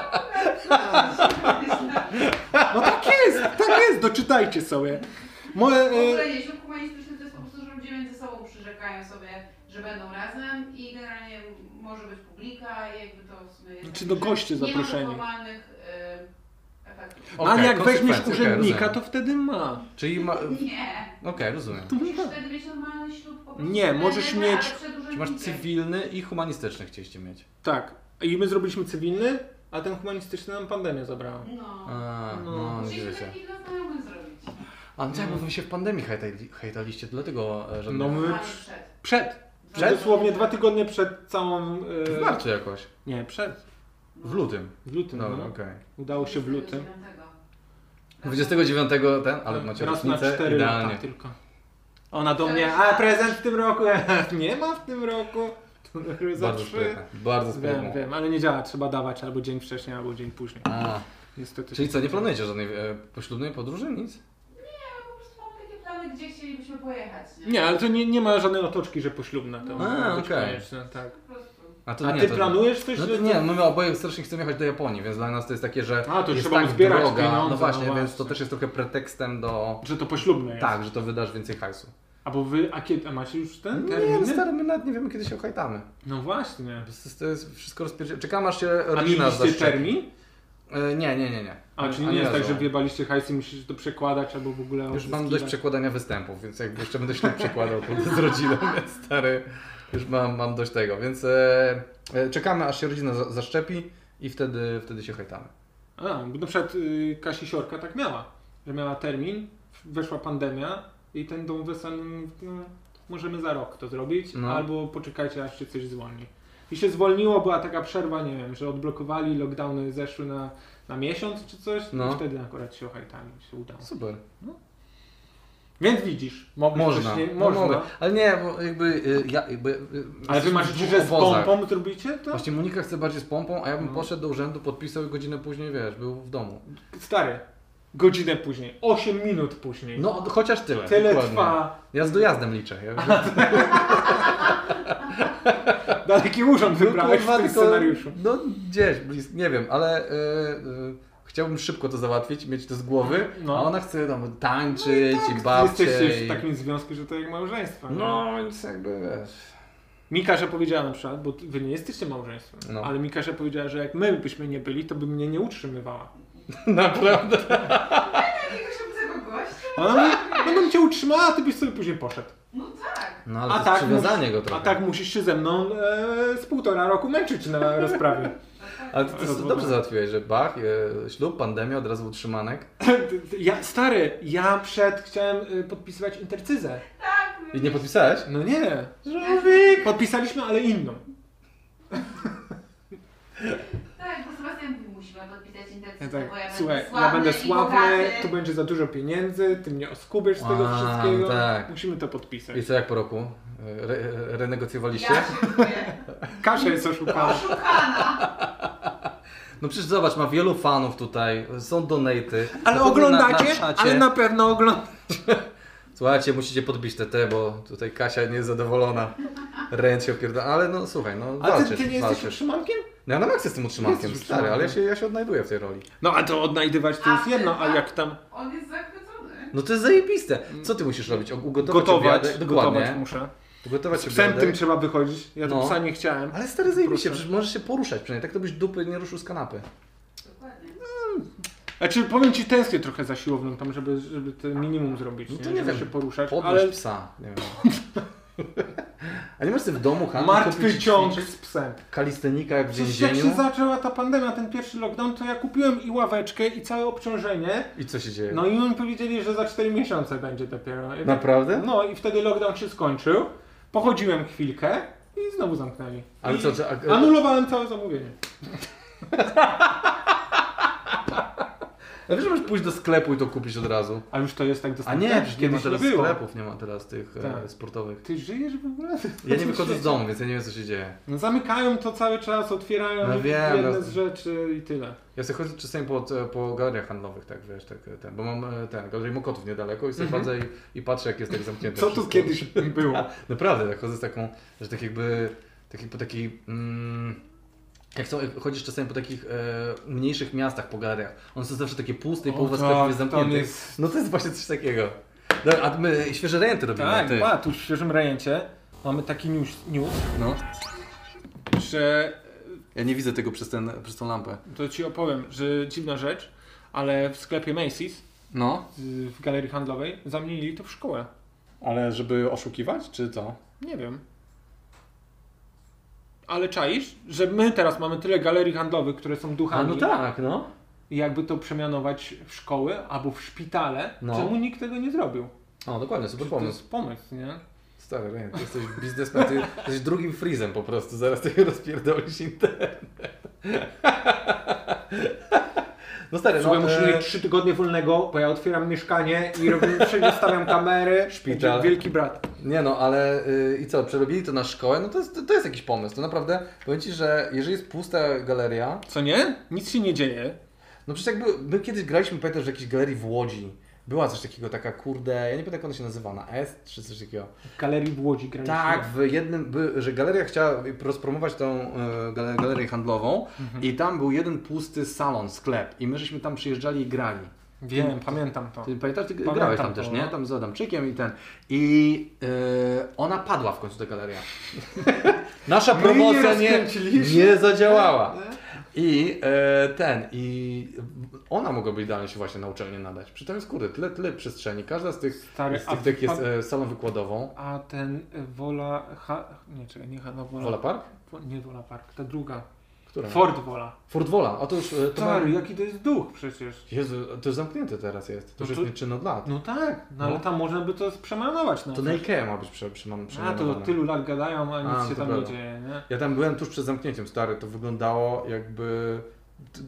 D: No tak jest, tak jest, doczytajcie sobie. Moje,
G: W
D: e,
G: ogóle nie, ślub humanistyczny to jest po prostu, że ludzie między sobą przyrzekają sobie, że będą razem i generalnie może być publika i jakby to w sumie jest...
D: czy do goście
G: Nie ma
D: zaproszeni.
G: formalnych e, tak.
D: No, Ale jak
E: konsekwencje,
D: weźmiesz
E: okej,
D: urzędnika,
E: rozumiem.
D: to wtedy ma.
E: Czyli ma... Okej,
G: Nie.
E: rozumiem.
G: Musisz wtedy mieć normalny ślub po prostu.
D: No. Nie, możesz
G: ale
D: mieć-
G: przed
E: Czyli masz
G: urzędnikiem.
E: cywilny i humanistyczny chcieliście mieć.
D: Tak. I my zrobiliśmy cywilny, a ten humanistyczny nam pandemia zabrała.
G: No. tak
E: A, no, no
G: Musisz
E: wiecie.
G: taki dla znajomych zrobić.
D: No,
E: A tak, bo wy się w pandemii hejtali, hejtaliście, dlatego, e, że...
D: No my
G: Normalnie przed.
D: przed.
G: Przed?
D: Dosłownie dwa tygodnie przed całą... e,
E: W marcu jakoś.
D: Nie, przed.
E: W lutym.
D: W lutym.
E: Dobra,
D: No.
E: okej.
D: Udało się w lutym.
E: No, 29 ten, ale macie
D: Raz na
E: rocznicę,
D: cztery lata
E: idealnie.
D: tylko. Ona do mnie, a prezent w tym roku, nie ma w tym roku. To dopiero za
E: Bardzo
D: trzy.
E: sprytne, bardzo
D: Wiem,
E: sprytne.
D: wiem, ale nie działa, trzeba dawać albo dzień wcześniej, albo dzień później.
E: A,
D: Niestety.
E: Czyli co, nie planujecie żadnej e, poślubnej podróży? Nic?
G: Po prostu mam No, takie plany, gdzie chcielibyśmy pojechać, nie?
D: Nie, ale to nie, nie ma żadnej otoczki, że poślubna to
E: A,
D: ma być
E: okej.
D: konieczne, tak.
G: Po prostu.
E: to
D: A
E: nie,
D: ty
E: to-
D: planujesz coś?
E: No
D: że-
E: to nie, my oboje strasznie chcemy jechać do Japonii, więc dla nas to jest takie, że
D: A, to
E: jest
D: trzeba
E: tak
D: zbierać
E: droga,
D: pieniądze,
E: no właśnie,
D: no
E: więc to
D: właśnie.
E: też jest trochę pretekstem do...
D: Że to poślubne jest.
E: Tak, że to wydasz więcej hajsu.
D: Albo wy, a kiedy, a macie już ten
E: Nie, no
D: termin?
E: stary, my nawet nie wiemy, kiedy się hajtamy.
D: No właśnie.
E: To jest, to jest wszystko rozpierdzielone. Czekamy, aż się
D: A
E: rodzina
D: mieliście
E: zaszczepi.
D: termin?
E: E, nie, nie, nie, nie.
D: A, czyli nie
E: Ani
D: jest tak,
E: razu.
D: że wjebaliście hajs i musisz to przekładać albo w ogóle
E: Już mam dość
D: odzyskiwać?
E: przekładania występów, więc jakby jeszcze będę się przekładał kurde, z rodziną, więc stary, już mam, mam dość tego, więc e, e, czekamy aż się rodzina za, zaszczepi i wtedy, wtedy się hejtamy.
D: A, bo na przykład y, Kasi Siorka tak miała, że miała termin, weszła pandemia i ten dom weselny, no, możemy za rok to zrobić,
E: No.
D: albo poczekajcie aż się coś zwolni. I się zwolniło, była taka przerwa, nie wiem, że odblokowali, lockdowny zeszły na, na miesiąc czy coś, no.
E: No.
D: i wtedy akurat się hajtami się udało.
E: Super.
D: Więc widzisz, mogłeś
E: Można.
D: coś nie,
E: No,
D: można.
E: mogę. Ale nie, bo jakby y, ja jakby... y,
D: Ale wy
E: jesteśmy
D: masz
E: w dwóch
D: że z
E: obozach.
D: pompą zrobicie to?
E: Właśnie Monika chce bardziej z pompą, a ja bym
D: No.
E: poszedł do urzędu, podpisał i godzinę później, wiesz, był w domu.
D: Stary, godzinę później, 8 minut później.
E: No, chociaż tyle.
D: Tyle
E: dokładnie.
D: trwa.
E: Ja z dojazdem liczę. Ja,
D: Daleki urząd wybrałeś w
E: No, kurwa,
D: tym
E: tylko-
D: scenariuszu.
E: No gdzieś, bliz- nie wiem, ale e, e, chciałbym szybko to załatwić, mieć to z głowy,
D: No.
E: a ona chce tam tańczyć i babcie.
D: Jesteście
E: i...
D: w takim związku, że to jak małżeństwo. nie?
E: No, więc jakby wiesz.
D: Mika, że powiedziała na przykład, bo wy nie jesteście małżeństwem,
E: No.
D: ale Mika, że powiedziała, że jak my byśmy nie byli, to by mnie nie utrzymywała.
E: Naprawdę.
G: Jakiegoś obcego gościa?
D: Ona mówi, no bym cię utrzymała, a ty byś sobie później poszedł.
G: No tak.
E: No
D: A
E: ale to
D: tak,
E: jest przywiązanie
D: mus-
E: go trochę.
D: A tak musisz się ze mną e, z półtora roku męczyć na rozprawie.
E: Ale ty, ty
D: Rozumiem.
E: dobrze załatwiłeś, że Bach, e, ślub, pandemia, od razu utrzymanek.
D: Ja, stary, ja przed chciałem e, podpisywać intercyzę.
E: I nie podpisałeś?
D: No nie. Podpisaliśmy, ale inną.
G: Tak, bo Sebastian mówi, musimy podpisać
D: Ja
G: intencję,
D: tak,
G: No bo ja
D: słuchaj,
G: będę sławny
D: ja będę
G: i
D: sławny,
G: bogaty.
D: tu będzie za dużo pieniędzy, ty mnie oskubiesz z tego
E: A,
D: wszystkiego.
E: tak.
D: Musimy to podpisać.
E: I co jak po roku? E, Re, e, renegocjowaliście?
G: Ja się czuję
D: Kasia jest oszukana.
G: oszukana.
E: No przecież zobacz, ma wielu fanów tutaj, są donaty.
D: Ale
E: Na pewno
D: oglądacie,
E: czacie.
D: ale na pewno oglądacie.
E: Słuchajcie, musicie podbić te te, bo tutaj Kasia nie jest zadowolona. Ręcz się opierda, ale no słuchaj, no
D: A
E: walczysz,
D: ty, ty nie jesteś
E: walczysz. No
D: utrzymankiem?
E: Ja na maksa jestem utrzymankiem,
D: Jesteś
E: stary, ale ja
D: utrzymankiem.
E: się, ja się odnajduję w tej roli.
D: No a to odnajdywać to
G: A
D: jest
G: ty
D: jedno, a
G: tak?
D: jak tam
G: On jest zachwycony.
E: No to jest zajebiste. Co ty musisz robić? Ugotować
D: gotować,
E: obiadek?
D: gotować
E: Dokładnie.
D: muszę.
E: Ugotować
D: Z psem
E: obiadek.
D: tym trzeba wychodzić, ja do
E: No.
D: psa nie chciałem.
E: Ale stary, zajebiście,
D: Proszę.
E: przecież możesz się poruszać przynajmniej. Tak to byś dupy nie ruszył z kanapy.
G: Dokładnie.
D: Znaczy powiem ci tęsknię trochę za siłowną tam, żeby, żeby to minimum zrobić,
E: No to
D: nie?
E: nie
D: żeby
E: wiem,
D: się poruszać,
E: Podnoś
D: ale
E: psa. Nie wiem. A nie masz sobie w domu handlu
D: martwy
E: kupić
D: ciąg
E: ćwiczyć?
D: z psem.
E: Kalistenika jak w
D: Przecież jak
E: więzieniu.
D: się zaczęła ta pandemia, ten pierwszy lockdown, to ja kupiłem i ławeczkę i całe obciążenie,
E: I co się dzieje?
D: no i oni powiedzieli, że za 4 miesiące będzie dopiero. Ja tak,
E: Naprawdę?
D: No i wtedy lockdown się skończył, pochodziłem chwilkę i znowu zamknęli.
E: Ale
D: I
E: co, czy, a, no-
D: Anulowałem całe zamówienie.
E: a wiesz, że możesz pójść do sklepu i to kupić od razu.
D: A już to jest tak
E: A
D: dostępne?
E: nie, przecież nie ma
D: Kiedyś
E: teraz
D: było.
E: sklepów, nie ma teraz tych e,
D: Tak.
E: sportowych.
D: Ty żyjesz w ogóle?
E: Ja Znaczy nie wychodzę z domu, więc ja nie wiem co się dzieje.
D: No, zamykają to cały czas, otwierają
E: No wiem,
D: jedne
E: no.
D: z rzeczy i tyle.
E: Ja sobie chodzę czasami po, po galeriach handlowych, tak wiesz, tak, e, ten, bo mam e, ten, galerię Mokotów niedaleko i sobie chodzę i, i patrzę jak jest tak zamknięte
D: Mhm. Co tu
E: wszystko.
D: kiedyś było?
E: Naprawdę, tak chodzę z taką, że tak jakby, taki, po takiej, mm, jak są, jak chodzisz czasami po takich e, mniejszych miastach, po galeriach, one są zawsze takie puste i
D: O,
E: połowa
D: tak,
E: sklepów jest
D: tam
E: zamkniętych.
D: jest-
E: No to jest właśnie coś takiego. No, a my świeże renty robimy,
D: Tak,
E: No ty.
D: a tu w świeżym rejencie mamy taki news, news
E: No.
D: że
E: Ja nie widzę tego przez, ten, przez tą lampę.
D: to ci opowiem, że dziwna rzecz, ale w sklepie Macy's,
E: No.
D: z- w galerii handlowej, zamienili to w szkołę.
E: Ale żeby oszukiwać, czy co?
D: Nie wiem. Ale czaisz, że my teraz mamy tyle galerii handlowych, które są
E: A
D: duchami,
E: no tak, no.
D: i jakby to przemianować w szkoły albo w szpitale,
E: No.
D: czemu nikt tego nie zrobił?
E: O, dokładnie, super
D: Czy to
E: pomysł.
D: jest pomysł, nie?
E: Stary, nie, ty jesteś biznesmen, ty jesteś drugim frizem po prostu, zaraz ty rozpierdolisz internet. No stary,
D: Słuchaj,
E: no,
D: musimy
E: e,
D: mieć trzy tygodnie wolnego, bo ja otwieram mieszkanie i robię, wszędzie stawiam kamery,
E: Szpital.
D: będzie wielki brat.
E: Nie no, ale y, i co, przerobili to na szkołę? No to jest, to jest jakiś pomysł. To naprawdę, powiem Ci, że jeżeli jest pusta galeria,
D: Co nie? Nic się nie dzieje.
E: no przecież jakby my kiedyś graliśmy, pamiętam, że w jakiejś galerii w Łodzi. Była coś takiego, taka kurde, ja nie pamiętam jak ona się nazywa, na S czy coś takiego.
D: W galerii w Łodzi graliśmy.
E: Tak, w jednym, by, że galeria chciała rozpromować tą y, gale- galerię handlową
D: Mhm.
E: i tam był jeden pusty salon, sklep i my żeśmy tam przyjeżdżali i grali.
D: Wiem, pamiętam to.
E: Ty pamiętasz, ty
D: Pamiętam
E: grałeś tam
D: to,
E: też,
D: no.
E: nie? Tam z Adamczykiem i ten. I y, ona padła w końcu, ta galeria. Nasza
D: My
E: promocja
D: nie
E: nie,
D: rozkręciliśmy.
E: nie zadziałała. I e, ten, i ona mogłaby idealnie się właśnie na uczelnię nadać. Przy tym jest kurde, tyle, tyle przestrzeni. Każda z tych,
D: Stary,
E: z
D: a
E: tych, tych jest
D: pan-
E: e, salą wykładową.
D: A ten y, Wola... Ha... Nie, czekaj, nie Hanna Wola.
E: Wola Park?
D: Wo- Nie Wola Park, ta druga.
E: Która?
D: Ford Wola.
E: Ford Wola, a to już. e, To ma...
D: Stary, jaki to jest duch przecież.
E: Jezu, to już zamknięte teraz jest. To już
D: No
E: jest
D: to-
E: nieczynne od lat.
D: No tak, no, ale
E: No.
D: tam można by to przemanować. No.
E: To na Ikea ma być prze, prze,
D: A, to
E: przemianowane.
D: od tylu lat gadają, a nic
E: A,
D: się
E: to
D: tam
E: prawda.
D: nie dzieje, nie?
E: Ja tam byłem tuż przed zamknięciem, stary, to wyglądało jakby t-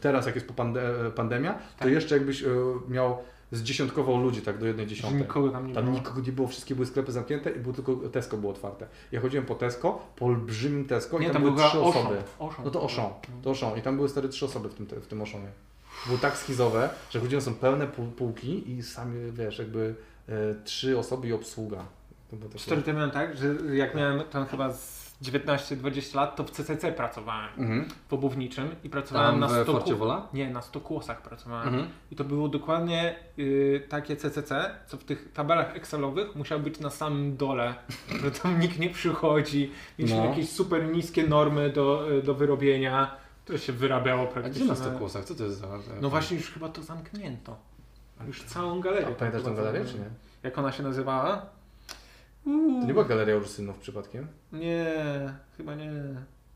E: teraz jak jest po pande- e, pandemia, to
D: Tak.
E: jeszcze jakbyś e, miał z dziesiątkową ludzi tak do jednej
D: Że
E: dziesiątej.
D: nikogo tam nie
E: Tam
D: było.
E: nikogo nie było, wszystkie były sklepy zamknięte i było tylko Tesco było otwarte. Ja chodziłem po Tesco, po olbrzymim Tesco
D: Nie,
E: i tam,
D: tam
E: były
D: była
E: trzy
D: Auchan.
E: osoby.
D: Auchan.
E: No to Oszą, to Auchan. I tam były stary trzy osoby w tym, te- w tym Oszonie. Było tak schizowe, że chodziłem, są pełne pół, półki i sami, wiesz, jakby e, trzy osoby i obsługa. To było takie-
D: Cztery to miałem tak, że jak miałem tam chyba z 19-20 lat, to w CCC pracowałem.
E: Mhm.
D: W obuwniczym i pracowałem
E: Tam
D: na
E: w
D: stoku.
E: Forcie Wola?
D: Nie, na stokłosach pracowałem.
E: Mhm.
D: I to było dokładnie y, takie CCC, co w tych tabelach Excelowych musiał być na samym dole, że tam nikt nie przychodzi. Mieliśmy
E: No.
D: jakieś super niskie normy do, y, do wyrobienia, które się wyrabiało
E: A
D: praktycznie.
E: gdzie na Stokłosach? Co to jest za... za-
D: No właśnie, już chyba to zamknięto. Już całą
E: A
D: galerię.
E: pamiętasz
D: chyba
E: tę galerię, czy
D: zamknęli.
E: nie?
D: Jak ona się nazywała?
E: To nie była galeria Ursynów przypadkiem?
D: Nie, chyba nie.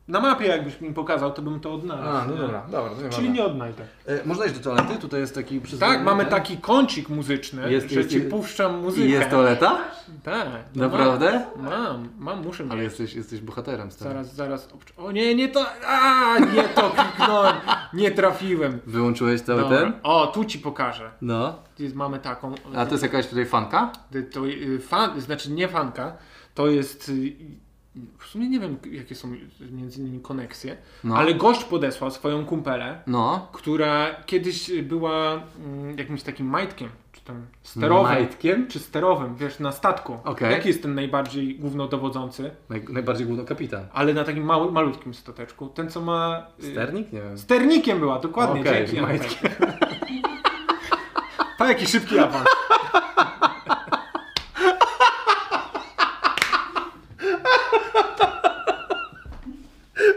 D: Na mapie jakbyś mi pokazał, to bym to odnalazł.
E: A, no
D: nie?
E: dobra, dobra, to nie
D: Czyli
E: ma-
D: nie odnajdę.
E: E, Można iść do toalety? Tutaj jest taki przyzwoity...
D: Tak, mamy taki kącik muzyczny,
E: Jest-
D: że
E: jest-
D: ci puszczam muzykę.
E: Jest toaleta?
D: Tak. no
E: Naprawdę?
D: Mam, mam, mam muszę mieć.
E: Ale jesteś, jesteś bohaterem, stary.
D: Zaraz, zaraz. obcz- O nie, nie to. A, nie to kliknąłem. Nie trafiłem.
E: Wyłączyłeś cały
D: Dobra.
E: ten?
D: O, tu ci pokażę.
E: No.
D: Jest, mamy taką.
E: A to jest jakaś tutaj fanka?
D: To, to, y, fan, znaczy nie fanka, to jest. y, W sumie nie wiem, jakie są między nimi koneksje,
E: No.
D: ale gość podesłał swoją kumpelę,
E: No.
D: która kiedyś była mm, jakimś takim majtkiem, czy tam sterowym.
E: Majtkiem?
D: Czy sterowym, wiesz, na statku.
E: Okej.
D: Jaki jest ten najbardziej głównodowodzący,
E: Naj, najbardziej główny kapitan.
D: ale na takim mały, malutkim stateczku. Ten, co ma... y,
E: Sternik? Nie wiem.
D: Sternikiem była, dokładnie,
E: Okej,
D: dzięki.
E: majtki.
D: Antek. To jaki szybki awans.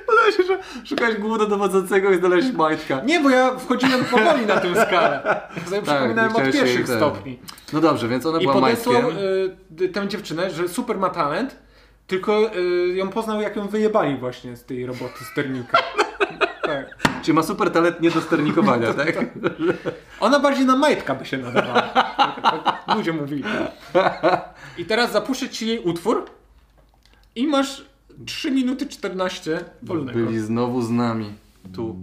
E: Wydaje się, że szukałeś głównego dowodzącego i znaleźć majtka.
D: Nie, bo ja wchodziłem powoli na tę skalę. Sobie przypominałem od
E: Tak, chciałeś jej
D: pierwszych
E: ten-
D: stopni.
E: No dobrze, więc ona
D: I
E: była
D: podesłał
E: majtkiem.
D: y, d- tę dziewczynę, że super ma talent, tylko y, ją poznał, jak ją wyjebali właśnie z tej roboty sternika. tak.
E: Czyli ma super talent nie do sternikowania, e, tak?
D: Ona bardziej na majtka by się nadawała. Tak Ludzie mówili. I teraz zapuszczę ci jej utwór i masz 3 minuty 14 wolnego.
E: Byli znowu z nami. Tu.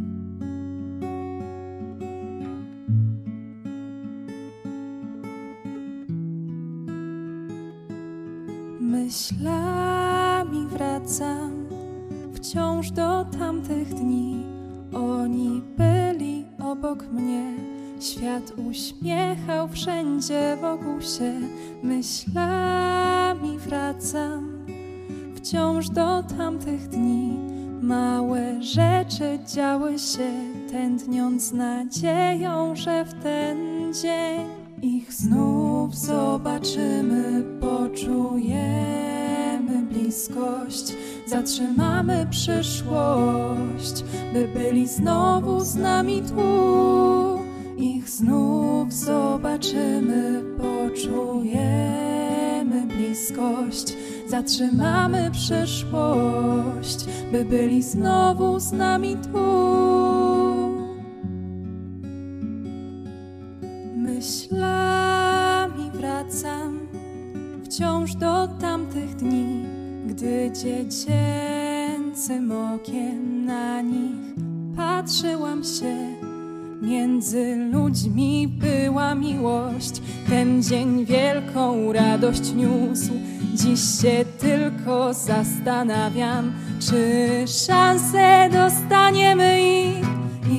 O: Myślami wracam wciąż do tamtych dni. Oni byli obok mnie, świat uśmiechał wszędzie wokół się. Myślami wracam wciąż do tamtych dni. Małe rzeczy działy się, tętniąc nadzieją, że w ten dzień ich znów zobaczymy, poczujemy bliskość, zatrzymamy przyszłość, by byli znowu z nami tu. ich znów zobaczymy, poczujemy bliskość, zatrzymamy przyszłość, by byli znowu z nami tu. Myślami wracam wciąż do tamtych dni, gdy dziecięcym okiem na nich patrzyłam się. Między ludźmi była miłość, ten dzień wielką radość niósł. Dziś się tylko zastanawiam, czy szansę dostaniemy ich.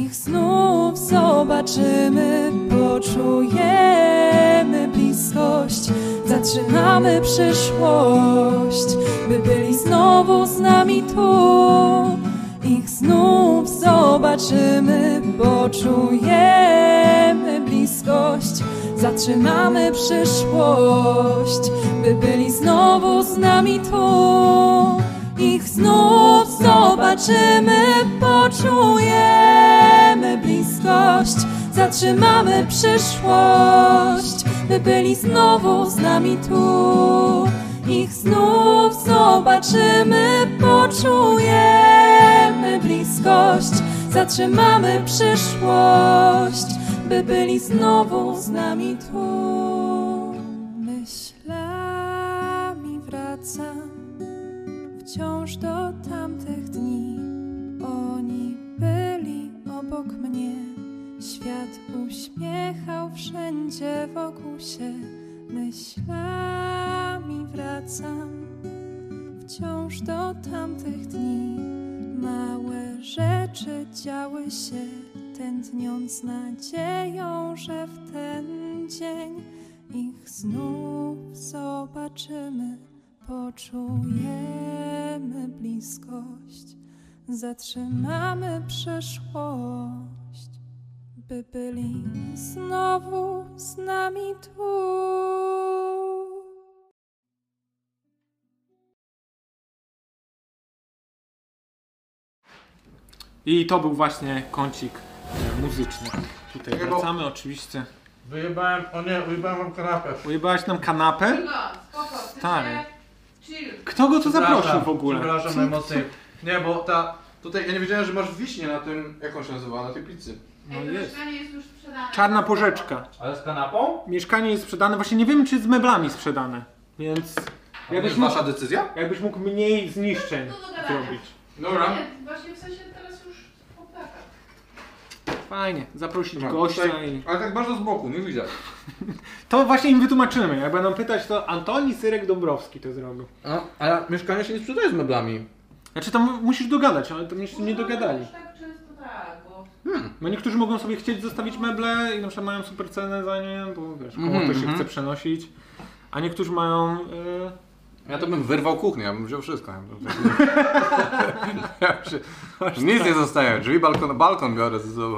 O: Ich znów zobaczymy, poczujemy bliskość, zatrzymamy przyszłość, by byli znowu z nami tu. Ich znów zobaczymy, poczujemy bliskość, zatrzymamy przyszłość, by byli znowu z nami tu. Ich znów zobaczymy, poczujemy bliskość, zatrzymamy przyszłość, by byli znowu z nami tu. Ich znów zobaczymy, poczujemy bliskość, zatrzymamy przyszłość, by byli znowu z nami tu. Myślami wracam wciąż do tamtych dni. Oni byli obok mnie, świat uśmiechał wszędzie wokół się. Myślami wracam wciąż do tamtych dni. Małe rzeczy działy się, tętniąc nadzieją, że w ten dzień ich znów zobaczymy. Poczujemy bliskość, zatrzymamy przeszłość, by byli znowu z nami tu.
D: I to był właśnie kącik e, muzyczny. Tutaj wracamy oczywiście.
P: Wyjebałem, o nie, wyjebałem wam kanapę.
D: Ujebałaś nam kanapę?
G: Kurwa, No, spoko, ty
D: Stary.
G: się... Chill.
D: Kto go tu zaprosił w ogóle?
L: Przepraszam na emocje.
E: Nie, bo ta... Tutaj ja nie wiedziałem, że masz wiśnie na tym... Jak on się nazywa? Na tej pizzy.
G: Ej, to
D: jest.
G: mieszkanie jest już sprzedane.
D: Czarna porzeczka.
Q: Ale z kanapą?
D: Mieszkanie jest sprzedane, właśnie nie wiem czy jest z meblami sprzedane, więc
E: To
D: jakbyś
E: jest
D: mógł,
E: wasza decyzja?
D: jakbyś mógł mniej zniszczeń
G: No, dobra.
D: zrobić.
E: Dobra.
G: Nie, właśnie w sensie teraz już po ptakach.
D: Fajnie, zaprosić
E: No,
D: gościa
E: tutaj-
D: i...
E: Ale tak bardzo z boku, nie widać.
D: To właśnie im wytłumaczymy, jak będą pytać to Antoni Syrek Dąbrowski to zrobił.
E: No, ale mieszkanie się nie sprzedaje z meblami.
D: Znaczy tam musisz dogadać, ale tam jeszcze nie
G: Kurwa,
D: dogadali.
G: już tak często tak, bo...
D: No niektórzy mogą sobie chcieć zostawić meble i na przykład mają super cenę za nie, bo wiesz, komu to się chce przenosić. A niektórzy mają... y,
E: Ja to bym wyrwał kuchnię, ja bym wziął wszystko. Ja bym ja tak. bym się... Nic nie zostaje, drzwi, balkon, balkon biorę ze sobą.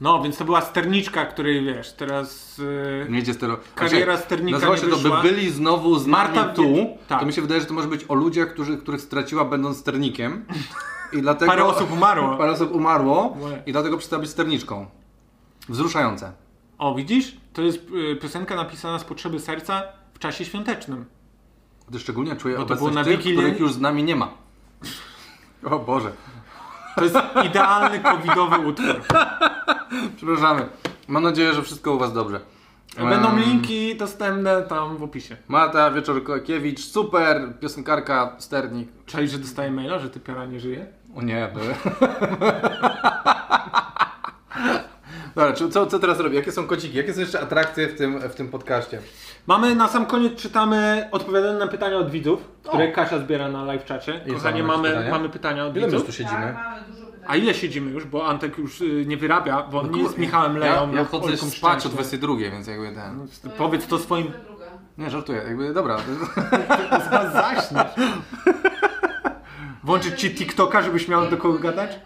D: No, więc to była sterniczka, której wiesz, teraz... y,
E: Nie idzie stero...
D: Kariera sternika
E: Znaczy, Nazywa
D: nie
E: się to, by
D: wyszła.
E: byli znowu z
D: Marta
E: Marta tu.
D: wie- tak.
E: To mi się wydaje, że to może być o ludziach, którzy, których straciła będąc sternikiem. I dlatego...
D: Parę osób umarło.
E: Parę osób umarło
D: Łe.
E: i dlatego przestała być sterniczką. Wzruszające.
D: O, widzisz? To jest y, piosenka napisana z potrzeby serca w czasie świątecznym.
E: Gdy szczególnie czuję
D: Bo to było
E: obecność
D: na
E: tych,
D: Wigilię.
E: których już z nami nie ma. O Boże.
D: To jest idealny covidowy utwór.
E: Przepraszamy. Mam nadzieję, że wszystko u was dobrze.
D: Będą
E: Em,
D: linki dostępne tam w opisie.
E: Marta Wieczorkiewicz, super, piosenkarka, sternik.
D: Czaj, że dostaję maila, że ty piara nie żyje?
E: O nie, były. Dobra, czy- co, co teraz robię? Jakie są kociki? Jakie są jeszcze atrakcje w tym, w tym podcaście?
D: Mamy na sam koniec czytamy odpowiadamy na pytania od widzów, które Kasia zbiera na live czacie. Kochanie,
E: mamy
D: mamy
E: pytania?
D: pytania? mamy pytania od
E: Ile my już
D: widzów.
E: tu
G: Tak,
E: siedzimy?
G: mamy dużo pytań.
D: A ile siedzimy już, bo Antek już y, nie wyrabia, bo on nie jest z Michałem Leją.
E: No Ja, ja
D: lub
E: chodzę
D: Olką
E: spać od
D: Szczęśliwą.
E: 22, więc jakby ten...
G: To jest
D: Powiedz to swoim...
G: 22.
E: Nie, żartuję, jakby dobra.
D: Zaśniesz. Włączyć ci TikToka, żebyś miał do kogo gadać?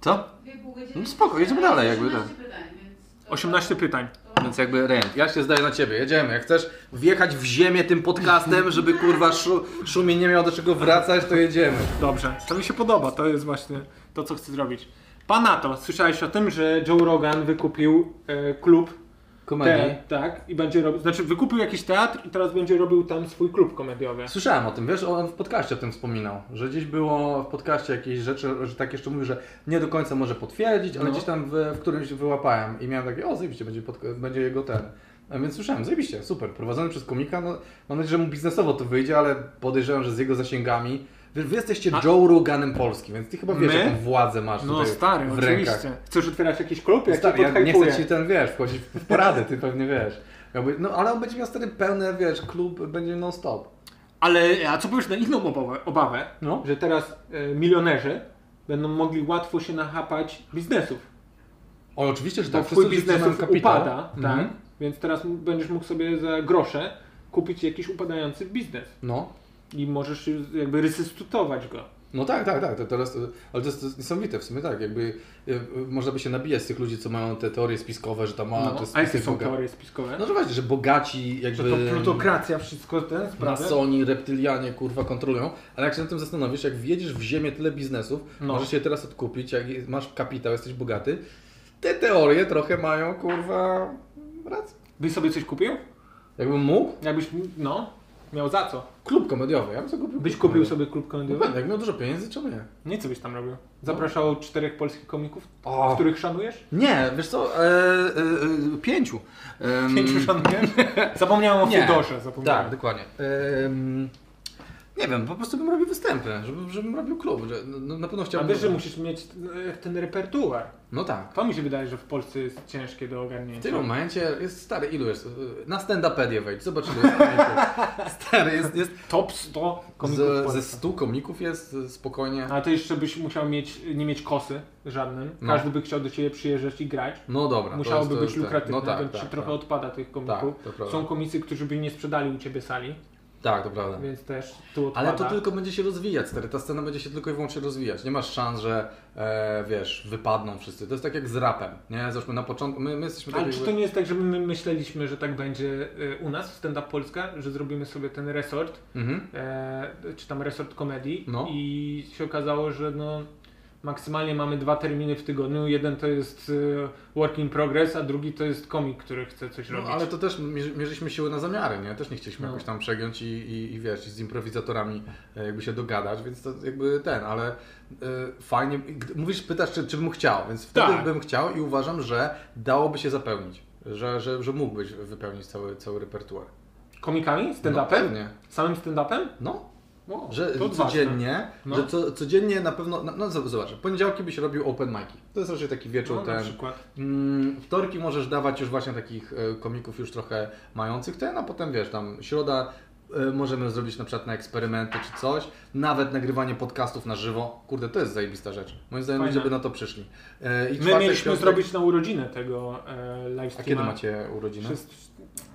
E: Co?
G: Dwie pół godziny.
E: No spoko, jedziemy dalej, jakby,
G: 18 pytań, więc to-
D: 18 pytań.
E: Więc jakby rent. Ja się zdaję na ciebie, jedziemy. Jak chcesz wjechać w ziemię tym podcastem, żeby kurwa szu, szumie nie miał do czego wracać, to jedziemy.
D: Dobrze, to mi się podoba, to jest właśnie to, co chcę zrobić. Panato, słyszałeś o tym, że Joe Rogan wykupił e, klub
E: Komedii.
D: te, tak, i będzie robił, znaczy wykupił jakiś teatr i teraz będzie robił tam swój klub komediowy.
E: Słyszałem o tym, wiesz, on w podcaście o tym wspominał, że gdzieś było w podcaście jakieś rzeczy, że tak jeszcze mówił, że nie do końca może potwierdzić, ale
D: No.
E: gdzieś tam w, w którymś wyłapałem i miałem takie, o zajebiście, będzie, podca- będzie jego ten. A więc słyszałem, zajebiście, super, prowadzony przez komika, no, mam nadzieję, że mu biznesowo to wyjdzie, ale podejrzewam, że z jego zasięgami, wy, wy jesteście
D: A-
E: Joe Roganem Polski, więc ty chyba wiesz,
D: My?
E: jaką władzę masz
D: No
E: tutaj
D: stary,
E: w
D: oczywiście.
E: rękach.
D: Chcesz otwierać jakiś klub? Jak
E: Stary,
D: cię
E: ja nie chcę
D: podhypuję?
E: ci ten, wiesz, wchodzić w porady, ty pewnie wiesz. Jakby, no ale on będzie miał wtedy pełne, wiesz, klub będzie non-stop.
D: Ale a co powiesz na inną obawę, obawę
E: No.
D: że teraz e, milionerzy będą mogli łatwo się nachapać biznesów.
E: O, oczywiście, Tak,
D: Bo
E: że tak.
D: twój
E: Wszyscy ludzie, którzy mają
D: biznesów
E: kapitał. mhm.
D: upada, tak? Więc teraz m- będziesz mógł sobie za grosze kupić jakiś upadający biznes
E: No.
D: i możesz jakby resuscytować go.
E: No tak, tak, tak. To teraz, ale to jest, to jest niesamowite w sumie, tak. Jakby y, y, można by się nabijać z tych ludzi, co mają te teorie spiskowe, że tam ma...
D: No,
E: to jest
D: a jakie są
E: boga-
D: teorie spiskowe?
E: No że właśnie, że bogaci jakby...
D: że to plutokracja wszystko ten sprawia?
E: Masoni, reptylianie, kurwa, kontrolują, ale jak się na tym zastanowisz, jak wjedziesz w ziemię tyle biznesów,
D: No.
E: możesz się teraz odkupić, jak jest- masz kapitał, jesteś bogaty, te teorie trochę mają, kurwa, rację.
D: Byś sobie coś kupił?
E: Jakbym mógł,
D: Jakbyś, no, miał za co?
E: klub komediowy, ja bym sobie kupił
D: Byś
E: klub
D: kupił
E: komediowy.
D: sobie klub
E: No
D: komediowy?
E: pewnie, jak miał dużo pieniędzy, czemu nie?
D: Nie, co byś tam robił? Zapraszał czterech polskich komików,
E: O.
D: których szanujesz?
E: Nie, wiesz co, e, e, e, pięciu. Em,
D: Pięciu szanujesz? Zapomniałem o
E: Mm. Nie.
D: Fudorze, zapomniałem.
E: Tak, dokładnie. Em, nie wiem, po prostu bym robił występy, żebym, żebym robił klub. Że, no, na pewno
D: A
E: chciałbym...
D: wiesz, że musisz mieć e, ten repertuar.
E: No tak.
D: To mi się wydaje, że w Polsce jest ciężkie do ogarnięcia.
E: W tym momencie jest stary, ilu jest? E, Na stand-upedię wejdź, zobacz ile jest komików. Stary, jest, jest
D: Top 100 komików w
E: ze,
D: Polsce.
E: ze 100 komików jest e, spokojnie.
D: Ale to jeszcze byś musiał mieć, nie mieć kosy żadnym.
E: No.
D: Każdy by chciał do ciebie przyjeżdżać i grać.
E: No dobra. to
D: Musiałoby
E: jest- to
D: być
E: jest ten-
D: lukratywne,
E: No tak,
D: więc
E: tak,
D: się trochę
E: tak,
D: odpada tych komików.
E: Tak, to prawda.
D: Są komicy, którzy by nie sprzedali u ciebie sali,
E: tak, to prawda.
D: więc też tu odpada.
E: Ale to tylko będzie się rozwijać, stary. Ta scena będzie się tylko i wyłącznie rozwijać. Nie masz szans, że e, wiesz, wypadną wszyscy. To jest tak jak z rapem, nie? Zresztą na początku, my, my jesteśmy tak
D: Ale czy
E: jakby...
D: to nie jest tak, że my myśleliśmy, że tak będzie e, u nas, w Stand Up Polska, że zrobimy sobie ten resort,
E: Mhm.
D: e, czy tam resort komedii
E: No.
D: i się okazało, że no maksymalnie mamy dwa terminy w tygodniu. Jeden to jest e, work in progress, a drugi to jest komik, który chce coś
E: No,
D: robić.
E: ale to też mierzy- mierzyliśmy siły na zamiary, nie? Też nie chcieliśmy
D: No.
E: jakoś tam przegiąć i, i, i wiesz, i z improwizatorami e, jakby się dogadać, więc to jakby ten, ale e, fajnie, gdy- mówisz, pytasz, czy, czy bym chciał, więc wtedy
D: Tak.
E: bym chciał i uważam, że dałoby się zapełnić, że, że, że mógłbyś wypełnić cały, cały repertuar.
D: Komikami?
E: No,
D: Stand-upem?
E: pewnie.
D: Samym stand-upem?
E: No,
D: O,
E: Że
D: to odważne.
E: codziennie,
D: No.
E: że co, codziennie na pewno, no, no z- zobacz, w poniedziałki byś robił open mic'i. To jest raczej taki wieczór
D: No, na
E: ten.
D: przykład.
E: Mm, wtorki możesz dawać już właśnie takich e, komików już trochę mających ten, a potem wiesz, tam środa e, możemy zrobić na przykład na eksperymenty czy coś. Nawet nagrywanie podcastów na żywo. Kurde, to jest zajebista rzecz. Moim zdaniem
D: Fajne.
E: ludzie by na to przyszli. E, i
D: My
E: czwartek,
D: mieliśmy
E: piątek-
D: zrobić na urodzinę tego e,
E: A
D: livestreama.
E: kiedy macie urodziny?
D: Przez-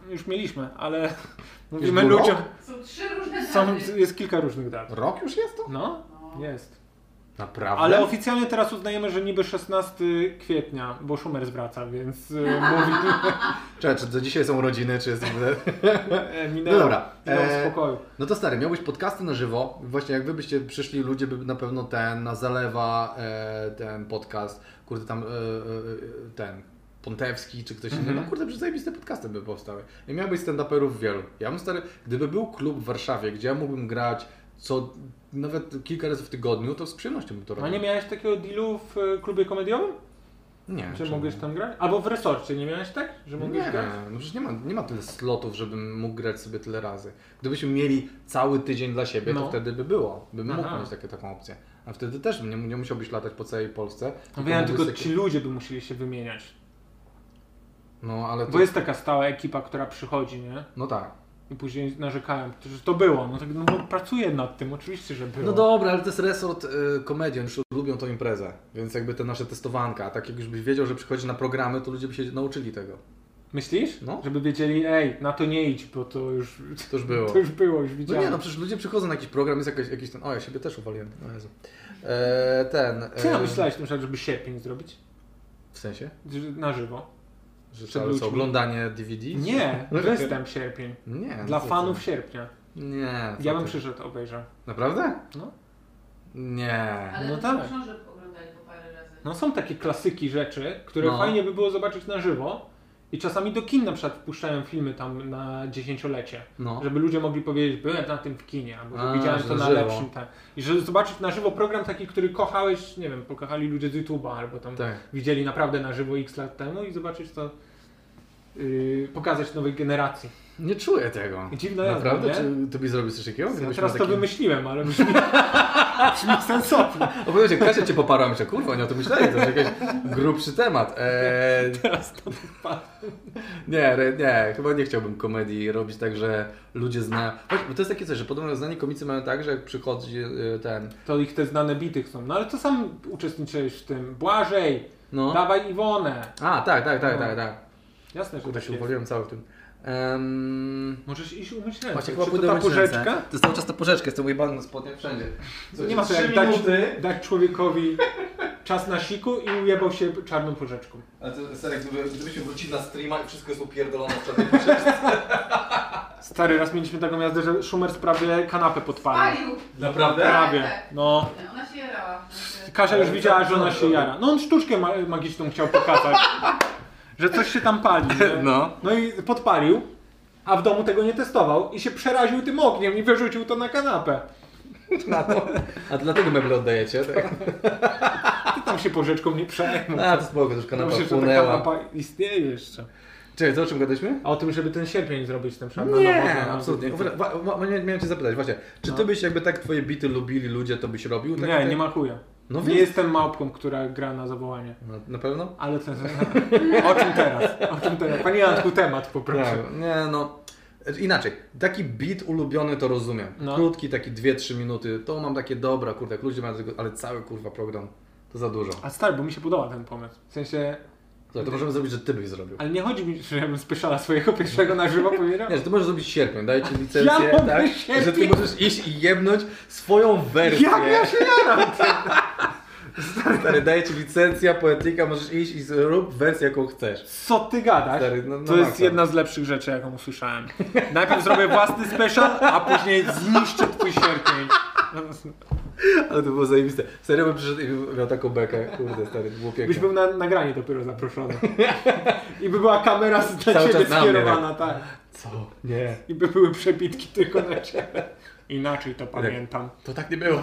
D: Już mieliśmy, ale mówimy
E: był
D: ludziom.
E: rok?
G: Są trzy różne
D: Są,
G: daty.
D: jest kilka różnych dat.
E: Rok już jest to?
D: No,
G: No.
D: jest.
E: Naprawdę?
D: Ale oficjalnie teraz uznajemy, że niby 16 kwietnia, bo Schumer zwraca, więc y, mówi,
E: Czekaj, czy to dzisiaj są urodziny, czy jest...
D: e, minęło,
E: No dobra,
D: minęło
E: e,
D: spokoju.
E: No to stary, miałbyś podcasty na żywo. Właśnie jak wy byście przyszli, ludzie by na pewno ten na zalewa e, ten podcast, kurde tam e, e, e, ten Pontewski czy ktoś inny. No kurde, że zajebiste podcasty by powstały. I miałbyś stand-uperów wielu. Ja bym stary, gdyby był klub w Warszawie, gdzie ja mógłbym grać co nawet kilka razy w tygodniu, to z przyjemnością bym to
D: A
E: robił.
D: No nie miałeś takiego dealu w e, klubie komediowym?
E: nie
D: Że
E: czemu?
D: mogłeś tam grać? Albo w resorcie nie miałeś tak? Że mogłeś
E: Nie,
D: grać?
E: no przecież nie ma, nie ma tyle slotów, żebym mógł grać sobie tyle razy. Gdybyśmy mieli cały tydzień dla siebie,
D: No.
E: to wtedy by było. Bym
D: Aha.
E: mógł mieć takie, taką opcję. A wtedy też bym nie, nie musiałbyś latać po całej Polsce.
D: No wiem,
E: mógłbyś
D: tylko
E: takie-
D: ci ludzie by musieli się wymieniać.
E: No ale to...
D: Bo jest taka stała ekipa, która przychodzi, nie?
E: No tak.
D: I później narzekałem, że to było. No tak, no bo pracuję nad tym, oczywiście, że było.
E: No dobra, ale to jest resort y, komedian, już lubią tą imprezę. Więc jakby te nasze testowanka, a tak jak już byś wiedział, że przychodzi na programy, to ludzie by się nauczyli tego.
D: Myślisz?
E: No.
D: Żeby wiedzieli, ej, na to nie idź, bo to już,
E: To już było.
D: to już było, już
E: No
D: widziałem.
E: nie, no przecież ludzie przychodzą na jakiś program, jest jakiś, jakiś ten... O, ja siebie też uwaliłem. O Jezu. E, ten...
D: Ty
E: e,
D: myślałeś na przykład, żeby sierpień zrobić?
E: W sensie?
D: Że- Na żywo?
E: Że
D: Przed
E: co, ale
D: ludźmi.
E: co, oglądanie DVD?
D: Nie,
E: No tak.
D: występ sierpień.
E: Nie. no
D: Dla
E: co ty?
D: fanów sierpnia.
E: Nie. co
D: Ja bym
E: ty?
D: przyszedł, obejrzał.
E: Naprawdę?
D: No.
E: Nie.
G: Ale
D: No
G: no
D: tak.
G: tak. książek oglądali po parę razy.
D: no są takie klasyki rzeczy, które
E: No.
D: fajnie by było zobaczyć na żywo. I czasami do kin na przykład wpuszczają filmy tam na dziesięciolecie,
E: No.
D: żeby ludzie mogli powiedzieć, byłem na tym w kinie, albo że
E: A,
D: widziałem
E: że
D: to
E: na
D: na
E: żywo.
D: lepszym. Ten. I żeby zobaczyć na żywo program taki, który kochałeś, nie wiem, pokochali ludzie z YouTube'a, albo tam
E: Tak.
D: widzieli naprawdę na żywo x lat temu i zobaczyć to, yy, pokazać nowej generacji.
E: Nie czuję tego.
D: Dziwna jazda,
E: Naprawdę?
D: nie?
E: Czy ty byś zrobił coś takiego?
D: Ja
E: Gdybyś
D: teraz
E: miał
D: to
E: taki-
D: wymyśliłem, ale brzmi, brzmi sensownie.
E: Opowiadajcie, Kasia cię poparła, myślę, kurwa, nie o tym myślałem, to jest jakiś grubszy temat. Eee,
D: Teraz to wypadło.
E: nie, re- nie, chyba nie chciałbym komedii robić tak, że ludzie znają... Właśnie, Bo to jest takie coś, że podobno znani komicy mają tak, że jak przychodzi e, ten...
D: To ich te znane bity są. No ale to sam uczestniczyłeś w tym. Błażej,
E: No.
D: dawaj Iwonę.
E: A, tak, tak, tak,
D: No.
E: tak, tak.
D: Jasne, że
E: Kurde,
D: tak
E: się
D: jest.
E: uwoliłem cały w tym. Um...
D: Możesz iść umyć ręce.
E: Właśnie
D: Czy
E: chyba
D: to
E: pójdę
D: ta
E: myć ręce.
D: porzeczka?
E: To jest cały czas ta porzeczka, jest to mój bank na spodnie wszędzie.
D: To nie ma co
E: trzy
D: jak dać,
E: minuty.
D: dać człowiekowi czas na siku i ujebał się czarną porzeczką.
E: Ale to, serio, gdyby, gdybyśmy wrócili na streama i wszystko jest upierdolone w
D: Stary, raz mieliśmy taką jazdę, że Schumer prawie kanapę podpalił.
G: Palił! Tak,
E: Naprawdę?
D: Prawie, no.
G: Ona się jarała.
D: Kasia już widziała, że ona się jara. No on sztuczkę ma- magiczną chciał pokazać. Że coś się tam pali. nie?
E: No.
D: No i podpalił, a w domu tego nie testował i się przeraził tym ogniem i wyrzucił to na kanapę.
E: A dlatego meble oddajecie, tak?
D: Ty tam się porzeczką nie przejmuj.
E: A, to spoko, to już kanapa
D: Dobrze, że ta
E: płynęła.
D: kanapa istnieje jeszcze.
E: Czekaj, to o czym gadaliśmy?
D: A o tym, żeby ten sierpień zrobić ten przykład
E: Nie, absolutnie. Wa- wa- wa- Miałem cię zapytać, właśnie, czy ty
D: No.
E: byś jakby tak twoje bity lubili ludzie, to byś robił? Tak,
D: Nie,
E: tak?
D: nie ma chuja.
E: No
D: nie
E: więc-
D: jestem małpką, która gra na zawołanie.
E: Na, na pewno?
D: Ale to O czym teraz? O czym teraz? Panie Janku, temat poproszę.
E: Tak. Nie, no. Inaczej, taki beat ulubiony to rozumiem.
D: No.
E: Krótki, taki 2-3 minuty, to mam takie dobra, kurde, jak ludzie mają tego, ale cały kurwa program, to za dużo.
D: A stary, bo mi się podoba ten pomysł. W sensie,
E: Słuchaj, to możemy zrobić, że ty byś zrobił.
D: ale nie chodzi mi, że ja bym spyszala swojego pierwszego na żywo powiedział.
E: Nie, że ty możesz zrobić sierpień, daję ci
D: Ja
E: licencję,
D: mogę
E: tak?
D: sierpień?
E: Że ty możesz iść i jebnąć swoją wersję.
D: Jak ja się jaram?
E: Stary, daję ci licencja, poetyka, możesz iść i rób wersję jaką chcesz.
D: Co ty gadasz?
E: Stary, no- no
D: Tak? to jest
E: maksa.
D: jedna z lepszych rzeczy, jaką usłyszałem. Najpierw zrobię własny special, a później zniszczę twój sierpień. No,
E: Ale to było zajebiste. Serio bym przyszedł i bym miał taką bekę, kurde stary, to było
D: Byś
E: piękne.
D: był na nagranie dopiero zaproszony. I by była kamera z- na
E: Cały
D: ciebie
E: czas na mnie,
D: skierowana, tak.
E: Co? Nie.
D: I by były przebitki tylko na ciebie. Inaczej to pamiętam.
E: To tak nie było.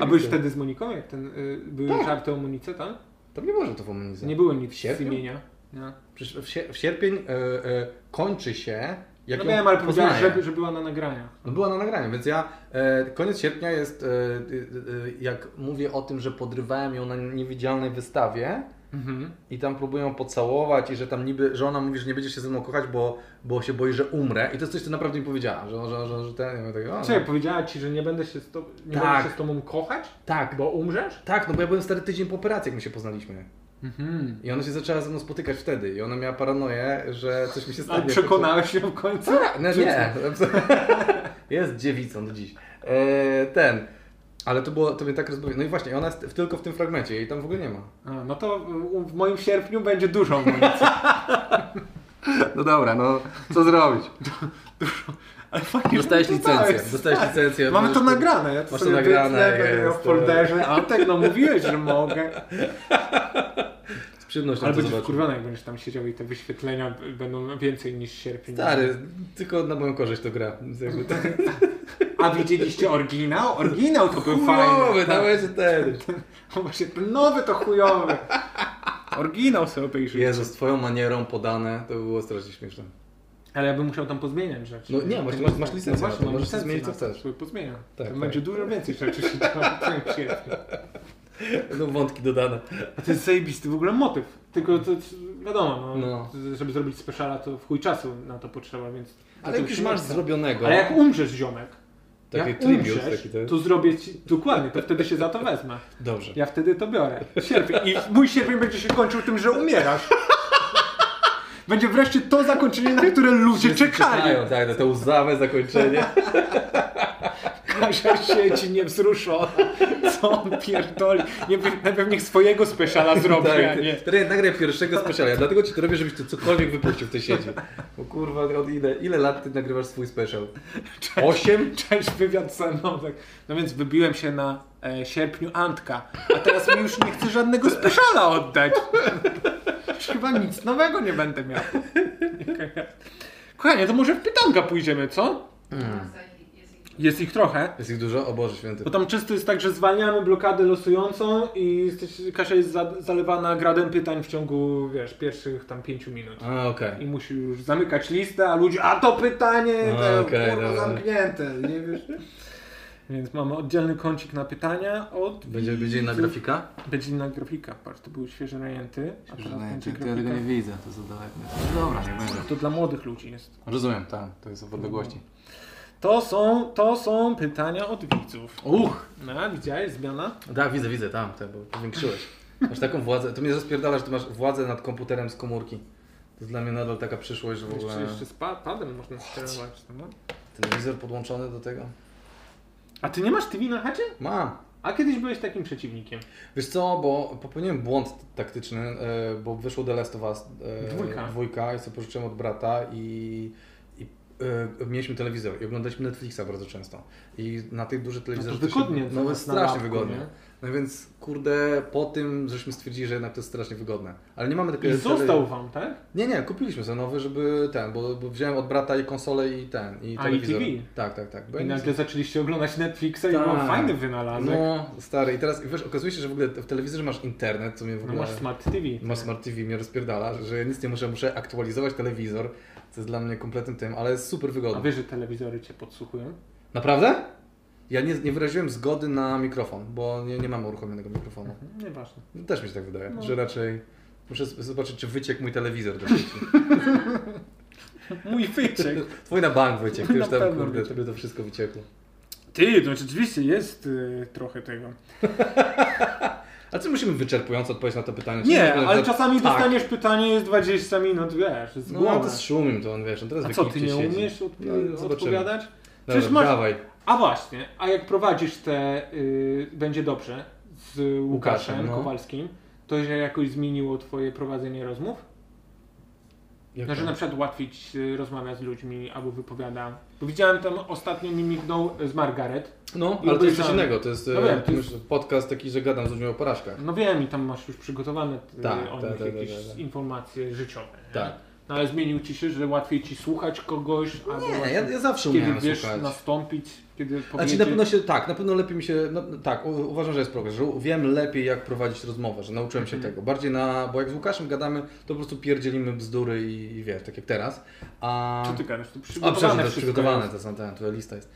D: A byłeś wtedy z Moniką, jak ten y, były żarty o Monice, tam?
E: To nie może to Tak. w Omunize.
D: Nie było nic z
E: sierpniu?
D: imienia. Nie.
E: Przecież w, sier- w sierpień e, e, kończy się, jak
D: No
E: ją
D: wiem, ale powiedziałeś,
E: poznaję.
D: że, że była na nagraniach.
E: No była na nagraniu, więc ja e, koniec sierpnia jest, e, e, e, jak mówię o tym, że podrywałem ją na niewidzialnej wystawie
D: Mhm.
E: i tam próbuję ją pocałować i że tam niby, że ona mówi, że nie będzie się ze mną kochać, bo, bo się boi, że umrę i to jest coś, co naprawdę mi powiedziała, że, że, że, że ten, ja mówię tak, o,
D: Czekaj, powiedziała ci, że nie będę się z, to, nie
E: Tak.
D: będę się z tobą kochać?
E: tak,
D: Bo umrzesz?
E: tak, no bo ja byłem stary tydzień po operacji, jak my się poznaliśmy
D: Mhm.
E: i ona się zaczęła ze mną spotykać wtedy i ona miała paranoję, że coś mi się
D: A
E: stanie.
D: przekonałeś się w końcu?
E: Tak, no, nie. Jest dziewicą do dziś. E, ten. Ale to było, to mnie tak rozbawiło. No i właśnie, ona jest w- tylko w tym fragmencie, jej tam w ogóle nie ma.
D: A, no to w- w moim sierpniu będzie dużo Monicy.
E: No dobra, no co zrobić?
D: Ale fajnie,
E: Dostałeś
D: że dostałeś.
E: licencję, dostałeś licencję.
D: No tak. Mamy to
E: możesz-
D: nagrane. Ja to
E: Masz to
D: sobie
E: nagrane,
D: wytnę, będę miał
E: jest,
D: w folderze. A tak, no mówiłeś, że mogę.
E: Z przyjemnością
D: Ale
E: to
D: będziesz
E: zobaczysz.
D: wkurwiony, no jak będziesz tam siedział i te wyświetlenia b- będą więcej niż sierpień.
E: Stary, tylko na moją korzyść to gra. Więc jakby tak-
D: A widzieliście oryginał? Oryginał to był
E: Chujowy,
D: fajny. tak.
E: dałeś ten.
D: No właśnie, ten nowy to chujowy. Oryginał sobie obejrzyj.
E: Jezu, z twoją manierą podane, to było strasznie śmieszne.
D: Ale ja bym musiał tam pozmieniać rzeczy.
E: No nie, masz- masz- masz
D: No
E: licencję na to,
D: właśnie, mam
E: możesz
D: licencję
E: zmienić, co
D: na to,
E: chcesz.
D: sobie Pozmieniam.
E: Tak,
D: to
E: tak.
D: będzie dużo więcej rzeczy się działo w tym sierpniu.
E: No wątki dodane.
D: A to jest zajebisty w ogóle motyw. Tylko to to wiadomo, no,
E: No.
D: żeby zrobić speciala to w chuj czasu na to potrzeba, więc...
E: Ale jak już masz zrobionego,
D: Ale jak umrzesz ziomek,
E: Taki
D: jak
E: tribute,
D: umrzesz,
E: taki ten.
D: to zrobię ci... Dokładnie, to wtedy się za to wezmę.
E: dobrze.
D: Ja wtedy to biorę. Sierpień. I mój sierpień będzie się kończył tym, że umierasz. Będzie wreszcie to zakończenie, na które ludzie
E: Wszyscy
D: czekali.
E: czekają, Tak, na to łzawe zakończenie.
D: Kasia siedzi niewzruszona. Co on pierdoli? Nie, najpierw niech swojego speciala zrobi, a nie.
E: Teraz Tak, nagraj pierwszego speciala. Ja Dlatego ci to robię, żebyś tu cokolwiek wypuścił w tej sieci. Bo kurwa, od ile, ile lat ty nagrywasz swój special? Osiem?
D: Cześć, wywiad ceną. Tak. No więc wybiłem się na e, sierpniu Antka, a teraz mi już nie chce żadnego speciala oddać. Już Chyba nic nowego nie będę miał. Kochanie, to może w pytanka pójdziemy, co? Hmm.
G: Jest ich
D: Jest ich trochę.
E: Jest ich dużo? O Boże święty.
D: Bo tam czysto jest tak, że zwalniamy blokadę losującą i jesteś, Kasia jest za, zalewana gradem pytań w ciągu, wiesz, pierwszych tam pięciu minut.
E: A, okej.
D: I musi już zamykać listę, a ludzie, a to pytanie, to
E: Okej,
D: kurwa
E: dobra.
D: zamknięte, nie wiesz? Więc mamy oddzielny kącik na pytania od...
E: Będzie, będzie inna
D: widzów.
E: grafika?
D: Będzie inna grafika, patrz, to były świeże rejęty, a teraz będzie
E: tego
D: grafika.
E: widzę, to za daleko. Dobra, nie będzie.
D: To dla młodych ludzi jest.
E: Rozumiem, tak, to jest w odległości.
D: To są, to są pytania od widzów.
E: Uch!
D: No, widziałeś zmiana?
E: Tak, widzę, widzę, tam, tak, bo powiększyłeś. Masz taką władzę, to mnie zaspierdala, że ty masz władzę nad komputerem z komórki. To jest dla mnie nadal taka przyszłość, że w
D: Jeszcze,
E: ogóle...
D: jeszcze z pa- padem można sterować, no.
E: Telewizor podłączony do tego?
D: A ty nie masz TV na chacie?
E: Mam!
D: A kiedyś byłeś takim przeciwnikiem. No
E: Wiesz co, bo popełniłem błąd taktyczny, e, bo wyszło The Last of Us e,
D: Dwójka.
E: dwójka i sobie pożyczyłem od brata i, i e, mieliśmy telewizor i oglądaliśmy Netflixa bardzo często. I na tych dużych telewizorach... to się-
D: wygodnie
E: No
D: na-
E: jest
D: na
E: strasznie
D: lapku,
E: wygodnie.
D: nie?
E: No więc kurde, po tym żeśmy stwierdzili, że jednak to jest strasznie wygodne. Ale nie mamy takiego...
D: I został wam, tak?
E: Nie, nie, kupiliśmy sobie nowy, żeby ten, bo, bo wziąłem od brata i konsolę i ten, i
D: A, i
E: telewizor.
D: TV.
E: Tak, tak, tak. Bo
D: I
E: ja nie-
D: nagle zaczęliście oglądać Netflixa i
E: Tak.
D: był fajny wynalazek. No,
E: No, stary, i teraz, i wiesz, okazuje się, że w ogóle w telewizorze masz internet, co mnie w ogóle...
D: No, masz Smart TV.
E: Masz Smart TV mnie rozpierdala, że ja nic nie muszę, muszę aktualizować telewizor, co jest dla mnie kompletnym tym, ale jest super
D: A
E: wygodne.
D: wiesz, że telewizory cię podsłuchują?
E: Naprawdę? Ja nie, nie wyraziłem zgody na mikrofon, bo nie, nie mamy uruchomionego mikrofonu.
D: Nieważne.
E: Też mi się tak wydaje, że raczej muszę z- zobaczyć, czy wyciekł mój telewizor do sieci.
D: Mój wyciek.
E: Twój na bank wyciekł, ty
D: Na
E: już tam,
D: pewno
E: kurde,
D: wyciekł.
E: żeby to wszystko wyciekło.
D: Ty, no rzeczywiście jest y, trochę tego.
E: A czy musimy wyczerpująco odpowiedzieć na to pytanie? Czy
D: Nie,
E: możemy
D: ale
E: za-
D: czasami
E: tak.
D: dostaniesz pytanie, jest 20 minut, wiesz, z
E: No,
D: głowy.
E: to z szumim to on, wiesz, on teraz
D: A
E: w
D: co, ty
E: Egipcie
D: nie
E: siedzi.
D: umiesz
E: No,
D: odp-
E: zobaczymy.
D: odpowiadać?
E: Dobra,
D: Przecież masz-
E: dawaj.
D: A właśnie, a jak prowadzisz te y, Będzie Dobrze z Łukaszem,
E: Łukaszem, no.
D: Kowalskim, to się jakoś zmieniło twoje prowadzenie rozmów?
E: Jak
D: No, że
E: to?
D: na przykład łatwiej ci się rozmawia z ludźmi albo wypowiada. Bo widziałem tam ostatnio mi mignął e, z Margaret.
E: No,
D: I
E: ale to jest coś
D: obejrzałem.
E: innego. To jest
D: No
E: e,
D: wiem, to
E: już podcast taki, że gadam z ludźmi o porażkach.
D: No wiem i tam masz już przygotowane y,
E: Tak,
D: o
E: tak,
D: nich
E: tak,
D: jakieś
E: tak, tak.
D: informacje życiowe. nie?
E: Tak.
D: No ale zmienił ci się, że łatwiej ci słuchać kogoś, albo
E: Nie,
D: No właśnie
E: ja, ja zawsze
D: kiedy
E: umiałem
D: wiesz
E: słuchać.
D: nastąpić, kiedy
E: Znaczy
D: powiedzieć.
E: na pewno się, tak, na pewno lepiej mi się, no, tak, u, uważam, że jest progres, że wiem lepiej jak prowadzić rozmowę, że nauczyłem się tego. Bardziej na, bo jak z Łukaszem gadamy, to po prostu pierdzielimy bzdury i, i wiesz, tak jak teraz. A...
D: Co ty gadasz? To
E: A przepraszam,
D: przygotowane
E: to jest
D: wszystko
E: przygotowane,
D: jest.
E: to są ten, tutaj lista jest.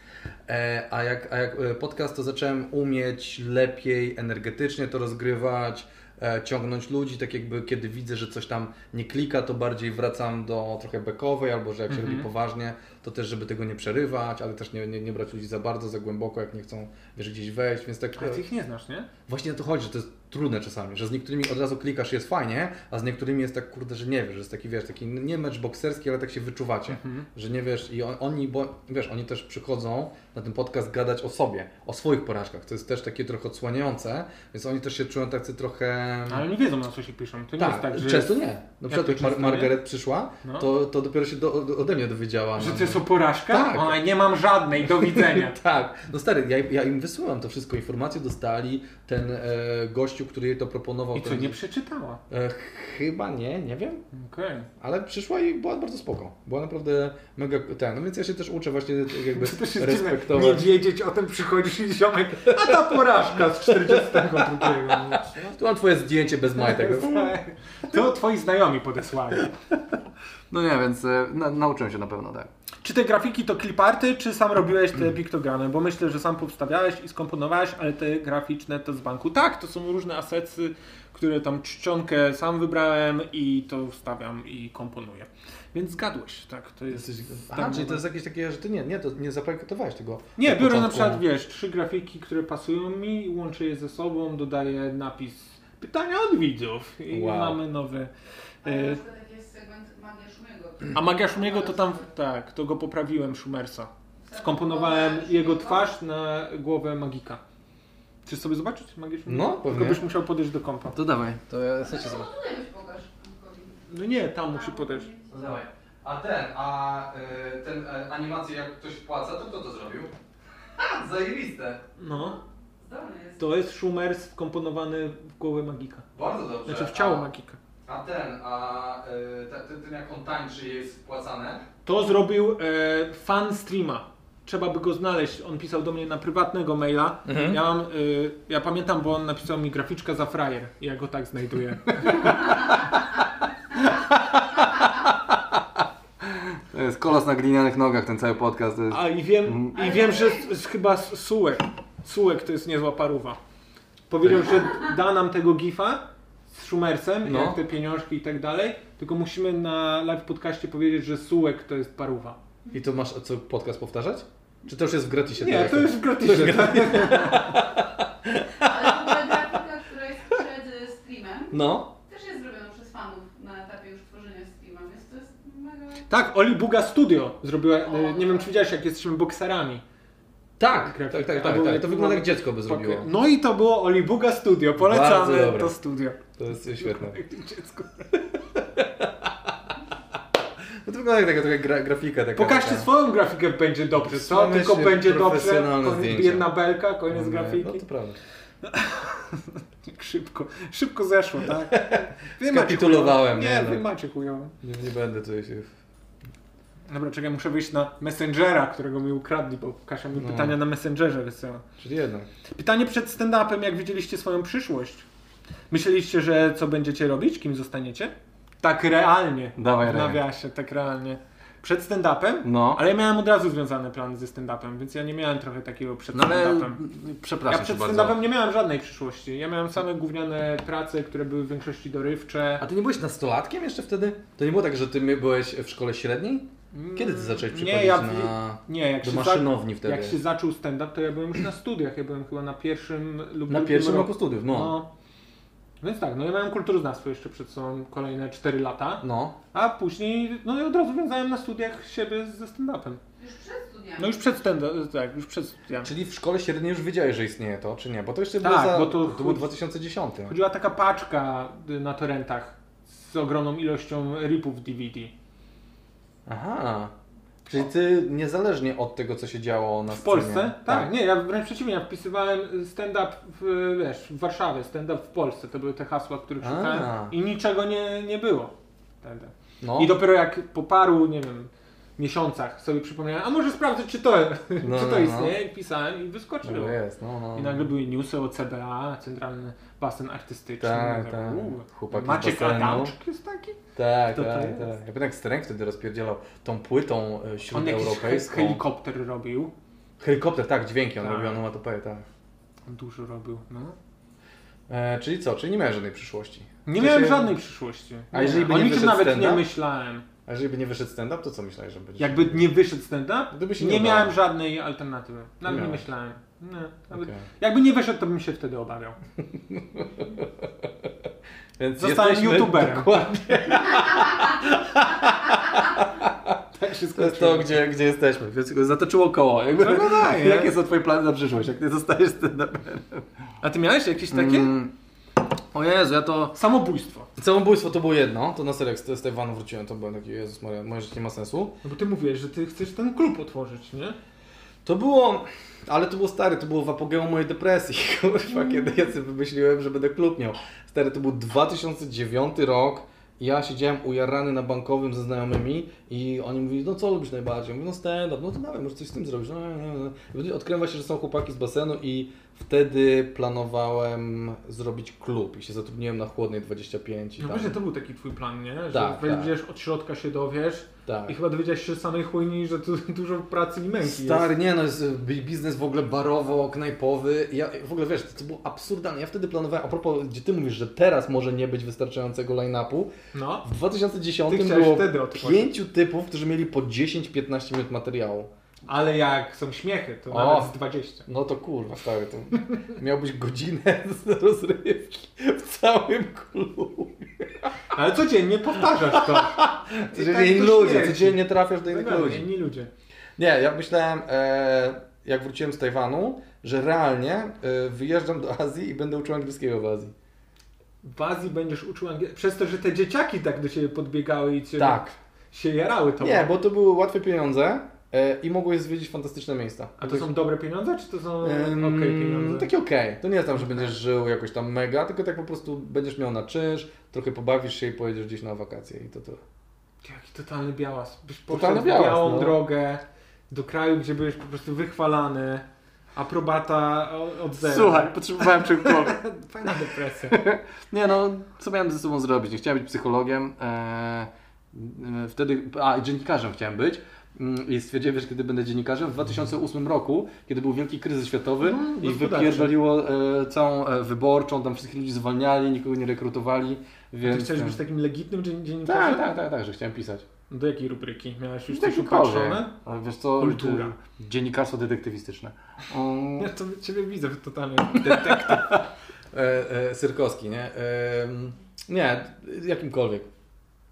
E: E, a, jak, a jak e, podcast, to zacząłem umieć lepiej, energetycznie to rozgrywać, e, ciągnąć ludzi, tak jakby kiedy widzę, że coś tam nie klika, to bardziej wracam do trochę bekowej, albo że jak się
D: Mhm.
E: robi poważnie, to też, żeby tego nie przerywać, ale też nie, nie, nie brać ludzi za bardzo, za głęboko, jak nie chcą, wiesz, gdzieś wejść, więc tak...
D: Ale ty ich nie znasz, nie?
E: Właśnie o to chodzi, że to jest trudne czasami, że z niektórymi od razu klikasz jest fajnie, a z niektórymi jest tak kurde, że nie wiesz, że jest taki wiesz, taki nie mecz bokserski, ale tak się wyczuwacie,
D: Mhm.
E: że nie wiesz i on, oni, bo wiesz, oni też przychodzą na ten podcast gadać o sobie, o swoich porażkach, to jest też takie trochę odsłaniające, więc oni też się czują tacy trochę...
D: No, Ale nie wiedzą na co się piszą. To nie
E: Tak,
D: jest tak, że,
E: często nie. Na przykład
D: to
E: jak Mar-
D: często nie?
E: Margaret przyszła,
D: No.
E: to, to dopiero się do, ode mnie dowiedziała.
D: że
E: no.
D: to jest o porażkach?
E: Tak.
D: Ona nie mam żadnej, do widzenia.
E: Tak, no stary, ja, ja im wysyłam to wszystko, informacje dostali, ten e, gościu, który jej to proponował.
D: I co,
E: ten,
D: nie przeczytała?
E: E, chyba nie, nie wiem,
D: Okej.
E: ale przyszła i była bardzo spoko. Była naprawdę mega ten. No więc ja się też uczę właśnie jakby
D: To też jest dziwne. Nie
E: respektować.
D: wiedzieć o tym przychodzisz i ziomek, a ta porażka z No, 42.
E: Tu mam twoje zdjęcie bez majtek.
D: Tak. To twoi znajomi podesłali.
E: No nie, więc nauczyłem się na pewno, tak.
D: Czy te grafiki to cliparty, czy sam robiłeś te piktogramy? Bo myślę, że sam powstawiałeś i skomponowałeś, ale te graficzne to z banku. Tak, to są różne asety, które tam czcionkę sam wybrałem i to wstawiam i komponuję. Więc zgadłeś, tak, to jest...
E: Aha, czyli to jest jakieś takie, że ty nie, nie, to nie zaprojektowałeś tego.
D: Nie,
E: od
D: biorę na
E: początku. no.
D: przykład, wiesz, trzy grafiki, które pasują mi, łączę je ze sobą, dodaję napis pytania od widzów i
E: Wow.
D: mamy nowy...
G: Ale na
D: e,
G: przykład jak jest segment Magia Szumiego. No
D: A magia Szumiego to tam, tak, to go poprawiłem, Szumersa. wkomponowałem jego twarz na głowę magika. Chcesz sobie zobaczyć magiczną?
E: No,
D: Tylko
E: pewnie.
D: byś musiał podejść do kompa.
E: To dawaj, to ja chcę cię
G: No
E: zobaczyć.
G: tutaj już pokaż.
D: No nie, tam musi podejść.
E: To dawaj. A ten, a y, ten y, animację jak ktoś wpłaca, to kto to zrobił? Ha, zajebiste.
D: No,
G: Zdolny jest.
D: to jest Schumers wkomponowany w głowę magika.
E: Bardzo dobrze.
D: Znaczy w ciało
E: A-
D: magika.
E: A ten, a y, te- te- ten jak on tańczy jest wpłacane?
D: To zrobił e, fan streama. Trzeba by go znaleźć. On pisał do mnie na prywatnego maila. Ja, mam, e, ja pamiętam, bo on napisał mi graficzka za frajer. Ja go tak znajduję.
R: To jest kolos na glinianych nogach, ten cały podcast. To jest...
D: A i wiem, i wiem że z, z chyba z Sułek. Sułek to jest niezła paruwa. Powiedział, że da nam tego gifa z Schumersem,
E: No.
D: jak te pieniążki i tak dalej. Tylko musimy na live podcaście powiedzieć, że Sułek to jest paruwa.
E: I to masz co podcast powtarzać? Czy to już jest w gratisie?
D: Nie,
E: teraz?
D: to jest w gratisie.
G: Ale w ogóle grafika, która jest przed y, streamem,
E: No.
G: też jest zrobiona przez fanów na etapie już tworzenia streama, więc to jest mega...
D: Tak, Oli Buga Studio zrobiła, e, nie wiem czy widziałeś, jak jesteśmy bokserami.
E: Tak, tak,
D: Grafika.
E: tak, tak,
D: Albo
E: tak.
D: jak
E: To wygląda jak
D: mamy-
E: dziecko by zrobiło.
D: No i to było Oli Buga Studio, polecamy
E: Bardzo dobre. Tak.
D: to studio.
E: To jest świetne.
D: Dziecko.
E: No to wygląda jak taka, taka gra, grafika. Taka,
D: Pokażcie
E: taka.
D: swoją grafikę, będzie dobrze, co?
E: Słamy
D: Tylko
E: się
D: będzie dobrze,
E: profesjonalne
D: koniec-
E: zdjęcia.
D: jedna belka, koniec
E: Nie,
D: grafiki.
E: No to prawda.
D: Szybko, szybko zeszło, tak? Wy macie
E: Skapitulowałem,
D: chujowe.
E: nie,
D: Nie,
E: no.
D: wy macie chujowe.
E: Nie, nie będę tutaj się...
D: Dobra, czekaj, muszę wyjść na Messengera, którego mi ukradli, bo Kasia mi
E: No.
D: pytania na Messengerze wysyła.
E: Czyli jednak.
D: Pytanie przed stand-upem, jak widzieliście swoją przyszłość? Myśleliście, że co będziecie robić, kim zostaniecie? Tak realnie.
R: Dawaj,
D: W
R: Remek.
D: nawiasie, tak realnie. Przed stand-upem?
R: No.
D: Ale ja miałem od razu związane plany ze stand-upem, więc ja nie miałem trochę takiego przed
R: No ale
D: stand-upem. Ja
R: przepraszam
D: przed
R: cię bardzo.
D: stand-upem nie miałem żadnej przyszłości. Ja miałem same gówniane prace, które były w większości dorywcze.
E: A ty nie byłeś nastolatkiem jeszcze wtedy? To nie było tak, że ty mi- byłeś w szkole średniej? Kiedy ty zacząłeś
D: Mm, Nie,
E: przychodzić
D: ja-
E: na...
D: Nie, jak się,
E: Do
D: za-
E: maszynowni wtedy.
D: jak się zaczął stand-up, to ja byłem już na studiach. Ja byłem chyba na pierwszym lub
E: Na
D: drugim
E: pierwszym roku studiów, no.
D: No. Więc tak, no ja miałem kulturoznawstwo jeszcze przed sobą kolejne 4 lata,
E: No.
D: a później, no i od razu wiązałem na studiach siebie ze stand-upem.
G: Już przed studiami.
D: No już przed stand tak, już przed studiami.
E: Czyli w szkole średniej już wiedziałeś, że istnieje to, czy nie? Bo to jeszcze
D: Tak,
E: było za...
D: bo to-
E: to było 2010.
D: Chodziła taka paczka y, na torrentach z ogromną ilością ripów DVD.
E: Aha. Czyli ty niezależnie od tego, co się działo na
D: W
E: scenie.
D: Polsce? Tak, nie, ja wręcz przeciwnie, ja wpisywałem stand-up w, wiesz, w Warszawie, stand-up w Polsce, to były te hasła, których
E: A.
D: szukałem i niczego nie, nie było. Wtedy.
E: No.
D: I dopiero jak po paru, nie wiem, miesiącach sobie przypomniałem, a może sprawdzę, czy to,
E: no,
D: czy to
E: no.
D: istnieje i pisałem i wyskoczyło.
E: No jest, no, no.
D: I nagle były newsy o CBA, Centralny Basen Artystyczny.
E: Tak,
D: Ja
E: tak.
D: mówię, uuu,
E: Chłopaki z
D: Maciek
E: basenu.
D: Adamczyk jest taki?
E: Tak,
D: Kto to
E: tak,
D: jest?
E: tak. Ja bym jak Stręk wtedy rozpierdzielał tą płytą e,
D: On jakiś he-
E: śródeuropejską.
D: helikopter robił,
E: Helikopter, tak, dźwięki on
D: Tak.
E: robił, onomatopeję, tak.
D: dużo robił, no.
E: E, czyli co? Czyli nie miałem żadnej przyszłości. Znaczy,
D: Nie
E: To
D: miałem
E: się-
D: żadnej przyszłości.
E: A jeżeli by
D: o
E: nie
D: niczym
E: wyszedł
D: nawet nie
E: stand-up?
D: myślałem.
E: A jeżeli by nie wyszedł stand-up, to co myślałeś, że będzie?
D: Jakby nie wyszedł stand-up,
E: Gdyby się
D: nie,
E: nie udało.
D: miałem żadnej alternatywy. Nawet nie,
E: miałeś.
D: myślałem. Nie, nawet,
E: Okej.
D: Jakby nie wyszedł, to bym się wtedy obawiał.
E: Więc
D: Zostałem
E: jesteśmy-
D: youtuberem.
E: Dokładnie.
D: Tak się
E: To jest to, gdzie, gdzie jesteśmy. Więc zatoczyło koło. Jakby,
D: No, no, tak, nie?
E: jakie są twoje plany na przyszłość, jak ty zostajesz stand-uperem?
D: A ty miałeś jakieś takie?
E: Mm. O Jezu, ja to...
D: Samobójstwo.
E: Samobójstwo to było jedno, to na serek z z Tajwanu wróciłem, to byłem taki, Jezus Maria, moje życie nie ma sensu.
D: No bo ty mówiłeś, że ty chcesz ten klub otworzyć, nie?
E: To było, ale to było stary, to było w apogeum mojej depresji,
D: Mm.
E: kurwa, kiedy ja sobie wymyśliłem, że będę klub miał. Stary, to był 2009 rok, ja siedziałem ujarany na bankowym ze znajomymi i oni mówili, no co lubisz najbardziej? Ja mówię, no stand-up, no to dawaj, może coś z tym zrobić. No, no, no. I wtedy odkryłem właśnie, że są chłopaki z basenu i wtedy planowałem zrobić klub i się zatrudniłem na Chłodnej 25 i
D: No
E: tam.
D: właśnie to był taki twój plan, nie? Że
E: Tak,
D: będziesz od środka się dowiesz
E: tak.
D: i chyba dowiedziałeś się z samej chujni, że tu dużo pracy i męki jest.
E: Stary, nie no, jest bi- biznes w ogóle barowo-knajpowy. Ja, w ogóle wiesz, to było absurdalne. Ja wtedy planowałem, a propos, gdzie ty mówisz, że teraz może nie być wystarczającego line-upu,
D: No.
E: w 2010
D: Ty chciałeś
E: było
D: wtedy otworzyć.
E: pięciu typów, którzy mieli po 10-15 minut materiału.
D: Ale jak są śmiechy, to
E: O.
D: nawet z 20.
E: No to kurwa, stary, to miałbyś godzinę z rozrywki w całym klubie.
D: Ale codziennie powtarzasz to. I tak
E: Codziennie
D: to
E: ludzie,
D: śmierdzi.
E: codziennie trafiasz do innych
D: Dokładnie,
E: ludzi.
D: Inni ludzie.
E: Nie, ja myślałem, e, jak wróciłem z Tajwanu, że realnie e, wyjeżdżam do Azji i będę uczył angielskiego w Azji.
D: W Azji będziesz uczył angielskiego. Przez to, że te dzieciaki tak do ciebie podbiegały i cię
E: Tak.
D: się jarały to.
E: Nie, bo to były łatwe pieniądze e, i mogłeś zwiedzić fantastyczne miejsca.
D: A to są dobre pieniądze, czy to są
E: Em,
D: okej pieniądze?
E: Takie okej. To nie jest tam, że będziesz żył jakoś tam mega, tylko tak po prostu będziesz miał na czynsz, trochę pobawisz się i pojedziesz gdzieś na wakacje i to tyle.
D: Jaki totalny białas. Byś poszedł
E: Totalny
D: w
E: białas,
D: białą
E: no.
D: drogę do kraju, gdzie byłeś po prostu wychwalany. Aprobata o- od zera.
E: potrzebowałem czegokolwiek.
D: Fajna depresja.
E: Nie no, co miałem ze sobą zrobić? Nie chciałem być psychologiem. E, e, wtedy, a dziennikarzem chciałem być. Mm, I stwierdziłem, że kiedy będę dziennikarzem, w 2008 roku, kiedy był wielki kryzys światowy i
D: gospodarczy.
E: wypierdoliło e, całą e, wyborczą, tam wszystkich ludzi zwalniali, nikogo nie rekrutowali,
D: Ty
E: więc...
D: chciałeś
E: e,
D: być takim legitnym dzien- dziennikarzem?
E: tak, tak, tak, tak, że chciałem pisać.
D: Do jakiej rubryki? Miałeś już coś
E: Taki kolej.
D: upatrzone?
E: Ale Wiesz co,
D: Kultura.
E: d- dziennikarstwo detektywistyczne. Um,
D: Ja to ciebie widzę w totalnie.
E: e, e, Syrkowski, nie? Em, nie, jakimkolwiek.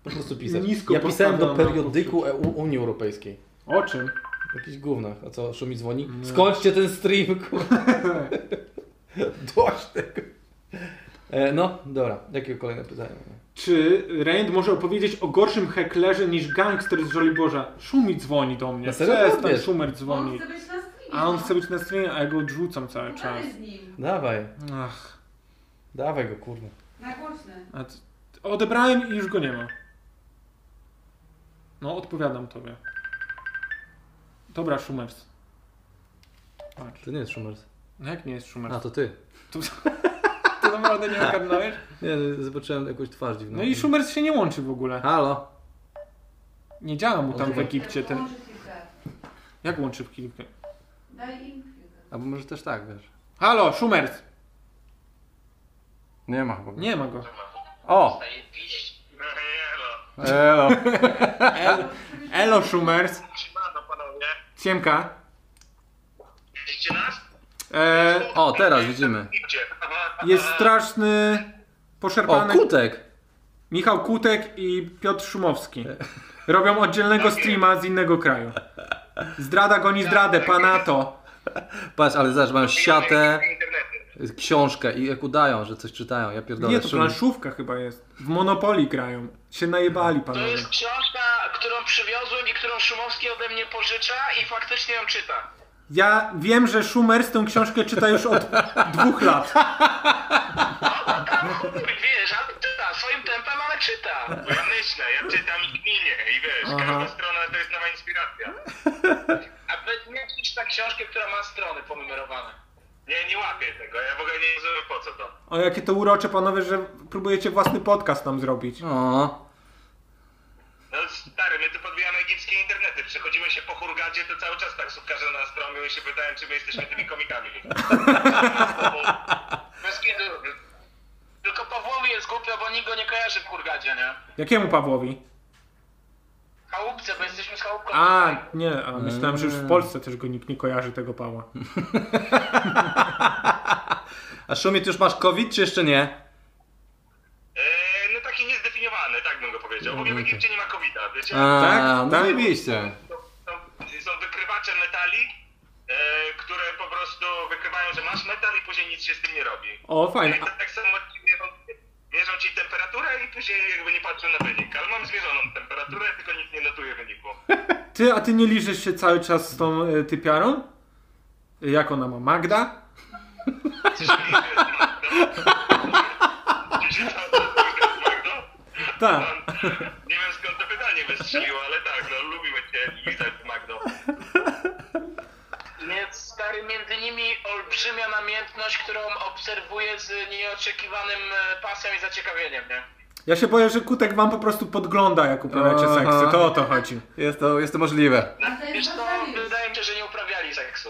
E: Po prostu pisać.
D: Nisko
E: ja pisałem do
D: postawiona
E: periodyku EU, Unii Europejskiej.
D: O czym?
E: Jakiś gównach. A co, Szumi dzwoni? Skończcie ten stream, kurwa. Dość tego. E, no, dobra. Jakie kolejne pytanie?
D: Czy Rand może opowiedzieć o gorszym heklerze niż gangster z Żoliborza? Szumi dzwoni do mnie.
E: Na serio?
D: Przestań,
E: Wiesz.
D: Szumer
G: On
D: dzwoni.
G: chce być na streamie.
D: A on
G: no.
D: chce być na stronie, a ja go odrzucam cały czas.
G: Pogadaj z nim.
E: Dawaj.
D: Ach,
E: Dawaj go, kurwa.
G: Na głośne.
D: a t- odebrałem i już go nie ma. No, odpowiadam tobie. Dobra, Szumers. Patrz.
E: To nie jest Szumers.
D: No Jak nie jest Szumers?
E: A, Tak. to ty.
D: To naprawdę nie ogarnąłeś?
E: Nie, no, zobaczyłem jakąś twarz dziwną.
D: No i Szumers się nie łączy w ogóle.
E: Halo.
D: Nie działa mu tam w Egipcie ten...
G: Tak, Połączy chwilkę.
D: Jak łączy w kilku?
G: Daj im chwilkę.
E: Albo może też tak, wiesz.
D: Halo, Szumers!
E: Nie ma chyba.
D: Nie ma go.
E: O! Elo.
D: El, elo, Szumers!
B: Siemano panowie.
D: Siemka.
B: Widzicie nas?
D: E,
E: O, teraz widzimy.
B: Gdzie?
D: jest straszny...
E: O,
D: Poszarpany...
E: kutek!
D: Michał Kutek i Piotr Szumowski robią oddzielnego streama z innego kraju. Zdrada goni zdradę, panato.
E: Patrz, ale zobacz, mają siatę,
B: Internety.
E: książkę i jak udają, że coś czytają. Ja pierdolę.
D: Nie, to
E: szum.
D: planszówka chyba jest. W Monopoli grają. Się najebali
B: Mhm.
D: panowie.
B: książka, którą przywiozłem i którą Szumowski ode mnie pożycza i faktycznie ją czyta.
D: Ja wiem, że Schumer tę książkę czyta już od dwóch lat.
B: Wiesz, ale czyta swoim tempem, ale czyta. Bo No ja myślę, ja czytam i gminię i wiesz,
D: Aha.
B: każda strona to jest nowa inspiracja. A wy nie czyta książkę, która ma strony ponumerowane. Nie, nie łapię tego, ja w ogóle nie rozumiem po co to.
D: O, jakie to urocze panowie, że próbujecie własny podcast tam zrobić.
E: O,
B: No stary, my tu podbijamy egipskie internety, przechodzimy się po Hurgadzie, to cały czas taksówkarze na nas promią i się pytają, czy my jesteśmy tymi komikami. Bo- Bez kitu. Tylko Pawłowi jest głupio, bo nikt go nie kojarzy w Hurgadzie, nie?
D: Jakiemu Pawłowi?
B: Chałupce, bo jesteśmy z chałupką.
D: A, nie, a myślałem, że już w Polsce też go nikt nie kojarzy tego Pawła.
E: a Szumie, ty już masz COVID, czy jeszcze nie?
B: Eee, no taki niezdefiniowany, tak bym go powiedział. W ogóle w Egipcie nie ma covid wiecie?
E: A,
D: Tak,
E: no
D: tak.
E: zajebiście.
B: Są, są- są wykrywacze metali, eee, które po prostu wykrywają, że masz metal i później nic się z tym nie robi.
D: O,
B: No
D: fajne.
B: i tak, tak samo ci mierzą, mierzą ci temperaturę i później jakby nie patrzą na wynik. Ale mam zmierzoną temperaturę, tylko nikt nie notuje wyniku.
D: A ty, a ty nie liżysz się cały czas z tą y, typiarą? Jak ona ma? Magda? Tak.
B: Nie wiem skąd to pytanie wystrzeliło, ale tak, no lubimy cię lizać, Magdo.
S: Więc stary, między nimi olbrzymia namiętność, którą obserwuję z nieoczekiwanym e, pasem i zaciekawieniem, nie?
D: Ja się boję, że Kutek wam po prostu podgląda, jak uprawiacie
E: Aha.
D: seksy. To o to chodzi.
E: Jest to, jest to możliwe.
G: A to
S: Wiesz
G: jest
S: co, wydaje mi się, że nie uprawiali seksu.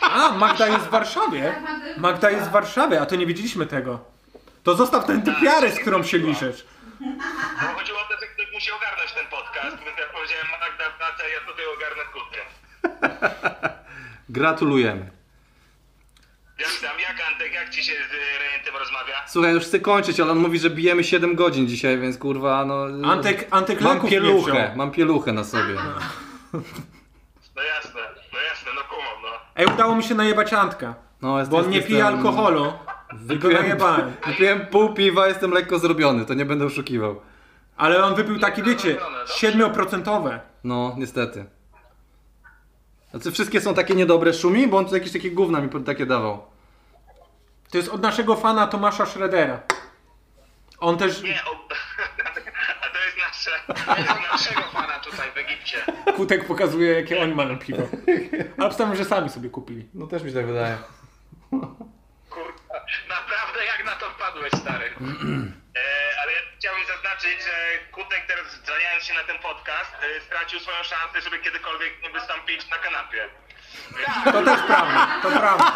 D: A, Magda jest w Warszawie. Magda jest w Warszawie, a to nie wiedzieliśmy tego. To zostaw tę typiarę, z którą się liżesz.
B: Bo chodziło o to, że ktoś musi ogarnąć ten podcast, więc ja powiedziałem Magda wraca, ja tutaj ogarnę kutkę.
E: Gratulujemy.
B: Jak tam, jak Antek, jak ci się z y, rejentem rozmawia?
E: Słuchaj, już chcę kończyć, ale on mówi, że bijemy 7 godzin dzisiaj, więc kurwa, no...
D: Antek, Antek
E: Mam
D: leków nie wziął.
E: pieluchę, mam pieluchę na sobie.
B: No
D: Ej, udało mi się najebać Antka.
E: No, jest,
D: Bo on nie pije alkoholu. Tylko najebałem.
E: Wypiłem pół piwa, jestem lekko zrobiony, to nie będę oszukiwał.
D: Ale on wypił taki, wiecie, 7%.
E: No, niestety. Znaczy wszystkie są takie niedobre szumi, bo on tu jakieś takie gówna mi takie dawał.
D: To jest od naszego fana Tomasza Schroedera. On też.
B: A to jest nasze, to jest naszego pana tutaj w Egipcie.
D: Kutek pokazuje, jakie oni mają piwo. Ale obstawiam, że sami sobie kupili.
E: No też mi się tak wydaje.
B: Naprawdę jak na to wpadłeś, stary. E, ale ja chciałbym zaznaczyć, że Kutek teraz zdzwaniając się na ten podcast, e, stracił swoją szansę, żeby kiedykolwiek wystąpić na kanapie.
D: To też prawda, to prawda.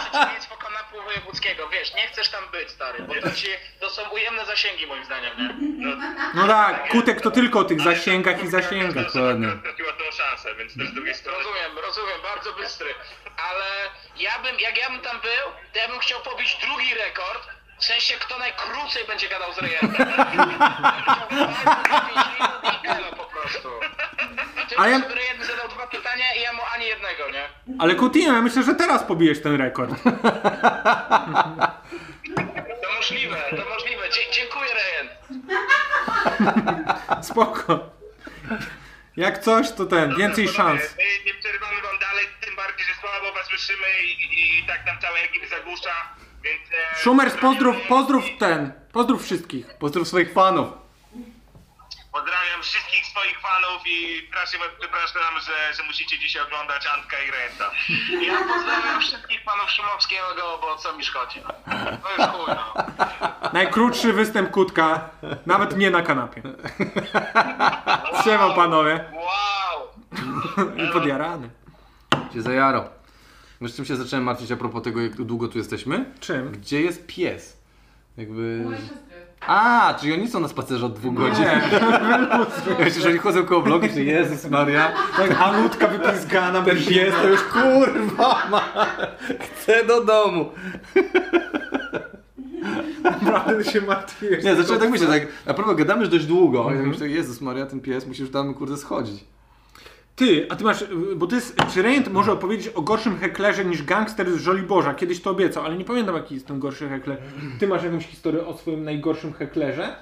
T: Przeciwieństwo kanapu wojewódzkiego, wiesz, nie chcesz tam być, stary, bo to, ci, to są ujemne zasięgi moim zdaniem, nie?
D: No tak, Kutek to tylko o tych zasięgach i zasięgach.
E: Dokładnie.
B: Straciła tą szansę, więc też z drugiej strony...
T: Rozumiem, rozumiem, bardzo bystry. Ale ja bym, jak ja bym tam był, to ja bym chciał pobić drugi rekord. W sensie, kto najkrócej będzie gadał z rejestrem. po prostu. Ty
D: Ale
T: ale
D: ja-
T: ja... jeden zadał dwa pytania i ja mu ani jednego, nie?
D: Ale Coutinho, ja myślę, że teraz pobijesz ten rekord.
B: To możliwe,
T: to możliwe. Dzie- dziękuję, Rejen.
D: Spoko. Jak coś, to ten, więcej szans.
B: My nie przerywamy wam dalej, tym bardziej, że słabo was słyszymy i, i tak nam cały ekip zagłusza, więc... E,
D: Szumer, pozdrów, pozdrów ten, pozdrów wszystkich.
E: Pozdrów swoich fanów.
B: Pozdrawiam wszystkich swoich fanów i strasznie was przepraszam, że, że musicie dzisiaj oglądać Antka i Renta.
T: Ja pozdrawiam wszystkich panów Szumowskiego, bo co mi szkodzi. To już chuj, no.
D: Najkrótszy występ Kutka, nawet nie na kanapie. Siema panowie. I podjarany.
E: Cię zajaro. Wiesz czym się zacząłem martwić a propos tego, jak długo tu jesteśmy?
D: Czym?
E: Gdzie jest pies? Jakby...
G: Moje siostry.
E: A, czyli oni są na spacerze od dwóch godzin.
D: Nie.
E: Jeszcze, że oni chodzą koło bloku, czy Jezus Maria.
D: Tak, Alutka wypizgana,
E: Ten pies to już kurwa ma. Chcę do domu.
D: Naprawdę się martwiłeś.
E: Nie, zacząłem tak myśleć, tak naprawdę gadamy już dość długo. Ja myślę, Jezus Maria, ten pies musi już tam kurde schodzić.
D: Ty, a ty masz, y, bo to jest, czy Rejent może opowiedzieć o gorszym heklerze niż gangster z Żoliborza? Kiedyś to obiecał, ale nie pamiętam jaki jest ten gorszy hekler. Ty masz jakąś historię o swoim najgorszym heklerze?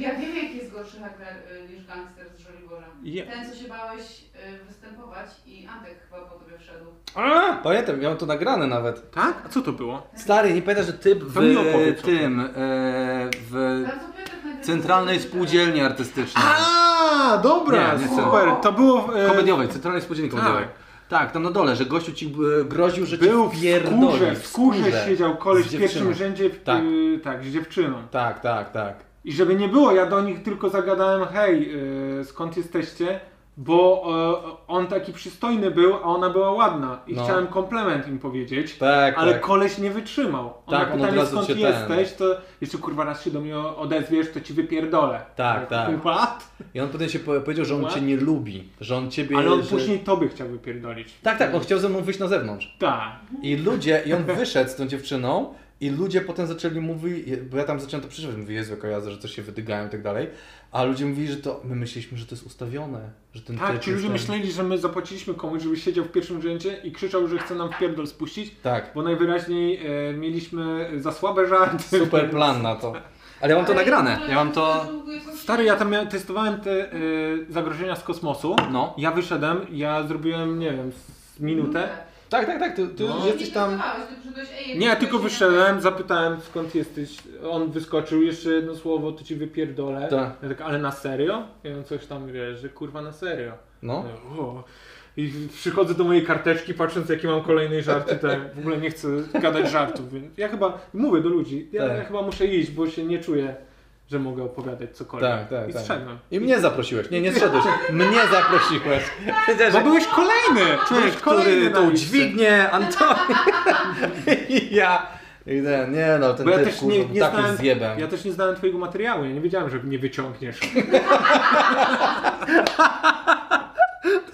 G: Ja wiem, jaki jest gorszy haker y, niż gangster z Żoliborza.
D: Je-
G: Ten, co się bałeś y, występować i Antek chyba po tobie wszedł.
D: A,
E: Pamiętam, miałem to nagrane nawet.
D: tak? A co to było?
E: Stary, nie pamiętasz, że typ w
D: To mi opowiedz o tym.
E: tym, e, w
G: Tam, co Piotrek najpierw-
E: Centralnej Spółdzielni Artystycznej.
D: A, dobra,
E: Nie, nie
D: super. To było... e,
E: Komediowej, Centralnej Spółdzielni Komediowej. Tak, tam na dole, że gościu ci e, groził, że
D: Był
E: cię
D: w
E: pierdoli.
D: skórze, w skórze siedział koleś
E: Z
D: w pierwszym
E: dziewczyną.
D: rzędzie, w,
E: Tak.
D: y, tak, z dziewczyną.
E: Tak, tak, tak.
D: I żeby nie było, ja do nich tylko zagadałem, hej, y, skąd jesteście? Bo e, on taki przystojny był, a ona była ładna. I
E: No.
D: chciałem komplement im powiedzieć,
E: Tak,
D: ale
E: tak.
D: koleś nie wytrzymał. On
E: Tak,
D: na
E: on
D: pytanie
E: od razu
D: skąd
E: cię ten-
D: jesteś, to jeszcze kurwa raz się do mnie odezwiesz, to ci wypierdolę.
E: Tak,
D: Ja,
E: tak.
D: Kurwa?
E: I on potem się po- powiedział, że on cię nie lubi, że on ciebie...
D: Ale on
E: że...
D: później tobie chciał wypierdolić.
E: Tak, tak, on chciał ze mną wyjść na zewnątrz.
D: Tak.
E: I ludzie, i on wyszedł z tą dziewczyną i ludzie potem zaczęli mówić, bo ja tam zacząłem to przeczytać, mówię, Jezu, jaka jazda, że coś się wydygają i tak dalej, a ludzie mówili, że to, my myśleliśmy, że to jest ustawione, że ten
D: Tak,
E: typ
D: ci
E: jest
D: ludzie
E: ten-
D: myśleli, że my zapłaciliśmy komuś, żeby siedział w pierwszym rzędzie i krzyczał, że chce nam w pierdol spuścić,
E: Tak,
D: bo najwyraźniej e, mieliśmy za słabe żarty.
E: super plan na to. Ale ja mam to
G: Ale
E: nagrane,
G: ogóle
E: ja mam to...
G: był jakoś-
D: Stary, ja tam miałem, testowałem te e, zagrożenia z kosmosu.
E: No.
D: Ja wyszedłem, ja zrobiłem, nie wiem, z minutę.
E: Tak, tak, tak, ty, ty
D: No.
E: jesteś tam...
G: Ty przyszedłeś, ej, jak
D: Nie, ja
G: byłeś
D: tylko
G: na-
D: wyszedłem, zapytałem skąd jesteś. On wyskoczył, jeszcze jedno słowo, to ci wypierdolę.
E: Tak.
D: Ja tak, ale na serio? Ja on coś tam wiesz, że kurwa na serio.
E: No,
D: Ja, o. I przychodzę do mojej karteczki, patrząc jakie mam kolejne żarty, tak w ogóle nie chcę gadać żartów, więc ja chyba mówię do ludzi, ja,
E: Tak.
D: ja chyba muszę iść, bo się nie czuję, że mogę opowiadać cokolwiek.
E: tak, tak,
D: I
E: tak.
D: zszedłem.
E: I mnie zaprosiłeś, nie, nie zszedłeś, mnie zaprosiłeś. Powiedziałeś,
D: Bo byłeś kolejny!
E: Człowiek,
D: Byłeś kolejny
E: który
D: na
E: tą
D: liście.
E: dźwignię, Antoni i ja. I ten, nie no, ten
D: Bo ja
E: typ,
D: też
E: kurwa,
D: nie, nie
E: taki
D: znałem,
E: zjebem.
D: ja też nie znałem twojego materiału, ja nie wiedziałem, że mnie wyciągniesz.
E: Też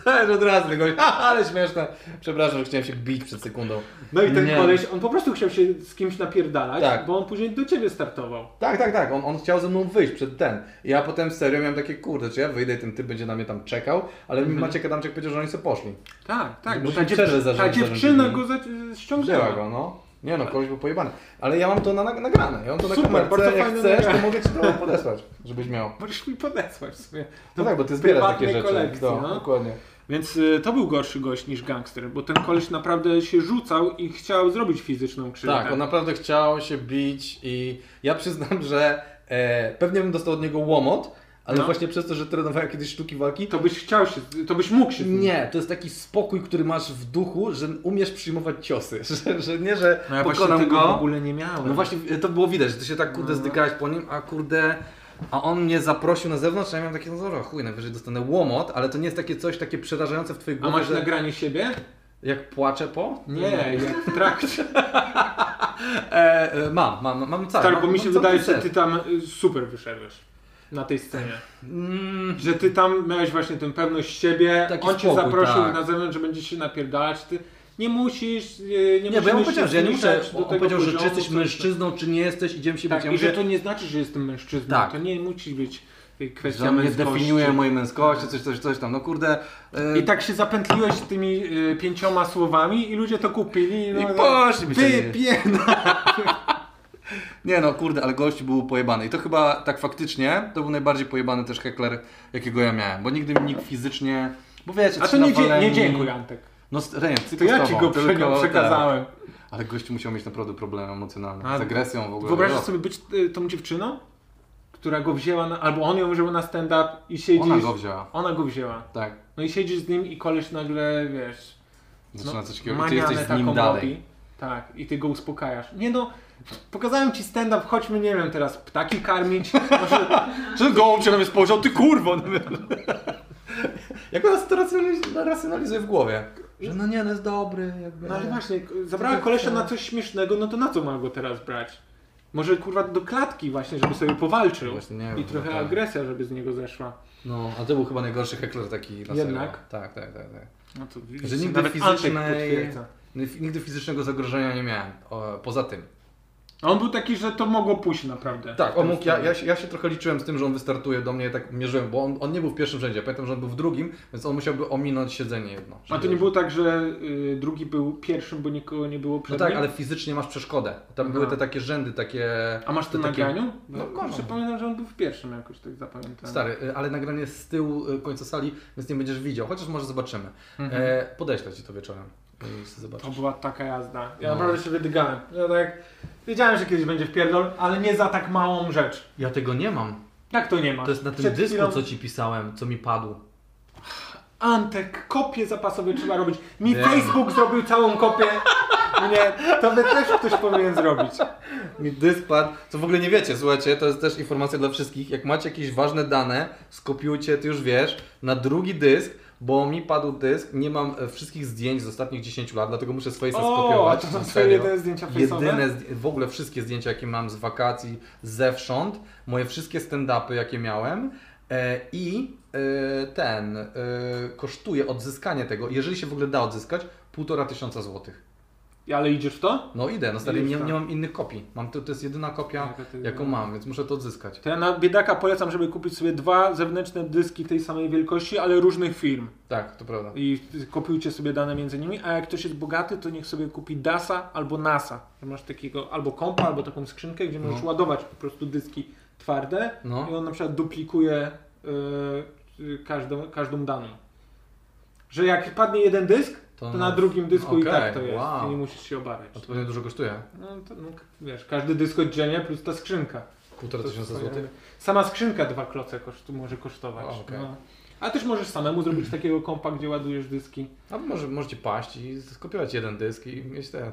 E: Tak, od razu tego, ale śmieszne. Przepraszam, że chciałem się bić przed sekundą.
D: No i ten
E: Nie.
D: koleś, on po prostu chciał się z kimś napierdalać,
E: Tak.
D: bo on później do ciebie startował.
E: Tak, tak, tak. On, on chciał ze mną wyjść przed ten. Ja potem serio miałem takie, kurde, czy ja wyjdę i ten typ będzie na mnie tam czekał, ale
D: Mhm.
E: mi Maciek Adamczyk powiedział, że oni sobie poszli.
D: Tak, tak,
E: Żeby
D: bo
E: się
D: ta, dziew...
E: szczerze
D: ta
E: zarządzali.
D: dziewczyna go za... ściągnęła.
E: Wzięła go, no. Nie no, kogoś był pojebany. Ale ja mam to na, na, nagrane. Ja mam to na
D: Super,
E: kamerce.
D: bardzo
E: Jak
D: fajne
E: chcesz, to
D: nagrane.
E: mogę ci to podesłać, żebyś miał.
D: Możesz mi podesłać w sumie.
E: No tak, bo ty zbierasz
D: prywatnej
E: takie rzeczy.
D: kolekcji,
E: No,
D: no.
E: dokładnie.
D: Więc y, to był gorszy gość niż gangster, bo ten koleś naprawdę się rzucał i chciał zrobić fizyczną krzywdę.
E: Tak, on naprawdę chciał się bić i ja przyznam, że e, pewnie bym dostał od niego łomot, ale
D: No.
E: właśnie przez to, że trenowałem kiedyś sztuki walki,
D: To byś chciał się, to byś mógł się...
E: Nie, to jest taki spokój, który masz w duchu, że umiesz przyjmować ciosy. Że, że nie, że
D: No ja właśnie
E: pokonam
D: tego
E: go.
D: w ogóle nie miałem.
E: No właśnie, to było widać, że ty się tak kurde zdykałeś po nim, a kurde... A on mnie zaprosił na zewnątrz, a ja miałem takie, no dobra, chuj, najwyżej dostanę łomot, ale to nie jest takie coś takie przerażające w twojej
D: A
E: głowie,
D: masz
E: że
D: nagranie siebie?
E: jak płaczę po?
D: Nie, jak w trakcie.
E: E, e, mam, mam, mam cały.
D: Tak,
E: mam,
D: bo mi
E: mam
D: się
E: cały
D: wydaje, że
E: set.
D: ty tam y, super wyszedłeś na tej scenie. Że ty tam miałeś właśnie tę pewność siebie,
E: Mm. Taki
D: on cię
E: spokój,
D: zaprosił
E: tak.
D: na zewnątrz, że będziesz się napierdalać, ty nie musisz, y, nie,
E: Nie,
D: musimy
E: bo ja mu
D: się
E: powiedziałem, że ja nie muszę,
D: zbliżać do
E: on
D: tego
E: powiedział, że czy
D: poziomu,
E: jesteś
D: coś-
E: mężczyzną, czy nie jesteś, idziemy się bić.
D: Tak,
E: Ja
D: i
E: mówię,
D: że to nie znaczy, że jestem mężczyzną,
E: Tak.
D: to nie musi być y, kwestia
E: że mnie
D: męskości.
E: definiuje mojej męskości, coś, coś, coś tam, no kurde. e,
D: I tak się zapętliłeś tymi y, pięcioma słowami i ludzie to kupili. No,
E: I tak- poszli
D: Ty
E: Nie no, kurde, ale gość był pojebany. I to chyba tak faktycznie, to był najbardziej pojebany też hekler, jakiego ja miałem. Bo nigdy mi nikt fizycznie... Bo wiecie,
D: A
E: ci
D: to nie, dzie-
E: nawaleni-
D: nie dziękuję Antek.
E: No, z- Rejent, ty
D: To ja ci
E: kosztował,
D: go
E: tylko tak.
D: przeka-
E: ten.
D: przekazałem.
E: Ale gość musiał mieć naprawdę problemy emocjonalne,
D: A
E: z agresją w ogóle.
D: Wyobrażasz
E: No.
D: sobie być y, tą dziewczyną, która go wzięła, na, albo on ją wziął na stand-up i siedzisz...
E: Ona go wzięła.
D: Ona go wzięła.
E: Tak,
D: No i siedzisz z nim i koleś nagle, wiesz...
E: zaczyna
D: no,
E: coś takiego, ty
D: manianę
E: jesteś z nim
D: taką
E: dalej.
D: robi. Tak, i ty go uspokajasz. Nie no, pokazałem ci stand-up, chodźmy, nie wiem, teraz ptaki karmić. Może...
E: Że gołąb się na mnie spojrzał, ty kurwo!
D: no
E: Jak ona to racjonaliz- racjonalizuje w głowie? Że no nie, no jest dobry, jakby...
D: No ale właśnie, k- zabrała kolesia na coś śmiesznego, no to na co ma go teraz brać? Może kurwa do klatki właśnie, żeby sobie powalczył.
E: Właśnie nie
D: I
E: wiem,
D: trochę
E: tak.
D: agresja, żeby z niego zeszła.
E: No, a to był chyba najgorszy hekler taki na serio.
D: Jednak?
E: Tak, tak, tak, tak.
D: No to widzisz,
E: Że nigdy
D: nawet Antek
E: fizycznej...
D: potwierdza.
E: Nigdy fizycznego zagrożenia nie miałem, o, poza tym.
D: A on był taki, że to mogło pójść naprawdę.
E: Tak, on mógł, ja, ja, się- ja się trochę liczyłem z tym, że on wystartuje do mnie, ja tak mierzyłem, bo on, on nie był w pierwszym rzędzie, pamiętam, że on był w drugim, więc on musiałby ominąć siedzenie jedno. No
D: A to nie było tak, że y, drugi był pierwszym, bo nikogo nie było przed
E: No tak,
D: nim?
E: ale fizycznie masz przeszkodę. Tam były te takie rzędy, takie...
D: A masz to
E: te
D: na
E: takie-
D: graniu?
E: No, mam.
D: kurczę, pamiętam, że on był w pierwszym jakoś, tak zapamiętałem.
E: Stary, y, ale nagranie z tyłu y, końca sali, więc nie będziesz widział, chociaż może zobaczymy. E, podeślę Ci to wieczorem i sobie zobaczysz.
D: Mhm. To była taka jazda. Ja
E: No.
D: naprawdę się wydygałem. Ja tak, wiedziałem, że kiedyś będzie wpierdol, ale nie za tak małą rzecz.
E: Ja tego nie mam.
D: Jak to nie ma?
E: To jest na tym
D: Przed
E: dysku,
D: chwilą-
E: co Ci pisałem, co mi padło.
D: Antek, kopie zapasowe trzeba robić. Mi
E: Nie.
D: Facebook zrobił całą kopię. Nie, to by też ktoś powinien zrobić.
E: Mi dysk padł, co w ogóle nie wiecie, słuchajcie, to jest też informacja dla wszystkich. Jak macie jakieś ważne dane, skopiujcie, Ty już wiesz, na drugi dysk, bo mi padł dysk, nie mam e, wszystkich zdjęć z ostatnich 10 lat, dlatego muszę swoje
D: O,
E: skopiować.
D: to są
E: na
D: twoje
E: serio.
D: jedyne zdjęcia face'owe?
E: Jedyne, zdj- w ogóle wszystkie zdjęcia, jakie mam z wakacji, zewsząd, moje wszystkie stand-upy, jakie miałem e, i e, ten, e, kosztuje odzyskanie tego, jeżeli się w ogóle da odzyskać, półtora tysiąca złotych.
D: Ale idziesz w to?
E: No idę, no stary,
D: Już
E: nie,
D: tak.
E: nie mam innych kopii. Mam, to, to jest jedyna kopia,
D: Jaka ty-
E: jaką mam, więc muszę to odzyskać.
D: To ja na biedaka polecam, żeby kupić sobie dwa zewnętrzne dyski tej samej wielkości, ale różnych firm.
E: Tak, to prawda.
D: I kopiujcie sobie dane między nimi, a jak ktoś jest bogaty, to niech sobie kupi DASA albo NASA. Że Masz takiego albo kompa, albo taką skrzynkę, gdzie możesz ładować po prostu dyski twarde
E: No.
D: i on na przykład duplikuje y, y, każdą, każdą daną. Że jak padnie jeden dysk,
E: To
D: to,
E: na-
D: na drugim dysku i
E: okej,
D: tak to jest.
E: wow.
D: I nie musisz się obawiać.
E: A to pewnie dużo kosztuje.
D: No, to, no, wiesz, każdy dysk oddzielnie plus ta skrzynka.
E: Półtora
D: To
E: tysiąca
D: jest
E: złotych.
D: fajne. Sama skrzynka dwa kloce koszt, może kosztować.
E: A, okej.
D: no. A też możesz samemu zrobić takiego kompa, gdzie ładujesz dyski.
E: A może możecie paść i skopiować jeden dysk i mieć ten.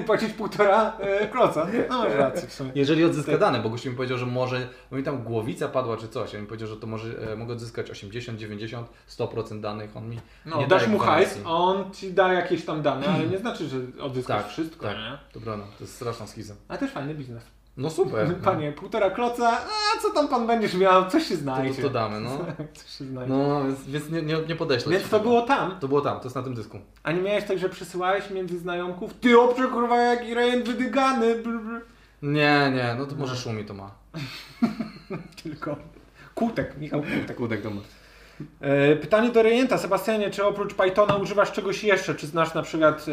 D: I Płacić półtora e, kloca. No masz rację w sumie.
E: Jeżeli odzyska dane, bo gościu mi powiedział, że może, bo mi tam głowica padła czy coś, on mi powiedział, że to może, e, mogę odzyskać 80, 90, 100% danych, on mi
D: No,
E: nie
D: dasz
E: daje
D: mu hajs,
E: gwarancji.
D: a on ci da jakieś tam dane, ale nie znaczy, że odzyskasz
E: Tak,
D: wszystko,
E: tak.
D: nie?
E: Dobra, no, to jest straszna schiza.
D: A też fajny biznes.
E: No super.
D: Panie, półtora kloca, a co tam pan będziesz miał? Coś się znajdzie.
E: to damy, no.
D: Coś się znajdzie.
E: No, więc, więc nie, nie, nie podeślę
D: Więc
E: ci
D: to
E: tego.
D: było tam.
E: To było tam, to jest na tym dysku.
D: A nie miałeś tak, że przesyłałeś między znajomków? Ty obcze kurwa jaki rejen wydygany. Br, br.
E: Nie, nie, no to może Szumi to ma.
D: Tylko. Kutek, Michał Kutek.
E: Kudek to ma.
D: E, pytanie do rejenta. Sebastianie, czy oprócz Pythona używasz czegoś jeszcze? Czy znasz na przykład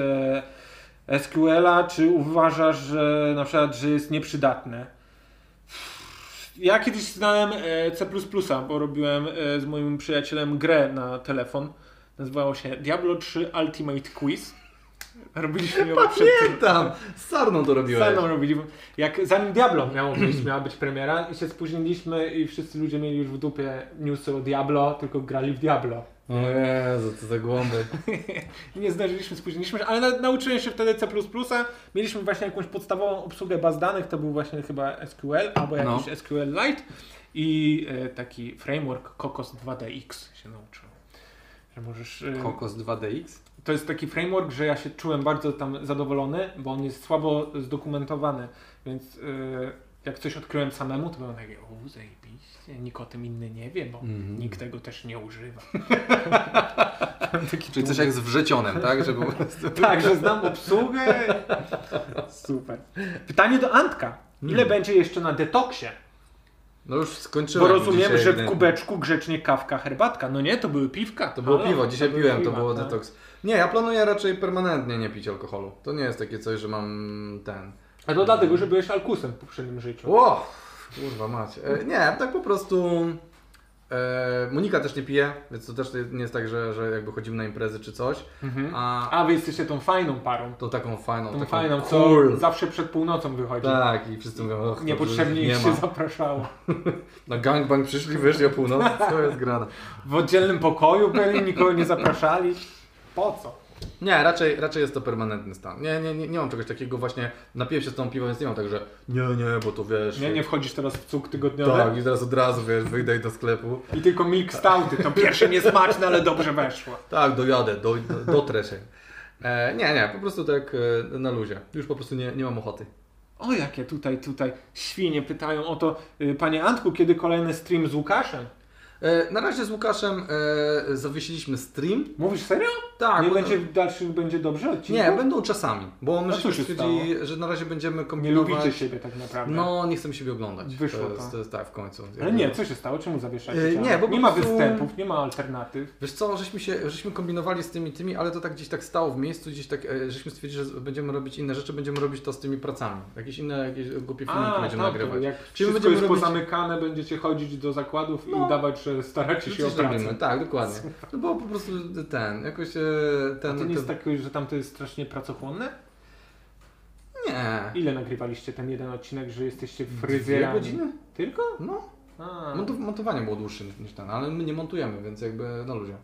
D: e, SQL-a, czy uważasz, że na przykład, że jest nieprzydatne? Ja kiedyś znałem e, C++, bo robiłem e, z moim przyjacielem grę na telefon. Nazywało się Diablo 3 Ultimate Quiz. Robiliśmy ją przed tym.
E: Pamiętam! Z Sarną to robiłeś.
D: Sceną robiliśmy. Jak zanim Diablo miało wyjść, miała być premiera i się spóźniliśmy i wszyscy ludzie mieli już w dupie newsy o Diablo, tylko grali w Diablo.
E: O Jezu, co za głąby.
D: I nie zdążyliśmy, spóźniliśmy się, ale na, nauczyłem się wtedy C++. Mieliśmy właśnie jakąś podstawową obsługę baz danych, to był właśnie chyba SQL albo jakiś SQL Lite i e, taki framework Cocos 2DX się nauczyłem. Że możesz... e,
U: Kokos 2DX?
D: to jest taki framework, że ja się czułem bardzo tam zadowolony, bo on jest słabo zdokumentowany, więc yy, jak coś odkryłem samemu, to byłem taki, o zajebiście, nikt o tym inny nie wie, bo
E: Mhm.
D: nikt tego też nie używa. Taki
E: Czyli coś jak z wrzecionem, tak? Żeby...
D: Tak, że znam obsługę. Super. Pytanie do Antka. Ile
E: Mhm.
D: będzie jeszcze na detoksie?
E: No już
D: Bo
E: skończyłem.
D: rozumiem,
E: dzisiaj
D: że w
E: jeden.
D: kubeczku grzecznie kawka, herbatka. No nie, to były piwka.
E: To było
D: Halo,
E: piwo, dzisiaj
D: były
E: piłem, to
D: piwa,
E: było
D: tak.
E: detoks. Nie, ja planuję raczej permanentnie nie pić alkoholu. To nie jest takie coś, że mam ten...
D: A to dlatego, że byłeś alkusem w poprzednim życiu.
E: Ło! Kurwa macie. E, nie, tak po prostu... E, Monika też nie pije, więc to też nie jest tak, że, że jakby chodzimy na imprezy czy coś.
D: Mhm.
E: A
D: A wy jesteście tą fajną parą.
E: tą taką fajną,
D: Tą
E: No taką
D: fajną,
E: cool.
D: co zawsze przed północą wychodzi.
E: Tak, i wszyscy mówią, och,
D: Niepotrzebnie
E: dobrze,
D: ich
E: że
D: się
E: nie ma.
D: zapraszało.
E: Na gangbang przyszli, wyszli o północy, to jest grana.
D: W oddzielnym pokoju byli, nikogo nie zapraszali. Po co?
E: Nie, raczej, raczej jest to permanentny stan. Nie, nie, nie, nie mam czegoś takiego właśnie, napiję się z tą piwą, więc nie mam tak, że nie, nie, bo to wiesz...
D: Nie, nie wchodzisz teraz w cuk tygodniowy
E: tak, i zaraz od razu, wiesz, wyjdę i do sklepu.
D: i tylko milk stouty. To pierwsze niesmaczne, ale dobrze weszło.
E: Tak, dojadę, do, do, dotrę się. E, nie, nie, po prostu tak e, na luzie. Już po prostu nie, nie mam ochoty.
D: O, jakie tutaj, tutaj świnie pytają o to. y, Panie Antku, kiedy kolejny stream z Łukaszem?
E: E, na razie z Łukaszem e, zawiesiliśmy stream.
D: Mówisz serio?
E: Tak,
D: nie
E: bo-
D: będzie w dalszych, będzie dobrze odcinek?
E: Nie, będą czasami, bo my
D: A
E: żeśmy
D: co się
E: stwierdzili, że na razie będziemy
D: Nie
E: kombinować.
D: lubicie siebie tak naprawdę.
E: No, nie chcemy siebie oglądać.
D: Wyszło
E: to.
D: to.
E: Jest, to jest tak w końcu.
D: Ale nie, co się stało? Czemu zawieszacie?
E: Yy,
D: ciało?
E: nie, bo po
D: nie ma
E: prostu-
D: występów, nie ma alternatyw.
E: Wiesz co, żeśmy się, żeśmy kombinowali z tymi tymi, ale to tak gdzieś tak stało w miejscu, gdzieś tak, e, żeśmy stwierdzili, że będziemy robić inne rzeczy, będziemy robić to z tymi pracami. Jakieś inne, jakieś głupie filmiki
D: A,
E: będziemy
D: tak,
E: nagrywać.
D: to Jak
E: Czyli
D: wszystko
E: będziemy
D: jest
E: robić-
D: pozamykane, będziecie chodzić do zakładów i udawać, że staracie się o
E: No. Coś robimy,
D: pracę.
E: tak, dokładnie. No bo po prostu ten, jakoś e,
D: A
E: ten...
D: to nie jest
E: ten-
D: tak, że tam to jest strasznie pracochłonne?
E: Tak. Nie.
D: Ile nagrywaliście ten jeden odcinek, że jesteście
E: Dwie
D: fryzjerami?
E: godziny?
D: Tylko?
E: No.
D: A, okej,
E: Montu- montowanie było dłuższe niż ten, ale my nie montujemy, więc jakby na luzie.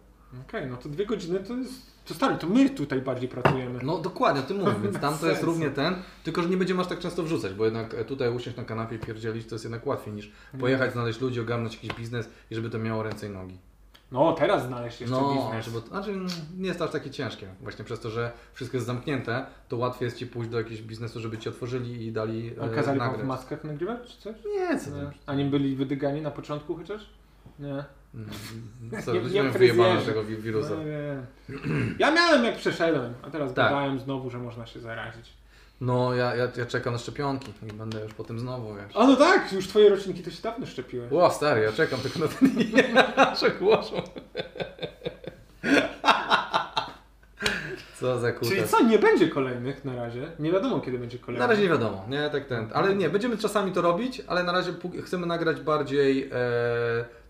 D: no to dwie godziny to jest... To stary, to my tutaj bardziej pracujemy.
E: No dokładnie, o tym mówię, więc tam to jest
D: Sensu.
E: równie ten, tylko że nie będziemy aż tak często wrzucać, bo jednak e, tutaj usiąść na kanapie i pierdzielić to jest jednak łatwiej niż
D: Mhm.
E: pojechać, znaleźć ludzi, ogarnąć jakiś biznes i żeby to miało ręce i nogi.
D: No, teraz znaleźć jeszcze biznes.
E: żeby, znaczy mm, nie jest to aż takie ciężkie, właśnie przez to, że wszystko jest zamknięte, to łatwiej jest Ci pójść do jakiegoś biznesu, żeby Ci otworzyli i dali
D: A
E: e,
D: kazali wam w
E: nagrać. Tak.
D: maskach nagrywać, czy coś?
E: Nie, co
D: Nie.
E: ty.
D: A nie byli wydygani na początku chociaż? Nie.
E: Mm, Co,
D: Nie-
E: nie,
D: nie
E: nie wyjebane
D: fryzjerzy.
E: tego wi- wirusa.
D: No, nie. Ja miałem jak przeszedłem, a teraz
E: Tak.
D: dodałem znowu, że można się zarazić.
E: No, ja, ja, ja czekam na szczepionki i będę już potem znowu, wiesz.
D: A no tak, już twoje roczniki to się dawno szczepiły.
E: Ło, stary, ja czekam tylko na ten dzień, aż ogłoszą. Co za
D: Czyli
E: kurde.
D: co, nie będzie kolejnych na razie? Nie wiadomo kiedy będzie kolejny.
E: Na razie nie wiadomo, nie, tak ten. Ale nie, będziemy czasami to robić, ale na razie póki- chcemy nagrać bardziej e,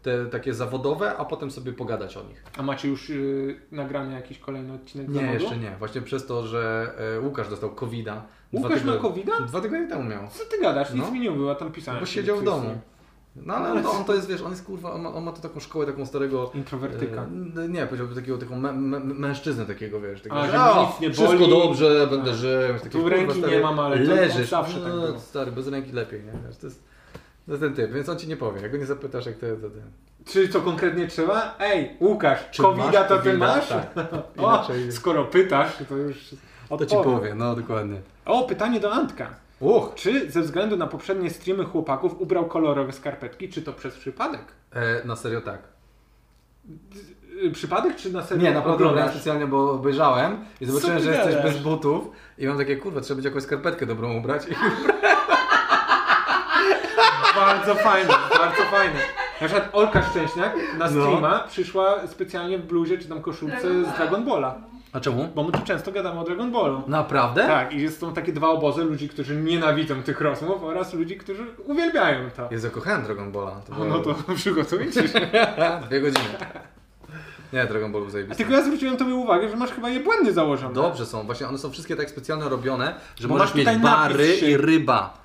E: te takie zawodowe, a potem sobie pogadać o nich.
D: A macie już yy, nagrany jakiś kolejny odcinek
E: Nie,
D: zawodu?
E: jeszcze nie. Właśnie przez to, że e, Łukasz dostał COVID-a. dwa
D: Łukasz ma
E: tygodnie-
D: COVID-a?
E: Dwa tygodnie temu miał.
D: Co ty gadasz? Nic
E: No.
D: mi nie było, a tam pisałem.
E: Bo
D: sobie
E: siedział w
D: wszyscy.
E: domu. No ale on, on to jest, wiesz, on jest kurwa, on ma, on ma tu taką szkołę, taką starego...
D: Introwertyka.
E: E, nie, powiedziałbym takiego taką mę, mę, mężczyznę takiego, wiesz, takiego,
D: A,
E: że,
D: że
E: "O,
D: nic nie
E: wszystko
D: boli".
E: dobrze,
D: A.
E: będę żył. Taki,
D: Tu ręki nie mam, ale to on
E: leżysz.
D: zawsze tak było.
E: No, Stary, bez ręki lepiej, nie? Wiesz, to, jest, to jest ten typ, więc on ci nie powie. Jak go nie zapytasz, jak to jest, to ten.
D: Czyli co konkretnie trzeba? Ej, Łukasz,
E: Czy
D: COVID-a
E: masz
D: to ty
E: COVID-a?
D: masz?
E: Tak.
D: O,
E: Inaczej-
D: skoro pytasz, to już
E: To ci powie, no dokładnie.
D: O, pytanie do Antka. Uch. Czy ze względu na poprzednie streamy chłopaków ubrał kolorowe skarpetki, czy to przez przypadek?
E: E, na serio tak.
D: Y, Przypadek, czy na serio?
E: Nie, naprawdę
D: oglądasz?
E: oglądałem specjalnie, bo obejrzałem i zobaczyłem,
D: Co
E: że
D: ty
E: jesteś
D: gadasz?
E: bez butów i mam takie, kurwa, trzeba będzie jakąś skarpetkę dobrą ubrać.
D: Bardzo fajne, bardzo fajne. Na przykład Olka Szczęśniak
E: No.
D: na streama przyszła specjalnie w bluzie czy tam koszulce z Dragon Balla.
E: A czemu?
D: Bo my tu często gadamy o Dragon Ballu.
E: Naprawdę?
D: Tak, i są takie dwa obozy ludzi, którzy nienawidzą tych rozmów oraz ludzi, którzy uwielbiają to.
E: Jezu, kochałem Dragon Balla. To
D: O, no to przygotujcie się.
E: Dwie godziny. Nie, Dragon Ball był
D: A
E: zajebisty.
D: tylko ja zwróciłem tobie uwagę, że masz chyba je błędnie założone.
E: Dobrze są, właśnie one są wszystkie tak specjalnie robione, że
D: Bo
E: możesz
D: No masz tutaj
E: mieć bary
D: napis się-
E: i ryba.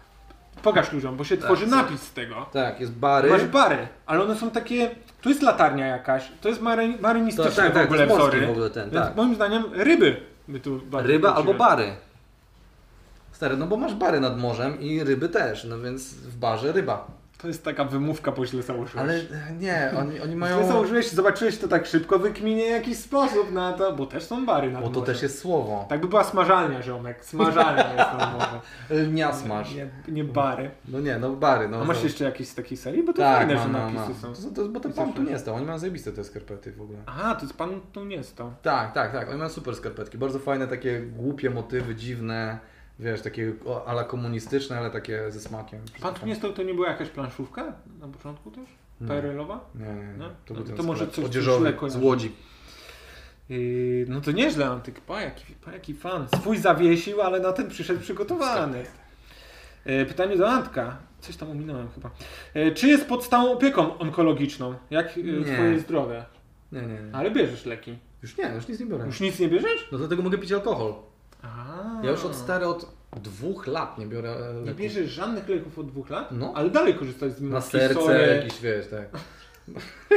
D: Pokaż ludziom, bo się
E: Tak,
D: tworzy
E: co?
D: napis z tego.
E: Tak, jest bary.
D: Masz bary, ale one są takie. Tu jest latarnia jakaś, to jest mary, marynistyczne
E: To tak,
D: w
E: tak,
D: ogóle
E: z Polski
D: wzory.
E: w ogóle ten,
D: Więc
E: tak.
D: moim zdaniem ryby by tu bardziej
E: Ryba
D: wróciły.
E: albo bary. Stary, no bo masz bary nad morzem i ryby też, no więc w barze ryba.
D: To jest taka wymówka, bo źle założyłeś.
E: Ale e, nie, oni, oni
D: Źle
E: mają...
D: założyłeś, zobaczyłeś to tak szybko, wykminie jakiś sposób na to, bo też są bary na
E: Bo to też jest słowo.
D: Tak by była smażalnia, ziomek. Smażalnia jest na morze.
E: Mias E, masz.
D: Nie, nie bary.
E: No nie, no bary, no.
D: A masz
E: no.
D: jeszcze jakieś z takiej serii? Bo to
E: Tak,
D: fajne,
E: mam,
D: że
E: mam,
D: napisy
E: mam.
D: są.
E: To, to, bo ten pan tu nie stał, oni mają zajebiste te skarpety w ogóle.
D: Aha, to jest pan tu nie stał.
E: Tak, tak, tak. Oni mają super skarpetki. Bardzo fajne, takie głupie motywy, dziwne, wiesz, takie o, ala komunistyczne, ale takie ze smakiem.
D: Pan tu nie stał, to nie była jakaś planszówka na początku też?
E: Nie.
D: PRL-owa?
E: No, Nie, nie, nie.
D: No,
E: To, był
D: no
E: ten
D: to może
E: sklep
D: coś
E: odzieżowy
D: źle kojarzy.
E: z Łodzi.
D: Yy, no to nieźle, Antyk. Pa, jaki, pa, jaki fan. Swój zawiesił, ale na ten przyszedł przygotowany. Yy, pytanie do Antka. Coś tam ominąłem chyba. Yy, czy jest pod stałą opieką onkologiczną? Jak yy,
E: Nie.
D: twoje zdrowie?
E: Nie, nie, nie.
D: Ale bierzesz leki.
E: Już nie, już nic nie biorę.
D: Już nic nie bierzesz?
E: No dlatego mogę pić alkohol.
D: A,
E: Ja już od stary od dwóch lat nie biorę e,
D: Nie
E: leków.
D: bierzesz żadnych leków od dwóch lat?
E: No.
D: Ale dalej korzystasz z
E: Na
D: pistolet.
E: serce jakiś, wiesz, tak.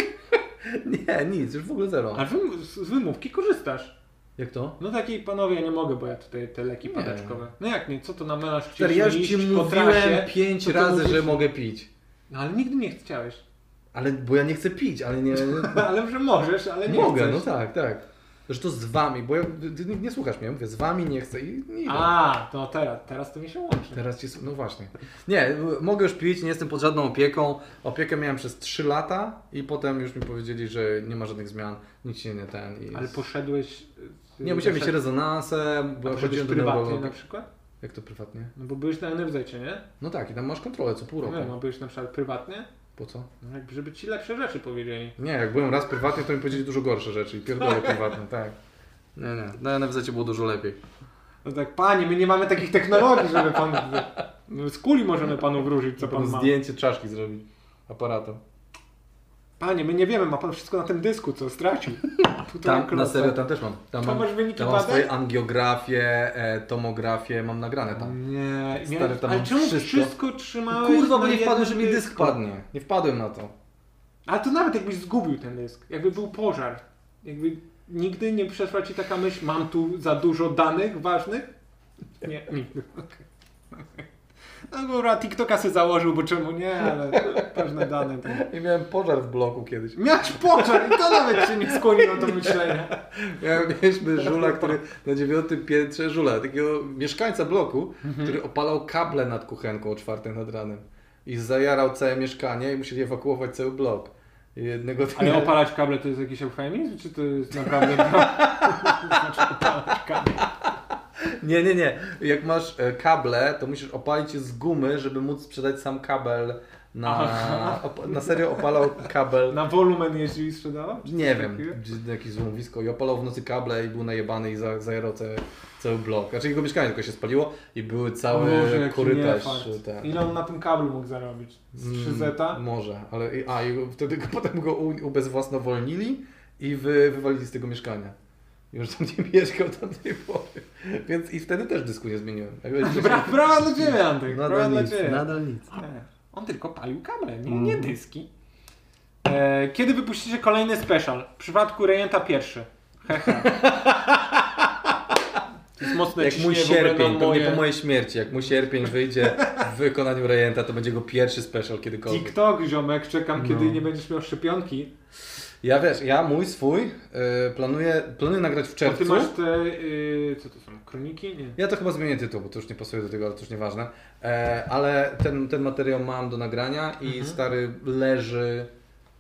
E: nie, nic, już w ogóle zero.
D: A wym- z z wymówki korzystasz.
E: Jak to?
D: No takiej panowie, ja nie mogę, bo ja tutaj te leki
E: Nie.
D: padaczkowe. No jak nie, co to na melanż
E: Stary,
D: chcieliśmy
E: ja już
D: iść
E: ci
D: po trasie,
E: mówiłem pięć
D: to ty
E: razy,
D: mówisz-
E: że mogę pić.
D: No ale nigdy nie chciałeś.
E: Ale, bo ja nie chcę pić, ale nie...
D: ale że możesz, ale nie
E: mogę,
D: chcesz.
E: no tak, tak. Że to z wami, bo ja, ty nie, nie słuchasz mnie, ja mówię, z wami nie chcę i nie idę.
D: A, to teraz, teraz to mi się łączy.
E: Teraz ci, s- no właśnie. Nie, y, mogę już pić, nie jestem pod żadną opieką. Opiekę miałem przez 3 lata i potem już mi powiedzieli, że nie ma żadnych zmian, nic się nie ten. I
D: Ale poszedłeś... y,
E: Nie, musiałem mieć
D: poszedł-
E: rezonansę,
D: A
E: bo
D: poszedłeś
E: chodziłem do
D: prywatnie tak?
E: neurologa.
D: na przykład?
E: Jak to prywatnie?
D: No bo byłeś na NFZ, nie?
E: No tak, i tam masz kontrolę co pół
D: No
E: roku.
D: wiem, a byłeś na przykład prywatnie?
E: Po co?
D: No jakby, żeby ci lepsze rzeczy powiedzieli.
E: Nie, jak byłem raz prywatnie, to mi powiedzieli dużo gorsze rzeczy i pierdolę prywatne, tak. Nie, nie, No na NFZ było dużo lepiej.
D: No tak, panie, my nie mamy takich technologii, żeby pan... My Z kuli możemy panu wróżyć, co pan ma.
E: Zdjęcie czaszki zrobić aparatem.
D: Panie, my nie wiemy, ma pan wszystko na tym dysku, co stracił. Półtora
E: Tam, na
D: klasa.
E: serio, tam też mam. Tam
D: To
E: mam,
D: masz wyniki
E: tam mam
D: badań?
E: swoje angiografię, e, tomografię, mam nagrane tam.
D: Nie,
E: Stary,
D: miałeś,
E: tam
D: ale
E: mam
D: czemu
E: wszystko.
D: wszystko, trzymałeś
E: Kurwa, bo
D: na
E: nie wpadłem,
D: jednym
E: że mi dysk
D: dysku?
E: padnie. Nie wpadłem na to.
D: Ale to nawet jakbyś zgubił ten dysk, jakby był pożar, jakby nigdy nie przeszła ci taka myśl, mam tu za dużo danych ważnych? Nie, nigdy. okej. No dobra, TikToka sobie założył, bo czemu nie, ale pewne dane. To...
E: I miałem pożar w bloku kiedyś.
D: Miałeś pożar i to nawet cię nie skłoniło do myślenia.
E: Miałem, mieliśmy żula, który na dziewiątym piętrze, żula, takiego mieszkańca bloku, który opalał kable nad kuchenką o czwartej nad ranem. I zajarał całe mieszkanie i musieli ewakuować cały blok. I Jednego dnia...
D: Ale opalać kable to jest jakiś eufemizm, czy to jest naprawdę... znaczy opalać kable.
E: Nie, nie, nie. Jak masz e, kable, to musisz opalić je z gumy, żeby móc sprzedać sam kabel na... Op- na serio opalał kabel.
D: Na wolumen jeździł i sprzedała? Czy
E: Nie
D: coś
E: wiem,
D: takiego?
E: gdzie- jakieś złomowisko i opalał w nocy kable i był najebany i za- zajarał cały, cały blok. Znaczy jego mieszkanie tylko się spaliło i były
D: O
E: cały
D: Boże, jaki
E: korytarz.
D: niefart.
E: Ten.
D: Ile on na tym kablu mógł zarobić? Z 3 zeta?
E: Mm, Może, ale i- a, i go- wtedy go, potem go u- ubezwłasnowolnili i wy, wywalili z tego mieszkania. Już tam nie mieszkał do tej pory. Więc i wtedy też dysku nie zmieniłem. Jak będzie-
D: Bra, brawa dla ciebie, Antek. no Brawa
E: Nadal
D: dla
E: No nic,
D: ciebie.
E: nadal nic.
D: Nie, On tylko palił kable, nie,
E: Mhm.
D: nie dyski. E, kiedy wypuścicie kolejny special? W przypadku Rejenta pierwszy. Hehe. To jest mocne
E: Jak
D: ciśnienie
E: mój
D: w ogóle na
E: sierpień, to
D: moje...
E: nie po mojej śmierci, jak mój sierpień wyjdzie w wykonaniu Rejenta, to będzie go pierwszy special kiedykolwiek. No.
D: TikTok, ziomek, czekam kiedy nie będziesz miał szczepionki.
E: Ja wiesz, ja mój swój y, planuję, planuję nagrać w
D: Bo ty
E: czerwcu.
D: masz te, y, co to są, kroniki? Nie.
E: Ja to chyba zmienię tytuł, bo to już nie pasuje do tego, ale to już nieważne. E, ale ten, ten materiał mam do nagrania i stary leży.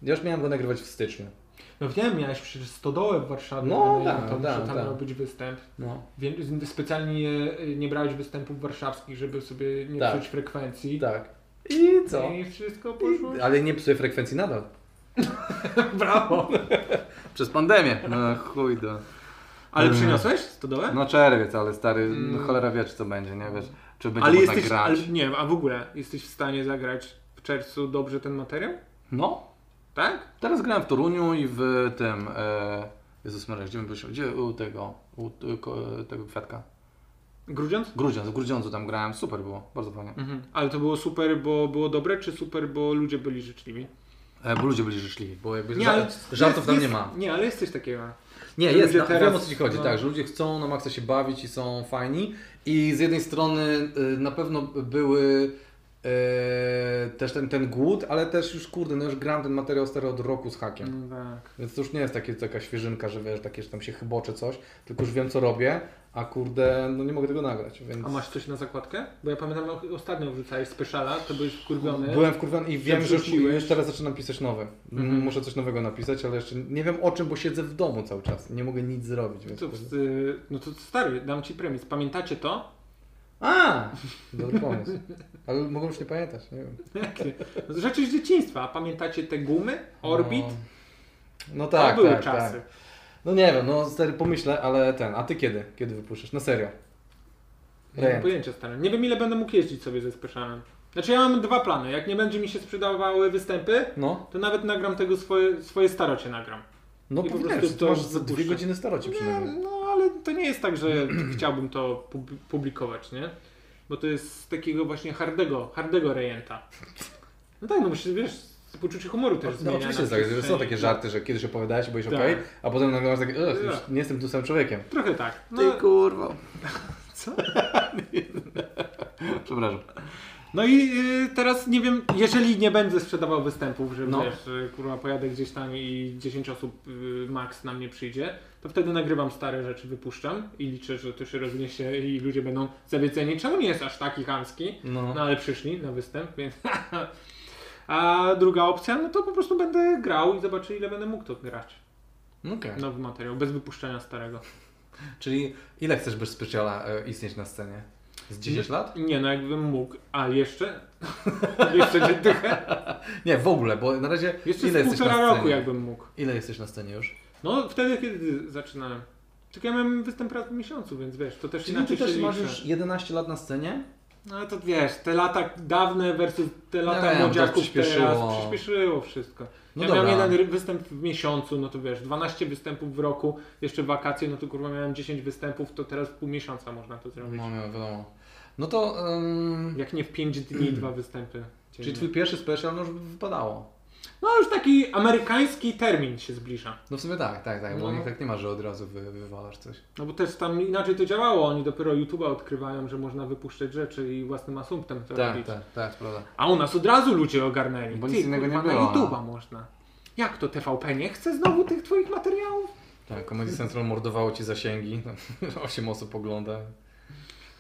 E: Ja już miałem go nagrywać w styczniu.
D: No wiem, miałeś przecież stodołę w Warszawie.
E: No,
D: ale
E: tak,
D: to,
E: tak,
D: że tam
E: tak.
D: miał być występ.
E: No.
D: Wiem, specjalnie y, nie brałeś występów warszawskich, żeby sobie nie
E: Tak.
D: psuć frekwencji.
E: Tak. I co?
D: I wszystko poszło.
E: Ale nie psuję frekwencji nadal.
D: Brawo.
E: Przez pandemię. No chuj do.
D: Ale
E: Mm.
D: przyniosłeś stodołę?
E: No czerwiec, ale stary, no,
D: Mm.
E: cholera wie czy to będzie, nie wiesz, czy będzie
D: ale
E: można
D: jesteś,
E: grać.
D: ale nie wiem, a w ogóle jesteś w stanie zagrać w czerwcu dobrze ten materiał?
E: No.
D: Tak?
E: Teraz grałem w Toruniu i w tym, e... Jezus Maria, gdzie my byliśmy, gdzie u tego, u y, ko- y, tego kwiatka?
D: Grudziądz?
E: Grudziądz, w Grudziądzu tam grałem, super było, bardzo fajnie.
D: Mhm. Ale to było super, bo było dobre, czy super, bo ludzie byli życzliwi?
E: E, bo ludzie byli życzliwi, bo jakby ża-
D: ale-
E: żartów tam
D: jest,
E: nie ma. Tak.
D: Nie, ale jest coś takiego.
E: Nie,
D: Że
E: jest,
D: ludzie
E: na,
D: teraz-
E: wiem o co ci chodzi,
D: no.
E: tak, że ludzie chcą na maksa się bawić i są fajni i z jednej strony y, na pewno były e, też ten, ten głód, ale też już kurde, no już gram ten materiał stary od roku z hakiem.
D: No tak.
E: Więc to już nie jest takie, taka świeżynka, że wiesz, takie, że tam się chybocze coś, tylko już wiem co robię, a kurde, no nie mogę tego nagrać, więc...
D: A masz coś na zakładkę? Bo ja pamiętam, jak ostatnio wrzucałeś speciala, to byłeś wkurwiony.
E: Byłem wkurwiony i wiem, że już,
D: wrzuciłeś.
E: już teraz zaczynam pisać nowy.
D: Mhm.
E: Muszę coś nowego napisać, ale jeszcze nie wiem o czym, bo siedzę w domu cały czas. Nie mogę nic zrobić, więc...
D: To, y, no to stary, dam ci premis. Pamiętacie to?
E: A! Dobry pomysł. Ale mogę już nie pamiętać, nie wiem.
D: Jakie? Rzeczy z dzieciństwa. Pamiętacie te gumy? Orbit?
E: No, no tak,
D: to były
E: tak,
D: czasy.
E: tak. No nie wiem, no stary pomyślę, ale ten, a ty kiedy? Kiedy wypuszczasz? Na serio.
D: Nie mam
E: Rejent.
D: pojęcia stary. Nie wiem ile będę mógł jeździć sobie ze Speszalem. Znaczy ja mam dwa plany. Jak nie będzie mi się sprzedawały występy,
E: No,
D: to nawet nagram tego swoje, swoje starocie nagram.
E: no
D: I po
E: powinieneś,
D: prostu
E: to
D: to
E: masz za dwie
D: wypuszczę.
E: godziny staroci przynajmniej.
D: No ale to nie jest tak, że chciałbym to pub- publikować, nie? Bo to jest z takiego właśnie hardego, hardego rejenta. No tak, no musisz, wiesz, poczucie humoru też
E: No
D: zmienia.
E: oczywiście,
D: na
E: tak, że są
D: przestrzeni.
E: takie żarty, że kiedyś opowiadałeś, byłeś
D: Tak.
E: okej, a potem nagle masz takie, "Ugh, już
D: Tak.
E: nie jestem tym samym człowiekiem.
D: Trochę tak. No,
E: kurwa.
D: Co?
E: Przepraszam.
D: no i y, teraz nie wiem, jeżeli nie będę sprzedawał występów, że
E: No.
D: wiesz, y, kurwa pojadę gdzieś tam i 10 osób y, max na mnie przyjdzie, to wtedy nagrywam stare rzeczy, wypuszczam i liczę, że to się rozniesie i ludzie będą zawiedzeni. Czemu nie jest aż taki chamski?
E: No.
D: No ale przyszli na występ, więc. A druga opcja, no to po prostu będę grał i zobaczę, ile będę mógł to grać.
E: No Okej.
D: Nowy materiał, bez wypuszczenia starego.
E: Czyli ile chcesz bez specjala e, istnieć na scenie? Z 10 lat?
D: Nie, no jakbym mógł, a jeszcze. jeszcze dychę.
E: Nie, w ogóle, bo na razie
D: Jeszcze
E: ile
D: z
E: jesteś na
D: półtora
E: scenie?
D: roku, jakbym mógł.
E: Ile jesteś na scenie już?
D: No wtedy, kiedy zaczynałem. Tylko ja miałem występ raz w miesiącu, więc wiesz, to też
E: Czyli ty
D: inaczej
E: też
D: się
E: masz
D: liczy.
E: już 11 lat na scenie?
D: No ale to wiesz, te lata dawne versus te lata
E: wiem, tak
D: młodziaków
E: przyspieszyło.
D: teraz, przyspieszyło wszystko.
E: No
D: ja
E: dobra.
D: miałem jeden ry- występ w miesiącu, no to wiesz, 12 występów w roku, jeszcze wakacje, no to kurwa miałem 10 występów, to teraz w pół miesiąca można to zrobić.
E: No, nie, wiadomo. No to, ym,
D: Jak nie w 5 dni, dwa występy.
E: czyli
D: dziennie.
E: twój pierwszy special już wypadało.
D: No już taki amerykański termin się zbliża.
E: No w sumie tak, tak, tak, bo
D: No.
E: nikt tak nie ma, że od razu wy, wywalasz coś.
D: No bo też tam inaczej to działało, oni dopiero YouTube'a odkrywają, że można wypuszczać rzeczy i własnym asumptem to robić.
E: tak, tak, to prawda.
D: A u nas od razu ludzie ogarnęli.
E: Bo nic innego nie
D: kurwa, Na
E: było,
D: YouTube'a
E: no.
D: można. Jak to TVP nie chce znowu tych twoich materiałów?
E: Tak, Comedy Central mordowało ci zasięgi, 8 osób ogląda.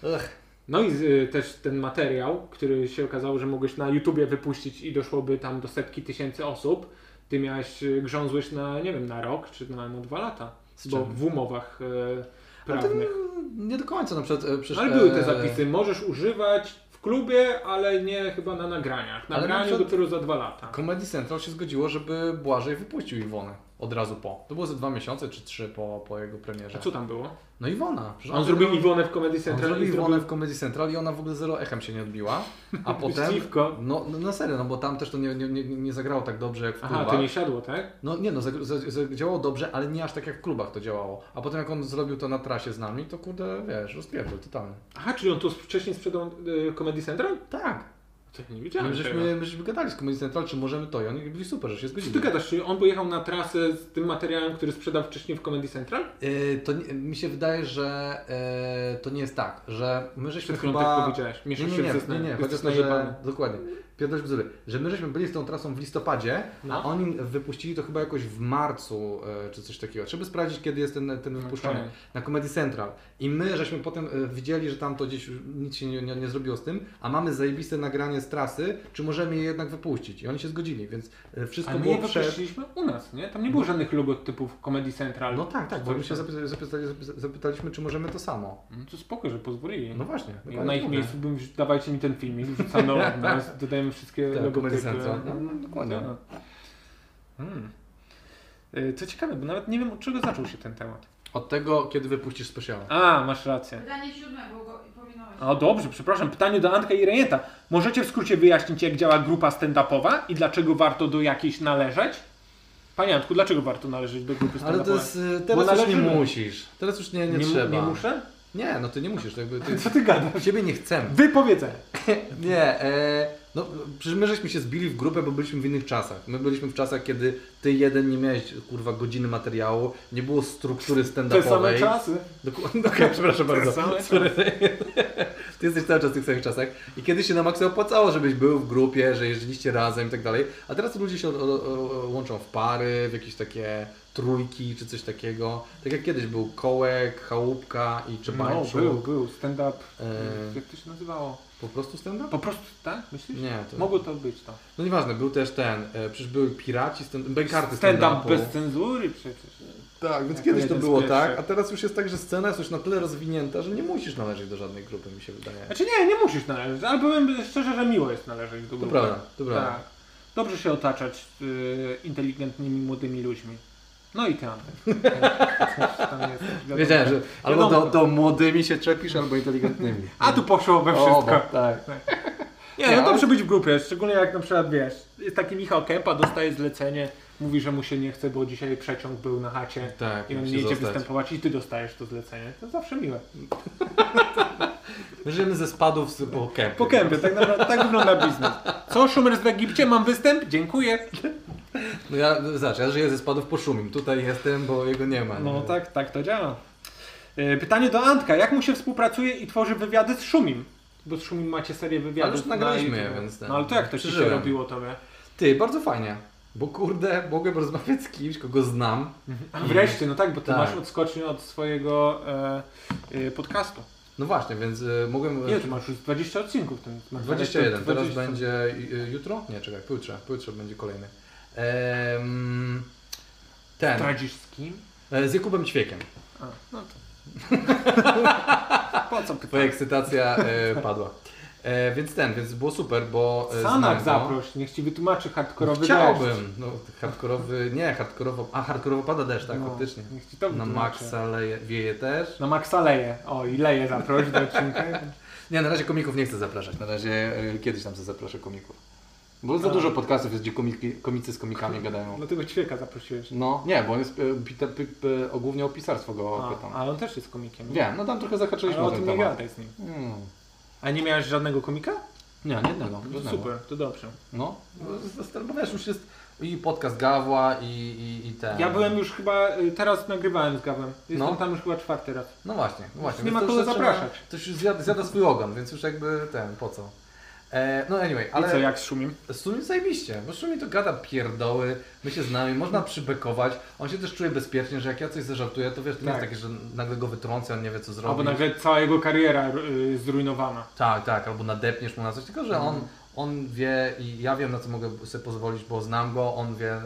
E: Ech,
D: No i y, też ten materiał, który się okazało, że mogłeś na YouTubie wypuścić i doszłoby tam do setki tysięcy osób. Ty miałeś y, grzązłeś na, nie wiem, na rok czy na, na dwa lata. Bo
E: czym?
D: w umowach y,
E: ale to
D: prawnych.
E: nie- nie do końca, na przykład... e, Przecież,
D: Ale były te
E: e,
D: zapisy, możesz używać w klubie, ale nie chyba na nagraniach.
E: Ale na
D: Nagranie
E: przykład-
D: dopiero za dwa lata.
E: Comedy Central się zgodziło, żeby Błażej wypuścił Iwonę od razu po. To było ze dwa miesiące czy trzy po, po jego premierze.
D: A co tam było?
E: No Iwona. Przecież
D: On zrobił Iwonę w Comedy Central.
E: On
D: i
E: zrobił Iwonę w Comedy Central i ona w ogóle zero echem się nie odbiła. A potem...
D: Dziwko.
E: No, no na serio, no bo tam też to nie, nie, nie, nie zagrało tak dobrze jak w klubach.
D: Aha, to nie siadło, tak?
E: No nie no, zag- za- zadziałało dobrze, ale nie aż tak jak w klubach to działało. A potem jak on zrobił to na trasie z nami, to kurde, wiesz, rozpierdol totalnie.
D: Aha, czyli on to wcześniej sprzedał y, Comedy Central?
E: Tak.
D: To ja nie wiedziałem.
E: My żeśmy,
D: tego.
E: my żeśmy gadali z Comedy Central, czy możemy to i oni byli super, że się
D: Czy
E: zgodzili.
D: ty gadasz, czy on pojechał na trasę z tym materiałem, który sprzedał wcześniej w Comedy Central?
E: Y, to nie, mi się wydaje, że y, to nie jest tak, że my żeśmy
D: Przed chwilą
E: chyba...
D: tak powiedziałeś. Mieszasz
E: nie,
D: się
E: nie, nie,
D: ze snem.
E: nie, nie,
D: Jesteś
E: chodzi o to,
D: najebany.
E: że... Dokładnie. Pierdolisz bzdury. Że my żeśmy byli z tą trasą w listopadzie,
D: No.
E: a oni wypuścili to chyba jakoś w marcu y, czy coś takiego. Trzeba sprawdzić, kiedy jest ten,
D: No,
E: ten wypuszczony.
D: Okej.
E: Na Comedy Central. I my żeśmy potem y, widzieli, że tam to gdzieś już nic się nie, nie, nie zrobiło z tym, a mamy zajebiste nagranie z trasy, czy możemy je jednak wypuścić. I oni się zgodzili, więc y, wszystko
D: Ale my
E: było
D: je
E: przed...
D: wypuściliśmy u nas, nie? Tam nie było żadnych logotypów Comedy Central.
E: No tak, tak, bo
D: Coś
E: my się
D: tam.
E: zapytali, zapytali, zapytaliśmy, czy możemy to samo.
D: No to spoko, że pozwolili.
E: No właśnie,
D: I
E: dokładnie
D: na ich
E: mówię.
D: miejscu bym wrzu- dawajcie mi ten filmik, wrzucamy od nas, dodajemy wszystkie
E: Tak,
D: logotypy.
E: Comedy Central. No, no, dokładnie.
D: Tak, no. Hmm. Y, Co ciekawe, bo nawet nie wiem od czego zaczął się ten temat.
E: Od tego, kiedy wypuścisz specjalne.
D: A, masz rację.
G: Pytanie siódme, bo go pominąłeś.
D: O dobrze, przepraszam, pytanie do Antka i Rejenta. Możecie w skrócie wyjaśnić, jak działa grupa stand-upowa i dlaczego warto do jakiejś należeć? Panie Antku, dlaczego warto należeć do grupy stand-upowej?
E: Ale to jest, y,
D: Bo
E: teraz już nie
D: należymy.
E: musisz. Teraz już nie, nie,
D: Nie mu-
E: trzeba.
D: nie muszę?
E: Nie, no ty nie musisz. to Jakby ty,
D: Co ty gadasz?
E: Ciebie nie chcemy.
D: Wypowiedzenie.
E: nie, e, no przecież my żeśmy się zbili w grupę, bo byliśmy w innych czasach. My byliśmy w czasach, kiedy ty jeden nie miałeś, kurwa, godziny materiału, nie było struktury stand-upowej.
D: Te same czasy.
E: Dokładnie, okej, przepraszam
D: Te
E: bardzo.
D: same
E: Sorry. Ty jesteś cały czas w tych samych czasach. I kiedyś się na maksa opłacało, żebyś był w grupie, że jeździliście razem i tak dalej. A teraz ludzie się o, o, o, łączą w pary, w jakieś takie trójki czy coś takiego. Tak jak kiedyś był kołek, chałupka i
D: No,
E: czebańczuk.
D: był, był, stand-up.
E: E,
D: Jak to się nazywało?
E: Po prostu stand-up?
D: Po prostu, tak? Myślisz?
E: Nie, to-
D: Mogło to być to.
E: No nieważne, był też ten, e, przecież były piraci, stand bękarty
D: Stand-up
E: stand-upu.
D: bez cenzury przecież.
E: Tak, więc
D: Jako
E: kiedyś to
D: jeden z
E: było
D: pierwszych.
E: tak, a teraz już jest tak, że scena jest już na tyle rozwinięta, że nie musisz należeć do żadnej grupy, mi się wydaje.
D: Znaczy nie, nie musisz należeć, ale powiem szczerze, że miło jest należeć do grupy.
E: prawda, to prawda.
D: Tak. Dobrze się otaczać y, inteligentnymi, młodymi ludźmi. No i ty, Antek. Coś tam jest, wiadomo.
E: Wiedziałem, że albo
D: Wiadomo.
E: do, do młodymi się czepisz, albo inteligentnymi.
D: A tu poszło we
E: O,
D: wszystko.
E: bo- tak.
D: Nie, no dobrze być w grupie, szczególnie jak na przykład, wiesz, jest taki Michał Kępa, dostaje zlecenie, mówi, że mu się nie chce, bo dzisiaj przeciąg był na chacie
E: Tak,
D: i on nie
E: musi
D: idzie
E: zostać.
D: występować i ty dostajesz to zlecenie. To zawsze miłe.
E: My żyjemy ze spadów z, po kępy.
D: Po kępie, tak naprawdę, tak wygląda biznes. Co, Szumer w Egipcie, mam występ? Dziękuję.
E: No ja, no, zobacz, ja żyję ze spadów po Szumim. Tutaj jestem, bo jego nie ma.
D: No
E: nie?
D: tak, tak to działa. E, Pytanie do Antka, jak mu się współpracuje i tworzy wywiady z Szumim? Bo z Szumim macie serię wywiadów.
E: Ale już nagraliśmy
D: na
E: je,
D: YouTube.
E: więc ten-
D: No ale to jak to ci się
E: przeżyłem.
D: robiło tobie?
E: Ty, bardzo fajnie. Bo kurde, mogłem rozmawiać z kimś, kogo znam.
D: A Wreszcie, no tak, bo ty
E: Mm. Tak.
D: masz odskocznię od swojego e, e, podcastu.
E: No właśnie, więc y, mogłem...
D: Ile ty masz już 20 odcinków? Ten, masz
E: 21, teraz
D: 20.
E: będzie y, jutro? Nie, czekaj, pojutrze, pojutrze będzie kolejny. Em, ten,
D: Tradzisz z kim?
E: e, z Jakubem Ćwiekiem.
D: A, no to. po co
E: Twoja
D: pytanie?
E: ekscytacja e, padła. E, więc ten, więc było super, bo... e, znam
D: Sanach
E: go.
D: zaproś, niech ci wytłumaczy hardkorowy deszcz.
E: Chciałbym, no hardkorowy, nie, hardkorowo, a hardkorowo pada deszcz, tak,
D: No,
E: faktycznie.
D: niech ci to
E: Na
D: wytłumaczy.
E: maksa leje, wieje też.
D: Na Maxa leje. O, i leje zaproś do odcinka.
E: Nie, na razie komików nie chcę zapraszać, na razie e, kiedyś tam sobie zaproszę komików. Bo
D: No.
E: za dużo podcastów jest, gdzie komiki, komicy z komikami gadają.
D: Dlatego No ćwieka zaprosiłeś.
E: No, nie, bo on jest, e, pita, p, p, o, głównie o pisarstwo go
D: A,
E: pytam.
D: ale on też jest komikiem.
E: Wiem, no tam trochę zahaczyliśmy
D: Ale o
E: ten
D: tym nie
E: temat.
D: gadaj z nim.
E: Mm.
D: A nie miałeś żadnego komika?
E: Nie, nie jednego,
D: No
E: jednego.
D: Super, to dobrze.
E: No, bo wiesz, już jest i podcast Gawła i, i, i ten...
D: Ja byłem już chyba, y, teraz nagrywałem z Gawem. Jestem
E: No.
D: tam już chyba czwarty raz.
E: No właśnie, no właśnie.
D: Nie
E: więc
D: ma
E: to
D: kogo
E: już zaczyna-
D: zapraszać.
E: To już zjada, zjada swój ogon, więc już jakby ten, po co. E, no anyway, ale...
D: Ale... I co, jak z Szumim?
E: Z Szumi zajebiście, bo Szumi to gada pierdoły, my się znamy, można przybekować, on się też czuje bezpiecznie, że jak ja coś zażartuję, to wiesz, to nie
D: Tak.
E: jest takie, że nagle go wytrącę, on nie wie co zrobić.
D: Albo nagle cała jego kariera y, zrujnowana.
E: Tak, tak, albo nadepniesz mu na coś, tylko że on,
D: Mhm.
E: on wie i ja wiem na co mogę sobie pozwolić, bo znam go, on wie e,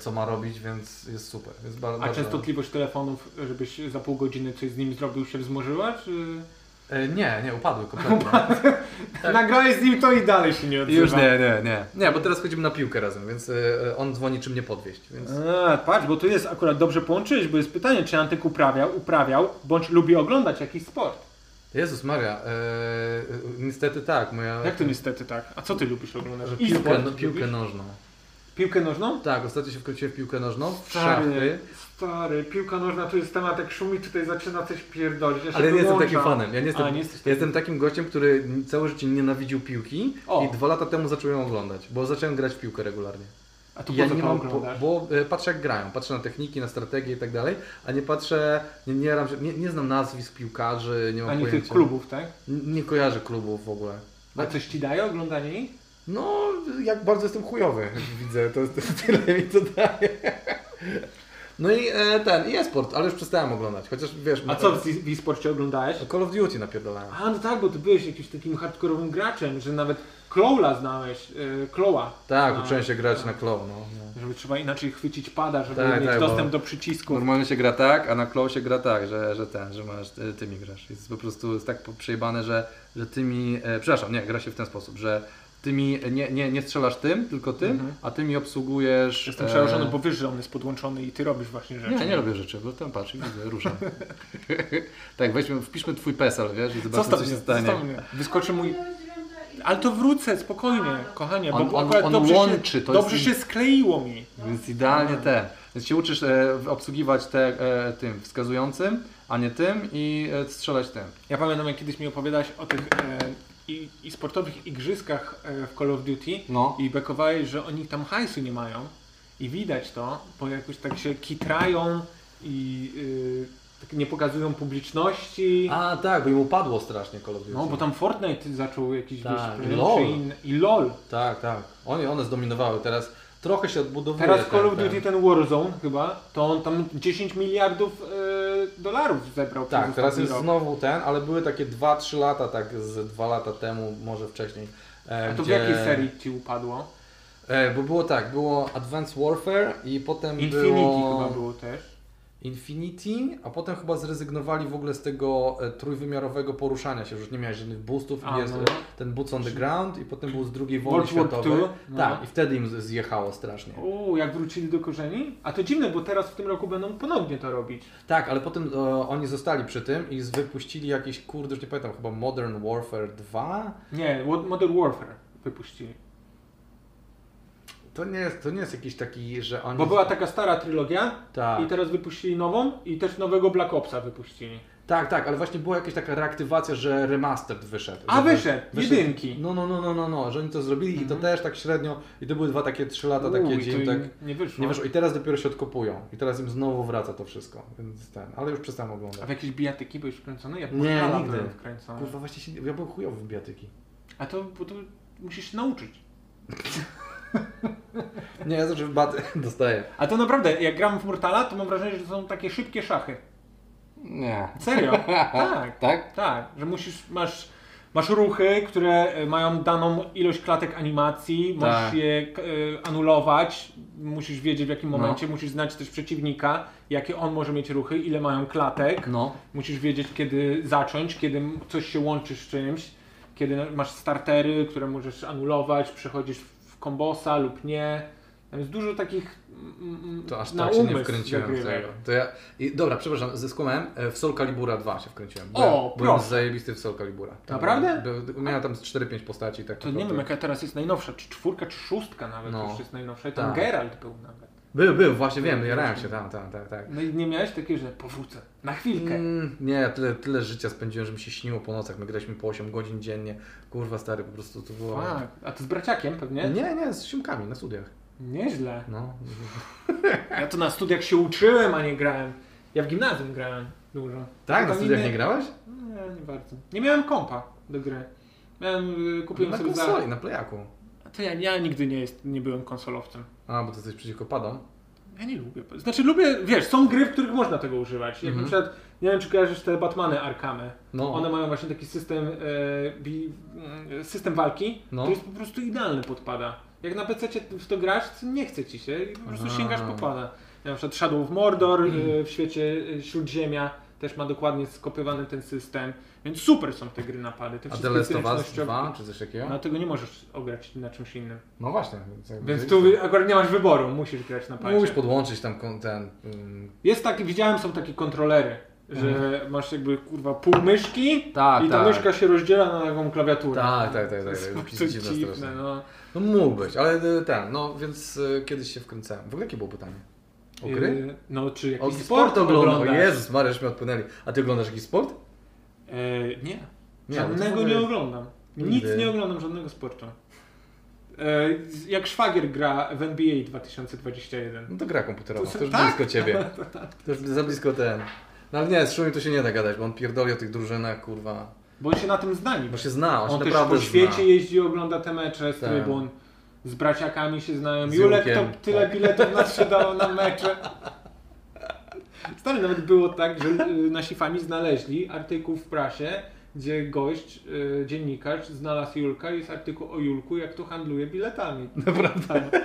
E: co ma robić, więc jest super. Więc bar-
D: Mhm. A
E: bardzo,
D: częstotliwość telefonów, żebyś za pół godziny coś z nim zrobił, się wzmożyła? Czy...
E: E, nie, nie, upadły kompletnie.
D: Nagrałeś z nim to i dalej się nie
E: I
D: odzywa.
E: Tak. Już nie, nie, nie. Nie, bo teraz chodzimy na piłkę razem, więc e, e, on dzwoni czy mnie podwieźć, więc...
D: A, patrz, bo tu jest akurat dobrze połączyłeś, bo jest pytanie, czy Antyk uprawiał, uprawiał, bądź lubi oglądać jakiś sport.
E: Jezus Maria, e, e, niestety tak, moja...
D: Jak to niestety tak? A co ty lubisz oglądać?
E: Że
D: I
E: piłkę,
D: sport
E: no, piłkę
D: lubisz?
E: nożną.
D: Piłkę nożną?
E: Tak, ostatnio się wkręciłem w piłkę nożną. W
D: Stary,
E: szachy.
D: stary, piłka nożna to jest temat jak szumi, tutaj zaczyna coś pierdolić. Ja się
E: Ale ja nie jestem
D: wyłączam.
E: takim fanem. Ja nie jestem,
D: A, nie jesteś
E: ja jestem takim gościem, który całe życie nienawidził piłki
D: O.
E: i dwa lata temu zacząłem ją oglądać, bo zacząłem grać w piłkę regularnie.
D: A to
E: I
D: po co to
E: po-
D: oglądasz?
E: bo e, patrzę jak grają, patrzę na techniki, na strategie i tak dalej, a nie patrzę, nie, nie, jaram się- nie, nie znam nazwisk piłkarzy, nie mam
D: Ani
E: pojęcia.
D: tych klubów, tak?
E: N- Nie kojarzę klubów w ogóle.
D: A coś ci daje oglądanie ich?
E: No, jak bardzo jestem chujowy, widzę, to, to tyle mi to daje. No i e, ten, i e-sport, ale już przestałem oglądać, chociaż wiesz...
D: A co w e- e-sporcie oglądałeś?
E: Call of Duty napierdalałem.
D: A, no tak, bo ty byłeś jakimś takim hardkorowym graczem, że nawet Clawla znałeś, yy, Clawa.
E: Tak,
D: No.
E: uczyłem się grać na claw, no.
D: Żeby trzeba inaczej chwycić pada, żeby
E: Tak,
D: mieć
E: tak,
D: dostęp
E: bo-
D: do przycisków.
E: Normalnie się gra tak, a na claw się gra tak, że, że ten, że masz, e, tymi grasz. Jest po prostu jest tak po- przejebane, że, że tymi, e, przepraszam, nie, gra się w ten sposób, że tymi, e, nie, nie, nie strzelasz tym, tylko tym,
D: Mhm.
E: a tymi obsługujesz...
D: Jestem
E: e,
D: przerażony, bo wiesz, że on jest podłączony i ty robisz właśnie rzeczy.
E: Nie, nie robię rzeczy, bo tam patrz, i widzę, ruszam. tak, weźmy, wpiszmy twój PESEL, wiesz, i zobaczmy,
D: Zostaw
E: co się
D: mnie,
E: stanie.
D: zostaw mnie. Wyskoczy mój... Ale to wrócę, spokojnie, kochanie, bo
E: On- on-
D: akurat
E: on
D: dobrze,
E: łączy,
D: się,
E: to
D: dobrze
E: jest-
D: się skleiło mi.
E: Więc idealnie te. Więc się uczysz e, obsługiwać te, e, tym wskazującym, a nie tym i e, strzelać tym.
D: Ja pamiętam, jak kiedyś mi opowiadałeś o tych e, i, i sportowych igrzyskach e, w Call of Duty
E: No.
D: i bekowałeś, że oni tam hajsu nie mają i widać to, bo jakoś tak się kitrają i e, tak nie pokazują publiczności.
E: A tak, bo im upadło strasznie Call of Duty.
D: no, bo tam Fortnite zaczął jakiś
E: Tak,
D: wiesz,
E: i
D: projekt
E: LOL.
D: czy inny- i LOL.
E: Tak, tak. One, one zdominowały, teraz trochę się odbudowuje.
D: Teraz Call
E: tak,
D: of Duty, ten Warzone chyba, to on tam 10 miliardów e, dolarów zebrał.
E: Tak,
D: przez
E: teraz
D: ostatni
E: jest
D: rok.
E: znowu ten, ale były takie 2-3 lata, tak z 2 lata temu, może wcześniej. e,
D: A to w
E: gdzie-
D: jakiej serii ci upadło?
E: E, bo było tak, było Advanced Warfare i potem
D: Infinity
E: było...
D: chyba było też.
E: Infinity, a potem chyba zrezygnowali w ogóle z tego e, trójwymiarowego poruszania się, że już nie miałeś żadnych boostów
D: A,
E: i jest
D: no.
E: e, ten boots on the ground i potem był z drugiej wojny
D: World War
E: światowej.
D: II? No.
E: Tak, i wtedy im z- zjechało strasznie.
D: O, jak wrócili do korzeni? A to dziwne, bo teraz w tym roku będą ponownie to robić.
E: Tak, ale potem e, oni zostali przy tym i z- wypuścili jakieś, kurde, już nie pamiętam, chyba Modern Warfare 2?
D: Nie, Wo- Modern Warfare wypuścili.
E: To nie jest, to nie jest jakiś taki, że oni...
D: Bo była taka stara trylogia
E: Tak.
D: i teraz wypuścili nową i też nowego Black Opsa wypuścili.
E: Tak, tak, ale właśnie była jakaś taka reaktywacja, że remastered wyszedł.
D: A,
E: Że-
D: wyszedł, jedynki. Mhm.
E: No, no, no, no, no, no, że oni to zrobili i to też tak średnio i to były dwa takie trzy lata, takie
D: Uj, to
E: Uj,
D: no.
E: dzień,
D: im
E: tak...
D: nie wyszło.
E: Nie wiesz, i teraz dopiero się odkopują. I teraz im znowu wraca to wszystko. Więc ten, ale już przestałem
D: A
E: oglądać.
D: w jakieś bijatyki byłeś wkręcony? Ja
E: Nie,
D: portala
E: nigdy.
D: byłem Wkręcony.
E: Kurwa, właśnie się, ja byłem chujowy w biatyki.
D: A to, bo to musisz się nauczyć.
E: Nie, ja zawsze w baty dostaję.
D: A to naprawdę, jak gram w Mortala, to mam wrażenie, że to są takie szybkie szachy.
E: Nie.
D: Serio? Tak.
E: Tak?
D: Tak, że musisz, masz, masz ruchy, które e, mają daną ilość klatek animacji,
E: Tak.
D: możesz je k- e, anulować, musisz wiedzieć w jakim momencie, musisz znać też przeciwnika, jakie on może mieć ruchy, ile mają klatek,
E: No.
D: musisz wiedzieć kiedy zacząć, kiedy m- coś się łączy z czymś, kiedy na- masz startery, które możesz anulować, przechodzisz w kombosa lub nie. Tam jest dużo takich mm, mm,
E: To aż
D: na
E: tak się nie
D: umysł
E: wkręciłem w
D: zagrywek.
E: tego. To ja, i, dobra, przepraszam, ze skumem e, w Soul Calibura 2 się wkręciłem.
D: O,
E: Byłem, byłem
D: proszę.
E: zajebisty w Soul Calibura. Tam
D: Naprawdę?
E: Był, miałem tam z 4-5 postaci. Tak
D: To nie
E: naprawdę.
D: wiem jaka teraz jest najnowsza, czy czwórka, czy szóstka nawet,
E: No.
D: to już jest najnowsza. I Tam
E: Tak.
D: Geralt był nawet.
E: Był, był, właśnie wiem, jarałem się, tak, tak, tak. tak.
D: No i nie miałeś takiej, że powrócę na chwilkę.
E: Mm, nie, ja tyle, tyle życia spędziłem, że mi się śniło po nocach. My graliśmy po 8 godzin dziennie. Kurwa stary, po prostu to było...
D: Fuck. A ty z braciakiem pewnie?
E: Nie, nie, z siumkami na studiach.
D: Nieźle.
E: No.
D: Ja to na studiach się uczyłem, a nie grałem. Ja w gimnazjum grałem dużo.
E: Tak, na
D: Tam
E: studiach
D: inny-
E: nie grałeś?
D: No, Nie, nie bardzo. Nie miałem kompa do gry. Miałem, y, kupiłem
E: Na
D: sobie
E: konsoli, na playaku.
D: za... To ja, ja nigdy nie, jest, nie byłem konsolowcem.
E: A, bo ty jesteś przeciwko padom.
D: Ja nie lubię. Znaczy lubię, wiesz, są gry, w których można tego używać. Jak
E: Mhm.
D: na przykład, nie wiem czy kojarzysz te Batmany Arkamy.
E: No.
D: One mają właśnie taki system, e, bi, m, system walki,
E: No.
D: który jest po prostu idealny podpada. Jak na PC w to grasz, to nie chce ci się i po prostu
E: Aha.
D: sięgasz po pada. Na przykład Shadow of Mordor
E: Mm.
D: e, w świecie e, Śródziemia też ma dokładnie skopiowany ten system, więc super są te gry na pady. Te
E: A
D: wszystkie
E: The Last of Us
D: zręcznościowe-
E: 2, czy coś takiego?
D: No tego nie możesz ograć na czymś innym.
E: No właśnie. Więc, jakby-
D: Więc tu akurat nie masz
E: No
D: wyboru, musisz grać na padzie.
E: Musisz podłączyć tam kon- ten... mm,
D: Jest taki, widziałem, są takie kontrolery. Że
E: Mhm.
D: masz jakby kurwa pół myszki
E: Tak,
D: i ta
E: tak.
D: myszka się rozdziela na taką klawiaturę.
E: Tak, tak, tak,
D: To
E: tak.
D: jest
E: tak.
D: bardzo
E: Dziwne,
D: dziwne,
E: strasznie.
D: no.
E: No mógł być, ale y, ten, no więc y, kiedyś się wkręcałem. W ogóle jakie było pytanie? O gry?
D: Yy, no, czy jakiś
E: o,
D: sport
E: oglądam. O
D: oglądasz?
E: Jezus Maria, już mnie odpłynęli. A ty oglądasz jakiś sport?
D: Eee, nie.
E: Nie, bo to w
D: żadnego
E: ogóle-
D: nie oglądam. Nic
E: Nigdy.
D: nie oglądam, żadnego sportu. Eee, z- jak szwagier gra w NBA 2021.
E: No to gra komputerowa,
D: To-
E: to już
D: tak?
E: blisko ciebie. To już za blisko ten. No ale nie, z Szumim to się nie da gadać, bo on pierdoli o tych drużynach, kurwa.
D: Bo on się na tym zna niby.
E: Bo się zna, on się
D: też
E: naprawdę
D: po świecie
E: zna.
D: jeździ, ogląda te mecze z
E: Tak.
D: trybun. Z braciakami się znają.
E: Z
D: Julek
E: Julkiem, tak.
D: to tyle biletów nas sprzedawał na mecze. Stary, nawet było tak, że y, nasi fani znaleźli artykuł w prasie, gdzie gość, y, dziennikarz znalazł Julka i jest artykuł o Julku, jak to handluje biletami. Naprawdę.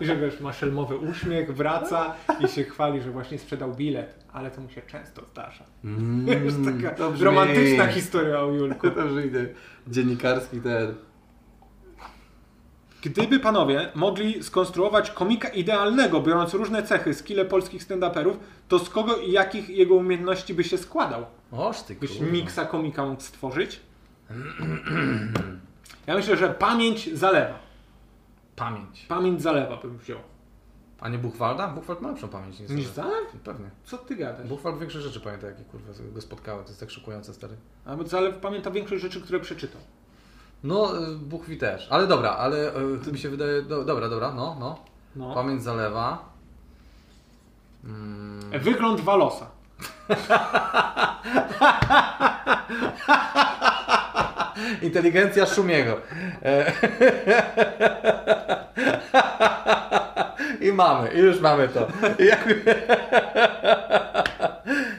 D: Że wiesz, ma szelmowy uśmiech, wraca i się chwali, że właśnie sprzedał bilet, ale to mu się często zdarza.
E: Mm,
D: Wiesz, taka
E: to brzmi.
D: romantyczna historia o Julku.
E: Dobrze idę. Dziennikarski ten.
D: Gdyby panowie mogli skonstruować komika idealnego, biorąc różne cechy, skille polskich stand-uperów, to z kogo i jakich jego umiejętności by się składał?
E: Oż ty,
D: Byś
E: kurwa.
D: miksa komika mógł stworzyć? Ja myślę, że pamięć zalewa.
E: Pamięć.
D: Pamięć zalewa bym wziął.
E: A nie Buchwalda? Buchwald ma lepszą pamięć
D: Niż
E: Zalew.
D: Zalew?
E: Pewnie.
D: Co ty gadasz?
E: Buchwald większe rzeczy pamięta, jakie kurwa go spotkały. To jest tak szokujące, stary.
D: A bo Zalew pamięta większość rzeczy, które przeczytał.
E: No, y, Buchwi też. Ale dobra, ale y, to mi się wydaje... Do, dobra, dobra, no, no.
D: No.
E: Pamięć zalewa. Mm.
D: Wygląd Walosa.
E: Inteligencja Szumiego. E, I mamy, i już mamy to. I jak-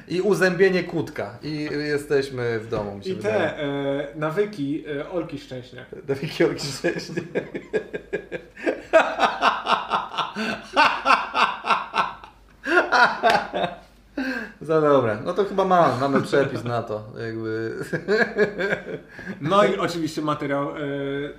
E: I uzębienie kutka. I y, jesteśmy w domu. Mi się
D: I
E: wydaje.
D: te e, nawyki e, Olki Szczęśniak.
E: Dawid Georgi Szczęśniak. Za dobre. No to chyba mamy, mamy przepis na to. Jakby.
D: No i oczywiście materiał e,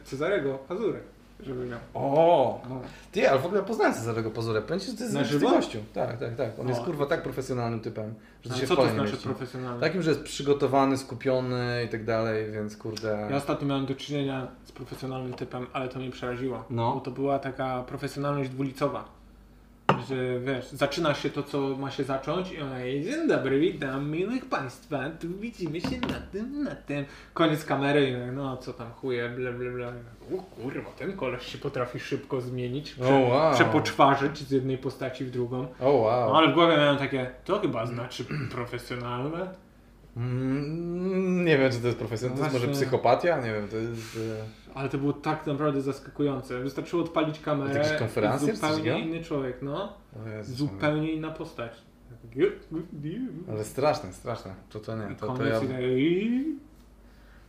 D: Cezarego Pazurek, żeby miał.
E: O!
D: No.
E: Ty, ale w ogóle poznałem Cezarego Pozorę. Powiem ci, że to jest
D: Na
E: zajebisty
D: żywo?
E: gościu. Tak, tak, tak. On
D: No.
E: jest kurwa tak profesjonalnym typem, że
D: A
E: to się
D: co
E: w
D: to
E: kole nie
D: znaczy
E: mieści.
D: profesjonalny?
E: Takim, że jest przygotowany, skupiony i tak dalej, więc kurde...
D: Ja ostatnio miałem do czynienia z profesjonalnym typem, ale to mnie przeraziło.
E: No.
D: Bo to była taka profesjonalność dwulicowa. Że wiesz, zaczyna się to, co ma się zacząć i ona jej, dzień dobry, witam miłych Państwa, tu widzimy się na tym, na tym. Koniec kamery i ona, no co tam chuje, ble, ble, ble. O kurwa, ten koleś się potrafi szybko zmienić, prze,
E: O, wow.
D: przepoczwarzyć z jednej postaci w drugą.
E: O wow.
D: No ale w głowie miałem takie, to chyba znaczy profesjonalne.
E: Mm, nie wiem, czy to jest profesjonalny, to jest może
D: No Właśnie.
E: psychopatia? Nie wiem, to jest... e,
D: Ale to było tak naprawdę zaskakujące. Wystarczyło odpalić
E: To jakiś
D: kamerę.
E: konferencjer,
D: i
E: coś takiego?
D: Zupełnie inny człowiek, no.
E: O Jezus,
D: Zupełnie inna postać.
E: Ale straszne, straszne. To to nie,
D: I
E: to, to
D: koniec
E: ja...
D: i tak- i-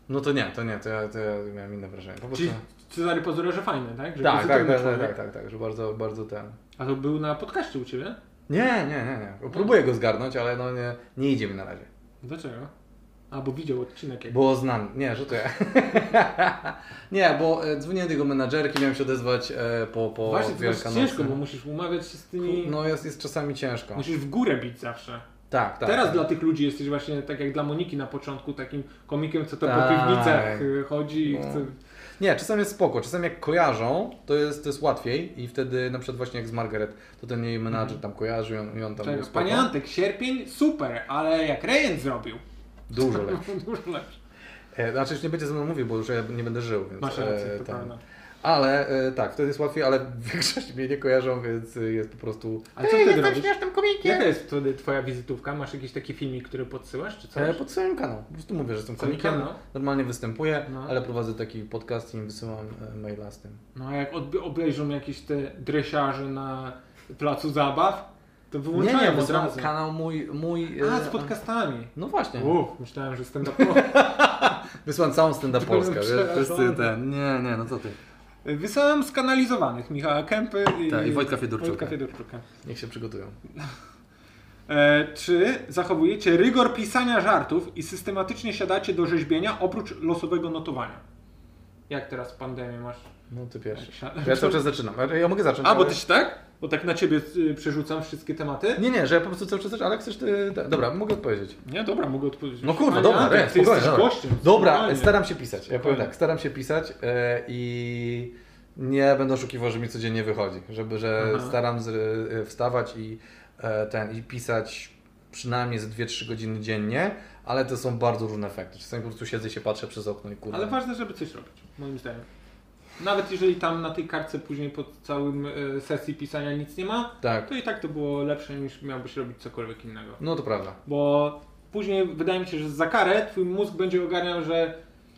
E: No to nie, to nie, to ja, to ja miałem inne wrażenie. Po prostu...
D: Czyli Cezary pozoruje, że fajny, tak? Że
E: Tak, tak,
D: pozytywny
E: tak, tak,
D: człowiek.
E: tak, tak, tak, że bardzo, bardzo ten...
D: A to był na podcaście u Ciebie?
E: Nie, nie, nie, nie. Próbuję go zgarnąć, ale no nie, nie idzie mi na razie.
D: Dlaczego? A, bo widział odcinek jak...
E: Bo znam. Nie, że to ja. nie, bo e, dzwoniłem do jego menadżerki, miałem się odezwać e, po, po
D: Właśnie, to jest
E: Wielkanocy.
D: ciężko, bo musisz umawiać się z tymi...
E: No jest, jest czasami ciężko.
D: Musisz w górę bić zawsze.
E: Tak, tak.
D: Teraz dla tych ludzi jesteś właśnie, tak jak dla Moniki na początku, takim komikiem, co to po
E: Tak.
D: piwnicach y, chodzi i
E: No.
D: chce...
E: Nie, czasami jest spoko, czasami jak kojarzą, to jest, to jest łatwiej i wtedy na przykład właśnie jak z Margaret, to ten jej menadżer tam kojarzył i on, i on tam był
D: Czego?
E: spoko.
D: Mhm. Panie Antek, sierpień super, ale jak Rejen zrobił,
E: Dużo lepiej.
D: dużo lepszy.
E: E, znaczy już nie będzie ze mną mówił, bo już ja nie będę żył, więc... e,
D: Masz rację, to
E: ten.
D: prawda.
E: Ale e, tak, wtedy jest łatwiej, ale większość mnie nie kojarzą, więc e, jest po prostu...
D: Ale co wtedy
E: jestem
D: robisz?
E: śmiesznym komikiem!
D: Jaka jest wtedy twoja wizytówka? Masz jakiś taki filmik, który podsyłasz, czy
E: E,
D: coś?
E: Pod swoim kanał. Po prostu mówię, że jestem
D: Swój
E: komikiem.
D: kanał?
E: Normalnie występuję,
D: No.
E: ale prowadzę taki podcast i im wysyłam e, maila z tym.
D: No a jak odb- obejrzą jakieś te dresiarze na placu zabaw, to
E: Nie, nie,
D: wyłączają
E: bo
D: od
E: to
D: razu.
E: kanał mój... mój
D: A,
E: e,
D: z podcastami.
E: No właśnie.
D: Uff, myślałem, że jestem na
E: Wysłałem całą stand-up
D: Byłem
E: Polska, wiesz? To jest
D: przerażony.
E: ten... Nie, nie, no co ty.
D: Wysłałem skanalizowanych Michała Kępy i,
E: Tak, i Wojtka Fiedorczuka.
D: Wojtka Fiedorczuka.
E: Niech się przygotują.
D: E, czy zachowujecie rygor pisania żartów i systematycznie siadacie do rzeźbienia oprócz losowego notowania? Jak teraz pandemię masz?
E: No ty pierwszy.
D: Jak-
E: Ja cały czas zaczynam. Ale Ja mogę zacząć.
D: A, bo
E: ale-
D: ty się tak? Bo tak na ciebie y, przerzucam wszystkie tematy?
E: Nie, nie, że ja po prostu cały czas zaczynam, ale chcesz ty... y, da- Dobra, mogę odpowiedzieć.
D: Nie, dobra, mogę odpowiedzieć.
E: No kurwa,
D: Ale
E: dobra,
D: Adrian,
E: nie,
D: ty jesteś
E: spokojnie, dobra.
D: gościem.
E: Dobra,
D: spokojnie.
E: staram się pisać. Ja powiem
D: Spokojnie.
E: tak, staram się pisać e, i nie będę oszukiwał, że mi codziennie wychodzi. Żeby, że
D: Aha.
E: staram z, e, wstawać i e, ten, i pisać przynajmniej ze 2-3 godziny dziennie, ale to są bardzo różne efekty. Czasami po prostu siedzę i się patrzę przez okno i kurwa.
D: Ale ważne, żeby coś robić, moim zdaniem. Nawet jeżeli tam na tej kartce później po całym y, sesji pisania nic nie ma,
E: Tak.
D: to i tak to było lepsze niż miałbyś robić cokolwiek innego.
E: No to prawda.
D: Bo później wydaje mi się, że za karę twój mózg będzie ogarniał, że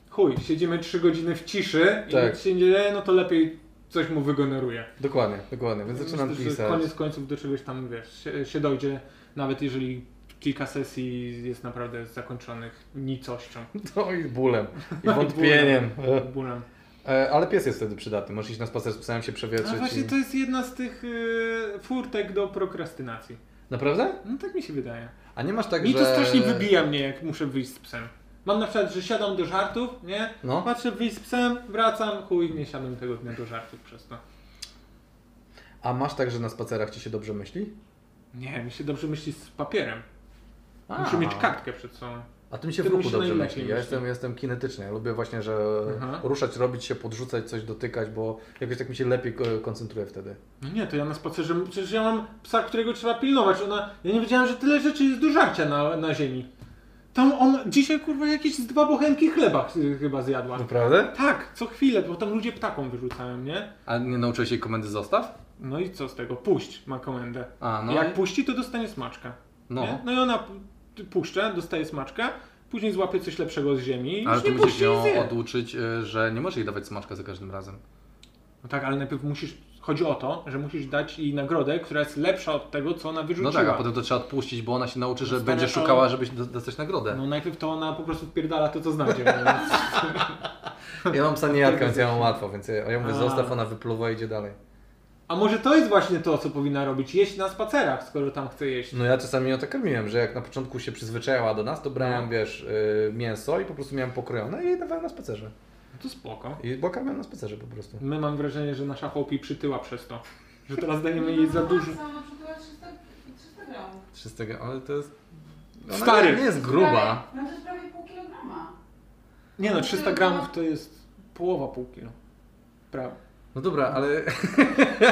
D: chuj, siedzimy 3 godziny w ciszy i
E: Tak.
D: nic się nie dzieje, no to lepiej coś mu wygeneruje.
E: Dokładnie, dokładnie, więc zaczynam
D: No Myślę,
E: pisać.
D: Że koniec końców do czegoś tam, wiesz, się, się dojdzie, nawet jeżeli kilka sesji jest naprawdę zakończonych nicością.
E: No i bólem. I wątpieniem.
D: Bólem. Bólem.
E: E, Ale pies jest wtedy przydatny. Możesz iść na spacer z psem, się przewietrzyć.
D: A No właśnie
E: i...
D: to jest jedna z tych y, furtek do prokrastynacji.
E: Naprawdę?
D: No tak mi się wydaje.
E: A nie masz tak,
D: Mi
E: że...
D: to strasznie wybija mnie, jak muszę wyjść z psem. Mam na przykład, że siadam do żartów, nie?
E: No.
D: Patrzę, wyjść z psem, wracam, chuj, nie siadam tego dnia do żartów przez to.
E: A masz tak, że na spacerach ci się dobrze myśli?
D: Nie, mi się dobrze myśli z papierem.
E: A.
D: Muszę mieć kartkę przed sobą.
E: A tym się w
D: Wtedy mi
E: ruchu dobrze
D: najlepiej Mhm.
E: myśli. Ja jestem, jestem kinetyczny. Ja lubię właśnie, że
D: Aha.
E: ruszać, robić się, podrzucać, coś dotykać, bo jakoś tak mi się lepiej e, koncentruję wtedy.
D: No nie, to ja na spacerze, przecież ja mam psa, którego trzeba pilnować. Ona, ja nie wiedziałem, że tyle rzeczy jest do żarcia na, na ziemi. Tam on dzisiaj kurwa jakieś z dwa bochenki chleba ch- chyba zjadła.
E: Naprawdę?
D: Tak, co chwilę, bo tam ludzie ptakom wyrzucają, nie?
E: A nie nauczyłeś się komendy zostaw?
D: No i co z tego? Puść ma komendę.
E: A, no
D: Jak
E: i-
D: puści, to dostanie smaczka.
E: No.
D: Nie? no i ona p- puszcza, dostaje smaczka, później złapie coś lepszego z ziemi i
E: Ale
D: już
E: to
D: nie
E: musisz
D: puści i
E: ją
D: zje.
E: oduczyć, e, że nie możesz jej dawać smaczka za każdym razem.
D: No tak, ale najpierw musisz, chodzi o to, że musisz dać jej nagrodę, która jest lepsza od tego, co ona wyrzuciła.
E: No tak, a potem to trzeba odpuścić, bo ona się nauczy, że
D: Stare
E: będzie
D: to-
E: szukała, żebyś do- dostać nagrodę.
D: No najpierw to ona po prostu wpierdala to, co znajdzie. no więc-
E: Ja mam psa niejadka, więc ja mam łatwo, więc ja, ja mówię
D: A.
E: zostaw, ona wypluwa i idzie dalej.
D: A może to jest właśnie to, co powinna robić? Jeść na spacerach, skoro tam chce jeść.
E: No ja czasami ją tak karmiłem, że jak na początku się przyzwyczaiła do nas, to brałem,
D: No.
E: wiesz, y, mięso i po prostu miałem pokrojone i dawałem na spacerze.
D: No to spoko.
E: I bo karmiłem na spacerze po prostu.
D: My mam wrażenie, że nasza chłopi przytyła przez to. Że teraz dajemy jej za dużo.
G: Sama przybyła 300, 300 gramów.
E: 300, ale to jest... Ona
D: Stary!
E: Nie, nie jest gruba.
G: Prawie, no to jest prawie pół kilograma.
D: Nie no, 300 gramów to jest połowa no. pół kilo. Prawie.
E: No dobra, ale...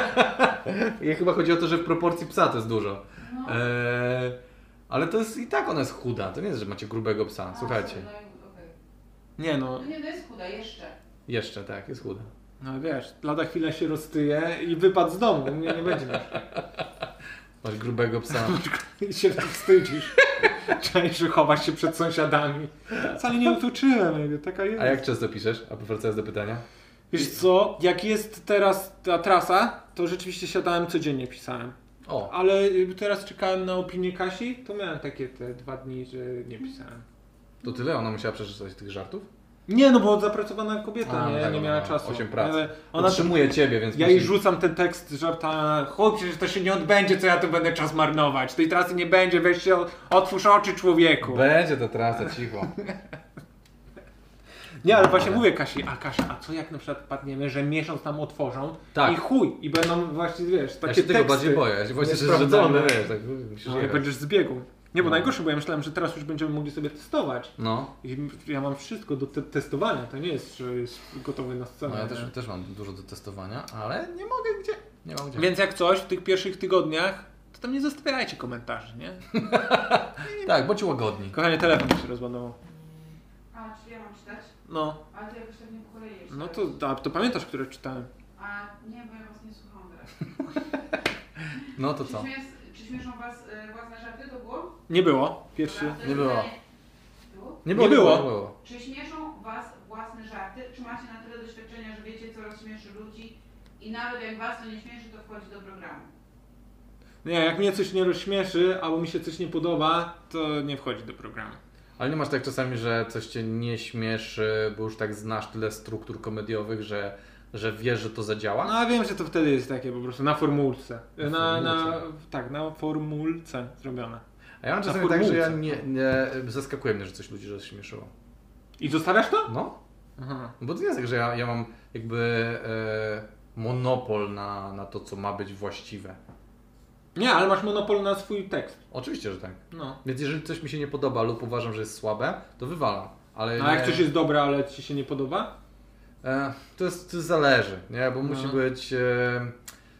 E: ja chyba chodzi o to, że w proporcji psa to jest dużo.
G: No.
E: Eee, ale to jest i tak ona jest chuda, to nie jest, że macie grubego psa,
D: E,
G: A,
E: słuchajcie.
G: No, i- okej.
D: Nie no,
G: No nie, to jest chuda jeszcze.
E: Jeszcze tak, jest chuda.
D: no wiesz, lada chwila się roztyje i wypadł z domu, mnie nie będzie miał.
E: Masz grubego psa.
D: I się tak wstydzisz. Cześć, że chowasz się przed sąsiadami. Wcale nie utuczyłem, jakby taka jest.
E: A jak często piszesz? A wracając do pytania.
D: Wiesz co, jak jest teraz ta trasa, to rzeczywiście siadałem codziennie, pisałem.
E: O.
D: Ale y, teraz czekałem na opinię Kasi, to miałem takie te dwa dni, że nie pisałem.
E: To tyle? Ona musiała przeczytać tych żartów?
D: Nie, no bo zapracowana kobieta,
E: A,
D: nie,
E: no tak,
D: nie
E: ona
D: miała
E: ma
D: czasu.
E: osiem prac.
D: Ale
E: Ona trzymuje ciebie, więc
D: Ja
E: musi-
D: jej rzucam ten tekst żarta, chuj, przecież to się nie odbędzie, co ja tu będę czas marnować. Tej trasy nie będzie, weź się, o- otwórz oczy człowieku.
E: Będzie to trasa, cicho.
D: Nie, ale właśnie mówię Kasi, a Kasia, a co jak na przykład padniemy, że miesiąc nam otworzą
E: Tak.
D: i chuj, i będą właśnie, wiesz, takie
E: ja się
D: teksty.
E: tego bardziej boję. Ja się właśnie, że
D: niesprawdzone.
E: żetony, wiesz, No. tak musisz
D: No, jak
E: jechać.
D: będziesz zbiegł. Nie, bo najgorsze, bo ja myślałem, że teraz już będziemy mogli sobie testować.
E: No,
D: I ja mam wszystko do te testowania, to nie jest, że jest gotowy na scenę.
E: no ja
D: nie?
E: też, też mam dużo do testowania, ale nie mogę gdzie. Nie mam gdzie.
D: Więc jak coś w tych pierwszych tygodniach, to tam nie zostawiajcie komentarzy, nie?
E: Tak, bądź łagodni.
D: Kochanie, telefon mi się rozładował.
G: A, czyli ja mam czytać?
D: No,
G: Ale to jakoś tak nie po kolei jeszcze.
D: no to, a, to pamiętasz, które czytałem.
G: A, nie, bo ja was nie słucham teraz.
E: No to
G: czy,
E: co?
G: Śmiesz, czy śmieszą was y, własne żarty do głowy?
D: Nie było. Pierwszy.
E: Nie było.
G: Było?
D: Nie było.
G: Czy śmieszą was własne żarty? Czy macie na tyle doświadczenia, że wiecie, co rozśmieszy ludzi i nawet jak was to nie śmieszy, to wchodzi do programu?
D: Nie, jak mnie coś nie rozśmieszy, albo mi się coś nie podoba, to nie wchodzi do programu.
E: Ale nie masz tak czasami, że coś cię nie śmieszy, bo już tak znasz tyle struktur komediowych, że, że wiesz, że to zadziała?
D: No a wiem, że to wtedy jest takie po prostu na formułce. Na, na,
E: formułce.
D: tak, na formułce zrobione.
E: A ja mam
D: Na
E: czasami tak, że ja
D: formułce.
E: nie, nie zaskakuje mnie, że coś ludzi rozśmieszyło.
D: I zostawiasz to?
E: No?
D: Aha.
E: No Bo to nie jest tak, że ja, ja mam jakby e, monopol na, na to, co ma być właściwe.
D: Nie, ale masz monopol na swój tekst.
E: Oczywiście, że tak.
D: No.
E: Więc jeżeli coś mi się nie podoba lub uważam, że jest słabe, to wywalam. Ale
D: No, A
E: nie,
D: jak coś jest dobre, ale ci się nie podoba?
E: e, to, jest, to zależy, nie? Bo musi
D: No.
E: być... E,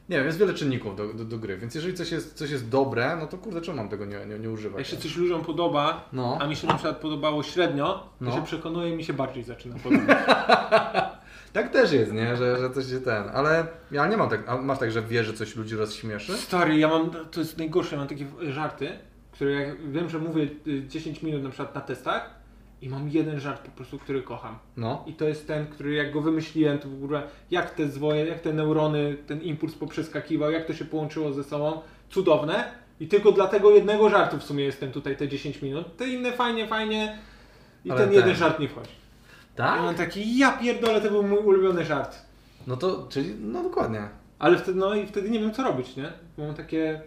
E: nie wiem, jest wiele czynników do, do, do gry, więc jeżeli coś jest, coś jest dobre, no to kurde, czemu mam tego nie, nie, nie używać?
D: Jak się coś ludziom podoba,
E: No.
D: a mi się na przykład podobało średnio, to
E: No.
D: się przekonuje i mi się bardziej zaczyna podobać.
E: Tak też jest, nie? Że, że coś się ten... Ale ja nie mam tak... A masz tak, że wiesz, że coś ludzi rozśmieszy?
D: Stary, ja mam, to jest najgorsze, ja mam takie żarty, które jak wiem, że mówię y, 10 minut na przykład na testach i mam jeden żart po prostu, który kocham.
E: No.
D: I to jest ten, który jak go wymyśliłem, to w ogóle jak te zwoje, jak te neurony, ten impuls poprzeskakiwał, jak to się połączyło ze sobą, cudowne. I tylko dla tego jednego żartu w sumie jestem tutaj te 10 minut. Te inne fajnie, fajnie. I
E: Ale
D: ten, jeden
E: ten-
D: żart nie wchodzi.
E: Tak?
D: Ja mam taki, ja pierdolę, to był mój ulubiony żart.
E: No to, czyli... No dokładnie.
D: Ale wtedy, no i wtedy nie wiem co robić, nie? Bo Mam takie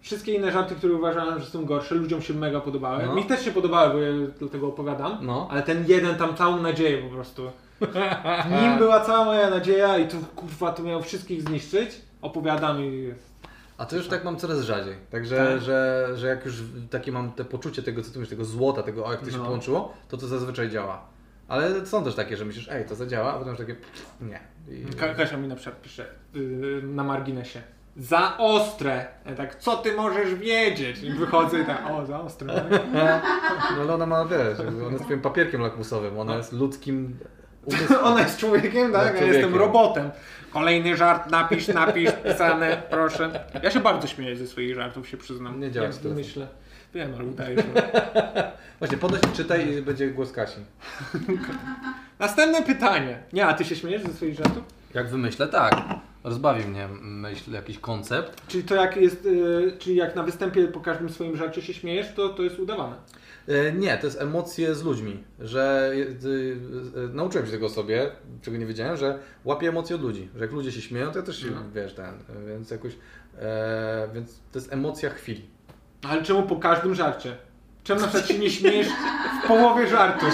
D: wszystkie inne żarty, które uważałem, że są gorsze, ludziom się mega podobały.
E: No.
D: Mi też się podobały, bo ja dlatego opowiadam.
E: No.
D: Ale ten jeden tam całą nadzieję po prostu. W nim była cała moja nadzieja i tu kurwa to miał wszystkich zniszczyć. Opowiadam i jest.
E: A to już tak mam coraz rzadziej. Także,
D: Tak?
E: że, że jak już takie mam te poczucie tego, co ty mówisz, tego złota, tego, o jak to się
D: No.
E: połączyło, to to zazwyczaj działa. Ale są też takie, że myślisz, ej, to zadziała, a potem już takie, nie. I...
D: Ka- Kasia mi na przykład pisze yy, na marginesie. Za ostre! Ja tak, co ty możesz wiedzieć? I wychodzę i tak, o, za ostre.
E: No ale ona ma, wiesz, jakby ona jest takim papierkiem lakmusowym, ona jest ludzkim umysłem.
D: No. Ona jest człowiekiem, tak? Ja
E: człowiekiem.
D: jestem robotem. Kolejny żart, napisz, napisz, pisane, proszę. Ja się bardzo śmieję ze swoich żartów, się przyznam.
E: Nie działa
D: Jak
E: z tym.
D: Myślę. Wiem, ale udaje się.
E: Właśnie, podnoś i czytaj i będzie głos Kasi.
D: Następne pytanie. Nie, a ty się śmiejesz ze swoich żartów?
E: Jak wymyślę, tak. Rozbawi mnie myśl, jakiś koncept.
D: Czyli to jak jest, y, czyli jak na występie po każdym swoim żarcie się śmiejesz, to to jest udawane.
E: E, Nie, to jest emocje z ludźmi, że y, y, y, nauczyłem się tego o sobie, czego nie wiedziałem, że łapię emocje od ludzi, że jak ludzie się śmieją, to ja też się,
D: Mhm.
E: wiesz, ten, więc jakoś, e, więc to jest emocja chwili.
D: Ale czemu po każdym żarcie? Czemu na przykład się nie śmiejesz w połowie żartu?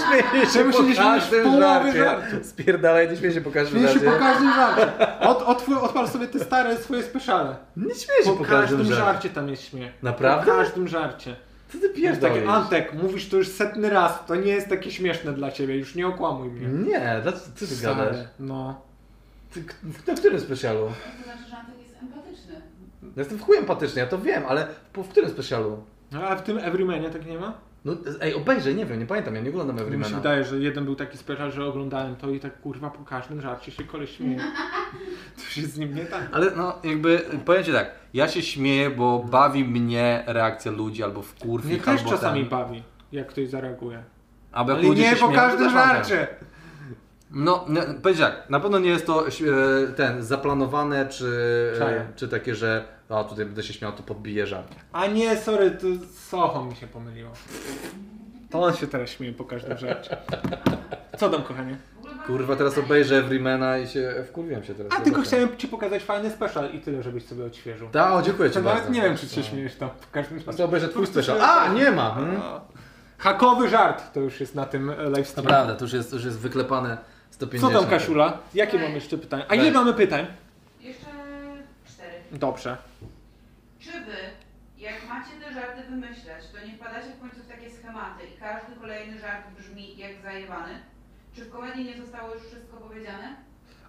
D: Czemu się nie śmiejesz w połowie żartu?
E: Spierdalaj, nie śmieję się po każdym
D: Śmiejesz się po
E: żarcie.
D: każdym żarcie. Od, otwór, odpal sobie te stare, swoje speszale.
E: Nie śmieję się
D: Po,
E: po
D: każdym żarcie.
E: żarcie.
D: tam jest śmiech.
E: Naprawdę?
D: Po każdym żarcie.
E: Co ty
D: Jest takie,
E: pierdolisz?
D: Antek, mówisz to już setny raz, to nie jest takie śmieszne dla ciebie, już nie okłamuj mnie.
E: Nie, dlaczego ty
D: Stary,
E: gadasz?
D: No.
E: Ty, k- na którym specjalu?
G: To znaczy, że Antek jest empatyczny.
E: Ja jestem w chuj empatyczny, ja to wiem, ale po, w którym specjalu?
D: No, A w tym Everymanie tak nie ma?
E: No, ej, obejrzę, nie wiem, nie pamiętam, ja nie oglądam
D: Mi się
E: Everymana.
D: wydaje, że jeden był taki special, że oglądałem to i tak kurwa po każdym żarcie się koleś śmieje. To się z nim nie tak.
E: Ale no jakby powiem ci tak, ja się śmieję, bo bawi mnie reakcja ludzi albo w kurwie.
D: Mnie No też czasami bawi, jak ktoś zareaguje.
E: Albo jak
D: Ale
E: Tak ludzie
D: nie
E: się
D: po
E: śmieją, to
D: każdym
E: też mam ten.
D: żarcie.
E: No, nie, powiem ci tak, na pewno nie jest to e, ten zaplanowane, czy, e,
D: Czaję.
E: czy takie, że a tutaj będę się śmiał, to podbiję żart.
D: A nie, sorry, to Soho mi się pomyliło. To on się teraz śmieje po każdym żarcie. Co tam, kochanie?
G: W ogóle bardzo
E: Kurwa, teraz obejrzę Everymana i się wkurwiłem się teraz.
D: A tylko chciałem Ci pokazać fajny special i tyle, żebyś sobie odświeżył.
E: Tak, o, dziękuję
D: To
E: Ci
D: nawet
E: bardzo.
D: nie wiem, czy się śmiejesz tam w każdym
E: A
D: razie.
E: to obejrzę Twój special. A, nie ma! Hmm?
D: Hakowy żart to już jest na tym e,
E: To
D: livestreamie.
E: prawda, to już jest, to już jest wyklepane
D: Co
E: 150.
D: tam, Kaszula? Jakie mamy jeszcze pytania? A ile
E: Weź.
D: mamy pytań?
G: Jeszcze cztery.
D: Dobrze.
G: Czy wy, jak macie te żarty wymyślać, to nie wpadacie w końcu w takie schematy i każdy kolejny żart brzmi jak zajebany? Czy w komedii nie zostało już wszystko powiedziane?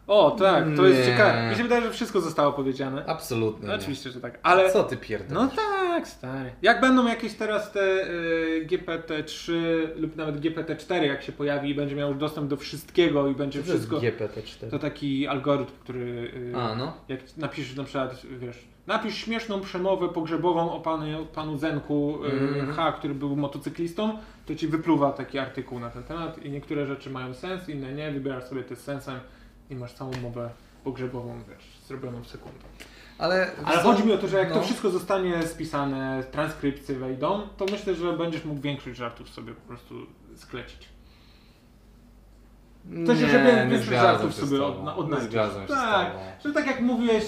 D: O, tak, to
E: Nie.
D: jest ciekawe. Mi się wydaje, że wszystko zostało powiedziane.
E: Absolutnie.
D: No,
E: nie.
D: oczywiście, że tak, ale...
E: Co ty pierdolisz?
D: No tak, stary. Jak będą jakieś teraz te y, GPT-3 lub nawet GPT-4, jak się pojawi i będzie miał dostęp do wszystkiego i będzie
E: to jest
D: wszystko...
E: GPT-4.
D: To taki algorytm, który... y,
E: A, no.
D: Jak napiszesz na przykład, wiesz, napisz śmieszną przemowę pogrzebową o panu, panu Zenku y,
E: Mhm.
D: H, który był motocyklistą, to ci wypluwa taki artykuł na ten temat i niektóre rzeczy mają sens, inne nie, wybierasz sobie te z sensem i masz całą mowę pogrzebową, wiesz, zrobioną w sekundę.
E: Ale,
D: Ale
E: co-
D: chodzi mi o to, że jak
E: no.
D: to wszystko zostanie spisane, transkrypcje wejdą, to myślę, że będziesz mógł większość żartów sobie po prostu sklecić.
E: Nie,
D: To się, że wiem,
E: nie
D: większość
E: zgadzam
D: żartów
E: się
D: sobie
E: z
D: od-
E: tobą.
D: na- odnajdziesz.
E: Nie zgadzam się
D: Tak.
E: z tobą.
D: Że tak jak mówiłeś,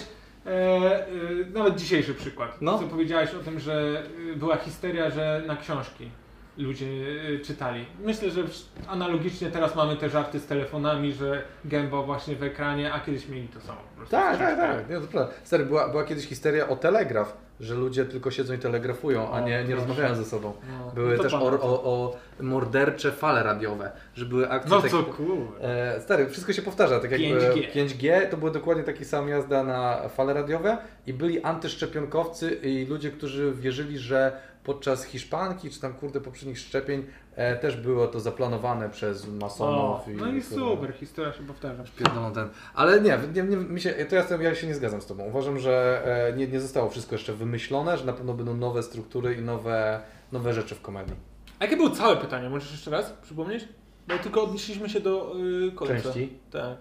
D: e, e, nawet dzisiejszy przykład,
E: No.
D: co powiedziałeś o tym, że e, była histeria, że na książki. ludzie y, czytali. Myślę, że w- analogicznie teraz mamy te żarty z telefonami, że gęba właśnie w ekranie, a kiedyś mieli to samo. po prostu.
E: Tak, tak, tak. Nie, to prawda. Stary, była, była kiedyś histeria o telegraf, że ludzie tylko siedzą i telegrafują, a
D: O,
E: nie, nie
D: proszę.
E: rozmawiają ze sobą.
D: No,
E: Były
D: no to
E: też o,
D: pamiętam.
E: o, o mordercze fale radiowe, że były akcje
D: No
E: tak-
D: co kurwa.
E: E, stary, wszystko się powtarza, tak jakby
D: 5G.
E: 5G. to były dokładnie taki sam jazda na fale radiowe i byli antyszczepionkowcy i ludzie, którzy wierzyli, że podczas Hiszpanki czy tam kurde poprzednich szczepień e, też było to zaplanowane przez masonów.
D: O, no i super, historia się powtarza.
E: Pierdolą ten. Ale nie, nie, nie mi się, to ja, jestem, ja się nie zgadzam z Tobą. Uważam, że e, nie, nie zostało wszystko jeszcze wymyślone, że na pewno będą nowe struktury i nowe, nowe rzeczy w komedii.
D: A jakie było całe pytanie? Możesz jeszcze raz przypomnieć? Bo tylko odnieśliśmy się do y, końca.
E: Części.
D: Tak.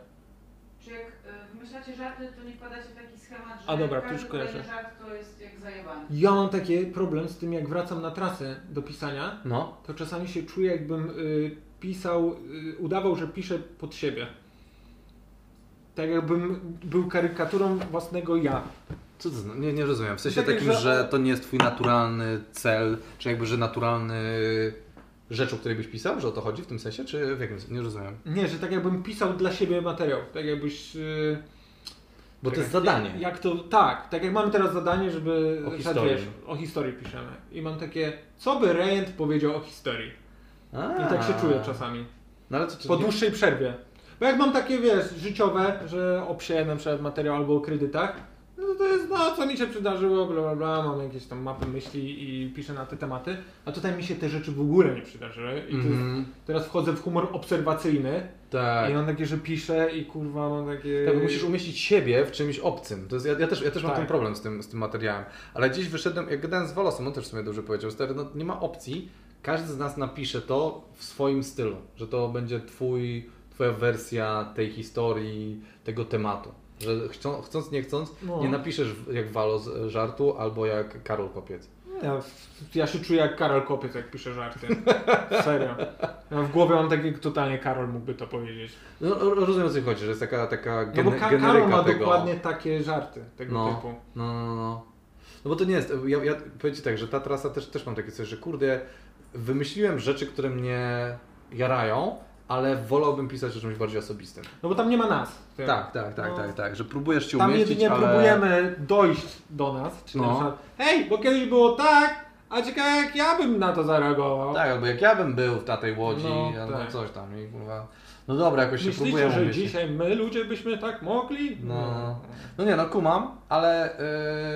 G: Czy jak y, wymyślacie żarty, to nie wpadacie w taki schemat, że
D: A dobra, to
G: każdy
D: już kojarzę.
G: kolejny żart to jest jak zajebany.
D: Ja mam taki problem z tym, jak wracam na trasę do pisania,
E: No.
D: to czasami się czuję, jakbym y, pisał, y, udawał, że piszę pod siebie. Tak jakbym był karykaturą własnego ja.
E: Co to znaczy? Nie, nie rozumiem. W sensie
D: Takie,
E: takim,
D: że-
E: że to nie jest Twój naturalny cel, czy jakby, że naturalny rzecz, o której byś pisał, że o to chodzi w tym sensie, czy w jakim sensie? Nie rozumiem.
D: Nie, że tak jakbym pisał dla siebie materiał. Tak jakbyś. y,
E: Bo to jest
D: jak-
E: zadanie.
D: Jak, jak to. Tak, tak jak mamy teraz zadanie, żeby.
E: O
D: że
E: historii.
D: o historii piszemy. I mam takie, co by Rand powiedział o historii? I tak się
E: A.
D: czuję czasami.
E: No ale to, czy
D: Po
E: nie-
D: dłuższej przerwie. Bo jak mam takie, wiesz, życiowe, że o psie na przykład materiał albo o kredytach, no to jest, no co mi się przydarzyło, bla bla bla, mam jakieś tam mapy myśli i piszę na te tematy, a tutaj mi się te rzeczy w ogóle nie przydarzyły i to jest-
E: Mhm.
D: teraz wchodzę w humor obserwacyjny
E: Tak.
D: i mam takie, że piszę i kurwa mam takie...
E: Tak, bo musisz umieścić siebie w czymś obcym. To jest, ja, ja też, ja też mam
D: Tak.
E: ten problem z tym, z tym materiałem. Ale gdzieś wyszedłem, jak gadałem z Wolosem, on też w sumie dobrze powiedział, stary, no, nie ma opcji, każdy z nas napisze to w swoim stylu, że to będzie twój, twoja wersja tej historii, tego tematu. Że chcą, chcąc, nie chcąc,
D: No.
E: nie napiszesz jak Walos e, żartu albo jak Karol Kopiec.
D: Ja, ja się czuję jak Karol Kopiec, jak piszę żarty. Serio. Ja w głowie mam takie, totalnie Karol mógłby to powiedzieć.
E: No, ro- rozumiem o co chodzi, że jest taka, taka
D: No bo
E: gene,
D: Ka- Karol
E: generyka
D: ma
E: tego.
D: dokładnie takie żarty, tego
E: No.
D: typu.
E: No, no, no. No bo to nie jest. Ja, ja powiem ci tak, że ta trasa też, też mam takie coś, że kurde, wymyśliłem rzeczy, które mnie jarają, ale wolałbym pisać o czymś bardziej osobistym.
D: No bo tam nie ma nas. w tym.
E: Tak, tak, tak,
D: No.
E: tak, tak, że próbujesz się
D: Tam
E: umieścić,
D: jedynie
E: ale...
D: próbujemy dojść do nas, czyli
E: No.
D: na przykład, hej, bo kiedyś było tak, a ciekawe jak ja bym na to zareagował.
E: Tak, albo jak ja bym był w tej łodzi,
D: No,
E: albo
D: tak.
E: coś tam i kurwa... No dobra, jakoś się
D: Myślicie,
E: próbujemy
D: że
E: umieścić.
D: dzisiaj my ludzie byśmy tak mogli?
E: No, no nie, no kumam, ale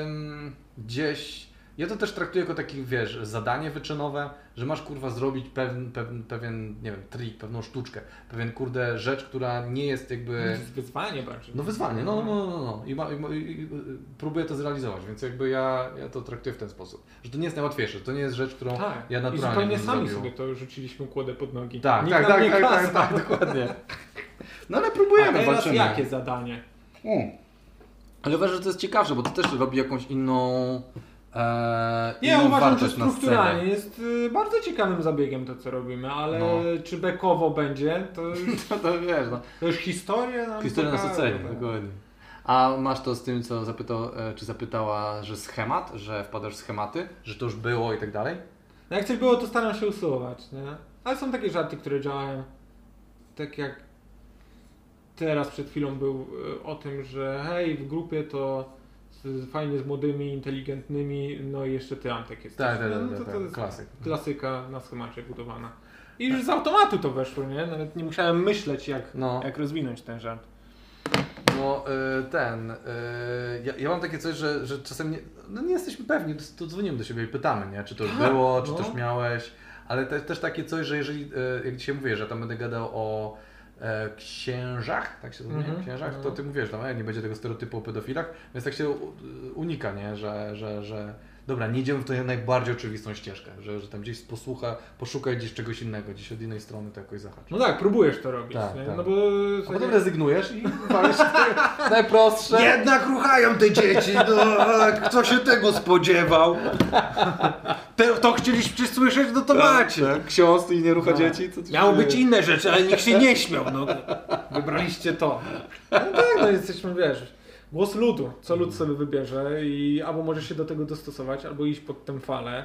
E: ym, gdzieś. Ja to też traktuję jako takie, wiesz, zadanie wyczynowe, że masz kurwa zrobić pewien, pewien, pewien nie wiem, trik, pewną sztuczkę, pewien kurde rzecz, która nie jest
D: To
E: jakby.
D: jest wyzwanie bardziej.
E: No wyzwanie, no, no, no, no. I, ma, i, ma- i, i próbuję to zrealizować, więc jakby ja, ja to traktuję w ten sposób. Że to nie jest najłatwiejsze, to nie jest rzecz, którą
D: Tak.
E: ja
D: I
E: naturalnie
D: zupełnie
E: bym
D: sami
E: zrobił.
D: sobie to rzuciliśmy kłodę pod nogi.
E: Tak,
D: Nikt
E: tak,
D: nam
E: tak,
D: nie
E: tak, tak,
D: kazał.
E: tak, dokładnie. No ale
D: A
E: próbujemy,
D: teraz
E: walczymy.
D: jakie zadanie?
E: Ale uważam, że to jest ciekawsze, bo to też robi jakąś inną. E,
D: Nie,
E: inną
D: uważam, że
E: wartość na
D: strukturalnie
E: scenie.
D: jest y, bardzo ciekawym zabiegiem to, co robimy, ale
E: No.
D: czy bekowo będzie, to już,
E: To, to wiesz, no.
D: to już historia nam
E: Historia nas
D: pokaże,
E: oceni,
D: tak.
E: dokładnie. A masz to z tym, co zapytał, e, czy zapytała, że schemat, że wpadasz w schematy, że to już było i tak dalej?
D: No jak coś było, to staram się usuwać, nie? Ale są takie żarty, które działają. Tak jak teraz przed chwilą był e, o tym, że hej, w grupie to z, fajnie z młodymi, inteligentnymi, no i jeszcze ty Antek jesteś.
E: Tak, tak,
D: No,
E: tak,
D: no
E: tak,
D: to,
E: tak,
D: to jest
E: klasyk.
D: klasyka na schemacie budowana. I już z automatu to weszło, nie? Nawet nie musiałem myśleć, jak,
E: No.
D: jak rozwinąć ten żart.
E: No y, ten, y, ja, ja mam takie coś, że, że czasem nie, no nie jesteśmy pewni, to, to dzwonimy do siebie i pytamy, nie? czy to już było, czy
D: no.
E: to już miałeś, ale też, też takie coś, że jeżeli, y, jak dzisiaj mówię, że tam będę gadał o e, księżach, tak się to
D: Mhm,
E: mówi, księżach, to
D: mhm.
E: ty mówisz, że e, nie będzie tego stereotypu o pedofilach, więc tak się u- unika, nie? Że, że, że dobra, nie idziemy w tą najbardziej oczywistą ścieżkę, że, że tam gdzieś posłucha, poszukaj gdzieś czegoś innego, gdzieś od innej strony to jakoś zahaczy.
D: No tak, próbujesz to robić,
E: Tak,
D: nie?
E: tak.
D: No bo...
E: A potem rezygnujesz i walisz te najprostsze.
L: Jednak ruchają te dzieci, no, kto się tego spodziewał? Te, to chcieliście słyszeć, no to macie.
E: Tak,
L: No.
E: ksiądz i nie rucha dzieci? Co tu się
D: Miało
E: dzieje?
D: być inne rzeczy, ale nikt się nie śmiał. No. Wybraliście to. No tak, no jesteśmy, wiesz, głos Mm. ludu. Co lud sobie wybierze i albo możesz się do tego dostosować, albo iść pod tę falę.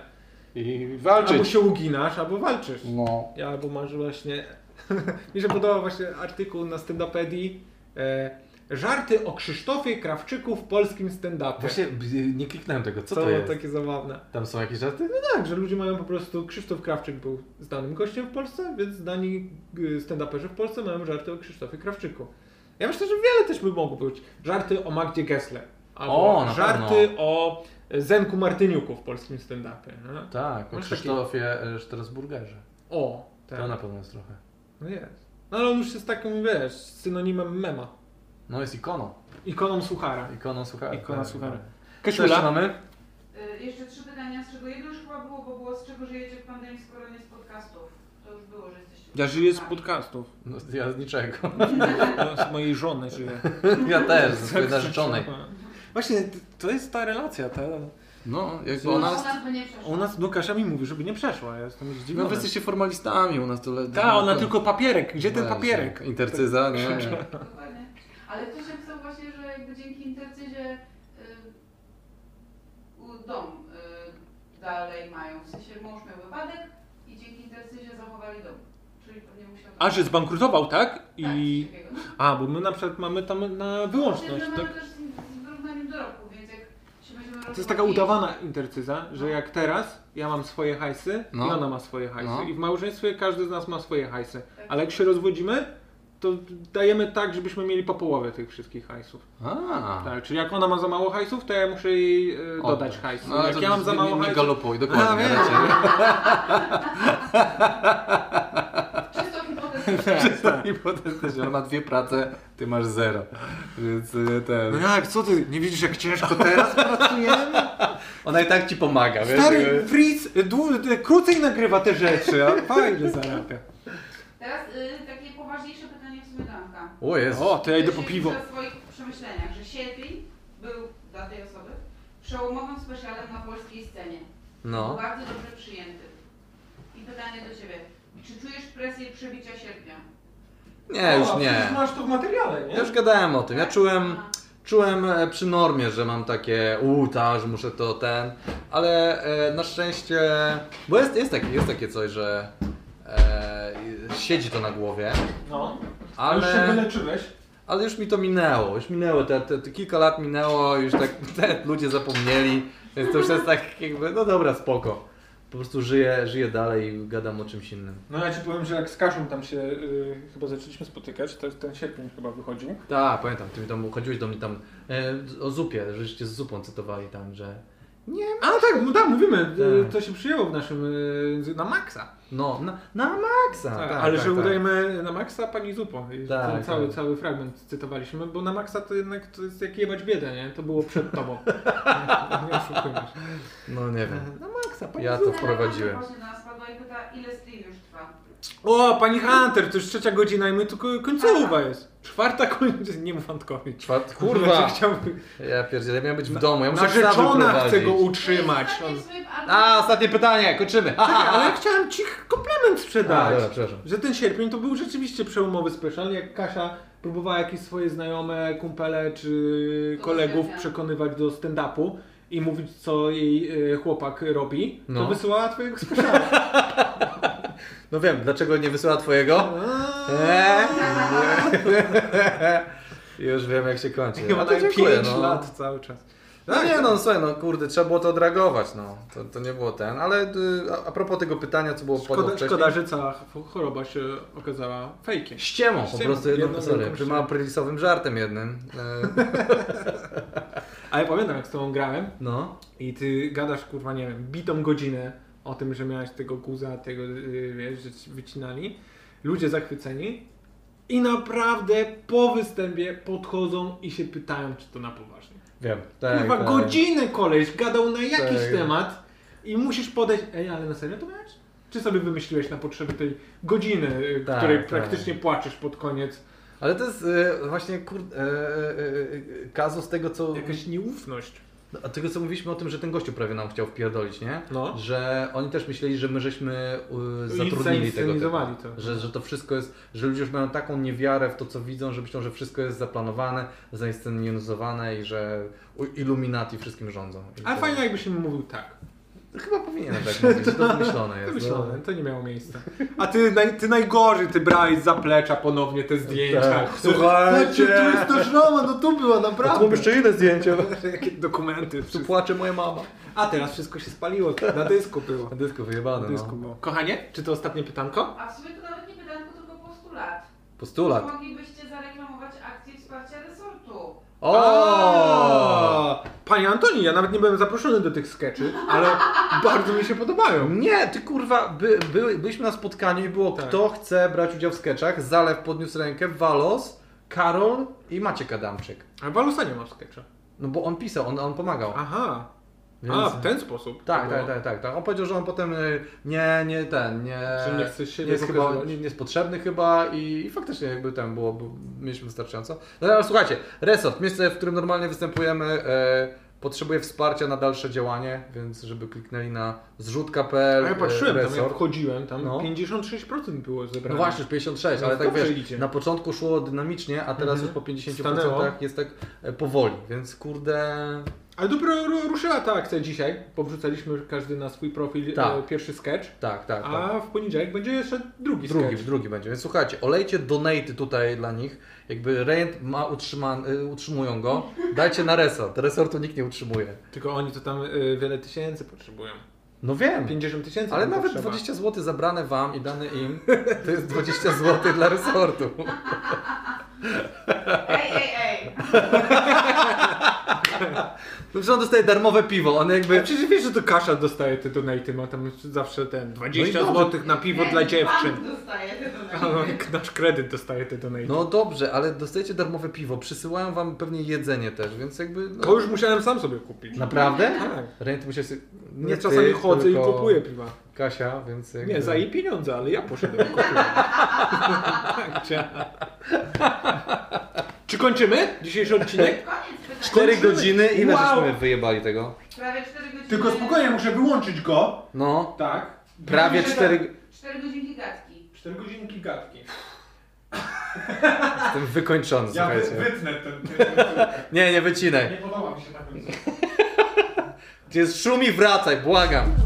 D: i
V: Albo
D: walczyć.
V: się uginasz, albo walczysz.
W: No.
V: Ja albo masz właśnie... Mi się podobał właśnie artykuł na Stendapedii e, Żarty o Krzysztofie Krawczyku w polskim stand-upie.
E: Właśnie b- nie kliknąłem tego, co
V: to
E: to jest?
V: takie zabawne.
E: Tam są jakieś żarty?
V: Tak, że ludzie mają po prostu... Krzysztof Krawczyk był znanym gościem w Polsce, więc znani y, stand-uperzy w Polsce mają żarty o Krzysztofie Krawczyku. Ja myślę, że wiele też by mogło być. Żarty o Magdzie Gessler. Albo
E: O, na
V: żarty
E: pewno.
V: o Zenku Martyniuku w polskim stand-upie. no.
E: Tak, o
V: Masz
E: Krzysztofie e, Strasburgerze.
V: O, tak.
E: To na pewno jest trochę.
V: No jest. No ale on już jest takim, wiesz, synonimem mema.
E: No jest ikoną.
D: Ikoną suchara.
E: Ikoną suchara.
D: Ikona suchara.
E: Co jeszcze
D: Kasiula,
E: mamy?
G: Y, Jeszcze trzy pytania, z czego jedno już chyba było, bo było z czego żyjecie w pandemii, skoro nie z podcastów. To już było, że jesteście Tak.
D: ja żyję z
G: podcastami.
D: podcastów.
E: No, ja z niczego.
D: Ja z mojej żony żyję.
E: Ja też, ze
D: Tak,
E: swojej narzeczonej.
D: Właśnie, t- to jest ta relacja, ta...
E: No, jakby
D: U
E: ona...
D: nas-
G: U nas by nie przeszło.
D: U nas Lukasza mi mówi, żeby nie przeszła, ja jestem
E: No
D: zdziwiony.
E: wy jesteście formalistami, u nas No, to ledwo.
D: Ta, Tak, ona tylko papierek, gdzie ten papierek?
E: Intercyza, nie. nie.
G: Dokładnie. Ale ktoś napisał właśnie, że jakby dzięki intercyzie y, u- dom y, dalej mają. W sensie mąż miał wypadek i dzięki intercyzie zachowali dom. Czyli pewnie musiał...
D: A, że zbankrutował, tak? I...
G: Tak, coś takiego.
D: A, bo my na przykład mamy tam na wyłączność,
G: Znaczy, że mamy
D: tak?
G: też z, z wyrównaniem dorobku, więc jak się będziemy
D: To jest taka udawana intercyza, że jak teraz ja mam swoje hajsy
E: No.
D: i ona ma swoje hajsy.
E: No.
D: I w małżeństwie każdy z nas ma swoje hajsy. Ale jak się rozwodzimy, to dajemy tak, żebyśmy mieli po połowę tych wszystkich hajsów.
E: A.
D: Tak, czyli jak ona ma za mało hajsów, to ja muszę jej e, dodać
E: Oddać.
D: hajsy.
E: No, ale
D: jak
E: to
D: ja mam za
E: nie-
D: mało
E: Nie, nie
D: hajsów,
E: galopuj, dokładnie.
D: A, wiem.
E: raczej.
G: Czysto hipotetyczne.
D: Tak.
E: Czysto hipotetyczne. On ma dwie prace, ty masz zero. Więc y, ten.
D: No jak, co ty, nie widzisz jak ciężko teraz pracujemy?
E: Ona i tak ci pomaga, wiesz?
D: Stary Fritz e, dłu- e, krócej nagrywa te rzeczy, a fajnie zarabia.
G: Teraz y, takie poważniejsze pytanie w sumie do Anka.
E: O Jezu.
D: O, to ja idę
G: Że
D: po
G: się
D: piwo.
G: pisze w swoich przemyśleniach, że sierpień był dla tej osoby przełomowym specjalem na polskiej scenie. Był
E: No.
G: Bardzo dobrze przyjęty. I pytanie do Ciebie. Czy czujesz presję przebicia sierpnia?
E: Nie, już
V: O, przecież
E: nie.
V: Masz to w materiale, nie?
E: Ja już gadałem o tym. Ja czułem.
G: A,
E: Czułem e, przy normie, że mam takie uuu, ta, że muszę to, ten, ale e, na szczęście, bo jest, jest, takie, jest takie coś, że e, siedzi to na głowie,
D: No, ale... Już się
E: ale,
D: wyleczyłeś.
E: ale już mi to minęło, już minęło, te, te, te kilka lat minęło, już tak te ludzie zapomnieli, więc to już jest tak jakby, no dobra, spoko. Po prostu żyję, żyję dalej i gadam o czymś innym.
D: No ja ci powiem, że jak z Kaszą tam się y, chyba zaczęliśmy spotykać, to ten sierpień chyba wychodził.
E: Tak, pamiętam, ty mi tam chodziłeś do mnie tam e, o zupie, żeście z zupą cytowali tam, że
D: A tak, no tak, mówimy, y,
E: Tak.
D: to się przyjęło w naszym, y, na maksa.
E: no, na, na maksa.
D: Tak,
E: tak,
D: ale
E: tak,
D: że
E: tak.
D: udajemy na maksa pani Zupo. I
E: Tak,
D: ten cały,
E: tak.
D: cały fragment cytowaliśmy, bo na maksa to jednak to jest jak jebać biedę, nie? To było przed tobą. nie oszukujmy się.
E: No nie wiem.
D: Na maksa, pani
E: Ja
D: Zupo.
E: to wprowadziłem.
G: Właśnie do nas padła i pyta, ile stream już trwa?
D: O, pani Hunter, to już trzecia godzina i my tu ko- końcowa jest. Czwarta końcowa, nie mów Antkowi.
E: Czwart...
D: Znaczy,
E: Kurwa!
D: Chciałbym...
E: Ja pierdzielę, ja miałem być w domu, ja muszę
D: Narzeczona
E: psa
D: chce go
E: wyprowadzić.
D: utrzymać. On...
E: A, ostatnie pytanie, kończymy! Ha, ha,
D: Czekaj, ale
E: ha.
D: ja chciałem ci komplement
E: A,
D: sprzedać.
E: dobra, przepraszam.
D: że ten sierpień to był rzeczywiście przełomowy special, jak Kasia próbowała jakieś swoje znajome, kumpele czy
G: To
D: kolegów
G: świetnie.
D: przekonywać do stand-upu i mówić co jej e, chłopak robi,
E: No.
D: to wysyłała twojego speciala.
E: No wiem, dlaczego nie wysyła twojego? Eee. Już wiem jak się kończy.
D: Chyba
E: No
D: daje 5
E: dziękuję, no.
D: lat Tak. cały czas.
E: No nie no, słuchaj, no kurde, trzeba było to odreagować, no. To, to nie było ten, ale y, a, a propos tego pytania, co było padło
D: Szkoda,
E: wcześniej.
D: szkoda, że cała ch- choroba się okazała fejkiem.
E: Ściemą, po
D: Ściemą,
E: prostu jedną,
D: jedną
E: sorry,
D: wielką
E: tym
D: ściemą.
E: aprylisowym żartem jednym. E,
D: Ale pamiętam jak z tobą grałem,
E: no.
D: I ty gadasz, kurwa, nie wiem, bitą godzinę o tym, że miałeś tego guza, tego, yy, wiesz, że ci wycinali. Ludzie zachwyceni. I naprawdę po występie podchodzą i się pytają, czy to na poważnie.
E: Wiem. Tak,
D: kurwa,
E: tak.
D: godzinę koleś gadał na jakiś
E: Tak.
D: temat i musisz podejść, ej, ale na serio to miałeś? Czy sobie wymyśliłeś na potrzeby tej godziny, yy,
E: Tak,
D: której
E: tak.
D: praktycznie płaczesz pod koniec?
E: Ale to jest e, właśnie kurde, e, e, e, kazus tego co,
D: Jakaś nieufność.
E: No, a tego, co mówiliśmy o tym, że ten gościu prawie nam chciał wpierdolić, nie?
D: No.
E: Że oni też myśleli, że my żeśmy e, zatrudnili tego typa.
D: Inscenizowali to.
E: Że, że to wszystko jest, że ludzie już mają taką niewiarę w to, co widzą, że myślą, że wszystko jest zaplanowane, zainscenizowane i że u- iluminati wszystkim rządzą. I
D: Ale
E: to-
D: fajnie jakbyś im mówił tak.
E: Chyba powinienem tak mówić, że to wymyślone jest. no.
D: Myślone, to nie miało miejsca. A ty, naj, ty najgorzej, ty brałeś z zaplecza ponownie te zdjęcia.
E: Tak, słuchajcie.
D: Patrzcie, Tu jest to szroma, no tu była
E: A tu mam
D: naprawdę.
E: jeszcze inne zdjęcie.
D: Jakie dokumenty.
E: Tu
D: wszystko.
E: płacze moja mama.
D: A teraz wszystko się spaliło, na dysku było.
E: Na dysku
D: Na
E: wyjebane,
D: dysku
E: no.
D: było. Kochanie, czy to ostatnie pytanko?
G: A w sumie to nawet nie pytanko, tylko postulat.
E: Postulat.
G: Moglibyście zareklamować akcję wsparcia resortu.
E: O!
D: A, Panie Antoni, ja nawet nie byłem zaproszony do tych skeczy, ale bardzo mi się podobają.
E: Nie, ty kurwa, by, by, byliśmy na spotkaniu i było
D: Tak.
E: kto chce brać udział w skeczach. Zalew podniósł rękę, Walos, Karol i Maciek Adamczyk.
D: A Walusa nie ma w sketcha.
E: No bo on pisał, on, on pomagał.
D: Aha. A,
E: Więc-
D: w ten sposób.
E: Tak,
D: To było.
E: tak, tak, tak, tak. On powiedział, że on potem y, nie, nie ten, nie.
D: Że nie chce się
E: nie jest chyba,
D: pokazywać.
E: nie, nie jest potrzebny chyba i, i faktycznie jakby tam było, bo mieliśmy wystarczająco. No ale słuchajcie, resort, miejsce, w którym normalnie występujemy, e, potrzebuje wsparcia na dalsze działanie, więc żeby kliknęli na zrzutka.pl.
D: A ja patrzyłem
E: e,
D: tam, jak
E: resort.
D: wchodziłem, tam
E: No.
D: 56% było zebrane.
E: No właśnie, 56,
D: No
E: ale tak
D: dobrze
E: wiesz,
D: idzie.
E: na początku szło dynamicznie, a teraz
D: Mhm.
E: już po 50%
D: Stanęło.
E: jest tak e, powoli, więc kurde,
D: Ale dopiero ru- ruszyła ta akcja dzisiaj, bo wrzucaliśmy każdy na swój profil
E: Tak.
D: e, pierwszy sketch,
E: tak, tak, tak.
D: a w poniedziałek będzie jeszcze drugi,
E: Drugi,
D: sketch.
E: drugi będzie. Więc słuchajcie, olejcie donaty tutaj dla nich. Jakby rent ma utrzyman, y, utrzymują go. Dajcie na resort. Resortu nikt nie utrzymuje.
D: Tylko oni to tam e, wiele tysięcy potrzebują.
E: No wiem.
D: 50 tysięcy.
E: Ale
D: tam
E: nawet
D: potrzeba.
E: 20 zł zabrane wam i dane im, to jest 20 zł dla resortu.
G: Ej, ej, ej!
E: No przecież on dostaje darmowe piwo, on
D: Ale
E: jakby...
D: przecież wiesz, że to Kasia dostaje te donaty, ma tam zawsze ten 20
E: No dobrze.
D: złotych na piwo No dla dziewczyn.
G: Pan dostaje te
D: A
G: donaty.
D: no, jak nasz kredyt dostaje te donaty.
E: No dobrze, ale dostajecie darmowe piwo, przysyłają wam pewnie jedzenie też, więc jakby...
D: To
E: No...
D: już musiałem sam sobie kupić.
E: Naprawdę?
D: Tak.
E: Rent musisz... sobie-
D: Nie,
E: ty,
D: czasami chodzę
E: tylko
D: i kupuję piwa.
E: Kasia, więc jakby...
D: Nie, za jej pieniądze, ale ja poszedłem i kupiłem. Tak, cia. Czy kończymy dzisiejszy odcinek?
G: Koniec
E: 4
G: pytań.
E: godziny, ile
A: Wow.
E: żeśmy wyjebali tego?
G: Prawie 4 godziny.
A: Tylko spokojnie, muszę wyłączyć go.
E: No,
A: Tak.
E: prawie
A: Widzę, że
E: 4
G: 4 godzinki gadki.
A: 4 godzinki gadki.
E: Jestem wykończony,
A: Ja wy,
E: słuchajcie.
A: wytnę ten, ten, ten.
E: Nie, nie
A: Nie
E: wycinaj.
A: podoba mi się na końcu.
E: Jest szum i wracaj, błagam.